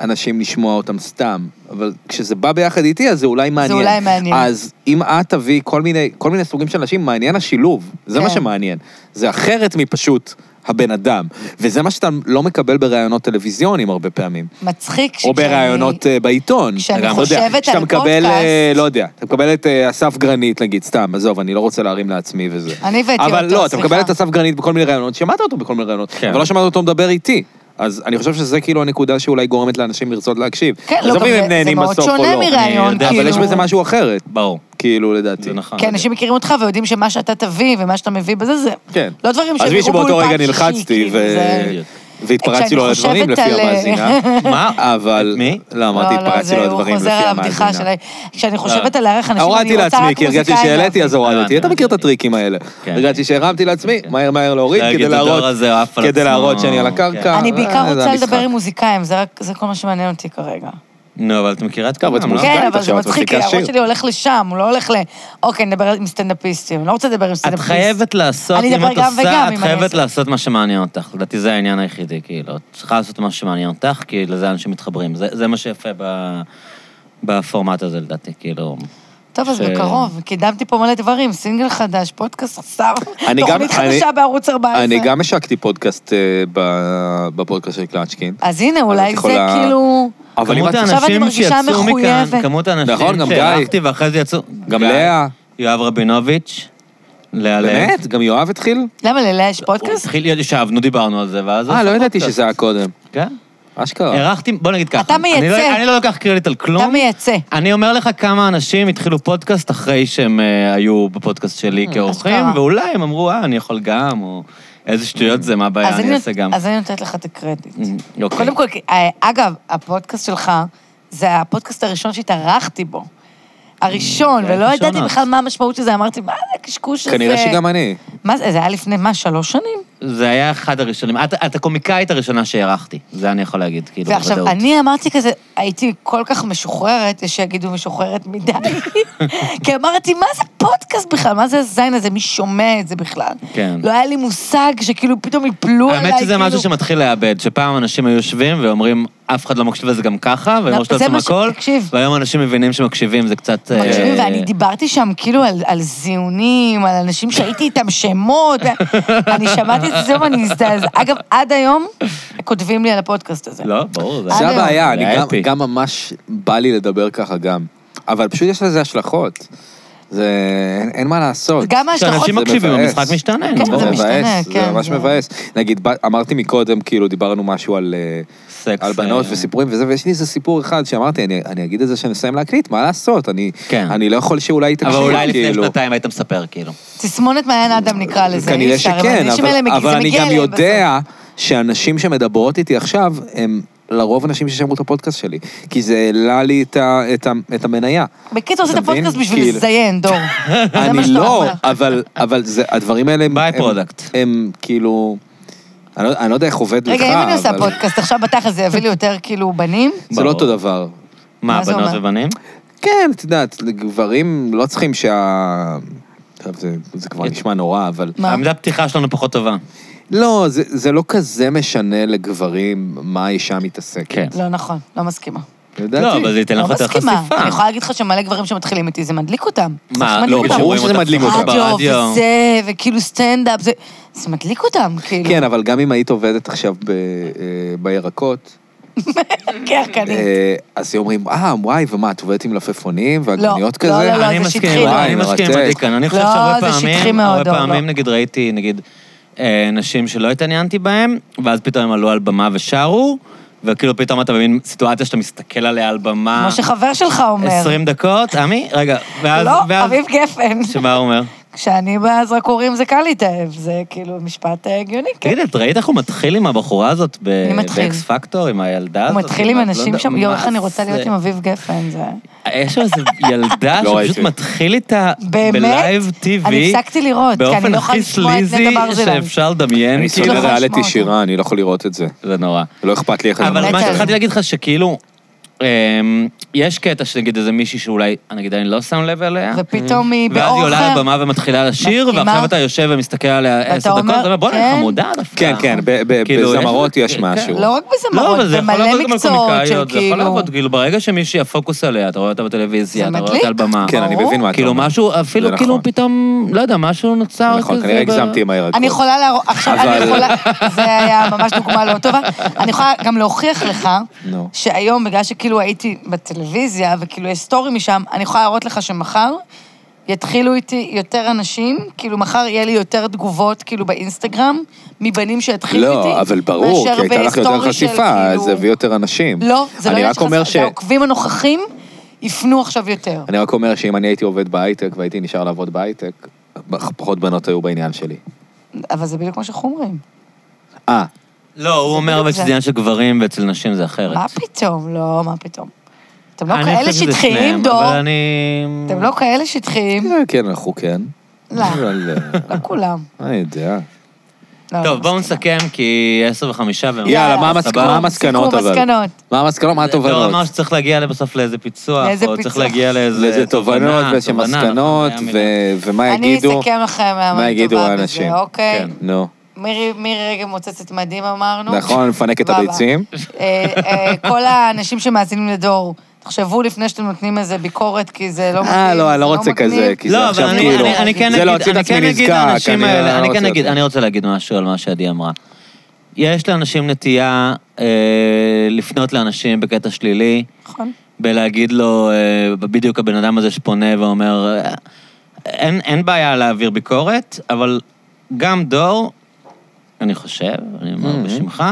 A: אנשים לשמוע אותם סתם, אבל כשזה בא ביחד איתי, אז זה אולי מעניין.
B: אולי מעניין.
A: אז אם את תביא כל מיני, כל מיני סוגים של אנשים, מעניין השילוב, זה מה
B: כן.
A: שמעניין. זה אחרת מפשוט הבן אדם, וזה מה שאתה לא מקבל בראיונות טלוויזיונים הרבה פעמים.
B: מצחיק
A: או
B: שכשאני-
A: בראיונות אה, בעיתון.
B: כשאני
A: אתה יודע,
B: חושבת על
A: כשאתה מקבל, אה,
B: פודקאסט-
A: לא יודע, אתה מקבל את אה, אסף גרנית, נגיד, סתם, עזוב, אני לא רוצה להרים לעצמי וזה.
B: אני הבאתי אותו,
A: אבל לא, אתה
B: סליחה.
A: מקבל את אסף גרנית בכל מיני ראיונות, שמעת אותו בכל מיני ראיונות,
C: כן.
A: אבל לא שמעת אותו מדבר איתי. אז אני חושב שזה כאילו הנקודה שאולי גורמת לאנשים לרצות להקשיב.
B: כן, לא,
A: עזוב
B: גם
A: אם
B: זה-
A: הם
B: זה
A: נהנים
B: מאוד
A: בסוף או
B: שונה
A: לא.
B: מראיון,
A: אני יודע, אבל
B: כאילו-
A: יש בזה משהו אחרת,
C: ברור,
A: כאילו, לדעתי.
C: זה נכון.
B: כי כן, אנשים מכירים אותך ויודעים שמה שאתה תביא ומה שאתה מביא בזה זה
A: כן.
B: לא דברים
A: אז
B: שהם
A: מישהו
B: יראו
A: באותו
B: באולפן
A: רגע
B: שישי,
A: נלחצתי,
B: כאילו,
A: ו-
B: זה-
A: והתפרצתי לו על
B: כשאני
A: הדברים לפי
B: חושבת על- אה,
A: המאזינה.
C: מה?
A: אבל...
C: את מי?
A: לא, אמרתי,
B: לא, לא,
A: התפרצתי
B: זה-
A: לו על הדברים
B: הוא
A: לפי
B: חוזר על הבדיחה
A: המאזינה.
B: שלה.
A: לא.
B: כשאני חושבת על הערך אנשים,
A: הורדתי
B: אני רוצה
A: לעצמי,
B: רק
A: כי הרגשתי
B: מוזיקאים
A: שהעליתי, אז
C: הבנתי,
A: הורדתי. אתה מכיר את
C: הבנתי.
A: הטריקים האלה.
C: כן.
A: הרגשתי שהרמתי לעצמי, מהר מהר להוריד,
C: להגיד,
A: כדי
C: הדור
A: להראות
C: הזה עף על
A: כדי
C: עצמו. כן.
A: להראות שאני על הקרקע.
B: אני בעיקר
A: אה, זה
B: רוצה
A: המשחק.
B: לדבר עם מוזיקאים, זה רק- זה כל מה שמעניין אותי כרגע.
C: נו, אבל את מכירה את
A: טוב,
C: כולם,
A: את
C: לא?
A: מוזיקאית
B: כן, אבל זה
A: עכשיו, את
B: מצחיק, כי
A: מפיקה שיר.
B: הראש שלי הולך לשם, הוא לא הולך ל... אוקיי, נדבר עם סטנדאפיסטים, אני לא רוצה לדבר עם
C: את
B: סטנדאפיסט.
C: חייבת לעשות,
B: אני
C: אם
B: אדבר
C: את
B: גם וגם,
C: עושה,
B: אם
C: את
B: אני
C: חייבת
B: אעשה.
C: לעשות מה שמעניין אותך. לדעתי זה העניין היחידי, כאילו. את צריכה לעשות מה שמעניין אותך, כי לזה אנשים מתחברים. זה זה מה שיפה ב- בפורמט הזה, לדעתי, כאילו.
B: טוב, אז
C: ש-
B: בקרוב, קידמתי פה מלא דברים, סינגל חדש, פודקאסט חסר,
A: אני גם-
B: תוכנית
A: אני-
B: חדשה בערוץ 14.
A: אני גם השקתי פודקאסט אה, ב- בפודקאסט של קלצ'קין.
B: אז הנה,
A: אז
B: אולי
A: את
B: זה
A: יכולה-
B: כאילו...
A: אבל אם את...
C: כמות
B: עכשיו אני
C: האנשים
B: מרגישה
C: שיצאו מכאן,
B: מחויבת.
C: כמות
A: נכון,
C: האנשים
A: גם גיא.
C: שהלכתי ואחרי זה יצאו...
A: גם
C: גיא,
A: לאה.
C: יואב רבינוביץ', לאה לב.
A: באמת? גם יואב התחיל?
B: למה ללאה יש
C: הוא
B: פודקאסט?
C: התחיל, ישבנו, דיברנו על זה, ואז... הוא
A: אה, לא
C: עשה
A: ידעתי
C: פודקאסט.
A: שזה לא. היה קודם.
C: כן.
A: אשכרה.
C: הערכתי, בוא נגיד ככה.
B: אתה מייצא.
C: אני לא- אני לא לוקח קרדיט על כלום.
B: אתה מייצא.
C: אני אומר לך כמה אנשים התחילו פודקאסט אחרי שהם אה, היו בפודקאסט שלי כאורחים,
B: אה, אשכרה.
C: ואולי הם אמרו, אה, אני יכול גם, או איזה שטויות זה, מה
A: אה,
C: הבעיה,
B: אז
C: אני
B: אני-
C: אעשה גם.
B: אז אני נותנת לך את הקרדיט.
C: אמ, אוקיי.
B: קודם כל, כי- אה, אגב, הפודקאסט שלך, זה הפודקאסט הראשון שהתארחתי בו. הראשון,
C: זה היה
B: ולא
C: הראשון
B: ידעתי
C: אז.
B: בכלל מה המשמעות של זה, אמרתי, מה זה הקשקוש הזה?
A: אה, כנראה שגם אני.
B: מה זה, זה היה לפני, מה, שלוש שנים?
C: זה היה אחד הראשונים. את- את הקומיקאית הראשונה שהערכתי, זה אני יכול להגיד, כאילו,
B: ועכשיו,
C: בוודאות.
B: אני אמרתי כזה, הייתי כל כך משוחררת, יש שיגידו משוחררת מדי, כי אמרתי, מה זה פודקאסט בכלל? מה זה הזין הזה? מי שומע את זה בכלל?
C: כן.
B: לא היה לי מושג שכאילו פתאום יפלו עליי,
C: האמת שזה
B: כאילו...
C: משהו שמתחיל לאבד, שפעם אנשים היו יושבים ואומרים, אף אחד לא מקשיב לזה גם ככה, והם
B: לא,
C: רשתו
B: זה
C: לעצמם
B: מה ש-
C: הכל,
B: תקשיב.
C: והיום אנשים מבינים שמקשיבים, זה קצת... אה,
B: מקשיבים, ואני דיברתי שם כאילו על, על זיונים, על אנשים שהייתי איתם שמות. אני שמעתי את זה ואני הזדעזע. אגב, עד היום כותבים לי על הפודקאסט הזה.
C: לא, ברור, זה...
B: עד
A: זה
B: היום.
A: הבעיה, אני
C: זה
A: גם-
C: אפי.
A: גם ממש בא לי לדבר ככה גם. אבל פשוט יש לזה השלכות. זה... אין- אין מה לעשות.
B: גם ההשלכות...
C: כשאנשים
A: זה
C: מקשיבים,
A: מבאס.
C: המשחק משתנה.
B: כן,
C: ברור.
B: זה משתנה,
A: מבאס, זה
B: כן,
A: ממש
B: זה-
A: מבאס. נגיד, בא- אמרתי מקודם, כאילו, דיברנו משהו על... אה,
C: סקס,
A: על בנות
C: אה,
A: וסיפורים וזה, ויש לי איזה סיפור אחד שאמרתי, אני, אני אגיד את זה כשנסיים להקליט, מה לעשות? אני,
C: כן.
A: אני לא יכול שאולי תקשיב,
C: אבל אולי לפני
A: כאילו.
C: שנתיים היית מספר, כאילו.
B: תסמונת מעיין אדם נקרא אה, לזה. אי
A: כנראה
B: אפשר,
A: שכן,
B: האנשים
A: אבל,
B: האלה מגיע-
A: אבל
B: זה
A: אני
B: מגיע
A: גם
B: אליהם
A: יודע שאנשים שמדברות איתי עכשיו, הם לרוב אנשים ששמעו את הפודקאסט שלי, כי זה העלה לי את, ה, את, ה, את המניה.
B: בסוף. בקיצור, עשית
A: אתה מבין?
B: פודקאסט בשביל
A: כאילו-
B: לזיין, דור. זה מה
A: אני
B: שאתה
A: לא,
B: אומר.
A: אבל, אבל זה, הדברים האלה הם...
C: ביי
A: הם-
C: פרודקט.
A: הם כאילו... אני לא, אני לא יודע איך עובד לך,
B: רגע, אם אני עושה
A: אבל
B: פודקאסט עכשיו בתכל'ס, זה יביא לי יותר כאילו בנים?
A: זה לא
C: ברור.
A: אותו דבר.
C: מה,
B: מה זה
C: בנות
B: אומר?
C: ובנים?
A: כן, את יודעת, גברים לא צריכים שה... עכשיו, זה, זה
C: כן.
A: כבר נשמע נורא, אבל...
B: מה?
C: העמדת פתיחה שלנו פחות טובה.
A: לא, זה, זה לא כזה משנה לגברים מה האישה מתעסקת.
C: כן.
B: לא נכון, לא מסכימה.
A: לדעתי.
C: לא, אבל זה ייתן
B: לא
C: לך יותר
B: מסכימה.
C: חשיפה.
B: אני יכולה להגיד לך שמלא גברים שמתחילים איתי, זה מדליק אותם.
C: מה,
B: ממש
C: לא,
B: מדליק אותם.
A: ברור
C: כשרואים
A: שזה
C: אותך
A: מדליק
C: ככה
A: אותם.
B: רדיו
C: ברדיו.
B: וזה, וכאילו סטנדאפ, זה... זה מדליק אותם, כאילו.
A: כן, אבל גם אם היית עובדת עכשיו ב, אה, בירקות,
B: כן, קרקנית.
A: אה, אז היו אומרים, אה, וואי, ומה, את עובדת עם מלפפונים ועגבניות
B: לא,
A: כזה?
B: לא, לא,
C: אני
B: זה שטחי
C: מסכים,
B: מאוד.
C: אני מסכים עם
A: מרתק.
C: הדיקן. אני חושב
B: לא,
C: שהרבה
B: זה שטחי
C: פעמים,
B: מאוד,
C: הרבה
B: לא,
C: פעמים,
B: לא.
C: נגיד, ראיתי, נגיד, אה, נשים שלא התעניינתי בהן, ואז פתאום הם עלו על במה ושרו, וכאילו פתאום אתה במין סיטואציה שאתה מסתכל עליה על במה
B: כמו שחבר שלך אומר.
C: 20 דקות, עמי, רגע, ואז...
B: לא,
C: ואז-
B: אביב גפן.
C: שמה הוא אומר?
B: כשאני באה, אז רק הורים זה קל להתאהב, זה כאילו משפט אה, הגיוני, כן.
C: תגיד, את ראית איך הוא מתחיל עם הבחורה הזאת
B: מי מתחיל?
C: ב-X פקטור, עם הילדה הזאת?
B: הוא מתחיל עם
C: את לא
B: אנשים
C: יודע-
B: שם, יואו,
C: מה
B: איך אני רוצה
C: זה?
B: להיות עם אביב גפן, זה...
C: יש שם איזו ילדה
A: לא
C: שפשוט
A: ראיתי.
C: מתחיל איתה
B: באמת?
C: בלייב טיווי.
B: אני הפסקתי לראות, כי אני לא יכולה לשמוע את נטע
C: באופן הכי
B: ברזילי.
C: סליזי שאפשר לדמיין.
A: אני
C: כאילו,
A: שונא
B: לא יכולה
A: ריאליטי
B: לשמוע אותו.
A: שירה, אני לא יכול לראות את זה.
C: זה נורא.
A: לא אכפת לי איך זה
C: אבל
A: נראה.
C: מה
B: מתה
C: שהתחלתי
B: עליו.
C: להגיד לך שכאילו, אמ, יש קטע שנגיד איזה מישהי שאולי, נגיד אני לא שם לב אליה.
B: ופתאום היא
C: ואז
B: באור
C: היא עולה על
B: אחר.
C: הבמה ומתחילה לשיר,
B: מסכימה.
C: ועכשיו אתה יושב ומסתכל עליה
B: ואתה
C: עשר דקות,
B: אומר,
C: ואתה אומר, בוא'נה,
B: כן."
C: חמודה דווקא.
A: כן, כן, ב- ב-
C: כאילו, יש-
A: בזמרות יש
C: כן.
A: משהו.
B: לא רק
C: לא,
B: בזמרות,
C: אבל זה יכול
B: במלא
C: לעבוד גם על
B: מקצועות
C: קומיקאיות, זה יכול
B: שכאילו...
C: לעבוד, כאילו, ברגע שמישהי, הפוקוס עליה, אתה רואה אותה בטלוויזיה,
B: זה
C: אתה רואה
B: מדליק.
C: אותה על במה.
A: כן, אני
B: ברור.
A: מבין מה אתה
C: כאילו
A: אומר.
C: משהו, אפילו
A: זה
C: כאילו
A: נכון.
C: פתאום, לא יודע, משהו נוצר
A: נכון,
C: כזה
A: כנראה
C: ב-
A: הגזמתי עם הירקות.
B: אני יכולה להראות, עכשיו אני
A: אבל-
B: יכולה, זה היה ממש דוגמה לא טובה. אני יכולה גם להוכיח לך,
A: נו.
B: שהיום, בגלל שכאילו הייתי בטלוויזיה, וכאילו יש סטורי משם, אני יכולה להראות לך שמחר יתחילו איתי יותר אנשים, כאילו מחר יהיה לי יותר תגובות, כאילו באינסטגרם, מבנים שיתחילו איתי.
A: לא, אבל ברור,
B: מאשר
A: כי הייתה לך יותר
B: בסטורי של,
A: חשיפה,
B: כאילו-
A: זה הביא יותר אנשים.
B: לא, זה לא
A: אני
B: עניין
A: רק
B: של
A: אומר
B: חשיפה,
A: ש...
B: זה העוקבים הנוכחים יפנו עכשיו יותר.
A: אני רק אומר שאם אני הייתי עובד בהייטק והייתי נשאר לעבוד בהייטק, פחות בנות היו בעניין שלי.
B: אבל זה בדיוק מה שאנחנו אומרים.
A: אה,
C: לא, הוא אומר אבל
B: בדיוק
C: שזה
B: זה.
C: עניין של גברים ואצל נשים זה אחרת.
B: מה פתאום? לא, מה פתאום. אתם לא
C: אני
B: כאלה
C: חושב שזה
B: שטחיים,
C: שניהם,
B: דור.
C: אבל אני...
B: אתם לא כאלה שטחיים.
A: אה, כן, אנחנו כן.
B: לא,
A: אבל, אה,
B: לא כולם.
A: אני יודע.
B: לא, לא
C: טוב, בואו
B: מסכימה.
C: נסכם, כי עשר וחמישה והם...
A: יאללה, מה המסק-
C: סבבה.
A: מה המסקנות
B: סיכום,
A: אבל?
B: מסקנות.
A: מה המסקנות? מה
C: דור אמר
A: התובנות?
C: שצריך להגיע בסוף לאיזה פיצוח,
B: לאיזה
C: או צריך
B: פיצוח.
C: להגיע לאיזה...
A: לאיזה תובנות
C: תובנה,
A: ואיזה
C: תובנה,
A: מסקנות,
C: נכון, זה היה
A: ו- ומה
B: אני
A: יגידו.
B: אסכם לכם
A: מה
B: מהמון
A: יגידו
B: טובה
A: האנשים?
B: בזה, אוקיי?
C: כן.
A: נו,
B: מירי מירי רגב מוצצת מדים אמרנו.
A: נכון, לפנק את
B: סבבה.
A: הביצים.
B: אה, אה, כל האנשים שמאזינים לדור, תחשבו לפני שאתם נותנים איזה ביקורת, כי זה לא מתאים.
A: אה, לא,
B: זה
A: אני לא רוצה כזה,
B: מגניב.
A: כי זה
C: לא, אבל
A: עכשיו
C: אני-
A: כאילו...
C: אני- אני כן
A: זה
C: אגיד-
A: להוציא את
C: אני
A: עצמי
C: כן אגיד
A: נזקק,
C: לאנשים
A: אני-
C: האלה-
A: לא
C: אני
A: רוצה
C: כן
A: להיות
C: אגיד,
A: נזקק.
C: אני רוצה להגיד משהו על מה שעדי אמרה. יש לאנשים נטייה אה, לפנות לאנשים בקטע שלילי,
B: נכון.
C: בלהגיד לו, אה, בדיוק הבן אדם הזה שפונה ואומר, אה, אין, אין בעיה להעביר ביקורת, אבל גם דור, אני חושב, אני אומר בשמך,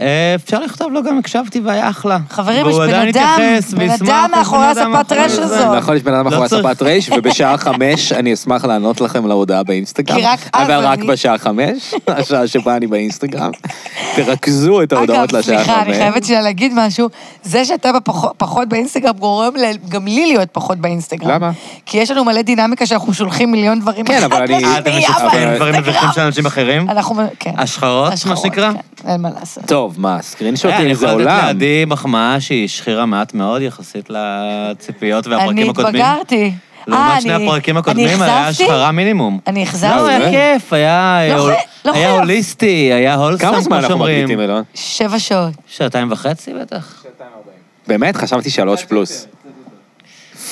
C: אה, אפשר לכתוב לו גם הקשבתי והיה אחלה.
B: חברים,
C: והוא
B: יש בן
C: עדיין
B: אדם,
C: יתייחס
B: בן
C: וישמח,
B: אדם
C: יש בן
B: מאחורי
C: אדם
B: הספת
C: מאחורי
B: רש
C: זה.
B: הזאת. זו.
A: נכון, יש בן אדם
C: לא
A: מאחורי
C: צריך.
A: הספת רייש, ובשעה חמש אני אשמח לענות לכם להודעה באינסטגרם.
B: כי רק אז
A: אבל רק
B: אני-
A: בשעה חמש, השעה שבה אני באינסטגרם. תרכזו את ההודעות
B: אגב,
A: לשעה חמש.
B: סליחה, אני חייבת שנייה להגיד משהו. זה שאתה בפח- פחות באינסטגרם גורם ל- גם לי להיות פחות באינסטגרם.
A: למה?
B: כי יש לנו מלא דינמיקה שאנחנו שולחים מיליון דברים
A: כן, אבל אני-
C: אה, אתם
B: לשנייה
C: משתפים דברים מביכים
B: באינסטגרם.
C: של אנשים אחרים?
B: אנחנו, כן.
C: השחרות, מה
B: השחרות,
C: שנקרא?
B: כן, אין מה לעשות.
A: טוב, מה, סקרין
C: אה, אני
A: שוטים זה
C: יכול לתת
A: עולם.
C: לעדי מחמאה שהיא השחירה מעט מאוד יחסית לציפיות
A: לא
B: אני
C: והפרקים הקודמים.
B: התבגרתי. אה,
C: לעומת שני
B: אני-
C: הפרקים
B: אני
C: הקודמים, היה
B: אכזבתי?
C: השחרה מינימום.
B: אני
C: לא,
B: אכזבתי
C: היה כיף, היה אה,
B: לא חי- לא
C: היה
B: חייב.
C: הוליסטי, היה הולסם,
A: כמה זמן
C: כמו
A: אנחנו
C: שאומרים.
A: מקליטים, אלון?
B: שבע שעות.
C: שעתיים וחצי בטח.
A: באמת? חשבתי שלוש פלוס.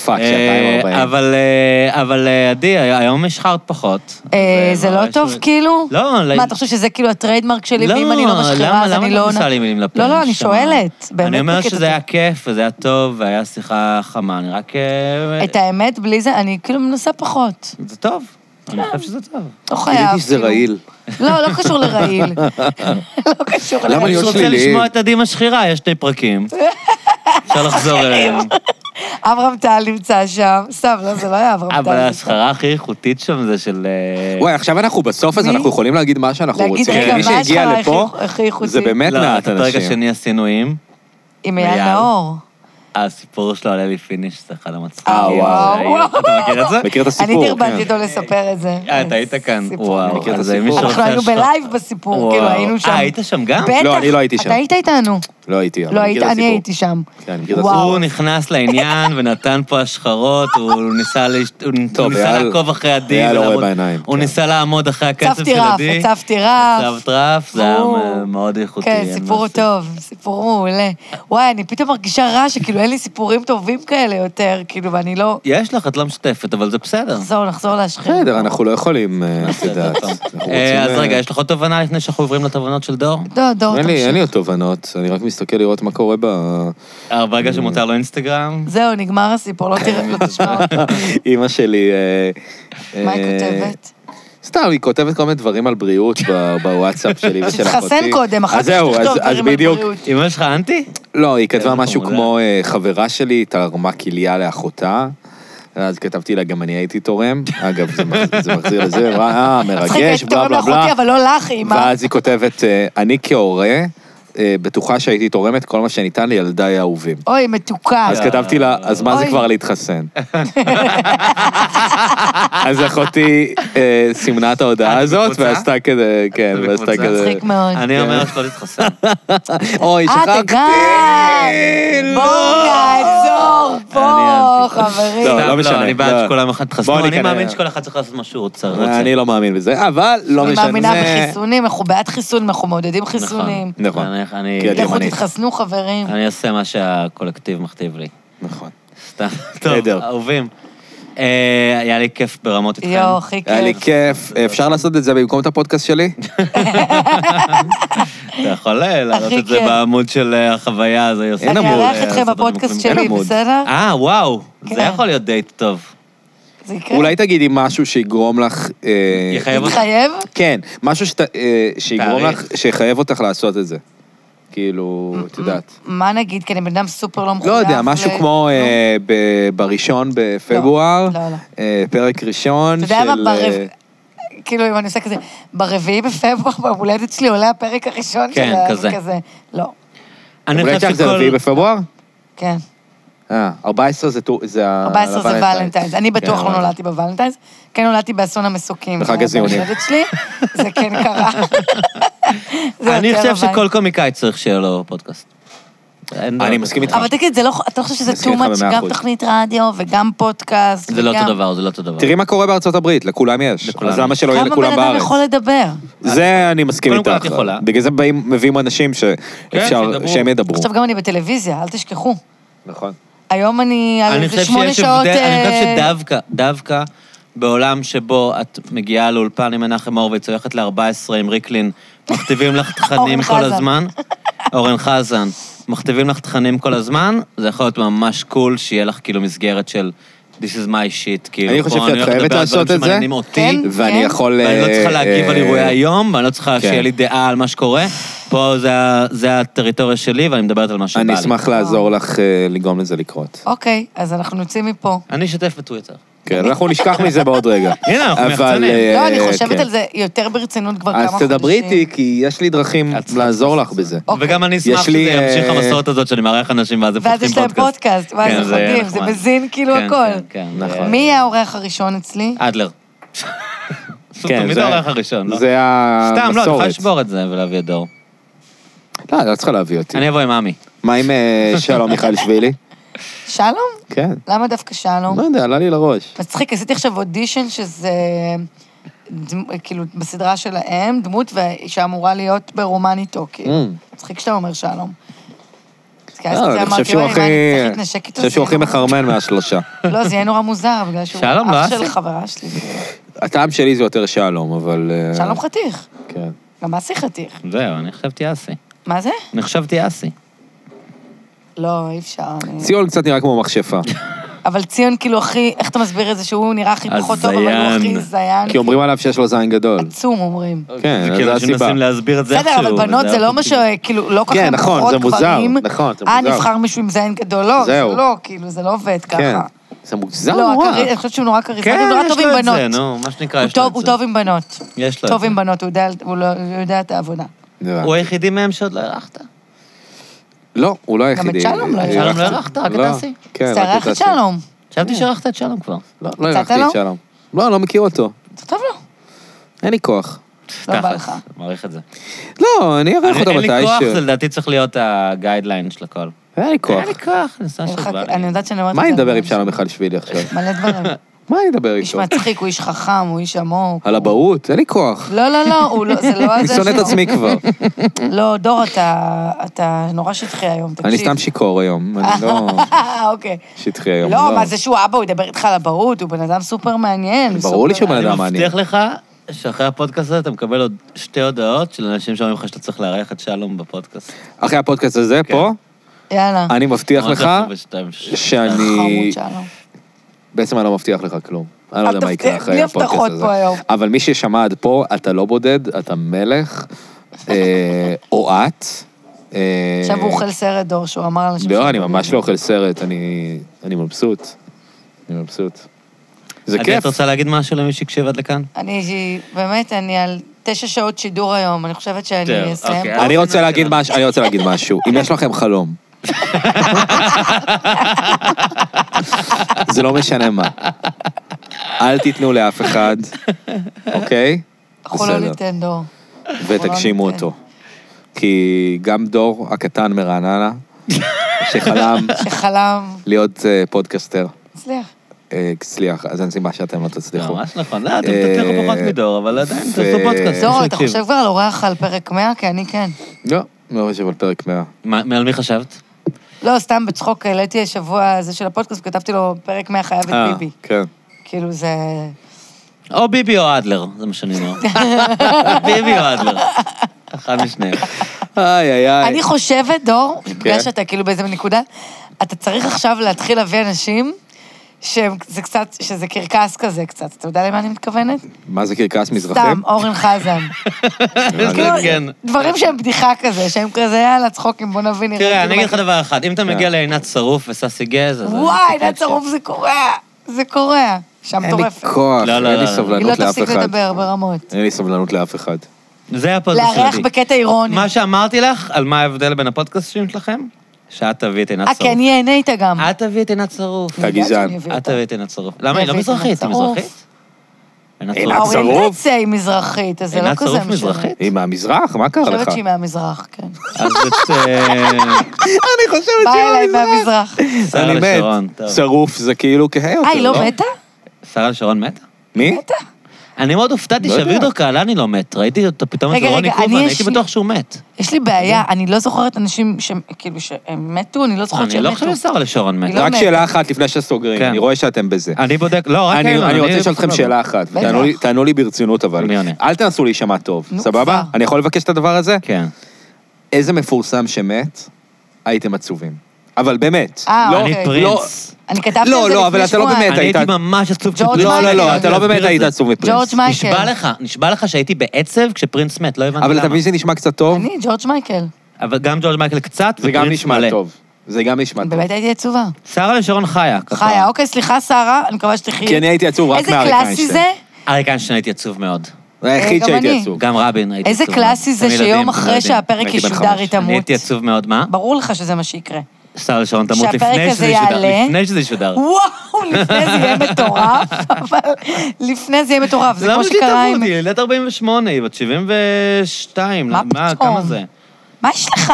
A: פאק, שעתיים
C: אה,
A: ארבעים.
C: אבל, אה, אבל אה, עדי, היום השחרת פחות.
B: אה,
C: אז,
B: זה
C: אה,
B: לא
C: יש-
B: טוב כאילו?
C: לא, לא-
B: מה, אתה חושב שזה כאילו הטריידמרק שלי,
C: לא,
B: ואם אני לא משחירה,
C: למה-
B: אז
C: למה
B: אני
C: את
B: לא...
C: מכניסה
B: עונה?
C: לי מילים לפה?
B: לא, לא, אני
C: נשמה?
B: שואלת. באמת
C: אני אומר
B: בקטע
C: שזה
B: טוב.
C: היה כיף, וזה היה טוב, והיה שיחה חמה, אני רק... אה,
B: את האמת, בלי זה, אני כאילו מנסה פחות.
C: זה טוב. אני חושב שזה טוב.
B: לא חייב.
A: גיליתי שזה
B: כאילו.
A: רעיל.
B: לא, לא קשור לרעיל. לא קשור לרעיל.
A: למה
C: אני
A: להיות
C: רוצה
A: שלילי?
C: לשמוע את עדי משחירה, יש שני פרקים. אפשר לחזור אליהם.
B: אברהם טל נמצא שם. סתם, לא, זה לא היה אברהם טל.
C: אבל
B: נמצא.
C: הסחרה הכי איכותית שם זה של... אה,
A: וואי, עכשיו אנחנו בסוף, אז
B: מי?
A: אנחנו יכולים להגיד מה שאנחנו
B: להגיד,
A: רוצים.
B: רגע,
A: כן, מי
B: מה
A: שהגיע
B: השחרה
A: לפה,
B: הכי- הכי איכותית?
A: זה באמת
C: לא,
A: מעט
C: את הפרק
A: אנשים.
C: השני עשינו עם,
B: עם אייל
C: אייל.
B: נאור.
C: הסיפור שלו על אלי פיניש, זה אחד המצחיקים.
A: אה, וואו.
C: שהיו. אתה מכיר את זה?
A: מכיר את
B: אני
A: הסיפור?
B: דרבנתי
A: כן.
B: אותו לספר את זה.
C: אה, אתה היית כאן,
B: סיפור.
C: וואו.
A: מכיר את
C: אז אם
A: הסיפור.
C: מישהו
B: אנחנו
C: רוצה
B: היינו
C: לשלוח-
B: בלייב בסיפור,
C: וואו.
B: כאילו, היינו שם.
C: אה, היית שם גם?
B: בטח.
A: לא, אני לא הייתי שם.
B: אתה היית איתנו.
A: לא הייתי, אבל
B: לא
A: אני
B: היית,
A: מכיר את
B: אני
A: הסיפור.
B: הייתי שם.
A: כן, אני מכיר את
B: וואו.
A: הסיפור.
C: הוא נכנס לעניין ונתן פה השחרות, הוא ניסה להש- הוא
A: טוב,
C: ניסה
A: אייל-
C: לעקוב אחרי עדי.
A: אייל לא רואה
C: ולעמוד-
A: בעיניים,
C: הוא
A: כן.
C: ניסה לעמוד אחרי הקצב
B: הצפתי
C: של
B: רף,
C: עדי.
B: הצפתי רף.
C: צוות רף, זה היה
B: ברור.
C: מאוד איכותי.
B: כן,
C: אין מה
B: סיפור
C: לעשות.
B: טוב, סיפור מעולה. וואי, אני פתאום מרגישה רע שכאילו אין לי סיפורים טובים כאלה יותר, כאילו, ואני לא...
C: יש לך, את לא משתפת, אבל זה בסדר.
B: נחזור, נחזור להשחיר.
A: בסדר, אנחנו לא יכולים, אה, את יודעת. אנחנו רוצים,
C: אה, אז
A: אה,
C: רגע, יש לך עוד תובנה לפני שאנחנו עוברים לתובנות של דור?
B: לא, דור,
A: אין לי,
B: תמשיך.
A: אין לי עוד תובנות, אני רק מסתכל לראות מה קורה ב...
C: אה, ברגע שמותר לו אינסטגרם?
B: זהו, נגמר הסיפור, לא תראה, לא תשמע אותו.
A: אימא שלי... אה,
B: מה היא
A: אה,
B: כותבת?
A: סתם, היא כותבת כל מיני דברים על בריאות ב- בוואטסאפ שלי ושל לא אחותי.
B: שתתחסן לא, קודם, אחר כך
A: אז זהו,
B: תכתוב
A: אז- אז
B: דברים על
A: בדיוק,
B: בריאות.
C: אמא שלך אנטי?
A: לא, היא כתבה
C: איזה
A: משהו
C: חמודה.
A: כמו אה, חברה שלי תרמה כליה לאחותה. אז כתבתי לה, גם אני הייתי תורם. אגב, זה מח- זה מחזיר לזה, היא אמרה, אה,
B: מצחיק,
A: מרגש,
B: הייתי
A: בלה
B: תורם
A: בלה בלה.
B: לאחותי, אבל לא לך, אימא.
A: ואז היא כותבת, אה, אני כהורה, אה, בטוחה שהייתי תורמת כל מה שניתן לילדיי האהובים.
B: אוי, מתוקה.
C: אה.
A: אז כתבתי לה, אז מה זה
B: אוי.
A: כבר להתחסן? אז אחותי אה, סימנה את ההודעה
C: את
A: הזאת,
C: בקבוצה?
A: ועשתה כזה, כן,
C: את
A: ועשתה
C: בקבוצה?
A: כזה,
B: מצחיק מאוד.
C: אני אומר שלא תתחסן.
A: אוי,
B: אה,
A: שכחתי! לא-
B: תגן! בואו נעזור פה,
C: אני אהבתי.
B: חברים.
A: לא,
C: סתם,
A: משנה,
C: אני
A: לא.
C: בעד שכל אחד
A: בוא
C: תחסנו, אני
A: ניכנע.
C: מאמין שכל אחד צריך לעשות מה שהוא רוצה. רוצה.
A: אני לא מאמין בזה, אבל לא
B: אני
A: משנה.
B: מאמינה בחיסונים, אנחנו בעד חיסון, אנחנו מעודדים
C: נכון.
B: חיסונים.
A: נכון.
C: אני- אני-
A: כי את
B: לכו
A: ימנית.
B: תתחסנו, חברים.
C: אני אעשה מה שהקולקטיב מכתיב לי.
A: נכון.
C: סתם. טוב,
A: בסדר.
C: אהובים. אה, היה לי כיף ברמות איתכם.
B: יואו, הכי
A: היה לי
B: כיף.
A: כיף, אפשר לעשות את זה במקום את הפודקאסט שלי?
C: אתה יכול אה, להעלות
B: הכי
C: את זה
B: כיף.
C: בעמוד של אה, החוויה, אז יוסי.
B: אני
A: עמוד,
B: אארח
A: אה,
B: אתכם בפודקאסט שלי,
A: עמוד.
B: בסדר?
C: אה, וואו,
B: כן.
C: זה יכול להיות דייט טוב.
B: זה יקרה.
A: אולי תגידי משהו שיגרום לך... אה,
C: יחייב אותך.
B: מתחייב?
A: כן, משהו שת- אה, שיגרום
C: תאריך.
A: לך, שיחייב אותך לעשות את זה. כאילו, את יודעת.
B: מה נגיד? כי אני בן אדם סופר לא מחויב.
A: לא יודע, משהו
B: ל-
A: כמו אה, ב- בראשון בפברואר,
B: לא, לא.
A: אה, פרק ראשון
B: אתה
A: של...
B: יודע מה, ברב-
A: אה,
B: כאילו, אם אני עושה כזה, ברביעי בפברואר, ביום הולדת שלי עולה הפרק הראשון
C: כן,
B: של ה-
C: כזה.
B: לא,
C: אני
H: אולי
C: חושב
H: תשכח, זה
C: שכל...
H: רביעי בפברואר?
B: כן.
H: אה, 14 זה טו- זה ה...
B: 14 זה ולנטיינס. אני בטוח
H: כן,
B: לא
H: אבל-
B: נולדתי בוולנטיינס. כן נולדתי באסון המסוקים.
H: בחג הזיונים.
B: זה שלי, זה כן קרה. זה
C: אני
B: יותר
C: חושב
B: אבל.
C: שכל קומיקאי צריך שיהיה לו פודקאסט. אין דבר
H: אני
C: כזה.
H: מסכים איתך.
B: אבל תגיד, זה לא, אתה לא חושב שזה
H: מסכים
B: too
H: איתך
B: much,
H: במאה
B: גם
H: אחוז.
B: תוכנית רדיו וגם פודקאסט.
C: זה לא
B: וגם-
C: אותו דבר, זה לא אותו דבר.
A: תראי מה קורה בארצות הברית, לכולם יש.
C: לכולם
A: אז למה
C: יש.
A: שלא לא יהיה
B: כמה
A: לכולם
B: בן אדם
A: בארץ?
B: יכול לדבר?
A: זה אני מסכים
C: קודם
A: איתך.
C: כל את יכולה. כן,
A: בגלל זה באים, מביאים אנשים שאפשר,
C: שידברו.
A: שהם ידברו.
B: עכשיו גם אני בטלוויזיה, אל תשכחו.
H: נכון.
B: היום אני על
C: אני
B: איזה
C: חושב
B: שמונה
C: שיש
B: שעות...
C: הבדל, אני חושב
B: אה,
C: שדווקא, דווקא בעולם שבו את מגיעה לאולפן עם מנחם הורוביץ, הולכת ל-14 עם ריקלין, מכתיבים לך
B: אורן
C: תכנים כל
B: חזן.
C: הזמן, אורן חזן, מכתיבים לך תכנים כל הזמן, זה יכול להיות ממש קול שיהיה לך כאילו מסגרת של This is my shit, כאילו.
A: אני חושב
C: פה
A: שאת
C: הולך
A: חייבת
C: לדבר על
A: לעשות
C: דברים
A: את זה.
C: שמעניינים אותי,
B: כן.
A: ואני יכול...
C: ואני לא צריכה להגיב
A: אה,
C: על אירועי היום, ואני לא צריכה
A: כן.
C: שיהיה לי דעה על מה שקורה. פה זה ה- זה הטריטוריה שלי, ואני מדברת על מה שבא לי.
A: אני אשמח לעזור לך אה, לגרום לזה לקרות.
B: אוקיי, אז אנחנו יוצאים מפה.
C: אני אשתף בטוויטר.
A: כן, אנחנו נשכח מזה בעוד רגע.
C: הנה, אנחנו
A: אבל,
C: מייחצנים.
A: אה,
B: לא, אני חושבת
A: כן.
B: על זה יותר ברצינות כבר כמה
A: אז
B: חודשים.
A: תדברי איתי, כי יש לי דרכים
C: את צריכה
A: לעזור לך בזה.
B: אוקיי.
C: וגם אני
A: יש
C: אשמח שזה
A: לי,
C: ימשיך
A: אה,
C: המסורת הזאת שאני מארח אנשים ואז הם
B: ואז
C: פותחים
B: יש להם פודקאסט, וואי,
C: כן,
B: זה מדהים, זה
C: נחמד.
B: מזין כאילו
C: כן,
B: הכל.
C: כן, כן,
A: נכון. אה.
B: מי יהיה האורח הראשון אצלי?
C: אדלר. הוא
A: כן,
C: תמיד
A: זה-
C: האורח הראשון, לא?
A: זה המסורת.
C: סתם, לא, את יכולה לשבור את זה ולהביא את דור.
A: לא, את לא צריכה להביא אותי.
C: אני אבוא עם עמי.
A: מה עם אה, שלום מיכאל שבילי?
B: שלום?
A: כן.
B: למה דווקא שלום?
A: לא יודע, עלה לי לראש.
B: מצחיק, עשיתי עכשיו אודישן שזה... דמ- כאילו, בסדרה שלהם, דמות ו- שאמורה להיות ברומן איתו, כאילו. מצחיק שאתה אומר שלום. אז כי אז
A: לא,
B: כזה
A: אה. אני חושב
B: אמרתי,
A: שהוא
B: "אוי, מה,
A: הכי...
B: אה, אני צריך להתנשק איתו?
A: אני חושב שהוא הכי
B: זה יהיה נורא-"
A: מחרמן מהשלושה.
B: לא, זה יהיה נורא מוזר, בגלל שהוא
C: שלום, לא
B: אח של
C: אסי?
B: חברה שלי.
A: הטעם שלי זה יותר שלום, אבל... אה,
B: שלום חתיך.
A: כן.
B: גם אסי חתיך.
C: זהו, אני חשבתי אסי.
B: מה זה?
C: אני חשבתי אסי.
B: לא, אי אפשר. אני-
A: ציון קצת נראה כמו מכשפה.
B: אבל ציון כאילו הכי, איך אתה מסביר את זה שהוא נראה הכי פחות טוב, אבל הוא הכי
C: הזיין.
B: זיין?
A: כי אומרים עליו שיש לו זין גדול.
B: עצום אומרים.
A: כן,
C: זה
A: זו
C: כאילו
A: הסיבה.
C: שמנסים להסביר את זה
B: בסדר,
C: איכשהו.
B: אבל בנות זה לא מה ש... כאילו, לא כל כך
A: כן, נכון,
B: פחות
A: זה מוזר,
B: גברים.
A: נכון, זה
B: אה,
A: מוזר.
B: נבחר מישהו עם זין גדול, לא, זה
A: זהו.
B: לא, כאילו, זה לא עובד
A: כן.
B: ככה.
A: זה מוזר
B: לא,
A: נורא.
B: הכרי- אני חושבת שהוא נורא כריזמטי, הוא
C: כן,
B: נורא
C: יש
B: טוב
C: לו
B: עם
C: את זה,
B: בנות.
C: נו, מה שנקרא,
B: הוא
C: יש לו
B: טוב-
C: את
B: הוא
C: זה.
B: טוב עם בנות.
C: יש לו את
B: טוב
C: זה.
B: עם בנות, הוא יודע- הוא לא- הוא יודע את העבודה.
A: נראה.
C: הוא היחידי מהם שעוד לא אירחת.
A: לא, הוא לא היחידי.
B: שלום לא
A: אה,
C: שלום לא
A: אה,
C: אירחת, רק את
A: לא.
C: אסי?
A: כן,
B: אז
A: רק
B: תארח את
A: אסי.
B: שלום. אה.
C: חשבתי שאירחת את שלום כבר.
A: לא, לא
B: מצאת
A: אירחתי
B: לו?
A: את שלום. לא, לא מכיר אותו.
B: זה טוב לו.
A: אין לי כוח.
B: לא בא
C: תכלס,
B: לך.
C: מעריך את זה.
A: לא, אני אארח
C: אני-
A: אותו
C: אה, אין לי כוח,
A: מתישהו.
C: זה לדעתי צריך להיות הגיידליין של הכל.
A: אין לי כוח.
C: אין לי כוח, ניסה
B: אין לך-
C: שבא לי.
B: אני יודעת שאני אומרת את
A: מה
B: זה.
A: אני אדבר עם
B: אבל-
A: שלום מיכלשווילי עכשיו?
B: מלא דברים.
A: מה אני אדבר
B: איש
A: איתו?
B: מצחיק, הוא איש חכם, הוא איש עמוק.
A: על אבהות? אין לי כוח.
B: לא, לא, לא, הוא לא, זה לא
A: אני
B: הזה שלו.
A: שונא את עצמי כבר.
B: לא, דור, אתה, אתה נורא שטחי היום, תקשיב.
A: אני סתם שיכור היום. אני לא
B: אה, אוקיי.
A: שטחי היום.
B: לא, מה זה שהוא אבא, הוא ידבר איתך על אבהות, הוא בן אדם סופר מעניין.
A: ברור
B: סופר-
A: לי שהוא בן
C: אני
A: אדם מעניין.
C: מבטיח לך שאחרי הפודקאסט הזה אתה מקבל עוד שתי הודעות של אנשים שאומרים לך שאתה צריך לארח את שלום בפודקאסט.
A: אחרי הפודקאסט הזה, פה,
B: יאללה.
A: אני מבטיח
C: אמרתי
A: לך
C: בשתיים, ש-
A: שאני...
B: חמוד שלום.
A: בעצם אני לא מבטיח לך כלום. אני לא
B: אל
A: יודע מה
B: תבטיח,
A: יקרה אחרי
B: בלי הבטחות
A: הפודקאסט הזה.
B: פה היום.
A: אבל מי ששמע עד פה, אתה לא בודד, אתה מלך, אה, או את. אה,
B: עכשיו הוא אוכל סרט, דור, שהוא אמר לאנשים...
A: לא,
B: שהוא-
A: אני ממש לא אוכל סרט, אני אני מבסוט. אני מבסוט. זה
C: עדי,
A: כיף.
C: את רוצה להגיד משהו למי שהקשיב עד לכאן?
A: לא-
B: אני, באמת, אני על תשע שעות שידור היום, אני חושבת
C: טוב,
B: שאני אסיים
C: אוקיי.
B: פה.
A: אני רוצה להגיד משהו, אני רוצה להגיד משהו. אם יש לכם חלום. זה לא משנה מה. אל תיתנו לאף אחד, אוקיי?
B: אנחנו לא
A: בסדר.
B: ניתן דור.
A: ותגשימו
B: ניתן.
A: אותו. כי גם דור הקטן מרעננה, שחלם
B: שחלם,
A: להיות אה, פודקאסטר,
B: הצליח.
A: אה, הצליח, אז אין סיבה שאתם לא תצליחו.
C: ממש נכון, לא, אתם
A: אה,
C: תצליחו פחות מדור, אבל עדיין
A: ו-
C: תעשו פודקאסט.
B: דור,
C: מישהו
B: אתה
C: יקשיב.
B: חושב כבר על אורח על פרק 100? כי אני כן.
A: לא, לא חושב על פרק 100.
C: מה- מי- על מי חשבת?
B: לא, סתם בצחוק, העליתי השבוע הזה של הפודקאסט, כתבתי לו פרק 100 חייב את ביבי.
A: כן.
B: כאילו זה...
C: או ביבי או אדלר, זה מה שאני אומר. ביבי או אדלר. אחד משניהם.
A: איי, איי, איי.
B: אני חושבת, דור,
C: כן.
B: בגלל שאתה כאילו באיזה נקודה, אתה צריך עכשיו להתחיל להביא אנשים שהם- זה קצת, שזה קרקס כזה קצת. אתה יודע למה אני מתכוונת?
A: מה זה קרקס מזרחים?
B: סתם, אורן חזן. כאילו,
C: כן.
B: דברים שהם בדיחה כזה, שהם כזה, יאללה, צחוקים, בוא נביא, נראה.
C: תראה, אני
B: כאילו
C: אגיד לך
B: מה-
A: כן.
C: דבר אחד, אם אתה מגיע לעינת שרוף וססי גז, אז... אני
B: וואי,
C: מצפה
B: עינת
C: ש-
B: שרוף זה קורה. זה קורע. שם
A: אין לי
B: מטורפת.
A: כוח,
C: לא, לא,
A: אין לי
B: היא
C: לא, לא.
B: לא
A: סבלנות לאף
B: תפסיק
A: אחד.
B: לדבר ברמות.
A: אין לי סבלנות לאף אחד.
C: זה הפודקאסט שלי.
B: לארח בקטע אירוני.
C: מה שאמרתי לך, על מה ההבדל בין הפודקאסטים שלכם? שאת תביאי את עינת
B: אה,
C: שרוף.
B: כי אני אהנה איתה גם.
C: את תביאי את ענת שרוף.
A: אתה גזען.
C: את תביאי את עינת שרוף. למה, היא לא
B: תביאי את עינת
C: מזרחית? היא
B: שרוף.
C: מזרחית? עינת
A: עינת
C: שרוף.
B: האוריינטציה היא מזרחית, אז זה לא
C: עינת
B: כזה
C: שרוף
B: משנה.
C: מזרחית?
A: היא מהמזרח? מה
B: אני
A: קרה לך?
B: חושבת שהיא מהמזרח, כן.
C: אז את... אה,
A: אני חושבת
B: באה אליי מהמזרח.
C: שרה
A: אני
C: לשרון,
A: מת.
C: טוב.
A: שרוף זה כאילו כהה יותר,
B: אה, היא לא מתה?
C: שרה לשרון מתה?
A: מי?
C: אני מאוד הופתעתי
A: לא יודע.
C: שאביגדור קהלני לא מת. ראיתי אותו פתאום את
B: רגע,
C: רוני
B: רגע,
C: קובן,
B: אני יש
C: הייתי
B: לי-
C: בטוח שהוא מת.
B: יש לי בעיה, אני לא זוכרת אנשים שהם, כאילו, שהם מתו, אני לא זוכרת
C: אני
B: שהם
C: לא
B: מתו.
C: חושב ששרה
B: היא
C: לשרון
B: לא
C: מתה.
A: רק
B: מת.
A: שאלה אחת לפני שסוגרים,
C: כן.
A: אני רואה שאתם בזה.
C: אני בודק, לא, רק
A: אני,
C: אילון,
A: אני רוצה לשאול אתכם
C: סבבה.
A: שאלה אחת,
B: בטח.
A: תענו לי, תענו לי ברצינות אבל.
C: אני עונה.
A: אל תנסו להישמע טוב,
B: נו,
A: סבבה?
B: כבר.
A: אני יכול לבקש את הדבר הזה?
C: כן.
A: איזה מפורסם שמת, הייתם עצובים. אבל באמת.
B: אה,
A: לא,
C: אני
B: אוקיי.
C: פרינס.
B: אני כתבתי על זה לפני
A: לא,
B: שבועיים.
A: לא, אבל אתה לא באמת.
C: אני הייתי
A: היית-
C: ממש עצוב
B: ג'ורג'
C: כשפרינס
A: לא,
C: מת.
A: לא,
B: מייקל.
A: לא, אתה לא באמת
C: להסביר את
A: היית
C: זה.
A: עצוב מפרינס.
B: ג'ורג' מייקל.
C: נשבע לך, נשבע לך שהייתי בעצב כשפרינס מת, לא הבנתי
A: אבל אתה
C: למה.
A: מבין שזה נשמע קצת טוב?
B: אני, ג'ורג' מייקל.
C: אבל גם ג'ורג' מייקל קצת,
A: זה גם
C: ופרינס
A: נשמע
C: מלא.
A: טוב. זה גם נשמע טוב.
B: באמת הייתי עצובה.
C: שרה לשרון חיה. ככה.
B: חיה, אוקיי, סליחה, שרה, אני מקווה שתחי.
A: כי אני הייתי עצוב רק
B: איזה
A: מאריק
B: קלאסי
A: איינשטיין.
B: זה?
C: אריק איינשטיין הייתי עצוב מאוד.
A: זה היחיד
B: אה, גם
A: שהייתי
B: אני.
A: עצוב.
C: גם רבין הייתי
B: איזה
C: עצוב
B: קלאסי
C: מאוד.
B: זה
C: אתם ילדים,
B: שיום
C: אתם
B: אחרי
C: ילדים.
B: שהפרק
A: הייתי בן
B: ישודר
A: חמש.
B: היא
C: אני
B: תמות.
C: הייתי עצוב מאוד, מה?
B: ברור לך שזה מה שיקרה.
C: שרה לשרון תמות
B: שהפרק
C: לפני
B: הזה
C: שזה ישודר.
B: יעלה.
C: לפני שזה ישודר.
B: וואו, לפני זה יהיה מטורף, אבל לפני זה יהיה מטורף, זה כמו
C: למה שהיא
B: שקרה עם...
C: תמות? היא ילדת 48, היא בת 72.
B: מה
C: מה,
B: פתאום?
C: כמה זה?
B: מה יש לך?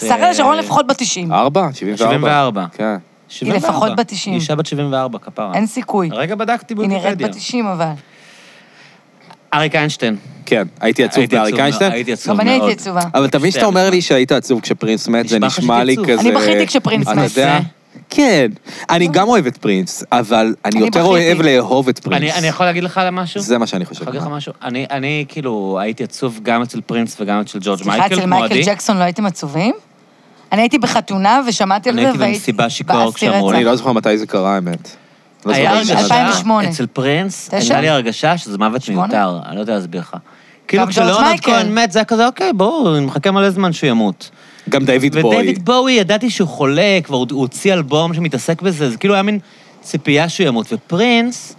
B: שרה לשרון לפחות בת 90.
C: אה,
A: ארבע? שבעים וארבע.
C: 74.
A: כן.
B: היא לפחות בת 90.
C: היא אישה בת 74, כפרה.
B: אין סיכוי.
C: הרגע בדקתי
B: היא נראית
C: בוויקיפדיה.
B: בת 90 אבל.
C: אריק איינשטיין.
A: כן, הייתי עצוב
C: אה, הייתי
A: באריק
C: עצוב מאוד,
A: איינשטיין.
C: הייתי עצוב
B: גם לא, אני הייתי
C: מאוד.
B: עצובה.
A: אבל תבין
C: שתי
A: שאתה אומר
C: אנשים.
A: לי שהיית עצוב כשפרינס מת, זה
C: נשמע לך
A: נשמע לי
C: שהייתי
A: כזה...
C: עצוב.
B: אני בכיתי כשפרינס
A: אתה
B: מת.
A: יודע? כן. אני גם אוהב את פרינס, אבל אני
B: אני
A: יותר
B: בכיתי.
A: אוהב לאהוב את
C: אני
A: פרינס.
C: אני יכול להגיד לך על משהו?
A: זה מה שאני חושב.
C: יכול להגיד לך משהו? אני, אני כאילו הייתי עצוב גם אצל פרינס וגם אצל ג'ורג'
B: סליחה,
C: מייקל,
B: אצל
C: כמו
B: מייקל
C: עדי.
B: ג'קסון לא הייתם עצובים? אני הייתי בחתונה ושמעתי על
C: אני
B: זה
C: הייתי
B: והייתי...
C: במסיבה שיכור
B: באסתי
C: כשאמרו
B: רצח.
C: לי,
A: אני לא זוכר מתי זה קרה, האמת. לא
C: היה
A: זוכר
B: הרגשה-
A: שזה
C: הרגשה,
A: קרה.
B: 2008.
C: אצל פרינס,
B: תשע?
C: הייתה לי הרגשה שזה מוות מיותר, אני לא יודע להסביר לך. כאילו
B: ג'ורג'
C: כשלאונרד
B: מייקל.
C: כהן מת, זה היה כזה, אוקיי, ברור, אני מחכה מלא זמן שהוא ימות.
A: גם דיוויד בוי.
C: ודייוויד בואי, ידעתי שהוא חולה, כבר הוא הוא הוציא אלבום שמתעסק בזה, זה כאילו היה מין ציפייה שהוא ימות. ופרינס,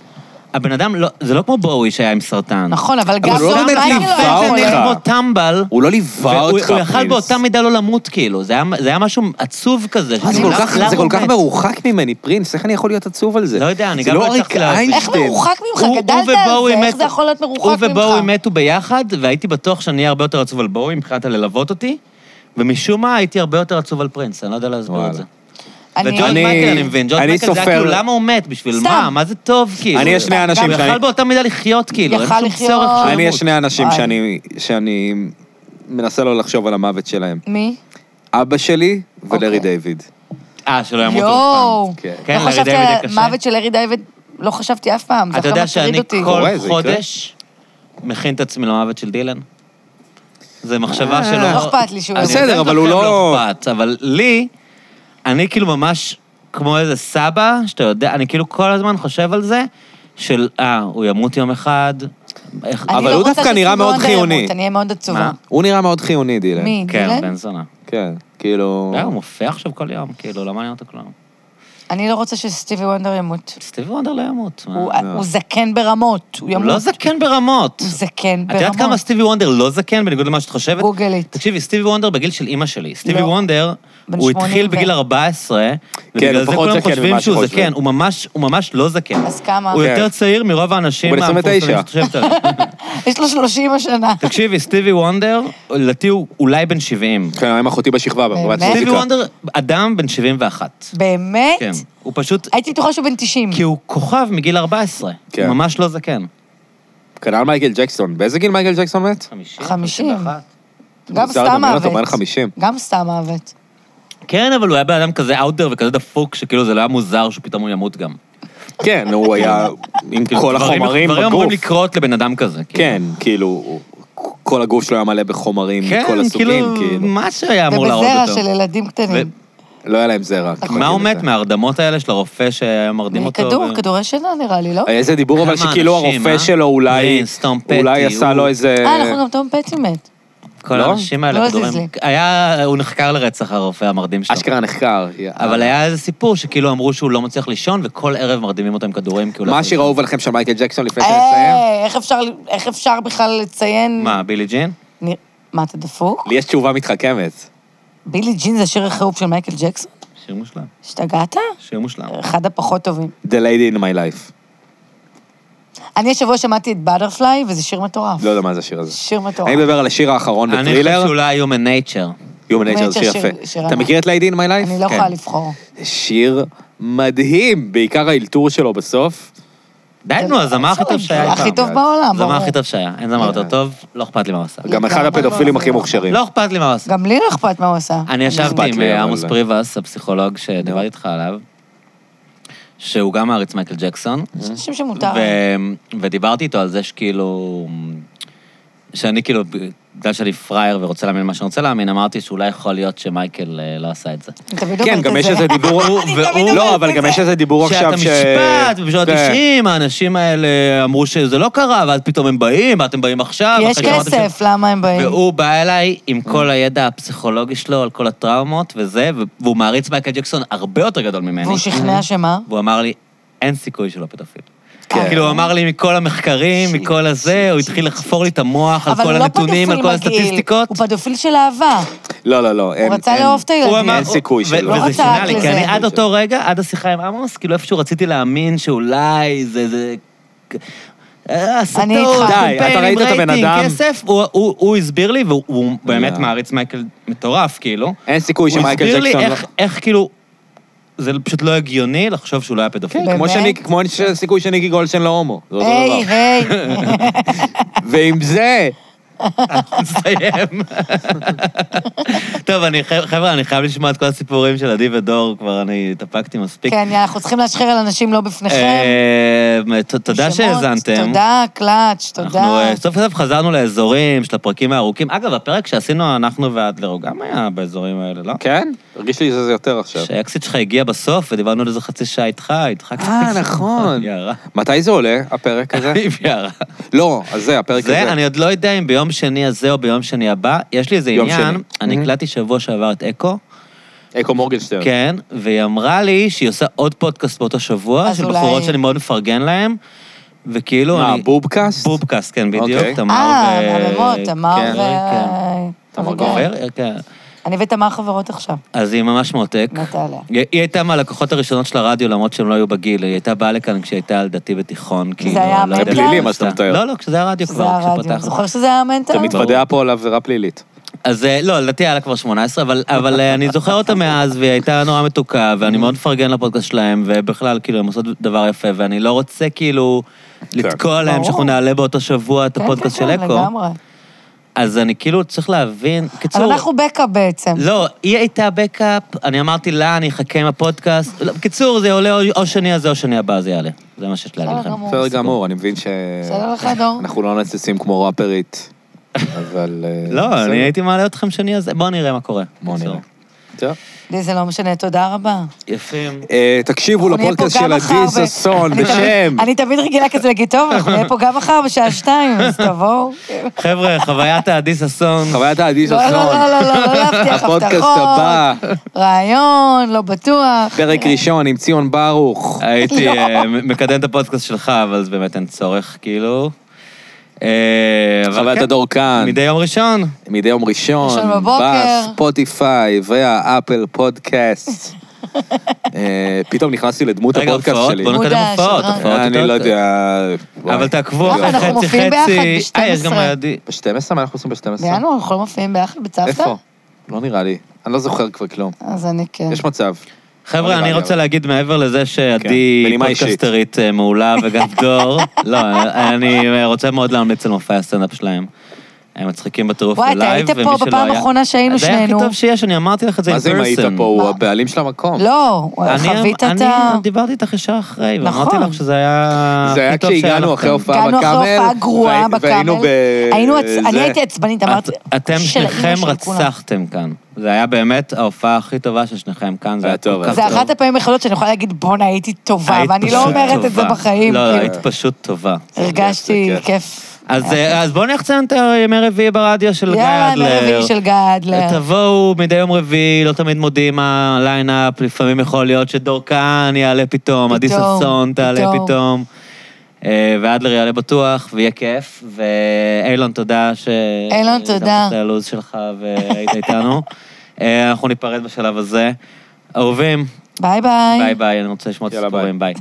C: הבן אדם, לא- זה לא כמו בואי שהיה עם סרטן.
B: נכון, אבל גם
A: הוא לא
B: ג'ורג'
A: באמת
B: מייקל לא
A: ליווה
B: היה
A: אותך.
B: חולה.
C: כמו טמבל.
A: הוא לא ליווה
C: והוא-
A: אותך,
C: הוא יכל
A: פרינס.
C: באותה מידה לא למות, כאילו. זה היה- זה היה משהו עצוב כזה.
A: זה
C: שאני-
A: כל
B: לא-
C: למה-
A: כך-
C: למה
A: זה כל
C: הוא
A: כך
C: מת?
A: מרוחק ממני, פרינס, איך אני יכול להיות עצוב על זה?
C: לא יודע, אני
A: זה
C: גם לא
A: אריק
C: הצלחתי להבין.
B: איך
A: איינשטיין.
B: מרוחק ממך?
C: הוא-
B: גדלת
C: הוא
B: על
C: ובואי
B: זה, איך
C: מתו-
B: זה יכול להיות מרוחק
C: הוא ובואי
B: ממך?
C: מתו ביחד, והייתי בטוח שאני אהיה הרבה יותר עצוב על בואי מבחינת הללוות אותי, ומשום מה הייתי הרבה יותר עצוב על פרינס, אני לא יודע להסביר
A: וואלה.
C: את זה.
B: אני-
C: וג'ורג'
A: אני-
C: מייקל, אני מבין, ג'ורג'
A: אני
C: מייקל זה היה
A: סופר-
C: כאילו, למה הוא מת? בשביל
B: סתם.
C: מה? מה זה טוב, כאילו?
A: אני יש שני אנשים
C: הוא
A: שאני-
C: יכל באותה מידה לחיות, כאילו, אין
B: יכל
C: שום
B: לחיות.
C: צורך שהוא
A: אני,
C: ימות.
A: יש שני אנשים
B: וואי.
A: שאני, שאני מנסה לא לחשוב על המוות שלהם.
B: מי?
A: אבא שלי ולארי
B: אוקיי.
A: דיוויד.
C: אה, שלא ימותו
B: יואו.
C: אף פעם.
A: כן.
C: כן,
B: לא
C: לארי
B: חשבתי
C: דיוויד
B: על
C: זה קשה.
B: המוות של לארי דיוויד, לא חשבתי אף פעם, זה
C: אתה
B: עכשיו
C: יודע
B: מטריד
C: שאני
B: אותי.
C: כל
A: קורה, זה יקרה.
C: חודש מכין את עצמי למוות של דילן. זו
A: אה,
C: מחשבה שלא...
B: לא אכפת לי שהוא
C: אני
B: ימות.
C: יודע
A: בסדר, אבל
C: שלכם
A: הוא לא-
C: אכפת, אבל לי, אני כאילו ממש כמו איזה סבא, שאתה יודע, אני כאילו כל הזמן חושב על זה, של אה, הוא ימות יום אחד. איך-
B: אני
A: אבל
B: לא
A: הוא
B: רוצה
A: דווקא נראה
B: שסימון
A: מאוד
B: ימות,
A: חיוני.
B: אני אהיה מאוד עצובה.
C: מה?
A: הוא נראה מאוד חיוני, דילן.
B: מי?
C: כן,
B: דילן?
C: בן זונה.
A: כן, כאילו...
C: אה, הוא מופיע עכשיו כל יום, כאילו, לא מעניין אותו כלום.
B: אני לא רוצה שסטיבי וונדר ימות.
C: סטיבי וונדר לא ימות. מה?
B: הוא- הוא זקן ברמות, הוא
C: הוא
B: ימות.
C: לא זקן ברמות.
B: הוא זקן
C: את יודעת כמה
B: ברמות.
C: סטיבי וונדר לא זקן, בניגוד למה שאת חושבת?
B: גוגלית.
C: תקשיבי, סטיבי וונדר בגיל של אימא שלי. סטיבי
B: לא.
C: וונדר,
B: בן כן.
C: הוא
B: 80
C: התחיל
B: ו-
C: בגיל 14,
A: כן, הוא
C: ובגלל זה
A: פחות
C: כולם
A: זקן
C: חושבים
A: ממה
C: שהוא
A: שחושבים.
C: זקן. הוא ממש, הוא ממש לא זקן.
B: אז כמה?
C: הוא
A: כן.
C: יותר צעיר מרוב האנשים
A: הוא בן 29.
C: שאת חושבת עליהם.
B: יש לו 30 השנה.
C: תקשיבי, סטיבי וונדר, לדעתי הוא אולי בן 70.
A: כן, עם אחותי בשכבה, במובן
B: באמת?
C: סטיבי
A: מוזיקה.
C: וונדר, אדם בן 71.
B: באמת?
C: כן. הוא פשוט,
B: הייתי בטוחה שהוא בן 90.
C: כי הוא כוכב מגיל 14.
A: כן.
C: הוא ממש לא זקן.
A: כנ"ל כן, מייקל ג'קסון. באיזה גיל מייקל ג'קסון מת?
C: 50.
B: 50.
C: 51.
B: גם
A: מוזר
B: סתם
A: לדמיין אותו,
B: מוות.
A: מעל 50.
B: גם סתם מוות.
C: כן, אבל הוא היה בן אדם כזה אאוטר וכזה דפוק, שכאילו זה לא היה מוזר שפתאום הוא ימות גם.
A: כן, הוא היה עם
C: כאילו,
A: כל
C: דברים-
A: החומרים
C: דברים אמורים
A: בגוף.
C: לקרות לבן אדם כזה. כאילו.
A: כן, כאילו, הוא- כל הגוף שלו היה מלא בחומרים מכל
C: כן,
A: הסוגים,
C: כאילו,
A: כאילו.
C: מה שהיה אמור להרוג
B: ובזרע של
C: אותו.
B: ילדים קטנים.
A: לא היה להם זרע.
B: נכון.
C: מה הוא
A: כאילו
C: מת?
A: זה.
C: מההרדמות האלה של הרופא שמרדים אותו?
B: אה, כדור,
C: ו- אה,
B: כדורי שינה נראה לי, לא?
A: איזה דיבור, אבל
C: כמה
A: שכאילו
C: אנשים,
A: הרופא
C: אה?
A: שלו אולי,
C: פרינס, טום פטי,
A: אולי עשה
C: הוא-
A: לו איזה...
B: אה, נכון, גם תום פטי מת.
C: כל
I: לא?
C: האנשים האלה,
B: לא
C: הכדורים-
B: זיז לי.
C: היה, הוא נחקר לרצח הרופא המרדים שלו.
I: אשכרה נחקר.
C: אבל היה איזה סיפור שכאילו אמרו שהוא לא מצליח לישון, וכל ערב מרדימים אותו עם כדורים,
A: אה,
C: כאילו...
I: מה השיר האהוב עליכם של מייקל ג'קסון לפני שנסיים?
B: אה, איך אפשר- איך אפשר בכלל לציין...
C: מה, בילי ג'ין?
B: ניר- מה, אתה דפוק?
I: לי יש תשובה מתחכמת.
B: בילי ג'ין זה השיר הכי אהוב של מייקל ג'קסון?
C: שיר מושלם.
B: השתגעת?
C: שיר מושלם.
B: אחד הפחות טובים.
A: The Lady in My Life.
B: אני השבוע שמעתי את בטרפליי, וזה שיר מטורף.
A: לא יודע מה זה השיר הזה.
B: שיר מטורף.
A: אני מדבר על השיר האחרון
C: אני חושב
A: בטרילר,
C: שאולי Human Nature.
A: Human Nature זה
B: Nature
A: שיר
B: שיר-
A: יפה.
B: שיר
A: אתה
B: ענק.
A: מכיר את Lady in My Life?
B: אני לא
A: כן.
B: יכולה לבחור.
A: שיר מדהים, בעיקר האלתור שלו בסוף.
C: די, נו, הזמר הכי טוב שהיה אי פעם.
B: הכי טוב בעולם,
C: הזמר
B: ברור.
C: הכי טוב שהיה. אין זמר יותר טוב, לא אכפת לי מה הוא עשה.
A: גם אחד
B: לגמרי
A: הפדופילים
B: לא.
A: הכי מוכשרים.
C: לא אכפת לי מה הוא עשה.
B: גם לי לא אכפת מה הוא עשה.
C: אני ישבתי
A: אכפת
C: עם אה,
A: לי, אבל-
C: עמוס פריבס, הפסיכולוג שדיברתי איתך עליו, שהוא גם מעריץ מייקל ג'קסון,
B: יש אנשים שמותר.
C: ו- ודיברתי איתו על זה שכאילו... שאני כאילו, בגלל שאני פראייר ורוצה להאמין מה שאני רוצה להאמין, אמרתי שאולי יכול להיות שמייקל אה, לא עשה את זה.
B: אני תמיד
A: כן,
B: אומרת
A: גם
B: את
A: יש
B: זה.
A: איזה דיבור...
B: תמיד
A: לא,
B: אומרת
A: אבל
B: את
A: גם
B: זה.
A: יש איזה דיבור
C: שהיה את
A: עכשיו ש...
C: המשפט, ובשנות
A: כן.
C: ה-90, האנשים האלה אמרו שזה לא קרה, ואז פתאום הם באים, ואתם באים עכשיו.
B: יש
C: אחרי שאמרתם ש-
B: כסף, אה? למה הם באים?
C: והוא בא אליי עם כל הידע הפסיכולוגי שלו על כל הטראומות וזה, ו- והוא מעריץ מייקל ג'קסון הרבה יותר גדול ממני.
B: והוא שכנע שמה?
C: והוא אמר לי, אין סיכוי שלא פדופיל.
B: כן.
C: כאילו, הוא אמר לי מכל המחקרים, מכל הזה, הוא התחיל לחפור לי את המוח על
B: אבל הוא
C: כל
B: לא
C: הנתונים, על
B: פדופיל
C: כל
B: מגעיל,
C: הסטטיסטיקות. כן,
B: הוא פדופיל של אהבה.
A: לא, לא, לא, אין...
B: הוא רצה
A: אין-
B: לאהוב את
C: הוא
B: הילדים.
C: אמר-
A: אין סיכוי
C: ו-
A: שלא.
B: לא
C: וזה
B: רצה
C: שינה
B: רק
C: לי, כי
B: לזה.
C: אני עד אותו רגע, עד השיחה עם עמוס, כאילו איפשהו רציתי להאמין שאולי זה... זה- אה, הסתות,
B: אני איתך.
A: די, אתה
C: קמפיינים,
A: ראית את הבן
C: רייטינג,
A: אדם?
C: כסף, הוא- הוא הוא הסביר לי, והוא הוא באמת
A: לא.
C: מעריץ מייקל מטורף, כאילו.
A: אין סיכוי
C: הוא
A: שמייקל
C: הסביר לי
A: ג'קסון... לא-
C: איך- איך כאילו... זה פשוט לא הגיוני לחשוב שהוא לא היה פדופיל.
A: כן, כמו
B: באמת?
A: שניק- כמו שיש סיכוי שניקי גולדשטיין לא הומו. זה אותו
B: היי,
A: דבר.
B: היי.
A: ועם זה...
C: נסיים. טוב, אני חייב- חבר'ה, אני חייב לשמוע את כל הסיפורים של עדי ודור, כבר אני התאפקתי מספיק.
B: כן, אנחנו צריכים להשחיר על אנשים לא בפניכם.
C: אה, ת- תודה
B: נכון. שמות,
C: שהאזנתם.
B: תודה, קלאץ',
C: אנחנו
B: תודה.
C: אה, סוף סוף חזרנו לאזורים של הפרקים הארוכים. אגב, הפרק שעשינו אנחנו ואדלר הוא גם היה באזורים האלה, לא?
A: כן? הרגיש לי שזה יותר עכשיו.
C: שהאקסיט שלך הגיע בסוף ודיברנו על איזה חצי שעה איתך, הדחקת.
A: כן. אה, נכון.
C: יערה.
A: מתי זה עולה, הפרק הזה?
C: יערה.
A: לא, אז זה, הפרק הזה.
C: זה, אני עוד לא יודע אם ביום שני הזה או ביום שני הבא, יש לי איזה
A: יום
C: עניין,
A: שני.
C: אני הקלטתי שבוע שעבר את אקו,
A: אקו מורגנשטיין.
C: כן, והיא אמרה לי שהיא עושה עוד פודקאסט באותו שבוע,
B: אז
C: של
B: אולי-
C: בחורות שאני מאוד מפרגן להן, וכאילו
A: מה,
C: אני...
A: בובקאסט?
C: בובקאסט, כן, בדיוק,
A: אוקיי.
C: תמר
B: אה, מהממות, תמר
C: כן,
B: ו...
C: כן.
B: אבל
A: תמר
B: גל.
C: גובר, כן.
B: אני ותמר חברות עכשיו.
C: אז היא ממש מותק.
B: מתה עליה.
C: היא היא הייתה מהלקוחות הראשונות של הרדיו, למרות שהם לא היו בגיל, היא הייתה באה לכאן כשהיא הייתה על דתי בתיכון, כאילו,
B: היה
C: לא יודע
B: זה פלילי,
C: מה
A: מה שאתה
C: עשתה.
A: מתאר.
C: לא, לא, כשזה היה רדיו
B: שזה נכון.
C: כבר,
B: הרדיו.
C: כשפתחנו.
B: זוכר שזה היה המנטל?
A: אתה מתוודע פה על עבירה פלילית.
C: אז אה, לא, לדעתי היה לה כבר 18, אבל, אבל אה, אני זוכר אותה מאז, והיא הייתה נורא מתוקה, ואני מאוד מפרגן לפודקאסט שלהם, ובכלל, כאילו, הם עושות דבר יפה, ואני לא רוצה, כאילו,
A: כן.
C: לתקוע להם
B: ברור.
C: שאנחנו נעלה באותו שבוע את
B: כן,
C: הפודקאסט
B: כן,
C: של
B: כן,
C: אקו.
B: לגמרי.
C: אז אני כאילו צריך להבין,
B: אז
C: קיצור...
B: אנחנו בקאפ בעצם.
C: לא, היא הייתה בקאפ, אני אמרתי לה, אני אחכה עם הפודקאסט. לא, בקיצור, זה עולה או- או שני הזה או שני הבא, זה יעלה. זה מה שיש לי להגיד
B: בסדר
C: לכם.
B: גמור.
A: בסדר גמור, אני מבין ש...
B: בסדר לך, דור?
A: אנחנו לא נצצים כמו ראפרית, אבל... אה,
C: לא,
A: בסדר.
C: אני הייתי מעלה אתכם שני הזה, בואו נראה מה קורה.
A: בואו
C: בקיצור.
A: נראה. טוב.
B: לי זה לא משנה, תודה רבה.
C: יפים.
A: אה, תקשיבו
B: אנחנו נהיה
A: לפודקאסט
B: פה גם
A: של
B: מחר
A: עדי
B: ב-
A: ששון
B: אני תמיד-
A: בשם.
B: אני תמיד רגילה כזה להגיד, טוב, אנחנו נהיה פה גם מחר בשעה שתיים, אז תבואו.
C: חבר'ה, חוויית עדי ששון.
A: חוויית עדי
B: לא, לא,
A: ששון.
B: לא, לא, לא, לא להבטיח
A: הפודקאסט הבא.
B: הבטחות. רעיון, לא
C: כן,
B: בטוח.
A: פרק ראשון עם ציון ברוך.
B: לא.
C: הייתי אה, מקדם את הפודקאסט שלך, אבל זה באמת אין צורך, כאילו. אה, אבל
A: חוויית
C: כן,
A: הדור כאן.
C: מדי יום ראשון.
A: מדי יום ראשון.
B: ראשון בבוקר.
A: בספוטיפיי והאפל פודקאסט. אה, פתאום נכנסתי לדמות
C: רגע,
A: הפודקאסט
C: הופעות,
A: שלי. אה,
C: בואו נקדם
B: מודע,
C: הופעות,
B: שדרן.
C: הופעות.
A: אני
C: איתו.
A: לא יודע...
C: אבל
A: וואי.
C: תחכבו
B: אנחנו
C: אחרי חצי חצי.
B: מופיעים ביחד ב-
C: אה, יש גם
B: 12.
C: עדי.
A: ב-12? מה אנחנו עושים ב-12?
B: בינואר, אנחנו לא מופיעים ביחד בצוותא?
A: איפה? לא נראה לי. אני לא זוכר כבר כלום.
B: אז אני כן.
A: יש מצב.
C: חבר'ה, אני
A: אבל-
C: רוצה להגיד מעבר לזה שעדי
A: כן, בנימה אישית.
C: פודקסטרית אה, מעולה וגם דור, לא, אני אה, רוצה מאוד להמליץ על מופעי הסטנדאפ שלהם. הם מצחיקים בטירוף
B: וואי,
C: בלייב,
B: אתה היית פה
C: ומי שלא
B: בפעם
C: היה-
B: האחרונה שהיינו
C: זה היה הכי
B: שנינו.
C: טוב שיש, אני אמרתי לך את זה
A: מה זה אם היית
C: person.
A: פה? הוא
B: מה?
A: הבעלים של המקום.
B: לא,
C: אני-
B: חווית את ה...
C: אני דיברתי איתך ישר אחרי, ואמרתי
B: נכון.
C: לך שזה היה...
A: זה היה
C: הכי טוב שהיה
A: כשהגענו
C: לך
A: אחרי
C: כאן.
A: הופעה
B: הגענו אחרי
A: בקאמל,
B: הופעה גרועה
A: והי- והיינו
B: בקאמל.
A: ב-
B: היינו עצ- אני
A: זה.
B: הייתי עצבנית, אמרתי...
C: את- אתם
B: של האימא
C: שניכם
B: של כולם.
C: רצחתם כאן. זה היה באמת ההופעה הכי טובה של שניכם כאן. זה
A: היה
C: היה
A: טוב,
C: כל
A: היה
C: כך
B: זה
C: טוב.
B: אחת הפעמים היחידות שאני יכולה להגיד, בואנה, הייתי טובה,
C: היית
B: ואני לא
C: פשוט
B: אומרת את זה
C: טובה.
B: בחיים.
C: לא, לא,
B: כאילו.
C: היית פשוט טובה.
B: הרגשתי
A: זה כיף.
B: כיף.
C: אז, אה, אז בואו נלך לציין את ימי רביעי ברדיו אה, של גיא
B: יאללה,
C: אדלר. אה,
B: מרביעי של גיא אדלר.
C: תבואו מדי יום רביעי, לא תמיד מודיעים מה הליינאפ, לפעמים יכול להיות שדורקן יעלה פתאום, עדי
B: פתאום,
C: ששון תעלה
B: פתאום.
C: פתאום, אה, ואדלר יעלה בטוח, ויהיה כיף. ואילון, תודה ש...
B: אילון, תודה.
C: את הלו"ז שלך והיית איתנו. אה, אנחנו ניפרד בשלב הזה. אהובים,
B: ביי ביי.
C: ביי ביי, אני רוצה לשמוע את
F: יאללה,
C: הסיפורים, ביי.